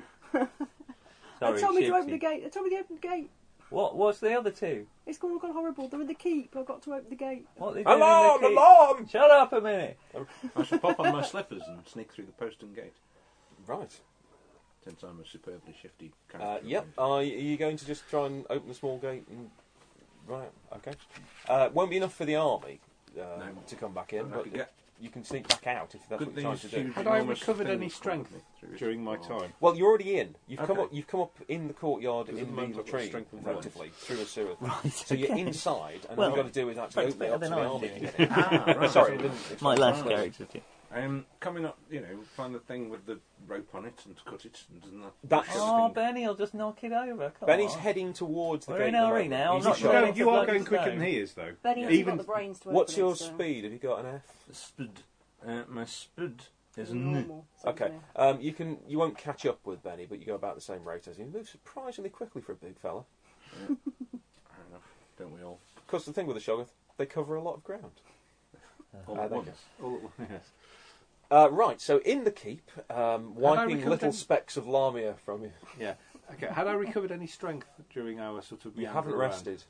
[SPEAKER 5] Sorry,
[SPEAKER 4] they told me to open
[SPEAKER 5] Shifty.
[SPEAKER 4] the gate. They told me to open the gate.
[SPEAKER 5] What? What's the other two?
[SPEAKER 4] It's gone, gone horrible. They're in the keep. I've got to open the gate.
[SPEAKER 5] What they doing in the
[SPEAKER 2] Alarm!
[SPEAKER 5] keep?
[SPEAKER 2] Alarm!
[SPEAKER 5] Shut up a minute.
[SPEAKER 7] I shall pop on my slippers and sneak through the postern gate,
[SPEAKER 2] Right.
[SPEAKER 7] since I'm a superbly shifty
[SPEAKER 2] Uh,
[SPEAKER 7] character.
[SPEAKER 2] yep. Are you- are you going to just try and open the small gate? And... Right. Okay. Uh, won't be enough for the army uh,
[SPEAKER 7] No.
[SPEAKER 2] to come back
[SPEAKER 7] I
[SPEAKER 2] in. But
[SPEAKER 7] could get
[SPEAKER 2] you can sneak back out if that's
[SPEAKER 7] Good
[SPEAKER 2] what
[SPEAKER 7] thing
[SPEAKER 2] you're trying
[SPEAKER 7] it's
[SPEAKER 2] to
[SPEAKER 7] huge.
[SPEAKER 2] do.
[SPEAKER 3] Had I
[SPEAKER 7] Enormous
[SPEAKER 3] recovered
[SPEAKER 7] thing
[SPEAKER 3] any
[SPEAKER 7] was
[SPEAKER 3] strength
[SPEAKER 7] called me through Oh.
[SPEAKER 3] during my
[SPEAKER 7] his-
[SPEAKER 3] time?
[SPEAKER 2] Well, you're already in. You've come
[SPEAKER 7] Okay.
[SPEAKER 2] up. You've come up in the courtyard
[SPEAKER 7] Because at the
[SPEAKER 2] in the
[SPEAKER 7] moment I've got
[SPEAKER 2] latrine,
[SPEAKER 7] strength and violence.
[SPEAKER 2] relatively through a sewer.
[SPEAKER 8] Right,
[SPEAKER 2] So you're
[SPEAKER 8] okay.
[SPEAKER 2] inside, and
[SPEAKER 8] Well,
[SPEAKER 2] all you've got to do is actually
[SPEAKER 8] that's
[SPEAKER 2] open it
[SPEAKER 8] better
[SPEAKER 2] up to
[SPEAKER 8] than I
[SPEAKER 2] the army.
[SPEAKER 8] did.
[SPEAKER 2] and get in.
[SPEAKER 7] Ah, right.
[SPEAKER 2] Sorry, I didn't.
[SPEAKER 8] My last
[SPEAKER 7] Right.
[SPEAKER 8] character did.
[SPEAKER 7] Um, coming up, you know, find the thing with the rope on it and cut it and doesn't that.
[SPEAKER 2] That's-
[SPEAKER 7] sort of
[SPEAKER 5] Oh,
[SPEAKER 7] thing.
[SPEAKER 5] Bernie will just knock it over. Come
[SPEAKER 2] Benny's
[SPEAKER 5] on.
[SPEAKER 2] heading towards the
[SPEAKER 5] We're
[SPEAKER 2] gate.
[SPEAKER 5] in
[SPEAKER 2] at the
[SPEAKER 5] a hurry
[SPEAKER 2] moment.
[SPEAKER 5] now, I'm
[SPEAKER 2] He's
[SPEAKER 5] not
[SPEAKER 2] a
[SPEAKER 3] No,
[SPEAKER 5] sure.
[SPEAKER 2] shot.
[SPEAKER 5] It's
[SPEAKER 3] you are
[SPEAKER 5] like
[SPEAKER 3] going
[SPEAKER 5] the
[SPEAKER 3] quicker
[SPEAKER 5] stone.
[SPEAKER 3] than he is, though.
[SPEAKER 4] Benny hasn't got
[SPEAKER 7] Even-
[SPEAKER 4] the brains to open uh,
[SPEAKER 2] What's
[SPEAKER 4] it,
[SPEAKER 2] your
[SPEAKER 4] so
[SPEAKER 2] speed? Have you got an F?
[SPEAKER 7] Spud. Uh, my spud is
[SPEAKER 4] it's
[SPEAKER 7] new.
[SPEAKER 4] normal, so
[SPEAKER 2] Okay.
[SPEAKER 4] it's gonna-
[SPEAKER 2] Um, you can. You won't catch up with Benny, but you go about the same rate as him. You move surprisingly quickly for a big fella.
[SPEAKER 7] Fair enough, don't we all?
[SPEAKER 2] Because the thing with the Shoggoth, they cover a lot of ground.
[SPEAKER 7] All
[SPEAKER 2] Ah,
[SPEAKER 7] at
[SPEAKER 2] there you
[SPEAKER 7] once.
[SPEAKER 3] All at once, Oh, yes.
[SPEAKER 2] Uh, right, so in the keep, um, wiping
[SPEAKER 3] recovered
[SPEAKER 2] little
[SPEAKER 3] any-
[SPEAKER 2] specks of lamia from you.
[SPEAKER 3] Yeah. Okay. Had I recovered any strength during our sort of?
[SPEAKER 2] You
[SPEAKER 3] meander
[SPEAKER 2] haven't
[SPEAKER 3] around?
[SPEAKER 2] rested.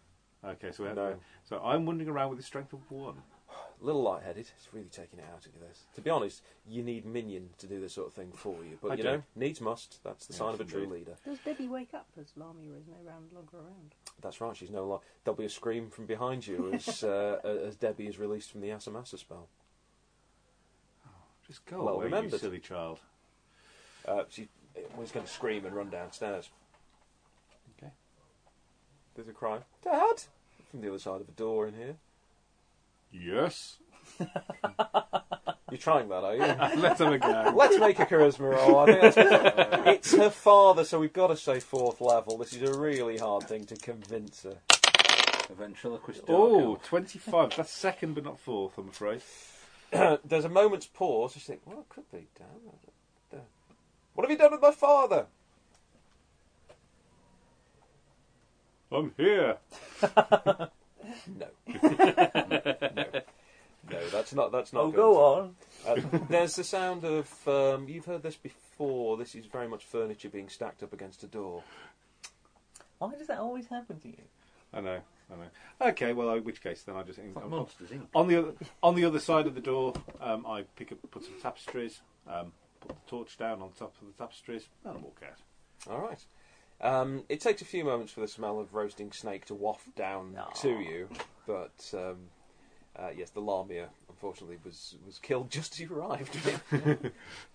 [SPEAKER 3] Okay, so we have
[SPEAKER 2] No.
[SPEAKER 3] so I'm wandering around with a strength of one.
[SPEAKER 2] A little lightheaded. It's really taking it out of you, this. To be honest, you need Minion to do this sort of thing for you. But,
[SPEAKER 3] I
[SPEAKER 2] you
[SPEAKER 3] do.
[SPEAKER 2] know, needs must. That's the
[SPEAKER 3] Yes,
[SPEAKER 2] sign of a true
[SPEAKER 3] indeed.
[SPEAKER 2] leader.
[SPEAKER 4] Does Debbie wake up as Lamia is no round longer around?
[SPEAKER 2] That's right, she's no lie. There'll be a scream from behind you as, uh, as Debbie is released from the Asamasa spell.
[SPEAKER 3] Just go
[SPEAKER 2] Well
[SPEAKER 3] away, you
[SPEAKER 2] remembered.
[SPEAKER 3] silly child.
[SPEAKER 2] Uh, she was going to scream and run downstairs.
[SPEAKER 3] Okay.
[SPEAKER 2] There's a cry, Dad! From the other side of the door in here.
[SPEAKER 3] Yes.
[SPEAKER 2] You're trying that, are you?
[SPEAKER 3] Let them go.
[SPEAKER 2] Let's make a charisma roll. I think that's it's her father, so we've got to say fourth level. This is a really hard thing to convince her.
[SPEAKER 7] A ventriloquist dog.
[SPEAKER 3] Oh, 25. That's second but not fourth, I'm afraid.
[SPEAKER 2] There's a moment's pause. Just think, well, it could be. Damn. I don't know. What have you done with my father?
[SPEAKER 3] I'm here.
[SPEAKER 2] No. no. No, that's not. That's not.
[SPEAKER 5] Oh,
[SPEAKER 2] good.
[SPEAKER 5] go on.
[SPEAKER 2] Uh, there's the sound of. Um, you've heard this before. This is very much furniture being stacked up against a door.
[SPEAKER 5] Why does that always happen to you?
[SPEAKER 3] I know, I know. Okay, well, in which case then I just.
[SPEAKER 7] It's like Monsters Inc.
[SPEAKER 3] on the other, on the other side of the door, um, I pick up, put some tapestries, um, put the torch down on top of the tapestries, and I walk out.
[SPEAKER 2] All right. Um, it takes a few moments for the smell of roasting snake to waft down
[SPEAKER 5] Aw.
[SPEAKER 2] to you, but um, uh, yes, the lamia unfortunately was was killed just as you arrived.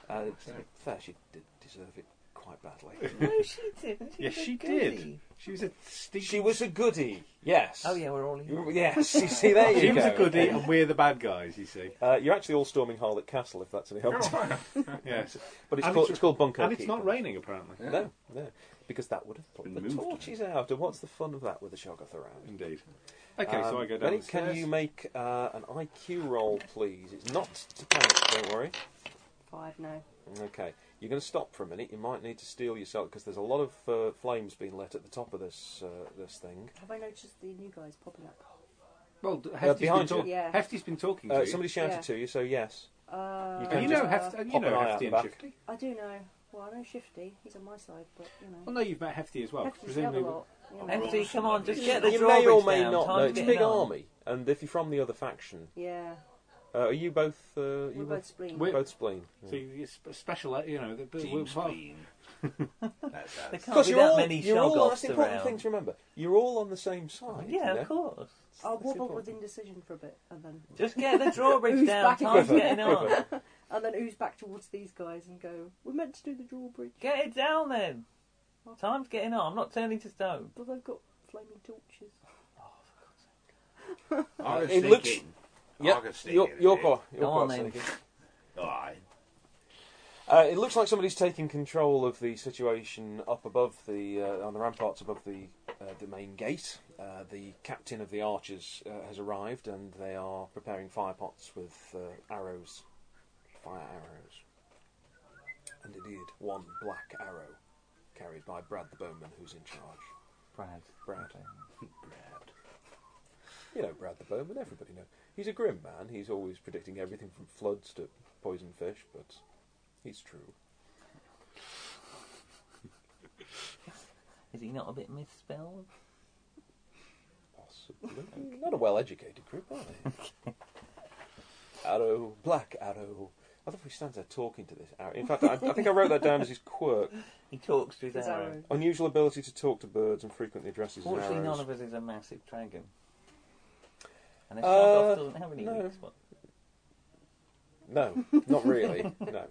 [SPEAKER 2] uh, it's fair, she did deserve it quite badly.
[SPEAKER 5] no, she didn't.
[SPEAKER 3] Yes,
[SPEAKER 5] was a
[SPEAKER 3] she did.
[SPEAKER 5] goodie.
[SPEAKER 3] She was a stinking.
[SPEAKER 2] She was a goody. Yes.
[SPEAKER 5] Oh, yeah, we're all here.
[SPEAKER 2] You- Yes. You see, there you
[SPEAKER 3] She
[SPEAKER 2] go.
[SPEAKER 3] was a goodie, and we're the bad guys. You see.
[SPEAKER 2] Uh, you're actually all storming Harlech Castle, if that's any help.
[SPEAKER 3] Yes.
[SPEAKER 2] but it's
[SPEAKER 3] And
[SPEAKER 2] called, it's called Bunker.
[SPEAKER 3] And it's not
[SPEAKER 2] Keeper.
[SPEAKER 3] raining apparently.
[SPEAKER 2] No, no, because that would have put
[SPEAKER 7] Been
[SPEAKER 2] the
[SPEAKER 7] moved.
[SPEAKER 2] torches out. And what's the fun of that with the Shoggoth around?
[SPEAKER 3] Indeed. Okay,
[SPEAKER 2] Um,
[SPEAKER 3] so I go down
[SPEAKER 2] Benny,
[SPEAKER 3] the stairs.
[SPEAKER 2] Can you make uh, an IQ roll, please? It's not to panic, don't worry.
[SPEAKER 4] Five now.
[SPEAKER 2] Okay, you're going to stop for a minute. You might need to steel yourself because there's a lot of uh, flames being lit at the top of this uh, this thing.
[SPEAKER 4] Have I noticed the new guys popping up?
[SPEAKER 3] Well, d- Hefty's been,
[SPEAKER 2] behind
[SPEAKER 3] talk-
[SPEAKER 4] you. Yeah.
[SPEAKER 3] Hefty's been talking to
[SPEAKER 2] Uh,
[SPEAKER 3] you.
[SPEAKER 2] somebody shouted
[SPEAKER 4] Yeah.
[SPEAKER 2] to you, so yes.
[SPEAKER 4] Uh,
[SPEAKER 2] You
[SPEAKER 3] And
[SPEAKER 2] can
[SPEAKER 3] you
[SPEAKER 2] just
[SPEAKER 3] know, Hefty, and you
[SPEAKER 2] pop an
[SPEAKER 3] know
[SPEAKER 2] eye out
[SPEAKER 3] Hefty
[SPEAKER 2] the
[SPEAKER 3] and
[SPEAKER 2] back.
[SPEAKER 3] Shifty.
[SPEAKER 4] I do know. Well, I know Shifty. He's on my side, but you
[SPEAKER 3] Well,
[SPEAKER 4] know,
[SPEAKER 3] no, you've met Hefty as well.
[SPEAKER 4] Hefty's the other lot. You know.
[SPEAKER 5] Empty, come on, just
[SPEAKER 2] You
[SPEAKER 5] get the
[SPEAKER 2] may or
[SPEAKER 5] drawbridge
[SPEAKER 2] may
[SPEAKER 5] down.
[SPEAKER 2] not.
[SPEAKER 5] Time
[SPEAKER 2] know.
[SPEAKER 5] to
[SPEAKER 2] It's a
[SPEAKER 5] get
[SPEAKER 2] big
[SPEAKER 5] it on.
[SPEAKER 2] army, and if you're from the other faction,
[SPEAKER 4] Yeah,
[SPEAKER 2] uh, are you both? Uh,
[SPEAKER 4] we're
[SPEAKER 2] you
[SPEAKER 4] both spleen.
[SPEAKER 3] We're-
[SPEAKER 2] both spleen.
[SPEAKER 3] So you sp- special, uh, you know, the, but
[SPEAKER 7] Team
[SPEAKER 3] we're part-
[SPEAKER 7] spleen. That's
[SPEAKER 5] There
[SPEAKER 7] us.
[SPEAKER 5] can't be
[SPEAKER 2] you're
[SPEAKER 5] that
[SPEAKER 2] all
[SPEAKER 5] many
[SPEAKER 2] you're all that's
[SPEAKER 5] Shoggoths
[SPEAKER 2] the important
[SPEAKER 5] around.
[SPEAKER 2] thing to remember. You're all on the same side.
[SPEAKER 5] Yeah,
[SPEAKER 2] you know?
[SPEAKER 5] of course.
[SPEAKER 4] I'll
[SPEAKER 2] That's
[SPEAKER 4] wobble
[SPEAKER 2] important.
[SPEAKER 4] with indecision for a bit, and then
[SPEAKER 5] Just get the drawbridge
[SPEAKER 4] Who's
[SPEAKER 5] down.
[SPEAKER 4] back
[SPEAKER 5] Time's
[SPEAKER 4] again?
[SPEAKER 5] getting on.
[SPEAKER 4] and then ooze back towards these guys and go. We're meant to do the drawbridge,
[SPEAKER 5] Get it down then. Time's getting on. I'm not turning to stone.
[SPEAKER 4] but I've got flaming torches.
[SPEAKER 7] Argus
[SPEAKER 2] it looks-
[SPEAKER 7] thinking.
[SPEAKER 2] Yep.
[SPEAKER 7] Argus
[SPEAKER 2] Your,
[SPEAKER 7] thinking,
[SPEAKER 2] your
[SPEAKER 7] eh?
[SPEAKER 2] call. Your
[SPEAKER 5] Go on
[SPEAKER 2] call,
[SPEAKER 5] then.
[SPEAKER 2] Sneaky.
[SPEAKER 7] Aye.
[SPEAKER 2] Uh, it looks like somebody's taking control of the situation up above the uh, on the ramparts above the uh, the main gate. Uh, the captain of the archers uh, has arrived, and they are preparing fire pots with uh, arrows, fire arrows, and indeed one black arrow carried by Brad the bowman, who's in charge.
[SPEAKER 5] Brad.
[SPEAKER 2] Brad. You know Brad the bowman. Everybody knows he's a grim man. He's always predicting everything from floods to poison fish, but he's true.
[SPEAKER 5] Is he not a bit misspelled?
[SPEAKER 2] Possibly. Not a well educated group, are they? arrow, black arrow. I think we stand there talking to this arrow. In fact, I, I think I wrote that down as his quirk.
[SPEAKER 5] He talks to his
[SPEAKER 4] His
[SPEAKER 5] arrow.
[SPEAKER 4] arrow.
[SPEAKER 2] Unusual ability to talk to birds and frequently addresses his
[SPEAKER 5] Fortunately,
[SPEAKER 2] arrows.
[SPEAKER 5] none of us is a massive dragon. And a
[SPEAKER 2] Uh,
[SPEAKER 5] Shoggoth doesn't have any
[SPEAKER 2] no.
[SPEAKER 5] weak spots.
[SPEAKER 2] No, not really. no.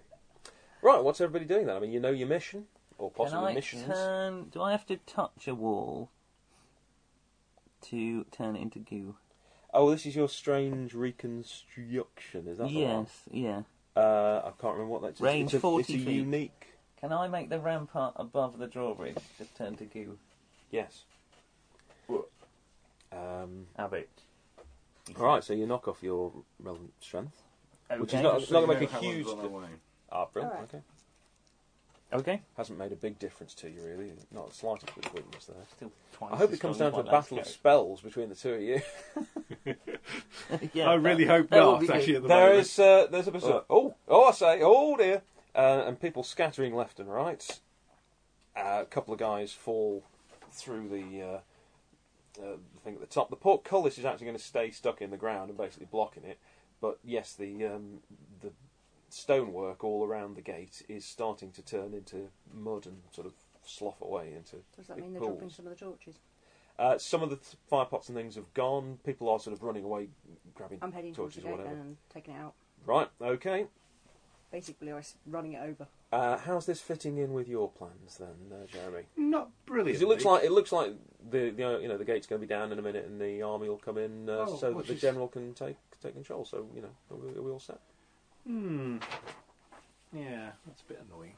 [SPEAKER 2] Right, what's everybody doing then? I mean, you know your mission, or
[SPEAKER 5] Can
[SPEAKER 2] possibly
[SPEAKER 5] I
[SPEAKER 2] missions.
[SPEAKER 5] turn? Do I have to touch a wall to turn it into goo?
[SPEAKER 2] Oh, this is your strange reconstruction. Is that the one?
[SPEAKER 5] Yes, yeah.
[SPEAKER 2] Uh, I can't remember what that's.
[SPEAKER 5] Range
[SPEAKER 2] it's a,
[SPEAKER 5] 40
[SPEAKER 2] It's a
[SPEAKER 5] feet.
[SPEAKER 2] unique.
[SPEAKER 5] Can I make the rampart above the drawbridge just turn to goo?
[SPEAKER 2] Yes. Um,
[SPEAKER 5] Have it.
[SPEAKER 2] all right, so you knock off your relevant strength. Which is
[SPEAKER 5] Okay.
[SPEAKER 2] not-
[SPEAKER 7] Just
[SPEAKER 2] it's not
[SPEAKER 7] so
[SPEAKER 2] gonna
[SPEAKER 7] you
[SPEAKER 2] make
[SPEAKER 7] know
[SPEAKER 2] a
[SPEAKER 7] how one's
[SPEAKER 2] huge
[SPEAKER 7] on their
[SPEAKER 2] di-
[SPEAKER 7] way.
[SPEAKER 2] Ah, brilliant.
[SPEAKER 4] All right.
[SPEAKER 2] Okay.
[SPEAKER 5] okay.
[SPEAKER 2] Hasn't made a big difference to you really. Not the slightest bit of weakness there.
[SPEAKER 5] Still twice
[SPEAKER 2] I hope
[SPEAKER 5] as
[SPEAKER 2] it comes
[SPEAKER 5] strong
[SPEAKER 2] down to a
[SPEAKER 5] as my last
[SPEAKER 2] battle of
[SPEAKER 5] go.
[SPEAKER 2] spells between the two of you.
[SPEAKER 5] yeah,
[SPEAKER 3] I really
[SPEAKER 5] that-
[SPEAKER 3] hope
[SPEAKER 5] that would
[SPEAKER 3] not.
[SPEAKER 5] be good.
[SPEAKER 3] Actually, at the
[SPEAKER 2] There
[SPEAKER 3] moment.
[SPEAKER 2] is uh, there's a bit of oh oh I say oh dear, uh, and people scattering left and right. Uh, a couple of guys fall through the, uh, uh, the thing at the top. The portcullis is actually going to stay stuck in the ground and basically blocking it. But yes, the um, the stonework all around the gate is starting to turn into mud and sort of slough away into.
[SPEAKER 4] Does that
[SPEAKER 2] big
[SPEAKER 4] mean they're
[SPEAKER 2] pools.
[SPEAKER 4] dropping some of the torches?
[SPEAKER 2] Uh, some of the th- fire pots and things have gone. People are sort of running away, grabbing
[SPEAKER 4] I'm heading towards the
[SPEAKER 2] torches or
[SPEAKER 4] gate
[SPEAKER 2] whatever.
[SPEAKER 4] then and taking it out.
[SPEAKER 2] Right, okay.
[SPEAKER 4] Basically, I was running it over.
[SPEAKER 2] Uh, how's this fitting in with your plans then, uh, Jeremy?
[SPEAKER 3] not brilliant.
[SPEAKER 2] Because it looks like it looks like the, the uh, you know the gate's going to be down in a minute and the army will come in, uh,
[SPEAKER 3] Oh,
[SPEAKER 2] so
[SPEAKER 3] which
[SPEAKER 2] that the
[SPEAKER 3] is-
[SPEAKER 2] general can take take control. So you know, are we, are we all set?
[SPEAKER 3] Hmm. Yeah, that's a bit annoying.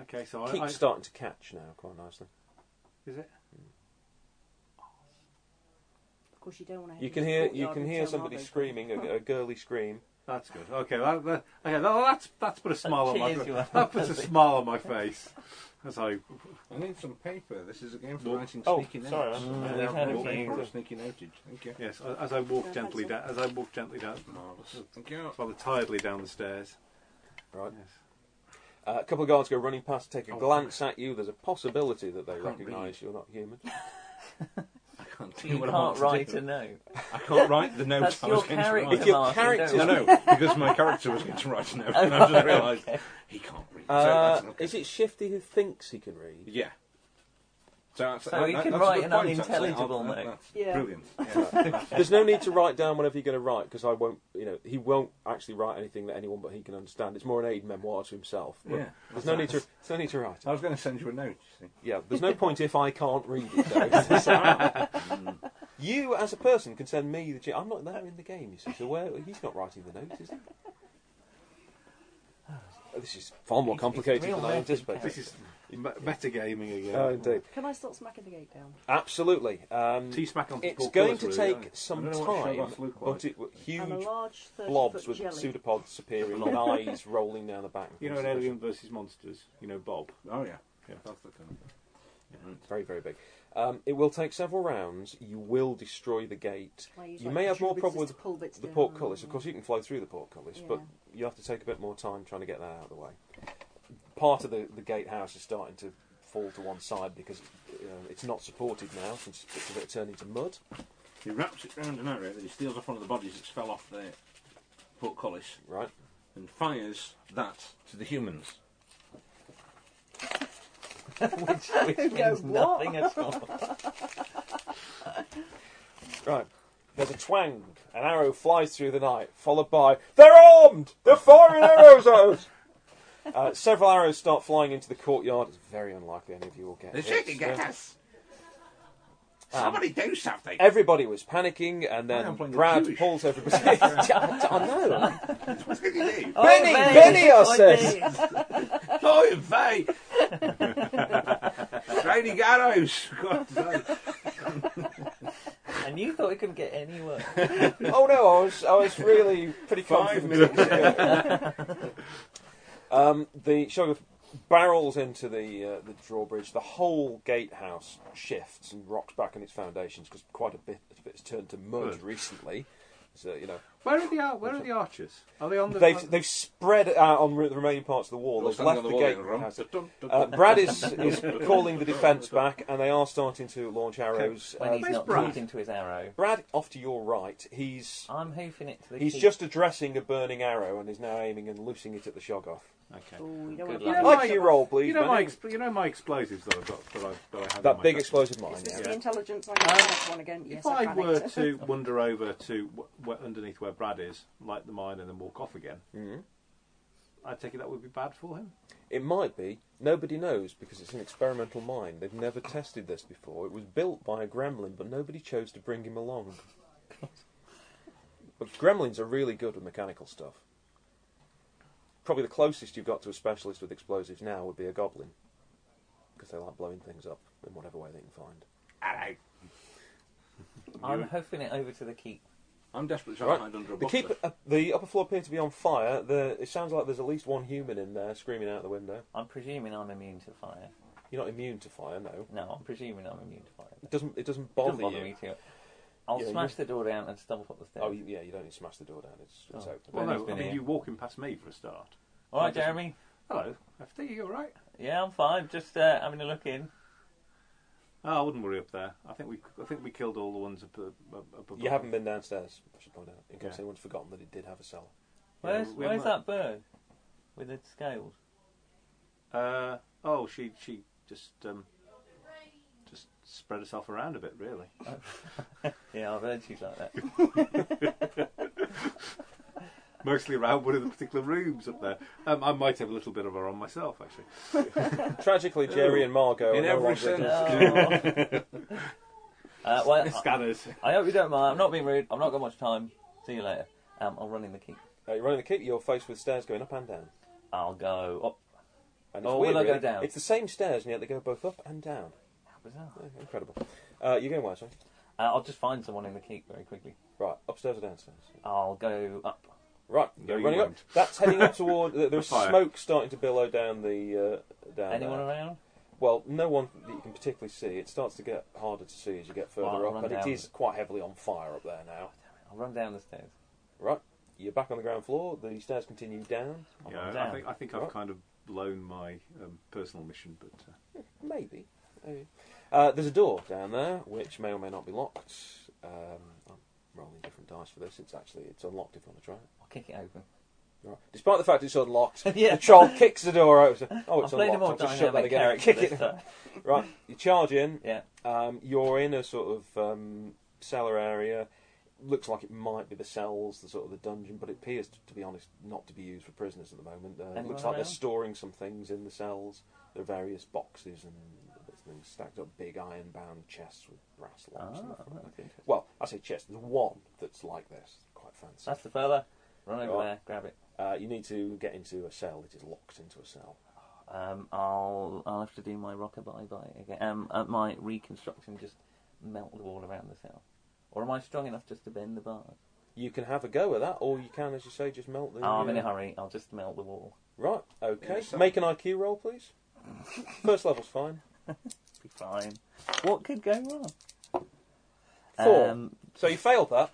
[SPEAKER 3] Okay, so
[SPEAKER 2] Keep
[SPEAKER 3] I, I
[SPEAKER 2] starting to catch now, quite nicely.
[SPEAKER 3] is it?
[SPEAKER 4] Of course, you don't want to.
[SPEAKER 2] You can hear you can hear somebody screaming a, a girly scream.
[SPEAKER 3] That's good. Okay, that, that, okay, that, that's that's put a smile on my
[SPEAKER 5] cheers you
[SPEAKER 3] fa-
[SPEAKER 5] up,
[SPEAKER 3] that puts a
[SPEAKER 5] doesn't it?
[SPEAKER 3] smile on my face. As I
[SPEAKER 7] I need some paper. This is a game for
[SPEAKER 3] Nope.
[SPEAKER 7] writing
[SPEAKER 2] Oh,
[SPEAKER 7] sneaky notes.
[SPEAKER 2] sorry, I-
[SPEAKER 5] Mm,
[SPEAKER 7] I
[SPEAKER 5] we've
[SPEAKER 7] have
[SPEAKER 5] had a
[SPEAKER 7] no
[SPEAKER 5] few.
[SPEAKER 7] paper or sneaky noted. Thank you.
[SPEAKER 3] yes, as I walk
[SPEAKER 4] Yeah,
[SPEAKER 3] gently down,
[SPEAKER 4] that's
[SPEAKER 3] as I walk gently down,
[SPEAKER 7] Marvellous. Thank you.
[SPEAKER 3] rather tiredly down the stairs.
[SPEAKER 2] Right,
[SPEAKER 3] Yes.
[SPEAKER 2] uh, a couple of guards go running past, take a
[SPEAKER 3] Oh,
[SPEAKER 2] glance at you. There's a possibility that they
[SPEAKER 7] I can't
[SPEAKER 2] recognise you're not human.
[SPEAKER 7] I can't do
[SPEAKER 5] You
[SPEAKER 7] what I want
[SPEAKER 5] can't
[SPEAKER 7] to
[SPEAKER 5] write
[SPEAKER 7] do.
[SPEAKER 5] a note.
[SPEAKER 7] I can't write the note
[SPEAKER 5] That's
[SPEAKER 7] I
[SPEAKER 5] your
[SPEAKER 7] was going to
[SPEAKER 5] character,
[SPEAKER 7] write.
[SPEAKER 2] If your
[SPEAKER 5] Martin,
[SPEAKER 2] character-
[SPEAKER 5] don't-
[SPEAKER 7] No, no, because my character was going to write a note, and I just realised he can't read. so
[SPEAKER 2] Uh,
[SPEAKER 7] that's not good.
[SPEAKER 2] is it Shifty who thinks he can read?
[SPEAKER 7] Yeah. So, that's,
[SPEAKER 5] So he
[SPEAKER 7] that-
[SPEAKER 5] can
[SPEAKER 7] that's a
[SPEAKER 5] write
[SPEAKER 7] good
[SPEAKER 5] an
[SPEAKER 7] point, actually.
[SPEAKER 5] unintelligible
[SPEAKER 7] I'll-
[SPEAKER 5] note.
[SPEAKER 7] that's
[SPEAKER 4] Yeah.
[SPEAKER 7] Brilliant. Yeah.
[SPEAKER 2] There's no need to write down whenever you're going to write because I won't, you know, he won't actually write anything that anyone but he can understand. It's more an aid memoir to himself. But
[SPEAKER 7] Yeah. Uh,
[SPEAKER 2] There's no need to. There's no need to write.
[SPEAKER 7] I
[SPEAKER 2] It.
[SPEAKER 7] was going to send you a note. You see.
[SPEAKER 2] Yeah. There's no point if I can't read it. Though. you as a person can send me the. G- I'm not there in the game. You see, so where he's not writing the notes, is he? Oh, This is far more
[SPEAKER 5] It's- it's
[SPEAKER 2] complicated
[SPEAKER 5] real
[SPEAKER 2] than I
[SPEAKER 5] method
[SPEAKER 2] anticipated.
[SPEAKER 3] This is me- metagaming again.
[SPEAKER 2] Oh, indeed.
[SPEAKER 4] Can I start smacking the gate down?
[SPEAKER 2] Absolutely. Um,
[SPEAKER 3] Tea smack on
[SPEAKER 2] it's going to take some
[SPEAKER 7] I don't know what
[SPEAKER 2] time,
[SPEAKER 7] Shoggoth look like.
[SPEAKER 2] but it,
[SPEAKER 4] I'm a
[SPEAKER 2] huge
[SPEAKER 4] large 30
[SPEAKER 2] blobs
[SPEAKER 4] foot
[SPEAKER 2] with
[SPEAKER 4] jelly.
[SPEAKER 2] pseudopods appearing and eyes rolling down the back.
[SPEAKER 3] You know, in Alien versus Monsters, you know Bob.
[SPEAKER 7] Oh, yeah.
[SPEAKER 3] Yeah.
[SPEAKER 7] That's the kind of-
[SPEAKER 2] Very, very big. Um, it will take several rounds. You will destroy the gate.
[SPEAKER 4] Can I use,
[SPEAKER 2] You
[SPEAKER 4] like,
[SPEAKER 2] may have more
[SPEAKER 4] protuberances
[SPEAKER 2] problem with
[SPEAKER 4] to pull bits
[SPEAKER 2] the
[SPEAKER 4] down?
[SPEAKER 2] portcullis. Of course, you can flow through the portcullis, but you have to take a bit more time trying to get that out of the way. Part of the, the gatehouse is starting to fall to one side because uh, it's not supported now since it's a bit turned into mud.
[SPEAKER 7] He wraps it round an arrow that he steals off one of the bodies that's fell off the portcullis
[SPEAKER 2] Right?
[SPEAKER 7] and fires that to the humans.
[SPEAKER 5] which, which means
[SPEAKER 4] what?
[SPEAKER 5] nothing at all.
[SPEAKER 2] Right. There's a twang. An arrow flies through the night, followed by "They're armed! They're firing arrows at us!" Uh, several arrows start flying into the courtyard. It's very unlikely any of you will get.
[SPEAKER 7] They're
[SPEAKER 2] hit,
[SPEAKER 7] shooting
[SPEAKER 2] so-
[SPEAKER 7] at us! Somebody do something!
[SPEAKER 2] Everybody was panicking, and
[SPEAKER 7] I
[SPEAKER 2] then
[SPEAKER 7] am playing the
[SPEAKER 2] Brad
[SPEAKER 7] Jewish.
[SPEAKER 2] pulls everybody. I know.
[SPEAKER 7] What did you do?
[SPEAKER 5] Oh,
[SPEAKER 2] Benny,
[SPEAKER 5] mate,
[SPEAKER 2] Benny, I
[SPEAKER 5] it's like
[SPEAKER 2] said.
[SPEAKER 5] this.
[SPEAKER 7] Flying fate! Training arrows! God,
[SPEAKER 5] And you thought it couldn't get any worse.
[SPEAKER 2] Oh no, I was I was really pretty
[SPEAKER 7] Five
[SPEAKER 2] confident.
[SPEAKER 7] minutes ago.
[SPEAKER 2] Um, the Shogun barrels into the uh, the drawbridge. The whole gatehouse shifts and rocks back on its foundations because quite a bit of it's turned to mud
[SPEAKER 3] Good.
[SPEAKER 2] recently. So you know
[SPEAKER 3] Where are the ar- Where are the archers? Are they on the?
[SPEAKER 2] they've they've spread it out on re- the remaining parts of the wall. They've left the, gatehouse. Uh, Brad is, is calling the defence back, and they are starting to launch arrows.
[SPEAKER 5] When he's
[SPEAKER 2] Uh,
[SPEAKER 3] Where's
[SPEAKER 5] not
[SPEAKER 3] Brad?
[SPEAKER 5] talking to his arrow.
[SPEAKER 2] Brad off to your right. He's
[SPEAKER 5] I'm hoofing it to the
[SPEAKER 2] he's
[SPEAKER 5] keep.
[SPEAKER 2] just addressing a burning arrow and is now aiming and loosing it at the Shoggoth.
[SPEAKER 3] okay.
[SPEAKER 4] Oh, you don't
[SPEAKER 5] Good
[SPEAKER 4] want
[SPEAKER 5] luck.
[SPEAKER 4] to.
[SPEAKER 2] Like your roll, please.
[SPEAKER 3] You know my
[SPEAKER 2] Benny.
[SPEAKER 3] exp- you know my explosives that I've got that I've that I have in
[SPEAKER 2] that
[SPEAKER 3] Oh my
[SPEAKER 2] big
[SPEAKER 3] pocket.
[SPEAKER 2] explosive mine.
[SPEAKER 4] Is
[SPEAKER 2] yeah.
[SPEAKER 4] this
[SPEAKER 3] Yeah.
[SPEAKER 4] the intelligence I got that one again? Yes,
[SPEAKER 3] if I
[SPEAKER 4] panicked.
[SPEAKER 3] were to wander over to wh- wh- underneath where Brad is, light the mine, and then walk off again,
[SPEAKER 2] Mhm.
[SPEAKER 3] I take it that would be bad for him.
[SPEAKER 2] It might be. Nobody knows because it's an experimental mine. They've never tested this before. It was built by a gremlin, but nobody chose to bring him along. but gremlins are really good with mechanical stuff. Probably the closest you've got to a specialist with explosives now would be a goblin. Because they like blowing things up in whatever way they can find.
[SPEAKER 3] Hello.
[SPEAKER 5] I'm hoofing it over to the keep.
[SPEAKER 7] I'm desperate to
[SPEAKER 2] Right.
[SPEAKER 7] hide under a
[SPEAKER 2] The,
[SPEAKER 7] bucket.
[SPEAKER 2] keep, uh, the upper floor appeared to be on fire. The, it sounds like there's at least one human in there screaming out the window.
[SPEAKER 5] I'm presuming I'm immune to fire.
[SPEAKER 2] You're not immune to fire, no.
[SPEAKER 5] No, I'm presuming I'm immune to fire.
[SPEAKER 2] It doesn't. It doesn't
[SPEAKER 5] It
[SPEAKER 2] bother,
[SPEAKER 5] doesn't bother
[SPEAKER 2] you.
[SPEAKER 5] me too. I'll
[SPEAKER 2] Yeah,
[SPEAKER 5] smash the door down and stumble up the stairs.
[SPEAKER 2] Oh, you- yeah, you don't need to smash the door down. It's, it's
[SPEAKER 5] Oh.
[SPEAKER 2] open.
[SPEAKER 3] Well,
[SPEAKER 5] Benny's
[SPEAKER 3] no, I
[SPEAKER 5] been
[SPEAKER 3] mean,
[SPEAKER 5] here.
[SPEAKER 3] you walking past me for a start.
[SPEAKER 5] All right,
[SPEAKER 3] That doesn't-
[SPEAKER 5] Jeremy.
[SPEAKER 3] Hello, FD, you all right?
[SPEAKER 5] Yeah, I'm fine. Just uh, having a look in.
[SPEAKER 3] Oh, I wouldn't worry up there. I think we, I think we killed all the ones up, up, up above.
[SPEAKER 2] You haven't been downstairs, I should point out, in case
[SPEAKER 3] Yeah.
[SPEAKER 2] anyone's forgotten that it did have a cellar.
[SPEAKER 5] Where's
[SPEAKER 3] we
[SPEAKER 5] Where's
[SPEAKER 3] haven't-
[SPEAKER 5] that bird with its scales?
[SPEAKER 3] Uh, oh, she, she just, um, just spread herself around a bit, really.
[SPEAKER 5] Yeah, I've heard she's like that.
[SPEAKER 3] Mostly around one of the particular rooms up there. Um, I might have a little bit of her on myself, actually.
[SPEAKER 2] Tragically, Jerry and Margot
[SPEAKER 7] In
[SPEAKER 2] are no
[SPEAKER 7] every
[SPEAKER 2] longer
[SPEAKER 7] sense.
[SPEAKER 5] No. Oh. uh, well, I-
[SPEAKER 3] Scanners.
[SPEAKER 5] I hope you don't mind. I'm not being rude. I've not got much time. See you later. Um, I'm running the keep.
[SPEAKER 2] Uh, you're running the keep, you're faced with stairs going up and down.
[SPEAKER 5] I'll go up.
[SPEAKER 2] And it's
[SPEAKER 5] Oh,
[SPEAKER 2] weird,
[SPEAKER 5] will I go
[SPEAKER 2] really.
[SPEAKER 5] down?
[SPEAKER 2] It's the same stairs, and yet they go both up and down.
[SPEAKER 5] How bizarre.
[SPEAKER 2] Yeah, Incredible. Uh, you're going where, sorry?
[SPEAKER 5] Uh, I'll just find someone in the keep very quickly.
[SPEAKER 2] Right, upstairs or downstairs?
[SPEAKER 5] I'll go up.
[SPEAKER 2] Right,
[SPEAKER 3] No,
[SPEAKER 2] you're
[SPEAKER 3] you
[SPEAKER 2] running up.
[SPEAKER 3] won't.
[SPEAKER 2] That's heading up toward. th- There's
[SPEAKER 3] Fire.
[SPEAKER 2] smoke starting to billow down the. Uh, down
[SPEAKER 5] Anyone
[SPEAKER 2] there.
[SPEAKER 5] around?
[SPEAKER 2] Well, no one that you can particularly see. It starts to get harder to see as you get further
[SPEAKER 5] Well, I'll
[SPEAKER 2] up,
[SPEAKER 5] run
[SPEAKER 2] and
[SPEAKER 5] down.
[SPEAKER 2] it is quite heavily on fire up there now.
[SPEAKER 5] I'll run down the stairs.
[SPEAKER 2] Right, you're back on the ground floor. The stairs continue down.
[SPEAKER 5] I'll
[SPEAKER 3] Yeah,
[SPEAKER 5] run
[SPEAKER 3] I
[SPEAKER 5] down.
[SPEAKER 3] think I think
[SPEAKER 2] Right.
[SPEAKER 3] I've kind of blown my um, personal mission, but uh,
[SPEAKER 2] Maybe. Maybe. Uh, there's a door down there which may or may not be locked. Um, I'm rolling different dice for this. It's actually it's unlocked if you want to try it.
[SPEAKER 5] I'll kick it open.
[SPEAKER 2] Right. Despite the fact it's unlocked,
[SPEAKER 5] Yeah.
[SPEAKER 2] the troll kicks the door open. Oh,
[SPEAKER 5] I'm
[SPEAKER 2] it's
[SPEAKER 5] playing a more
[SPEAKER 2] unlocked. I'll just shut that
[SPEAKER 5] dynamic
[SPEAKER 2] again. and
[SPEAKER 5] character
[SPEAKER 2] Kick
[SPEAKER 5] this
[SPEAKER 2] it.
[SPEAKER 5] time.
[SPEAKER 2] Right. You charge in.
[SPEAKER 5] Yeah.
[SPEAKER 2] Um, you're in a sort of um, cellar area. Looks like it might be the cells, the sort of the dungeon, but it appears, to, to be honest, not to be used for prisoners at the moment. Uh, it
[SPEAKER 5] Anyone
[SPEAKER 2] looks like
[SPEAKER 5] around?
[SPEAKER 2] they're storing some things in the cells. There are various boxes and bits and things stacked up, big iron-bound chests with brass locks. in the
[SPEAKER 5] Ah,
[SPEAKER 2] front.
[SPEAKER 5] that'd be interesting.
[SPEAKER 2] Well, I say chest. There's one that's like this, quite fancy.
[SPEAKER 5] That's the fella. Run over
[SPEAKER 2] Right.
[SPEAKER 5] there, grab it.
[SPEAKER 2] Uh, you need to get into a cell. It is locked into a cell.
[SPEAKER 5] Um, I'll I'll have to do my rocker bye bye again. Um, uh, my reconstruction just melt the wall around the cell, or am I strong enough just to bend the bars?
[SPEAKER 2] You can have a go at that, or you can, as you say, just melt the.
[SPEAKER 5] Oh, I'm in
[SPEAKER 2] uh,
[SPEAKER 5] a hurry. I'll just melt the wall.
[SPEAKER 2] Right. Okay.
[SPEAKER 7] Yeah, so-
[SPEAKER 2] Make an IQ roll, please. First level's fine.
[SPEAKER 5] Be fine. What could go wrong?
[SPEAKER 2] Four.
[SPEAKER 5] Um,
[SPEAKER 2] So you failed that.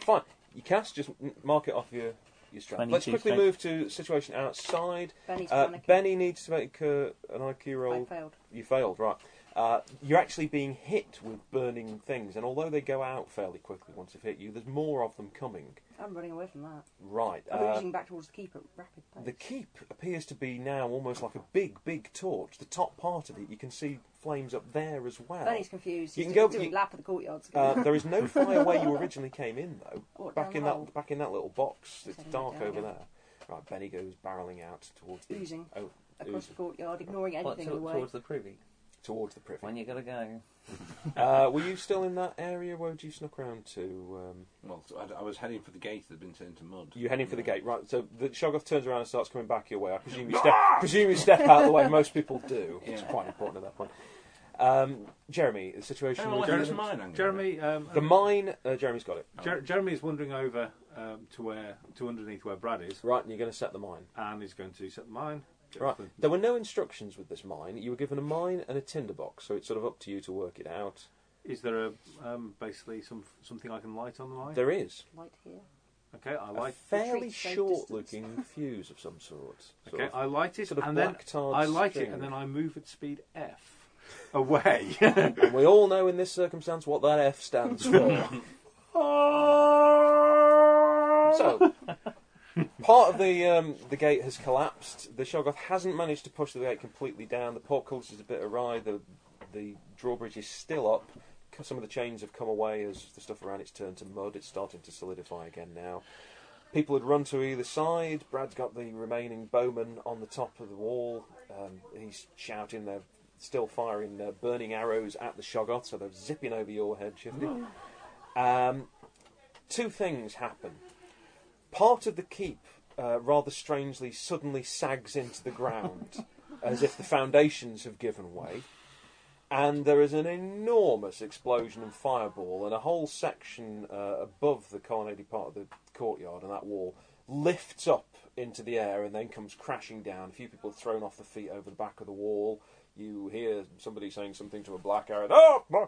[SPEAKER 2] Fine. You cast. Just m- mark it off your your strength. Let's
[SPEAKER 5] 22
[SPEAKER 2] quickly
[SPEAKER 5] strength.
[SPEAKER 2] move to situation outside.
[SPEAKER 4] Benny's
[SPEAKER 2] Uh,
[SPEAKER 4] panicking.
[SPEAKER 2] Benny needs to make uh, an IQ
[SPEAKER 4] I
[SPEAKER 2] roll.
[SPEAKER 4] failed.
[SPEAKER 2] You failed, right? Uh, you're actually being hit with burning things, and although they go out fairly quickly once they've hit you, there's more of them coming.
[SPEAKER 4] I'm running away from that.
[SPEAKER 2] Right.
[SPEAKER 4] I'm
[SPEAKER 2] uh,
[SPEAKER 4] raging back towards the keep at rapid pace.
[SPEAKER 2] The keep appears to be now almost like a big, big torch. The top part of it, you can see flames up there as well.
[SPEAKER 4] Benny's confused.
[SPEAKER 2] You
[SPEAKER 4] He's
[SPEAKER 2] can
[SPEAKER 4] doing,
[SPEAKER 2] go-
[SPEAKER 4] doing
[SPEAKER 2] you-
[SPEAKER 4] lap of the courtyards.
[SPEAKER 2] Uh, there is no fire where you originally came in, though.
[SPEAKER 4] Oh, What,
[SPEAKER 2] back
[SPEAKER 4] down
[SPEAKER 2] in
[SPEAKER 4] the
[SPEAKER 2] that
[SPEAKER 4] hole?
[SPEAKER 2] back in that little box. It's
[SPEAKER 4] Set it
[SPEAKER 2] dark
[SPEAKER 4] down,
[SPEAKER 2] over
[SPEAKER 4] yeah.
[SPEAKER 2] there. Right, Benny goes barreling out towards the
[SPEAKER 4] Oozing.
[SPEAKER 2] oh,
[SPEAKER 4] across the
[SPEAKER 2] oozing.
[SPEAKER 4] courtyard, ignoring
[SPEAKER 5] what,
[SPEAKER 4] anything
[SPEAKER 5] to-
[SPEAKER 4] away.
[SPEAKER 5] towards the privy.
[SPEAKER 2] towards the privy.
[SPEAKER 5] When you gotta go?
[SPEAKER 2] Uh, were you still in that area? Where'd you snuck round to? Um,
[SPEAKER 7] Well, so I, I was heading for the gate that had been turned to mud. Oh,
[SPEAKER 2] you heading for the gate, right? So the Shoggoth turns around and starts coming back your way. I presume you step, presume you step out of the way. Most people do. It's
[SPEAKER 7] Yeah.
[SPEAKER 2] quite important at that point. Um, Jeremy, the situation.
[SPEAKER 7] Hang on,
[SPEAKER 2] with
[SPEAKER 7] let me
[SPEAKER 2] you-
[SPEAKER 7] just mine, hang on.
[SPEAKER 3] Jeremy, um,
[SPEAKER 2] the mine. Uh, Jeremy's got it.
[SPEAKER 3] Jer- Jeremy is wandering over um, to where to underneath where Brad is,
[SPEAKER 2] Right, and you're going to set the mine.
[SPEAKER 3] and he's going to set the mine. Go
[SPEAKER 2] Right.
[SPEAKER 3] for-
[SPEAKER 2] There were no instructions with this mine. You were given a mine and a tinderbox, so it's sort of up to you to work it out.
[SPEAKER 3] Is there a um, basically some something I can light on the mine?
[SPEAKER 2] There is
[SPEAKER 4] Light here.
[SPEAKER 3] Okay, I
[SPEAKER 2] a
[SPEAKER 3] light.
[SPEAKER 2] fairly
[SPEAKER 4] Retreat safe
[SPEAKER 2] short-looking fuse of some sort. sort
[SPEAKER 3] Okay,
[SPEAKER 2] of.
[SPEAKER 3] I light it,
[SPEAKER 2] sort of
[SPEAKER 3] and then
[SPEAKER 2] black tarred
[SPEAKER 3] I light it,
[SPEAKER 2] string.
[SPEAKER 3] and then I move at speed F away.
[SPEAKER 2] and we all know in this circumstance what that F stands for. so, part of the um, the gate has collapsed. The Shoggoth hasn't managed to push the gate completely down. The portcullis is a bit awry. The the drawbridge is still up. Some of the chains have come away as the stuff around it's turned to mud. It's starting to solidify again now. People had run to either side. Brad's got the remaining bowmen on the top of the wall. Um, he's shouting. They're still firing their burning arrows at the Shoggoth, so they're zipping over your head, Shifty. Um, two things happen. Part of the keep, uh, rather strangely, suddenly sags into the ground as if the foundations have given way. And there is an enormous explosion and fireball, and a whole section uh, above the colonnaded part of the courtyard and that wall lifts up into the air and then comes crashing down. A few people are thrown off the feet over the back of the wall. You hear somebody saying something to a black arrow. Oh, my-"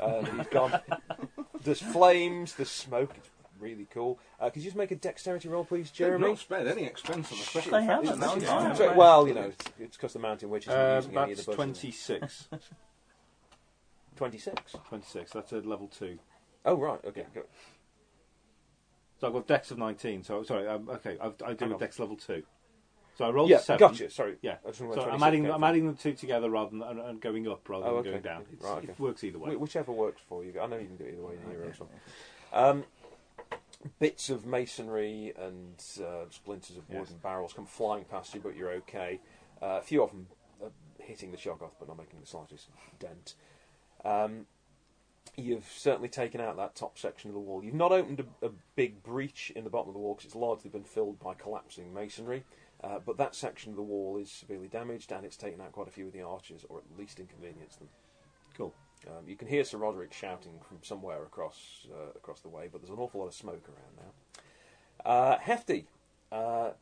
[SPEAKER 2] and he's gone. there's flames, there's smoke. It's really cool. Uh, could you just make a dexterity roll, please,
[SPEAKER 7] They've
[SPEAKER 2] Jeremy?
[SPEAKER 7] not spared any expense on the special
[SPEAKER 5] They
[SPEAKER 7] effects
[SPEAKER 5] haven't,
[SPEAKER 7] in
[SPEAKER 5] they
[SPEAKER 7] this
[SPEAKER 5] haven't.
[SPEAKER 7] game.
[SPEAKER 2] So,
[SPEAKER 5] Right.
[SPEAKER 2] well, you know, it's because the mountain witch isn't
[SPEAKER 3] Um,
[SPEAKER 2] using any of
[SPEAKER 3] that's
[SPEAKER 2] the buzzers.
[SPEAKER 3] 26.
[SPEAKER 2] 26.
[SPEAKER 3] 26. That's a level 2.
[SPEAKER 2] Oh, right, okay. good.
[SPEAKER 3] So I've got dex of 19. So, sorry, um, okay, I've, I do a dex level 2. So I rolled
[SPEAKER 2] Yeah,
[SPEAKER 3] a 7.
[SPEAKER 2] gotcha, sorry.
[SPEAKER 3] Yeah.
[SPEAKER 2] I just wondered
[SPEAKER 3] So
[SPEAKER 2] where
[SPEAKER 3] I'm
[SPEAKER 2] 26
[SPEAKER 3] adding,
[SPEAKER 2] came
[SPEAKER 3] I'm
[SPEAKER 2] from.
[SPEAKER 3] adding the two together rather than and, and going up rather
[SPEAKER 2] Oh,
[SPEAKER 3] than
[SPEAKER 2] okay.
[SPEAKER 3] going down. It's,
[SPEAKER 2] Right,
[SPEAKER 3] It
[SPEAKER 2] okay.
[SPEAKER 3] works either way. Oh,
[SPEAKER 2] Wh- whichever works for you. I know you can do it either way in here or something. Um, bits of masonry and uh, splinters of wood
[SPEAKER 3] Yes.
[SPEAKER 2] and barrels come flying past you, but you're okay. Uh, a few of them are hitting the Shoggoth, but not making the slightest dent. Um, you've certainly taken out that top section of the wall. You've not opened a, a big breach in the bottom of the wall because it's largely been filled by collapsing masonry. Uh, but that section of the wall is severely damaged, and it's taken out quite a few of the arches, or at least inconvenienced them.
[SPEAKER 3] Cool.
[SPEAKER 2] Um, you can hear Sir Roderick shouting from somewhere across uh, across the way, but there's an awful lot of smoke around now. Uh, Hefty, uh,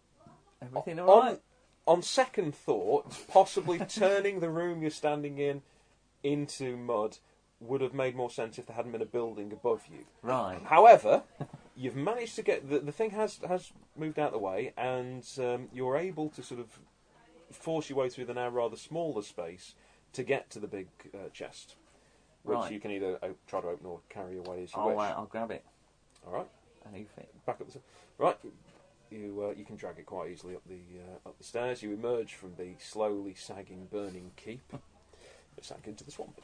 [SPEAKER 5] Everything all
[SPEAKER 2] on
[SPEAKER 5] right?
[SPEAKER 2] on second thought, possibly turning the room you're standing in into mud would have made more sense if there hadn't been a building above you.
[SPEAKER 5] Right.
[SPEAKER 2] However, you've managed to get the, the thing has has moved out of the way, and um, you're able to sort of force your way through the now rather smaller space to get to the big uh, chest, which
[SPEAKER 5] Right. Oh,
[SPEAKER 2] you can either o- try to open or carry away as you
[SPEAKER 5] All
[SPEAKER 2] wish.
[SPEAKER 5] right, I'll grab it.
[SPEAKER 2] All right,
[SPEAKER 5] And hoof it.
[SPEAKER 2] back up the right. You uh, you can drag it quite easily up the uh, up the stairs. You emerge from the slowly sagging, burning keep. It sank into the swamp.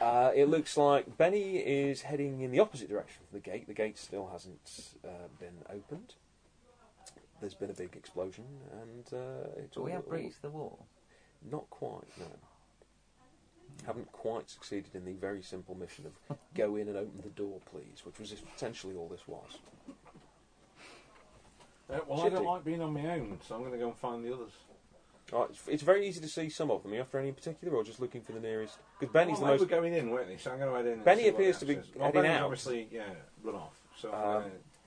[SPEAKER 2] Uh, it looks like Benny is heading in the opposite direction from the gate. The gate still hasn't uh, been opened. There's been a big explosion, and uh, it's
[SPEAKER 5] Do we
[SPEAKER 2] all-
[SPEAKER 5] have breached the wall?
[SPEAKER 2] Not quite. No, haven't quite succeeded in the very simple mission of go in and open the door, please, which was essentially all this was.
[SPEAKER 7] Uh, well, I
[SPEAKER 2] Should
[SPEAKER 7] don't
[SPEAKER 2] do.
[SPEAKER 7] like being on my own, so I'm going to go and find the others.
[SPEAKER 2] All right, it's, it's very easy to see some of them. Are you after any in particular, or just looking for the nearest? Because Benny's
[SPEAKER 7] well, they
[SPEAKER 2] the
[SPEAKER 7] were
[SPEAKER 2] most.
[SPEAKER 7] going in, weren't they? So I'm going to head in. and
[SPEAKER 2] Benny
[SPEAKER 7] see what
[SPEAKER 2] appears
[SPEAKER 7] the
[SPEAKER 2] to be
[SPEAKER 7] axe is. well,
[SPEAKER 2] heading
[SPEAKER 7] Benny's
[SPEAKER 2] out.
[SPEAKER 7] obviously yeah, run off. So
[SPEAKER 2] Um,
[SPEAKER 7] uh,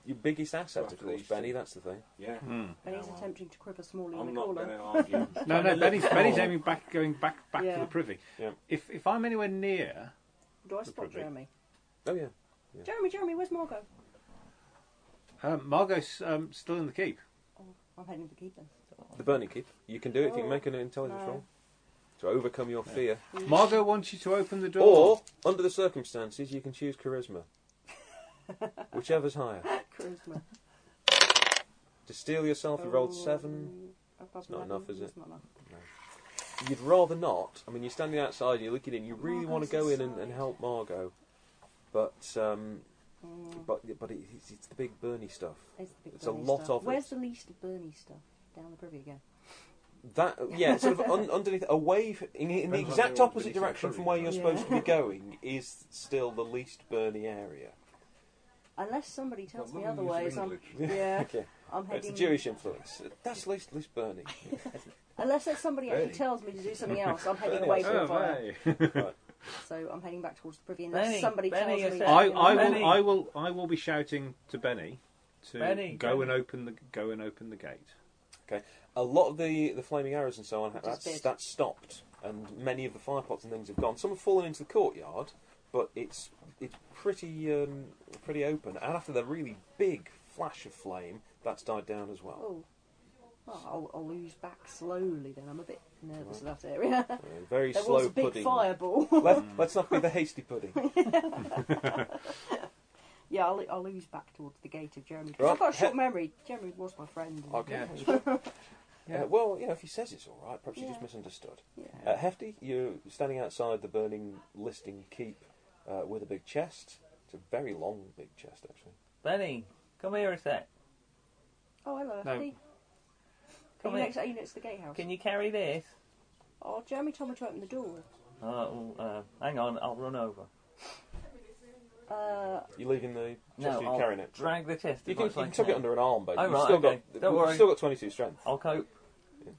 [SPEAKER 2] Your biggest asset,
[SPEAKER 7] Right,
[SPEAKER 2] of course,
[SPEAKER 7] these two.
[SPEAKER 2] Benny. That's the thing.
[SPEAKER 7] yeah,
[SPEAKER 4] And he's
[SPEAKER 7] Yeah, well,
[SPEAKER 4] attempting to crib a smallie in
[SPEAKER 7] I'm
[SPEAKER 4] a
[SPEAKER 7] not
[SPEAKER 4] corner.
[SPEAKER 7] going to argue.
[SPEAKER 3] No, no, Benny's,
[SPEAKER 5] look
[SPEAKER 3] Benny's
[SPEAKER 5] forward.
[SPEAKER 3] aiming back, going back, back to
[SPEAKER 4] Yeah.
[SPEAKER 3] the privy.
[SPEAKER 2] Oh. Yeah.
[SPEAKER 3] If if I'm anywhere near,
[SPEAKER 4] Do I spot
[SPEAKER 3] probably.
[SPEAKER 4] Jeremy?
[SPEAKER 2] Oh yeah.
[SPEAKER 4] Jeremy, Jeremy, where's Margot?
[SPEAKER 3] um, Margot's um, still in the keep.
[SPEAKER 4] Oh, I'm heading to the keep then.
[SPEAKER 2] The burning keep. You can do it if you
[SPEAKER 7] Oh,
[SPEAKER 2] can make an intelligence
[SPEAKER 4] No.
[SPEAKER 2] roll to overcome your fear,
[SPEAKER 5] Mm.
[SPEAKER 3] Margot wants you to open the door.
[SPEAKER 2] or under the circumstances, you can choose charisma, whichever's higher.
[SPEAKER 4] Charisma.
[SPEAKER 2] To steal yourself, you rolled seven.
[SPEAKER 4] Oh, I've got
[SPEAKER 2] It's not
[SPEAKER 4] 11.
[SPEAKER 2] enough, is
[SPEAKER 4] It's
[SPEAKER 2] it?
[SPEAKER 4] not enough.
[SPEAKER 7] Oh.
[SPEAKER 2] You'd rather not. I mean, you're standing outside, you're looking in. You really want to go
[SPEAKER 4] Margot's
[SPEAKER 2] in and, and
[SPEAKER 4] inside.
[SPEAKER 2] help Margot, but um,
[SPEAKER 4] Mm.
[SPEAKER 2] but but it, it's, it's the big Bernie stuff.
[SPEAKER 4] It's, the big
[SPEAKER 2] It's a
[SPEAKER 4] Bernie
[SPEAKER 2] lot
[SPEAKER 4] stuff.
[SPEAKER 2] of it.
[SPEAKER 4] Where's the least of Bernie stuff? Down the privy again.
[SPEAKER 2] That yeah, sort of un, underneath, away f- in, in
[SPEAKER 7] Depends
[SPEAKER 2] the
[SPEAKER 7] on
[SPEAKER 2] exact
[SPEAKER 7] who wants
[SPEAKER 2] opposite
[SPEAKER 7] to be
[SPEAKER 2] direction
[SPEAKER 7] so
[SPEAKER 2] from where you're
[SPEAKER 4] pretty,
[SPEAKER 2] supposed to
[SPEAKER 4] yeah.
[SPEAKER 2] be going is still the least Bernie area.
[SPEAKER 4] Unless somebody tells
[SPEAKER 7] Well,
[SPEAKER 4] me
[SPEAKER 7] lovely use
[SPEAKER 4] otherwise,
[SPEAKER 7] of
[SPEAKER 4] I'm
[SPEAKER 7] English.
[SPEAKER 4] yeah,
[SPEAKER 2] Okay,
[SPEAKER 4] I'm
[SPEAKER 2] Uh, it's
[SPEAKER 4] heading.
[SPEAKER 2] the Jewish influence. That's least least Bernie.
[SPEAKER 4] Unless there's somebody actually
[SPEAKER 2] Bernie.
[SPEAKER 4] tells me to do something else, I'm heading
[SPEAKER 2] Bernie
[SPEAKER 4] away from
[SPEAKER 2] outside.
[SPEAKER 4] the
[SPEAKER 3] Oh,
[SPEAKER 4] fire.
[SPEAKER 3] hey.
[SPEAKER 4] So I'm heading back towards the privy unless
[SPEAKER 5] Benny,
[SPEAKER 4] somebody
[SPEAKER 5] Benny,
[SPEAKER 4] tells
[SPEAKER 5] you
[SPEAKER 4] me.
[SPEAKER 5] said-
[SPEAKER 3] I,
[SPEAKER 4] you know,
[SPEAKER 3] I
[SPEAKER 5] Benny.
[SPEAKER 3] will, I will, I will be shouting to Benny to
[SPEAKER 5] Benny,
[SPEAKER 3] go
[SPEAKER 5] Benny.
[SPEAKER 3] and open the go and open the gate.
[SPEAKER 2] A lot of the, the flaming arrows and so on
[SPEAKER 4] Which is
[SPEAKER 2] that's
[SPEAKER 4] big.
[SPEAKER 2] that's stopped, and many of the fire pots and things have gone. Some have fallen into the courtyard, but it's it's pretty um, pretty open. And after the really big flash of flame, that's died down as well.
[SPEAKER 4] Oh, well, I'll, I'll lose back slowly. Then I'm a bit nervous about that area.
[SPEAKER 2] Uh, very
[SPEAKER 4] there
[SPEAKER 2] slow
[SPEAKER 4] was a big
[SPEAKER 2] pudding.
[SPEAKER 4] fireball.
[SPEAKER 2] Let, let's not be the hasty pudding.
[SPEAKER 4] yeah, I'll, I'll lose back towards the gate of Jeremy. 'Cause
[SPEAKER 2] Right, Oh.
[SPEAKER 4] I've got a short
[SPEAKER 2] he-
[SPEAKER 4] memory. Jeremy was my friend.
[SPEAKER 2] Okay. Uh, well, you know, if he says it's all right, perhaps you just
[SPEAKER 4] Yeah.
[SPEAKER 2] misunderstood.
[SPEAKER 4] Yeah.
[SPEAKER 2] Uh, Hefty, you're standing outside the burning listing keep uh, with a big chest. It's a very long, big chest, actually.
[SPEAKER 5] Benny, come here a sec.
[SPEAKER 4] Oh, hello,
[SPEAKER 8] No.
[SPEAKER 4] Hefty. Are
[SPEAKER 5] Come
[SPEAKER 4] you,
[SPEAKER 5] here.
[SPEAKER 4] next, are you next to the gatehouse?
[SPEAKER 5] Can you carry this?
[SPEAKER 4] Oh, Jeremy told me to open the door.
[SPEAKER 5] Oh, uh, hang on, I'll run over.
[SPEAKER 4] Uh,
[SPEAKER 2] You're leaving the chest,
[SPEAKER 5] No,
[SPEAKER 2] or you're
[SPEAKER 5] I'll
[SPEAKER 2] carrying it.
[SPEAKER 5] drag the chest.
[SPEAKER 2] You can,
[SPEAKER 5] as
[SPEAKER 2] you
[SPEAKER 5] much as I
[SPEAKER 2] can tuck it
[SPEAKER 5] can.
[SPEAKER 2] under an arm, basically.
[SPEAKER 5] Oh,
[SPEAKER 2] You've
[SPEAKER 5] right,
[SPEAKER 2] still
[SPEAKER 5] okay.
[SPEAKER 2] got,
[SPEAKER 5] Don't
[SPEAKER 2] you've
[SPEAKER 5] worry.
[SPEAKER 2] still got 22 strength.
[SPEAKER 5] I'll cope.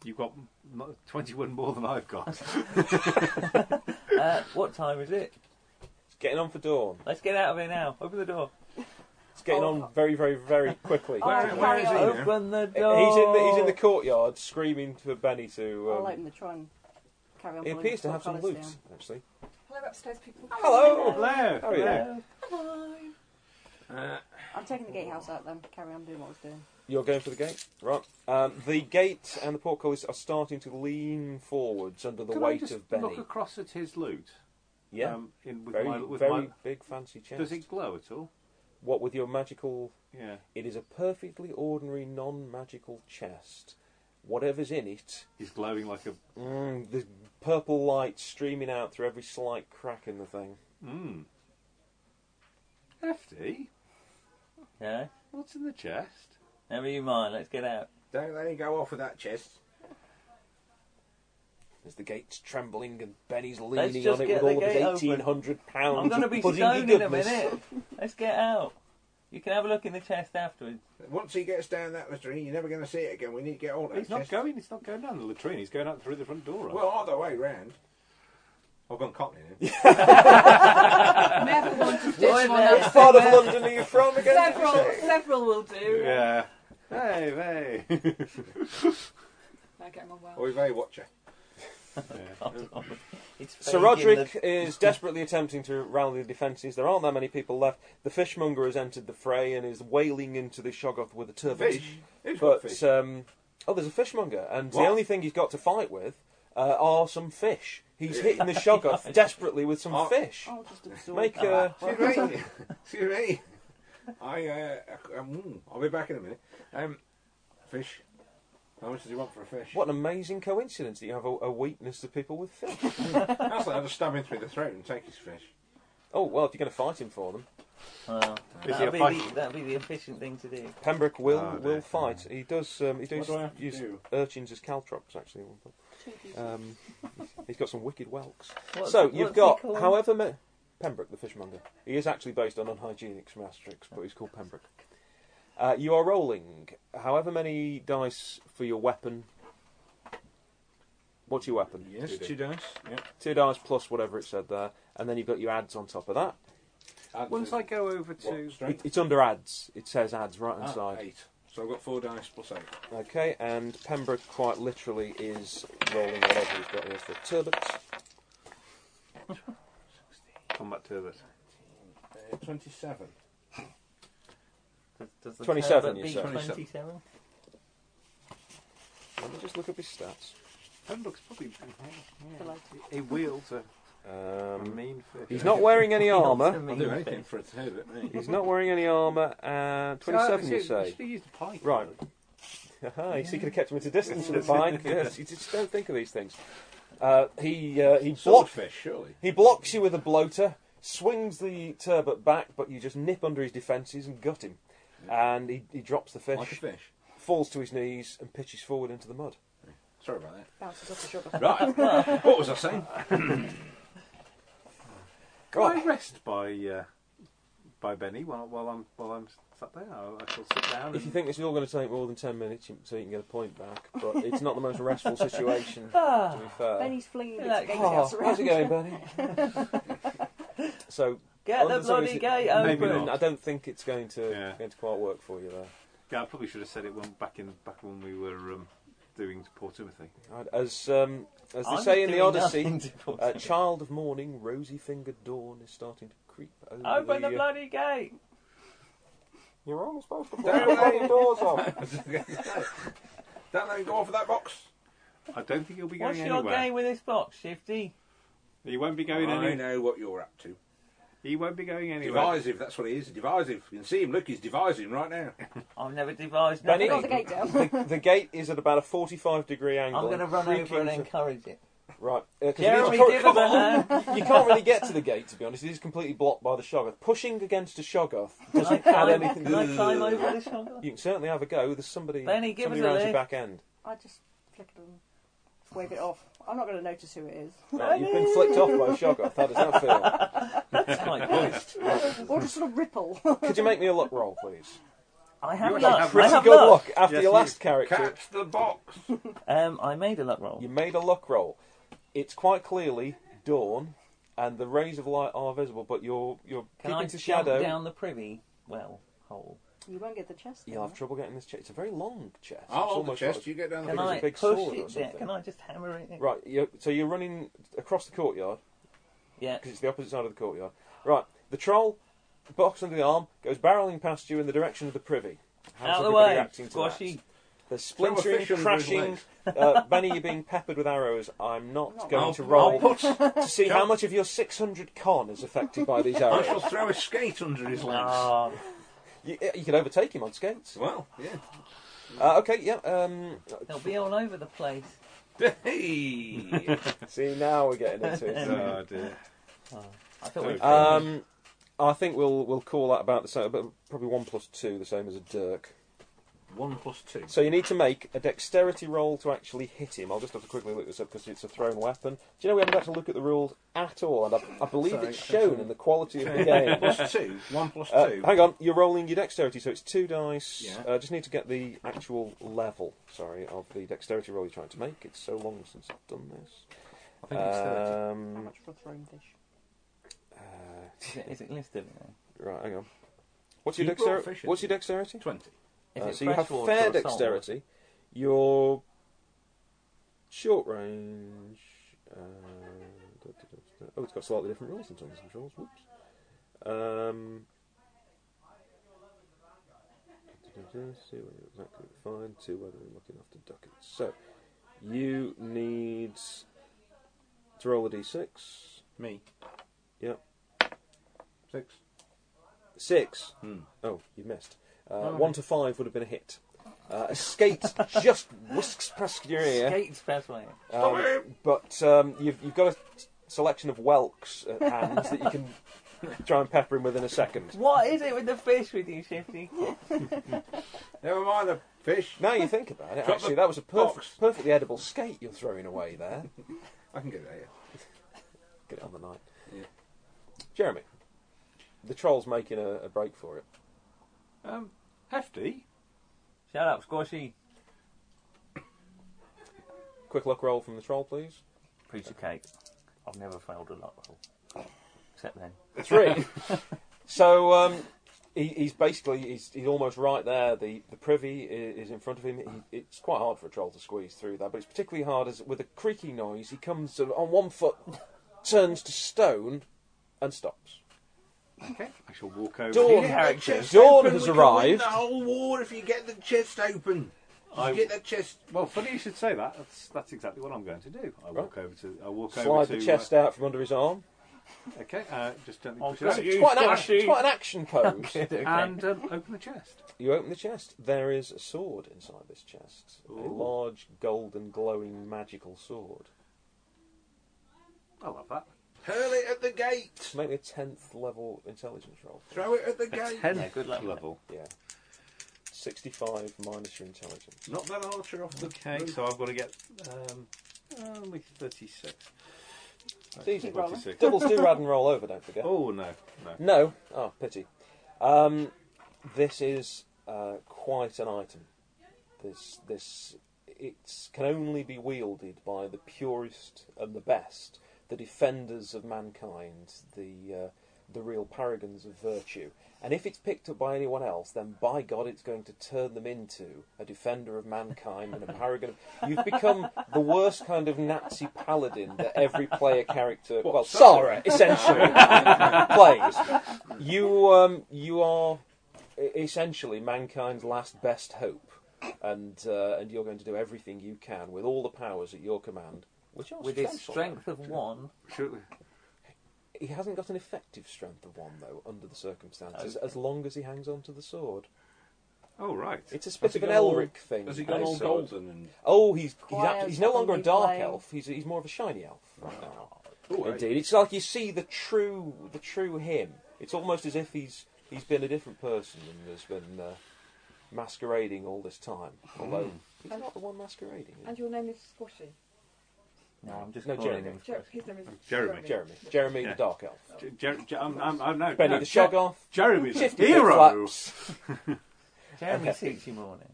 [SPEAKER 3] You've got not 21 more than I've got.
[SPEAKER 5] Uh, what time is it?
[SPEAKER 2] It's getting on for dawn.
[SPEAKER 5] Let's get out of here now. Open the door.
[SPEAKER 2] It's getting
[SPEAKER 4] Oh.
[SPEAKER 2] on very, very, very quickly.
[SPEAKER 4] Where-
[SPEAKER 2] He's
[SPEAKER 4] Oh, where carry is he on.
[SPEAKER 5] Open the door.
[SPEAKER 2] in the he's in the courtyard screaming for Benny to.
[SPEAKER 4] I'll
[SPEAKER 2] Um,
[SPEAKER 4] open the try and carry on.
[SPEAKER 2] he
[SPEAKER 4] pulling
[SPEAKER 2] appears to
[SPEAKER 4] the
[SPEAKER 2] have some
[SPEAKER 4] colours
[SPEAKER 2] loot,
[SPEAKER 4] down.
[SPEAKER 2] actually.
[SPEAKER 9] Hello, upstairs people.
[SPEAKER 2] Hello.
[SPEAKER 3] Hello!
[SPEAKER 2] How are you?
[SPEAKER 5] Hello.
[SPEAKER 9] Hello.
[SPEAKER 4] I'm taking the gatehouse out then. Carry on doing what I was doing.
[SPEAKER 2] You're going for the gate, right? Um, the gate and the portcullis are starting to lean forwards under the
[SPEAKER 3] Can I
[SPEAKER 2] weight
[SPEAKER 3] just
[SPEAKER 2] of Benny.
[SPEAKER 3] look across at his loot?
[SPEAKER 2] yeah,
[SPEAKER 3] Um, in, with
[SPEAKER 2] very,
[SPEAKER 3] my, with
[SPEAKER 2] very
[SPEAKER 3] my,
[SPEAKER 2] big fancy chest.
[SPEAKER 3] does it glow at all?
[SPEAKER 2] What with your magical?
[SPEAKER 3] Yeah.
[SPEAKER 2] It is a perfectly ordinary, non-magical chest. Whatever's in it,
[SPEAKER 3] He's glowing like a.
[SPEAKER 2] mm, there's purple light streaming out through every slight crack in the thing.
[SPEAKER 3] Mmm. Hefty?
[SPEAKER 5] Yeah.
[SPEAKER 3] What's in the chest?
[SPEAKER 5] Never you mind. Let's get out.
[SPEAKER 8] Don't let him go off with that chest.
[SPEAKER 2] There's the gate's trembling and Benny's
[SPEAKER 5] Let's
[SPEAKER 2] leaning
[SPEAKER 5] just
[SPEAKER 2] on it
[SPEAKER 5] get
[SPEAKER 2] with all
[SPEAKER 5] the
[SPEAKER 2] of
[SPEAKER 5] gate
[SPEAKER 2] his
[SPEAKER 5] open.
[SPEAKER 2] eighteen hundred pounds.
[SPEAKER 5] I'm going to
[SPEAKER 2] of
[SPEAKER 5] be
[SPEAKER 2] puddingy
[SPEAKER 5] stoned in a
[SPEAKER 2] Oh, goodness.
[SPEAKER 5] minute. Let's get out. You can have a look in the chest afterwards.
[SPEAKER 8] Once he gets down that latrine, you're never going to see it again. We need to get all that
[SPEAKER 3] He's not
[SPEAKER 8] chest.
[SPEAKER 3] going. He's not going down the latrine. He's going out through the front door.
[SPEAKER 8] Well, either way round. I've gone cotton in him.
[SPEAKER 9] Never wanted this one.
[SPEAKER 2] What part of London are you from again? did you
[SPEAKER 9] Several,
[SPEAKER 2] say?
[SPEAKER 9] several will do.
[SPEAKER 3] yeah. Hey, hey.
[SPEAKER 9] No, get them on well.
[SPEAKER 8] Oy vey, watcher.
[SPEAKER 5] It's
[SPEAKER 2] Sir
[SPEAKER 5] fake in
[SPEAKER 2] Roderick is desperately attempting to rally the defences. There aren't that many people left. The fishmonger has entered the fray and is wailing into the Shoggoth with a turbot.
[SPEAKER 8] Fish? Who's got
[SPEAKER 2] But,
[SPEAKER 8] fish?
[SPEAKER 2] um, oh, there's a fishmonger, and the
[SPEAKER 8] What?
[SPEAKER 2] only thing he's got to fight with uh, are some fish. He's hitting the Shoggoth desperately with some
[SPEAKER 8] Oh.
[SPEAKER 2] fish.
[SPEAKER 4] I'll just absorb
[SPEAKER 2] Make
[SPEAKER 4] that.
[SPEAKER 2] a.
[SPEAKER 8] Excuse me. Excuse me. I, uh, I- um, mm, I'll be back in a minute. Um, fish. How much does he want for a fish?
[SPEAKER 2] What an amazing coincidence that you have a, a weakness to people with fish.
[SPEAKER 8] That's like I'll just stab him through the throat and take his fish.
[SPEAKER 2] oh, well, if you're going to fight him for them.
[SPEAKER 5] the- well,
[SPEAKER 3] Is he a
[SPEAKER 5] that'd, Oh, be
[SPEAKER 3] fight?
[SPEAKER 5] the, that'd be the efficient thing to do.
[SPEAKER 2] Pembroke will
[SPEAKER 8] Ah,
[SPEAKER 3] Oh, dear.
[SPEAKER 2] will fight. He does. Um, he does
[SPEAKER 8] What do I have to
[SPEAKER 2] use
[SPEAKER 8] do?
[SPEAKER 2] urchins as caltrops actually. at one point.
[SPEAKER 4] Two pieces.
[SPEAKER 2] Um, he's got some wicked whelks.
[SPEAKER 5] What's-
[SPEAKER 2] so
[SPEAKER 5] what's
[SPEAKER 2] you've
[SPEAKER 5] he
[SPEAKER 2] got
[SPEAKER 5] called?
[SPEAKER 2] however many Pembroke the fishmonger. He is actually based on unhygienics from Asterix, but he's called Pembroke. Uh, you are rolling however many dice for your weapon. What's your weapon?
[SPEAKER 8] Yes, two dice. Yep.
[SPEAKER 2] Two dice plus whatever it said there, and then you've got your ads on top of that.
[SPEAKER 8] Add
[SPEAKER 3] Once
[SPEAKER 8] to-
[SPEAKER 3] I go over to.
[SPEAKER 8] what,
[SPEAKER 2] It,
[SPEAKER 8] straight?
[SPEAKER 2] it's under ads. It says ads right hand
[SPEAKER 8] Ah,
[SPEAKER 2] side.
[SPEAKER 8] Eight. So I've got four dice plus eight.
[SPEAKER 2] Okay, and Pembroke quite literally is rolling whatever he's got here for turbots.
[SPEAKER 3] Combat turbot.
[SPEAKER 8] Uh, 27.
[SPEAKER 5] Does, does the
[SPEAKER 2] 27,
[SPEAKER 5] turbot
[SPEAKER 2] you
[SPEAKER 5] be
[SPEAKER 2] said.
[SPEAKER 5] 27?
[SPEAKER 2] Let me just look up his stats.
[SPEAKER 3] Pembroke's probably
[SPEAKER 4] For like-
[SPEAKER 3] a wheel to a
[SPEAKER 2] Um,
[SPEAKER 3] mean fish.
[SPEAKER 2] he's not wearing any armour.
[SPEAKER 8] I'll do anything for a turbot, mate.
[SPEAKER 2] He's not wearing any armour. Uh, 27, you say?
[SPEAKER 3] He used a pike.
[SPEAKER 2] Right. Aha, you see, could have kept him at a distance from the bike. Yes, you just don't think of these things. Uh, he uh, he, block,
[SPEAKER 8] Swordfish, surely.
[SPEAKER 2] he blocks you with a bloater, swings the turbot back, but you just nip under his defences and gut him. And he, he drops the
[SPEAKER 8] Like a
[SPEAKER 2] fish,
[SPEAKER 8] fish.
[SPEAKER 2] falls to his knees, and pitches forward into the mud.
[SPEAKER 8] Sorry about that.
[SPEAKER 4] Bounces off the sugar.
[SPEAKER 8] Right. what was I saying?
[SPEAKER 3] Can
[SPEAKER 2] Right.
[SPEAKER 3] I rest by uh, by Benny while, while I'm while I'm sat there? I, I shall sit down.
[SPEAKER 2] If you
[SPEAKER 3] and-
[SPEAKER 2] think this is all going to take more than 10 minutes, you- so you can get a point back, but it's not the most restful situation, to be fair.
[SPEAKER 4] Benny's flinging bits
[SPEAKER 5] Like,
[SPEAKER 4] of
[SPEAKER 2] oh,
[SPEAKER 4] gatehouse
[SPEAKER 2] how's
[SPEAKER 4] around.
[SPEAKER 2] it going, Bernie? so,
[SPEAKER 5] Get the
[SPEAKER 2] London Song
[SPEAKER 5] bloody
[SPEAKER 2] is-
[SPEAKER 5] gate
[SPEAKER 3] Maybe
[SPEAKER 5] open.
[SPEAKER 3] not.
[SPEAKER 2] I don't think it's going to,
[SPEAKER 3] Yeah.
[SPEAKER 2] going to quite work for you there.
[SPEAKER 3] yeah, I probably should have said it when back in back when we were um, doing poor Timothy.
[SPEAKER 2] Right, As, um, as they
[SPEAKER 5] I'm
[SPEAKER 2] say in the
[SPEAKER 5] doing
[SPEAKER 2] Odyssey,
[SPEAKER 5] nothing to put
[SPEAKER 2] uh,
[SPEAKER 5] it.
[SPEAKER 2] child of morning, rosy fingered dawn is starting to creep over
[SPEAKER 5] Open the
[SPEAKER 2] uh,
[SPEAKER 5] bloody gate.
[SPEAKER 2] You're only supposed to put
[SPEAKER 8] Don't
[SPEAKER 2] the
[SPEAKER 8] let-
[SPEAKER 2] bloody doors off.
[SPEAKER 8] Don't let him go off of that box.
[SPEAKER 3] I don't think he'll be going
[SPEAKER 5] What's your
[SPEAKER 3] anywhere.
[SPEAKER 5] game with this box, Shifty?
[SPEAKER 3] He won't be going
[SPEAKER 8] I
[SPEAKER 3] anywhere.
[SPEAKER 8] know what you're up to.
[SPEAKER 3] He won't be going anywhere.
[SPEAKER 8] Divisive, that's what he is. Divisive. You can see him. Look, he's divising right now.
[SPEAKER 5] I've never devised
[SPEAKER 2] Benny?
[SPEAKER 5] nothing.
[SPEAKER 9] Got the gate down.
[SPEAKER 2] the, the gate is at about a 45 degree angle.
[SPEAKER 5] I'm going to run
[SPEAKER 2] Creaking
[SPEAKER 5] over and
[SPEAKER 2] to-
[SPEAKER 5] encourage it.
[SPEAKER 2] Right. Uh, 'cause it is-
[SPEAKER 5] Jeremy,
[SPEAKER 2] come-
[SPEAKER 5] give
[SPEAKER 2] come
[SPEAKER 5] us a
[SPEAKER 2] on.
[SPEAKER 5] hand.
[SPEAKER 2] You can't really get to the gate, to be honest. It is completely blocked by the Shoggoth. Pushing against a Shoggoth
[SPEAKER 5] Can I
[SPEAKER 2] doesn't add
[SPEAKER 5] climb,
[SPEAKER 2] anything
[SPEAKER 5] can
[SPEAKER 2] to
[SPEAKER 5] I climb over the shoulder?
[SPEAKER 2] You can certainly have a go. There's somebody,
[SPEAKER 5] Benny, give
[SPEAKER 2] somebody
[SPEAKER 5] us a
[SPEAKER 2] around your
[SPEAKER 5] lift.
[SPEAKER 2] back end.
[SPEAKER 4] I just flick it and wave it off. I'm not going to notice who it is.
[SPEAKER 2] Right, you've been flicked off by a Shoggoth. How does that feel?
[SPEAKER 5] That's my voice.
[SPEAKER 4] or just sort of ripple.
[SPEAKER 2] Could you make me a luck roll, please?
[SPEAKER 5] I have
[SPEAKER 8] actually
[SPEAKER 5] luck.
[SPEAKER 8] have
[SPEAKER 5] I
[SPEAKER 2] Pretty
[SPEAKER 5] have
[SPEAKER 2] good
[SPEAKER 5] luck.
[SPEAKER 2] luck after
[SPEAKER 8] Yes,
[SPEAKER 2] your
[SPEAKER 8] you-
[SPEAKER 2] last character.
[SPEAKER 8] Catch the box.
[SPEAKER 5] Um, I made a luck roll.
[SPEAKER 2] You made a luck roll. It's quite clearly dawn, and the rays of light are visible, but you're you're
[SPEAKER 5] Can
[SPEAKER 2] keeping
[SPEAKER 5] I
[SPEAKER 2] to
[SPEAKER 5] jump
[SPEAKER 2] shadow.
[SPEAKER 5] down the privy well hole?
[SPEAKER 4] you won't get the chest.
[SPEAKER 2] You'll have
[SPEAKER 4] though.
[SPEAKER 2] trouble getting this chest. It's a very long chest.
[SPEAKER 8] I'll
[SPEAKER 2] It's
[SPEAKER 8] hold the
[SPEAKER 2] almost
[SPEAKER 8] chest.
[SPEAKER 2] like-
[SPEAKER 8] You get down the
[SPEAKER 5] Can
[SPEAKER 2] think it's
[SPEAKER 5] I
[SPEAKER 2] a big
[SPEAKER 5] push
[SPEAKER 2] sword or
[SPEAKER 5] it? down?
[SPEAKER 2] something.
[SPEAKER 5] Can I just hammer it? in?
[SPEAKER 2] Right, you're, so you're running across the courtyard
[SPEAKER 5] Yeah.
[SPEAKER 2] because it's the opposite side of the courtyard. Right, the troll, box under the arm, goes barreling past you in the direction of the privy. How's
[SPEAKER 5] Out of the
[SPEAKER 2] everybody
[SPEAKER 5] way.
[SPEAKER 2] Reacting to
[SPEAKER 5] Squashy.
[SPEAKER 2] That? There's
[SPEAKER 8] Throw a
[SPEAKER 2] splintering,
[SPEAKER 8] fish under his
[SPEAKER 2] crashing.
[SPEAKER 8] legs.
[SPEAKER 2] Uh, Benny, you're being peppered with arrows. I'm not
[SPEAKER 4] Not
[SPEAKER 2] going
[SPEAKER 8] I'll-
[SPEAKER 2] to roll
[SPEAKER 8] I'll put-
[SPEAKER 2] to see how much of your 600 con is affected by these
[SPEAKER 8] I
[SPEAKER 2] arrows.
[SPEAKER 8] shall throw a skate under his legs.
[SPEAKER 5] Ah,
[SPEAKER 2] you, you can overtake him on skates.
[SPEAKER 8] Well, yeah.
[SPEAKER 2] Uh, okay, yeah. Um,
[SPEAKER 5] they'll be all over the place.
[SPEAKER 8] Hey!
[SPEAKER 2] see, now we're getting into it.
[SPEAKER 3] Oh, dear.
[SPEAKER 5] I thought we
[SPEAKER 2] Um, I think we'll we'll call that about the same, but probably one plus two, the same as a dirk.
[SPEAKER 8] One plus two.
[SPEAKER 2] So you need to make a dexterity roll to actually hit him. I'll just have to quickly look this up because it's a thrown weapon. Do you know we haven't had to look at the rules at all, and I, I believe
[SPEAKER 8] Sorry,
[SPEAKER 2] it's
[SPEAKER 8] that's
[SPEAKER 2] shown
[SPEAKER 8] all.
[SPEAKER 2] in the quality of the
[SPEAKER 8] Okay,
[SPEAKER 2] game.
[SPEAKER 8] plus two. One plus
[SPEAKER 2] Uh,
[SPEAKER 8] two.
[SPEAKER 2] hang on, you're rolling your dexterity, so it's two dice.
[SPEAKER 8] Yeah.
[SPEAKER 2] Uh, just need to get the actual level, sorry, of the dexterity roll you're trying to make. It's so long since I've done this.
[SPEAKER 3] I think it's 30.
[SPEAKER 4] How
[SPEAKER 2] Um,
[SPEAKER 4] much for a thrown fish?
[SPEAKER 5] is, it, is it listed?
[SPEAKER 2] Uh,
[SPEAKER 5] now?
[SPEAKER 2] right, hang on. What's
[SPEAKER 8] You
[SPEAKER 2] your
[SPEAKER 8] brought
[SPEAKER 2] dexterity?
[SPEAKER 8] fish in,
[SPEAKER 2] What's your
[SPEAKER 8] didn't you?
[SPEAKER 2] dexterity?
[SPEAKER 8] Twenty.
[SPEAKER 5] Is
[SPEAKER 2] Uh,
[SPEAKER 5] it
[SPEAKER 2] so you have
[SPEAKER 5] freshwater
[SPEAKER 2] fair
[SPEAKER 5] or saltwater?
[SPEAKER 2] dexterity. Your short range. Uh, da- da- da- da- oh, it's got slightly different rules sometimes. I'm sure. Whoops. Um, da- da- da- see whether it's exactly fine. To whether I'm looking after ducats. So you need to roll a d6.
[SPEAKER 8] Me.
[SPEAKER 2] Yep.
[SPEAKER 8] Six.
[SPEAKER 2] Six.
[SPEAKER 8] Hmm.
[SPEAKER 2] Oh, you missed. Uh,
[SPEAKER 8] Oh.
[SPEAKER 2] One to five would have been a hit. Uh, a skate just whisks past your ear.
[SPEAKER 5] Skates pathway.
[SPEAKER 2] Um, But um, you've, you've got a s- selection of whelks at hand that you can try and pepper him with in a second.
[SPEAKER 5] What is it with the fish with you, Shifty?
[SPEAKER 8] Never mind the fish.
[SPEAKER 2] Now you think about it,
[SPEAKER 8] Drop
[SPEAKER 2] actually,
[SPEAKER 8] the
[SPEAKER 2] that was a
[SPEAKER 8] box.
[SPEAKER 2] perfect, perfectly edible skate you're throwing away there.
[SPEAKER 8] I can get that. Yeah.
[SPEAKER 2] Get it on the night.
[SPEAKER 8] Yeah.
[SPEAKER 2] Jeremy, the troll's making a, a break for it.
[SPEAKER 3] Um, hefty.
[SPEAKER 5] Shut up, Squashy.
[SPEAKER 2] Quick luck roll from the troll, please.
[SPEAKER 5] Piece of cake. I've never failed a luck roll. Except then.
[SPEAKER 2] Three. so um, he, he's basically he's, he's almost right there. The the privy is, is in front of him. He, it's quite hard for a troll to squeeze through that, but it's particularly hard as with a creaky noise. He comes sort of on one foot, turns to stone, and stops.
[SPEAKER 3] Okay. I shall walk over.
[SPEAKER 2] Dawn,
[SPEAKER 3] here.
[SPEAKER 8] Get the chest
[SPEAKER 2] Dawn
[SPEAKER 8] open,
[SPEAKER 2] has
[SPEAKER 8] we can win
[SPEAKER 2] arrived.
[SPEAKER 8] The whole war if you get the chest open.
[SPEAKER 3] I-
[SPEAKER 8] You get the chest.
[SPEAKER 3] Well, funny you should say that. That's, that's exactly what I'm going to do. I walk over to. I walk over
[SPEAKER 2] Slide
[SPEAKER 3] to.
[SPEAKER 2] the chest out from under his arm.
[SPEAKER 3] Uh, okay. Uh, just gently
[SPEAKER 5] Oh,
[SPEAKER 3] push
[SPEAKER 5] good.
[SPEAKER 3] it
[SPEAKER 2] It's
[SPEAKER 3] out.
[SPEAKER 2] quite, an action, it's quite an action pose.
[SPEAKER 5] Okay.
[SPEAKER 3] and um, open the chest.
[SPEAKER 2] You open the chest. There is a sword inside this chest. A
[SPEAKER 3] Ooh.
[SPEAKER 2] large, golden, glowing, magical sword.
[SPEAKER 3] I love that.
[SPEAKER 8] Hurl it at the gate.
[SPEAKER 2] Make me a tenth level intelligence roll.
[SPEAKER 8] Throw it at the gate.
[SPEAKER 3] Ten
[SPEAKER 5] Yeah, good luck with
[SPEAKER 3] level.
[SPEAKER 2] Yeah. 65 minus your intelligence.
[SPEAKER 8] Knock that archer off the
[SPEAKER 3] Okay,
[SPEAKER 8] roof.
[SPEAKER 3] so I've got to get um,
[SPEAKER 8] uh,
[SPEAKER 3] only 36.
[SPEAKER 2] It's easy.
[SPEAKER 4] Keep rolling.
[SPEAKER 3] 46.
[SPEAKER 2] Doubles do rad and roll over, don't forget.
[SPEAKER 3] Oh, no. No.
[SPEAKER 2] No. Oh, pity. Um, this is uh, quite an item. This, this, it can only be wielded by the purest and the best, the defenders of mankind, the uh, the real paragons of virtue. And if it's picked up by anyone else, then by God, it's going to turn them into a defender of mankind and a paragon. Of... You've become the worst kind of Nazi paladin that every player character, well, Sarah, essentially, plays. You um, you are e- essentially mankind's last best hope, and uh, and you're going to do everything you can with all the powers at your command, which are
[SPEAKER 5] With his
[SPEAKER 2] substantial.
[SPEAKER 5] strength of one,
[SPEAKER 3] Should we-
[SPEAKER 2] He hasn't got an effective strength of one though, under the circumstances, as long as he hangs on to the sword.
[SPEAKER 8] Oh, right.
[SPEAKER 2] It's a
[SPEAKER 8] Has
[SPEAKER 2] bit
[SPEAKER 8] he
[SPEAKER 2] of an
[SPEAKER 8] gone all-
[SPEAKER 2] Elric thing.
[SPEAKER 8] Has he gone all
[SPEAKER 2] his sword.
[SPEAKER 8] golden and.
[SPEAKER 2] Oh, he's he's,
[SPEAKER 4] Choirs
[SPEAKER 2] actually, he's no longer a
[SPEAKER 4] suddenly
[SPEAKER 2] dark
[SPEAKER 4] playing.
[SPEAKER 2] elf. He's he's more of a shiny elf right now.
[SPEAKER 8] Oh, right.
[SPEAKER 2] Indeed, it's like you see the true the true him. It's almost as if he's he's been a different person and has been uh, masquerading all this time. Although
[SPEAKER 8] Hmm.
[SPEAKER 2] he's not the one masquerading. is he?
[SPEAKER 9] And your name is Squashy.
[SPEAKER 5] No, I'm just
[SPEAKER 2] No,
[SPEAKER 5] calling
[SPEAKER 2] Jeremy.
[SPEAKER 5] him.
[SPEAKER 9] Jer- his name is
[SPEAKER 8] Jeremy.
[SPEAKER 2] Jeremy, Jeremy
[SPEAKER 8] Yeah.
[SPEAKER 2] the dark elf,
[SPEAKER 8] Jer- Jer- Jer- I'm, I'm, I'm, no,
[SPEAKER 2] Benny
[SPEAKER 8] no,
[SPEAKER 2] the
[SPEAKER 8] Jer-
[SPEAKER 2] shog off,
[SPEAKER 8] Jeremy's a
[SPEAKER 2] Shifty
[SPEAKER 8] hero.
[SPEAKER 2] Flip-Flops.
[SPEAKER 5] Jeremy
[SPEAKER 2] Okay.
[SPEAKER 5] suits you morning.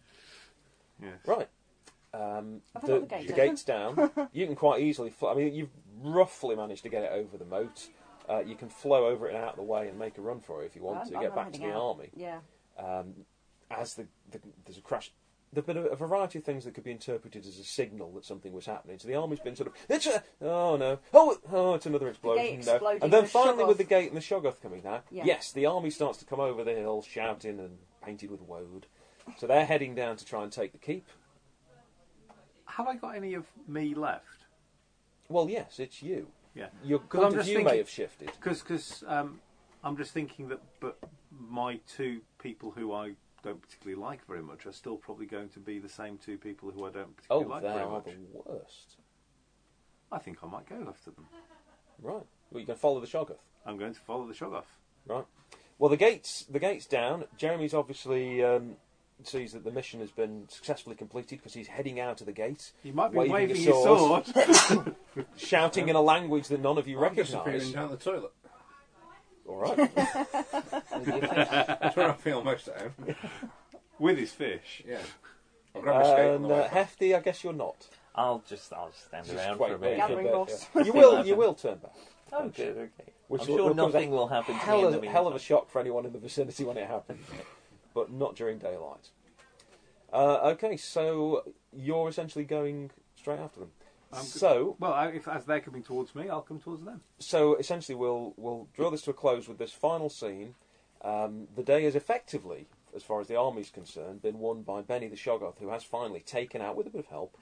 [SPEAKER 8] Yes.
[SPEAKER 2] Right. Um,
[SPEAKER 4] Have I
[SPEAKER 2] the,
[SPEAKER 4] got the gate
[SPEAKER 2] the
[SPEAKER 4] down?
[SPEAKER 2] gate's down. You can quite easily. Fl- I mean, you've roughly managed to get it over the moat. Uh, you can flow over it and out of the way and make a run for it if you want
[SPEAKER 4] I'm-
[SPEAKER 2] to
[SPEAKER 4] I'm
[SPEAKER 2] get back to
[SPEAKER 4] heading
[SPEAKER 2] the
[SPEAKER 4] out.
[SPEAKER 2] army.
[SPEAKER 4] Yeah.
[SPEAKER 2] Um, as the, the there's a crash. There've been a, a variety of things that could be interpreted as a signal that something was happening. So the army's been sort of, it's a, oh no, oh, oh, it's another explosion. no.
[SPEAKER 4] exploding,
[SPEAKER 2] And then
[SPEAKER 4] the
[SPEAKER 2] finally, with
[SPEAKER 4] Shoggoth-
[SPEAKER 2] the gate and the Shoggoth coming down,
[SPEAKER 4] Yeah.
[SPEAKER 2] yes, the army starts to come over the hill shouting and painted with woad. So they're heading down to try and take the keep.
[SPEAKER 3] Have I got any of me left?
[SPEAKER 2] Well, yes, it's you.
[SPEAKER 3] Yeah.
[SPEAKER 2] Your
[SPEAKER 3] 'Cause I'm
[SPEAKER 2] point of
[SPEAKER 3] just
[SPEAKER 2] view
[SPEAKER 3] thinking-
[SPEAKER 2] may have shifted.
[SPEAKER 3] Because um, I'm just thinking that, but my two people who I don't particularly like very much are still probably going to be the same two people who I don't
[SPEAKER 2] Oh,
[SPEAKER 3] particularly like
[SPEAKER 2] they
[SPEAKER 3] very
[SPEAKER 2] are
[SPEAKER 3] much.
[SPEAKER 2] the worst.
[SPEAKER 3] I think I might go after them.
[SPEAKER 2] Right. Well, you can follow the Shoggoth.
[SPEAKER 3] I'm going to follow the Shoggoth.
[SPEAKER 2] Right. Well, the gates the gates down. Jeremy's obviously um, sees that the mission has been successfully completed because he's heading out of the gate,
[SPEAKER 3] He might be
[SPEAKER 2] Waving
[SPEAKER 3] waving,
[SPEAKER 2] his
[SPEAKER 3] his
[SPEAKER 2] sword.
[SPEAKER 3] sword.
[SPEAKER 2] shouting in a language that none of you
[SPEAKER 8] I'm disappearing
[SPEAKER 2] recognise.
[SPEAKER 8] down the toilet.
[SPEAKER 2] All right. uh,
[SPEAKER 8] That's where I feel most at home.
[SPEAKER 3] with his fish.
[SPEAKER 8] Yeah. I'll grab a skate on
[SPEAKER 2] and
[SPEAKER 8] the way
[SPEAKER 2] uh,
[SPEAKER 8] back.
[SPEAKER 2] hefty, I guess you're not.
[SPEAKER 5] I'll just I'll stand
[SPEAKER 2] Just
[SPEAKER 5] around
[SPEAKER 2] wait
[SPEAKER 5] for a
[SPEAKER 2] there
[SPEAKER 5] bit.
[SPEAKER 2] for
[SPEAKER 4] Gathering
[SPEAKER 2] bit,
[SPEAKER 4] moss.
[SPEAKER 2] yeah. uh, You will. You will turn back.
[SPEAKER 5] Oh, good, okay.
[SPEAKER 2] Which
[SPEAKER 5] I'm
[SPEAKER 2] will-
[SPEAKER 5] sure
[SPEAKER 2] will cause a
[SPEAKER 5] nothing will happen to me.
[SPEAKER 2] Hell,
[SPEAKER 5] in the
[SPEAKER 2] of, hell of a
[SPEAKER 5] meantime.
[SPEAKER 2] shock for anyone in the vicinity when it happens, but not during daylight. Uh, okay, so you're essentially going straight after them.
[SPEAKER 3] I'm g-
[SPEAKER 2] so
[SPEAKER 3] Well, I, if as they're coming towards me, I'll come towards them.
[SPEAKER 2] so essentially, we'll we'll draw this to a close with this final scene. Um, the day has effectively, as far as the army's concerned, been won by Benny the Shoggoth, who has finally taken out, with a bit of help,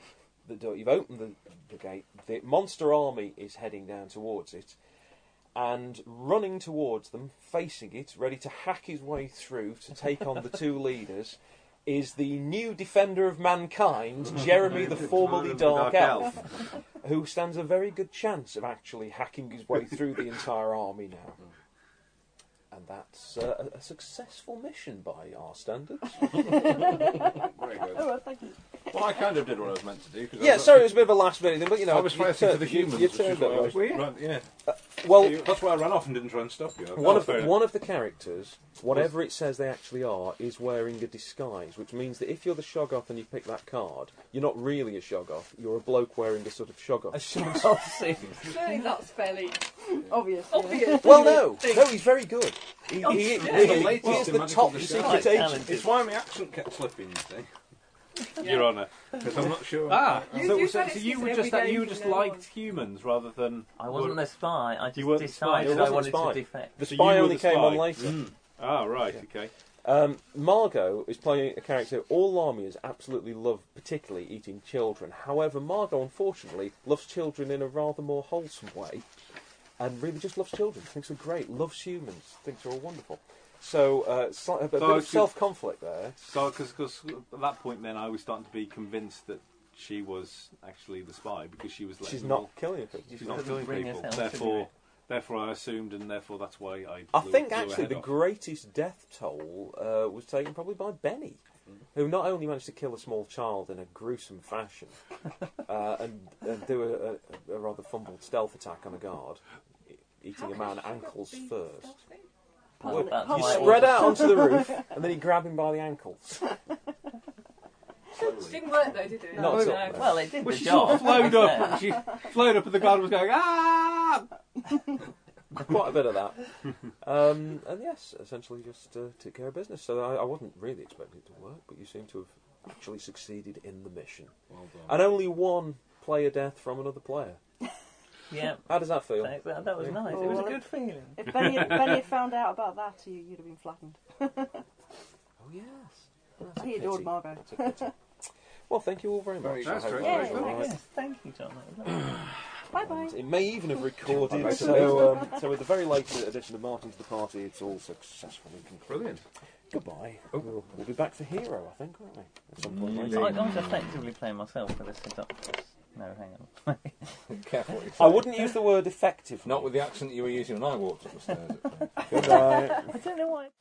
[SPEAKER 2] the door. You've opened the, the gate. The monster army is heading down towards it, and running towards them, facing it, ready to hack his way through to take on the two leaders. Is the new defender of mankind, Jeremy the formerly Dark, Elf who stands a very good chance of actually hacking his way through the entire army now. And that's uh, a, a successful mission by our standards.
[SPEAKER 8] Very good.
[SPEAKER 4] Oh, well, thank you.
[SPEAKER 8] Well, I kind of did what I was meant to do. 'cause I
[SPEAKER 2] yeah,
[SPEAKER 8] was-
[SPEAKER 2] sorry, it was a bit of a last minute thing, but you know,
[SPEAKER 8] I was
[SPEAKER 2] you
[SPEAKER 8] fighting for
[SPEAKER 2] turned-
[SPEAKER 8] the
[SPEAKER 2] you-
[SPEAKER 8] humans.
[SPEAKER 2] You,
[SPEAKER 8] which
[SPEAKER 2] turned
[SPEAKER 8] is why I
[SPEAKER 2] up.
[SPEAKER 8] was, run- yeah.
[SPEAKER 2] well,
[SPEAKER 8] You- that's why I ran off and didn't try and stop you. I-
[SPEAKER 2] one
[SPEAKER 8] oh,
[SPEAKER 2] of
[SPEAKER 8] fair
[SPEAKER 2] the,
[SPEAKER 8] enough.
[SPEAKER 2] one of the characters, whatever it says they actually are, is wearing a disguise, which means that if you're the Shoggoth and you pick that card, you're not really a Shoggoth. You're a bloke wearing a sort of Shoggoth.
[SPEAKER 5] A short off scene.
[SPEAKER 9] Surely that's fairly
[SPEAKER 4] Obvious. yeah.
[SPEAKER 9] obvious.
[SPEAKER 2] well, no, no, he's very good. He, he, he,
[SPEAKER 8] It's Oh, the
[SPEAKER 2] he
[SPEAKER 8] latest
[SPEAKER 2] is
[SPEAKER 8] in
[SPEAKER 2] the
[SPEAKER 8] magical
[SPEAKER 2] top
[SPEAKER 8] disguise.
[SPEAKER 2] secret
[SPEAKER 5] Quite
[SPEAKER 2] agent.
[SPEAKER 5] talented.
[SPEAKER 8] It's why my accent kept slipping, you see.
[SPEAKER 3] Your Honour.
[SPEAKER 8] Because I'm not sure.
[SPEAKER 3] Ah,
[SPEAKER 9] You-
[SPEAKER 3] so,
[SPEAKER 9] you
[SPEAKER 3] so,
[SPEAKER 9] said
[SPEAKER 3] so
[SPEAKER 9] it's
[SPEAKER 3] you
[SPEAKER 9] just
[SPEAKER 3] were
[SPEAKER 9] every
[SPEAKER 3] just
[SPEAKER 9] day
[SPEAKER 3] you
[SPEAKER 9] from
[SPEAKER 3] just
[SPEAKER 9] now
[SPEAKER 3] liked
[SPEAKER 9] on.
[SPEAKER 3] humans rather than
[SPEAKER 5] I wasn't a spy. I
[SPEAKER 3] weren't
[SPEAKER 5] just
[SPEAKER 3] the spy.
[SPEAKER 5] decided
[SPEAKER 2] It
[SPEAKER 5] I
[SPEAKER 2] wasn't
[SPEAKER 5] wanted
[SPEAKER 2] spy.
[SPEAKER 5] to defect.
[SPEAKER 2] The
[SPEAKER 3] So you
[SPEAKER 2] spy
[SPEAKER 3] were
[SPEAKER 2] only
[SPEAKER 3] the
[SPEAKER 2] came on
[SPEAKER 3] spy.
[SPEAKER 2] later.
[SPEAKER 3] Ah, right, okay.
[SPEAKER 2] Um, Margot is playing a character all Lamias absolutely love, particularly eating children. However, Margot unfortunately loves children in a rather more wholesome way, and really just loves children. Thinks they're great, loves humans, thinks they're all wonderful. So, uh, si- a bit
[SPEAKER 3] So
[SPEAKER 2] of
[SPEAKER 3] she-
[SPEAKER 2] self conflict there.
[SPEAKER 3] So, because at that point, then I was starting to be convinced that she was actually the spy because she was. letting
[SPEAKER 2] She's
[SPEAKER 3] them
[SPEAKER 2] not
[SPEAKER 3] all-
[SPEAKER 2] killing people.
[SPEAKER 3] She's not
[SPEAKER 5] couldn't
[SPEAKER 3] killing
[SPEAKER 5] bring
[SPEAKER 3] people.
[SPEAKER 5] herself to do
[SPEAKER 3] Therefore,
[SPEAKER 5] it.
[SPEAKER 3] therefore, I assumed, and therefore that's why I.
[SPEAKER 2] I
[SPEAKER 3] blew-
[SPEAKER 2] think
[SPEAKER 3] blew her
[SPEAKER 2] actually
[SPEAKER 3] head
[SPEAKER 2] the
[SPEAKER 3] off.
[SPEAKER 2] greatest death toll uh, was taken probably by Benny, who not only managed to kill a small child in a gruesome fashion uh, and, and do a, a, a rather fumbled stealth attack on a guard, e- eating a man ankles first.
[SPEAKER 5] Oh, that's
[SPEAKER 2] You
[SPEAKER 5] my
[SPEAKER 2] spread
[SPEAKER 5] order.
[SPEAKER 2] out onto the roof and then you grab him by the ankles.
[SPEAKER 9] It didn't work though, did it?
[SPEAKER 2] Not at all.
[SPEAKER 5] Well, it did
[SPEAKER 3] Well,
[SPEAKER 5] the
[SPEAKER 3] she sort
[SPEAKER 5] job.
[SPEAKER 3] of flowed up. she flowed up, and the guard was going ah.
[SPEAKER 2] Quite a bit of that. Um, and yes, essentially just uh, took care of business. So I, I wasn't really expecting it to work, but you seem to have actually succeeded in the mission.
[SPEAKER 8] Well done.
[SPEAKER 2] And only one player death from another player.
[SPEAKER 5] Yeah.
[SPEAKER 2] How does that feel?
[SPEAKER 5] That, that, that was nice. It was a good feeling.
[SPEAKER 4] If Benny, had, Benny had found out about that, you, you'd have been flattened.
[SPEAKER 2] Oh yes. That's a
[SPEAKER 4] He adored
[SPEAKER 2] pity.
[SPEAKER 4] Margot.
[SPEAKER 2] That's a pity. well, thank you all very much.
[SPEAKER 8] Very
[SPEAKER 2] I
[SPEAKER 8] nice,
[SPEAKER 2] hope
[SPEAKER 8] very
[SPEAKER 2] that
[SPEAKER 8] nice.
[SPEAKER 2] was all
[SPEAKER 5] Well,
[SPEAKER 2] right.
[SPEAKER 5] yes, thank you, John. That was lovely.
[SPEAKER 4] Bye bye.
[SPEAKER 2] It may even have recorded.
[SPEAKER 8] Bye-bye.
[SPEAKER 2] so, um, so with the very latest edition of Martin to the Party, it's all successfully concluded.
[SPEAKER 8] Brilliant. Oh.
[SPEAKER 2] Goodbye. We'll, we'll be back to Hero, I think, won't we? At some point
[SPEAKER 5] So I,
[SPEAKER 2] later.
[SPEAKER 5] I was effectively playing myself for this synopsis. No, hang on.
[SPEAKER 8] Careful. what you
[SPEAKER 2] I
[SPEAKER 8] say.
[SPEAKER 2] wouldn't use the word effective.
[SPEAKER 8] Not with the accent you were using when I walked up the stairs. at first.
[SPEAKER 2] Goodbye.
[SPEAKER 5] I don't know why.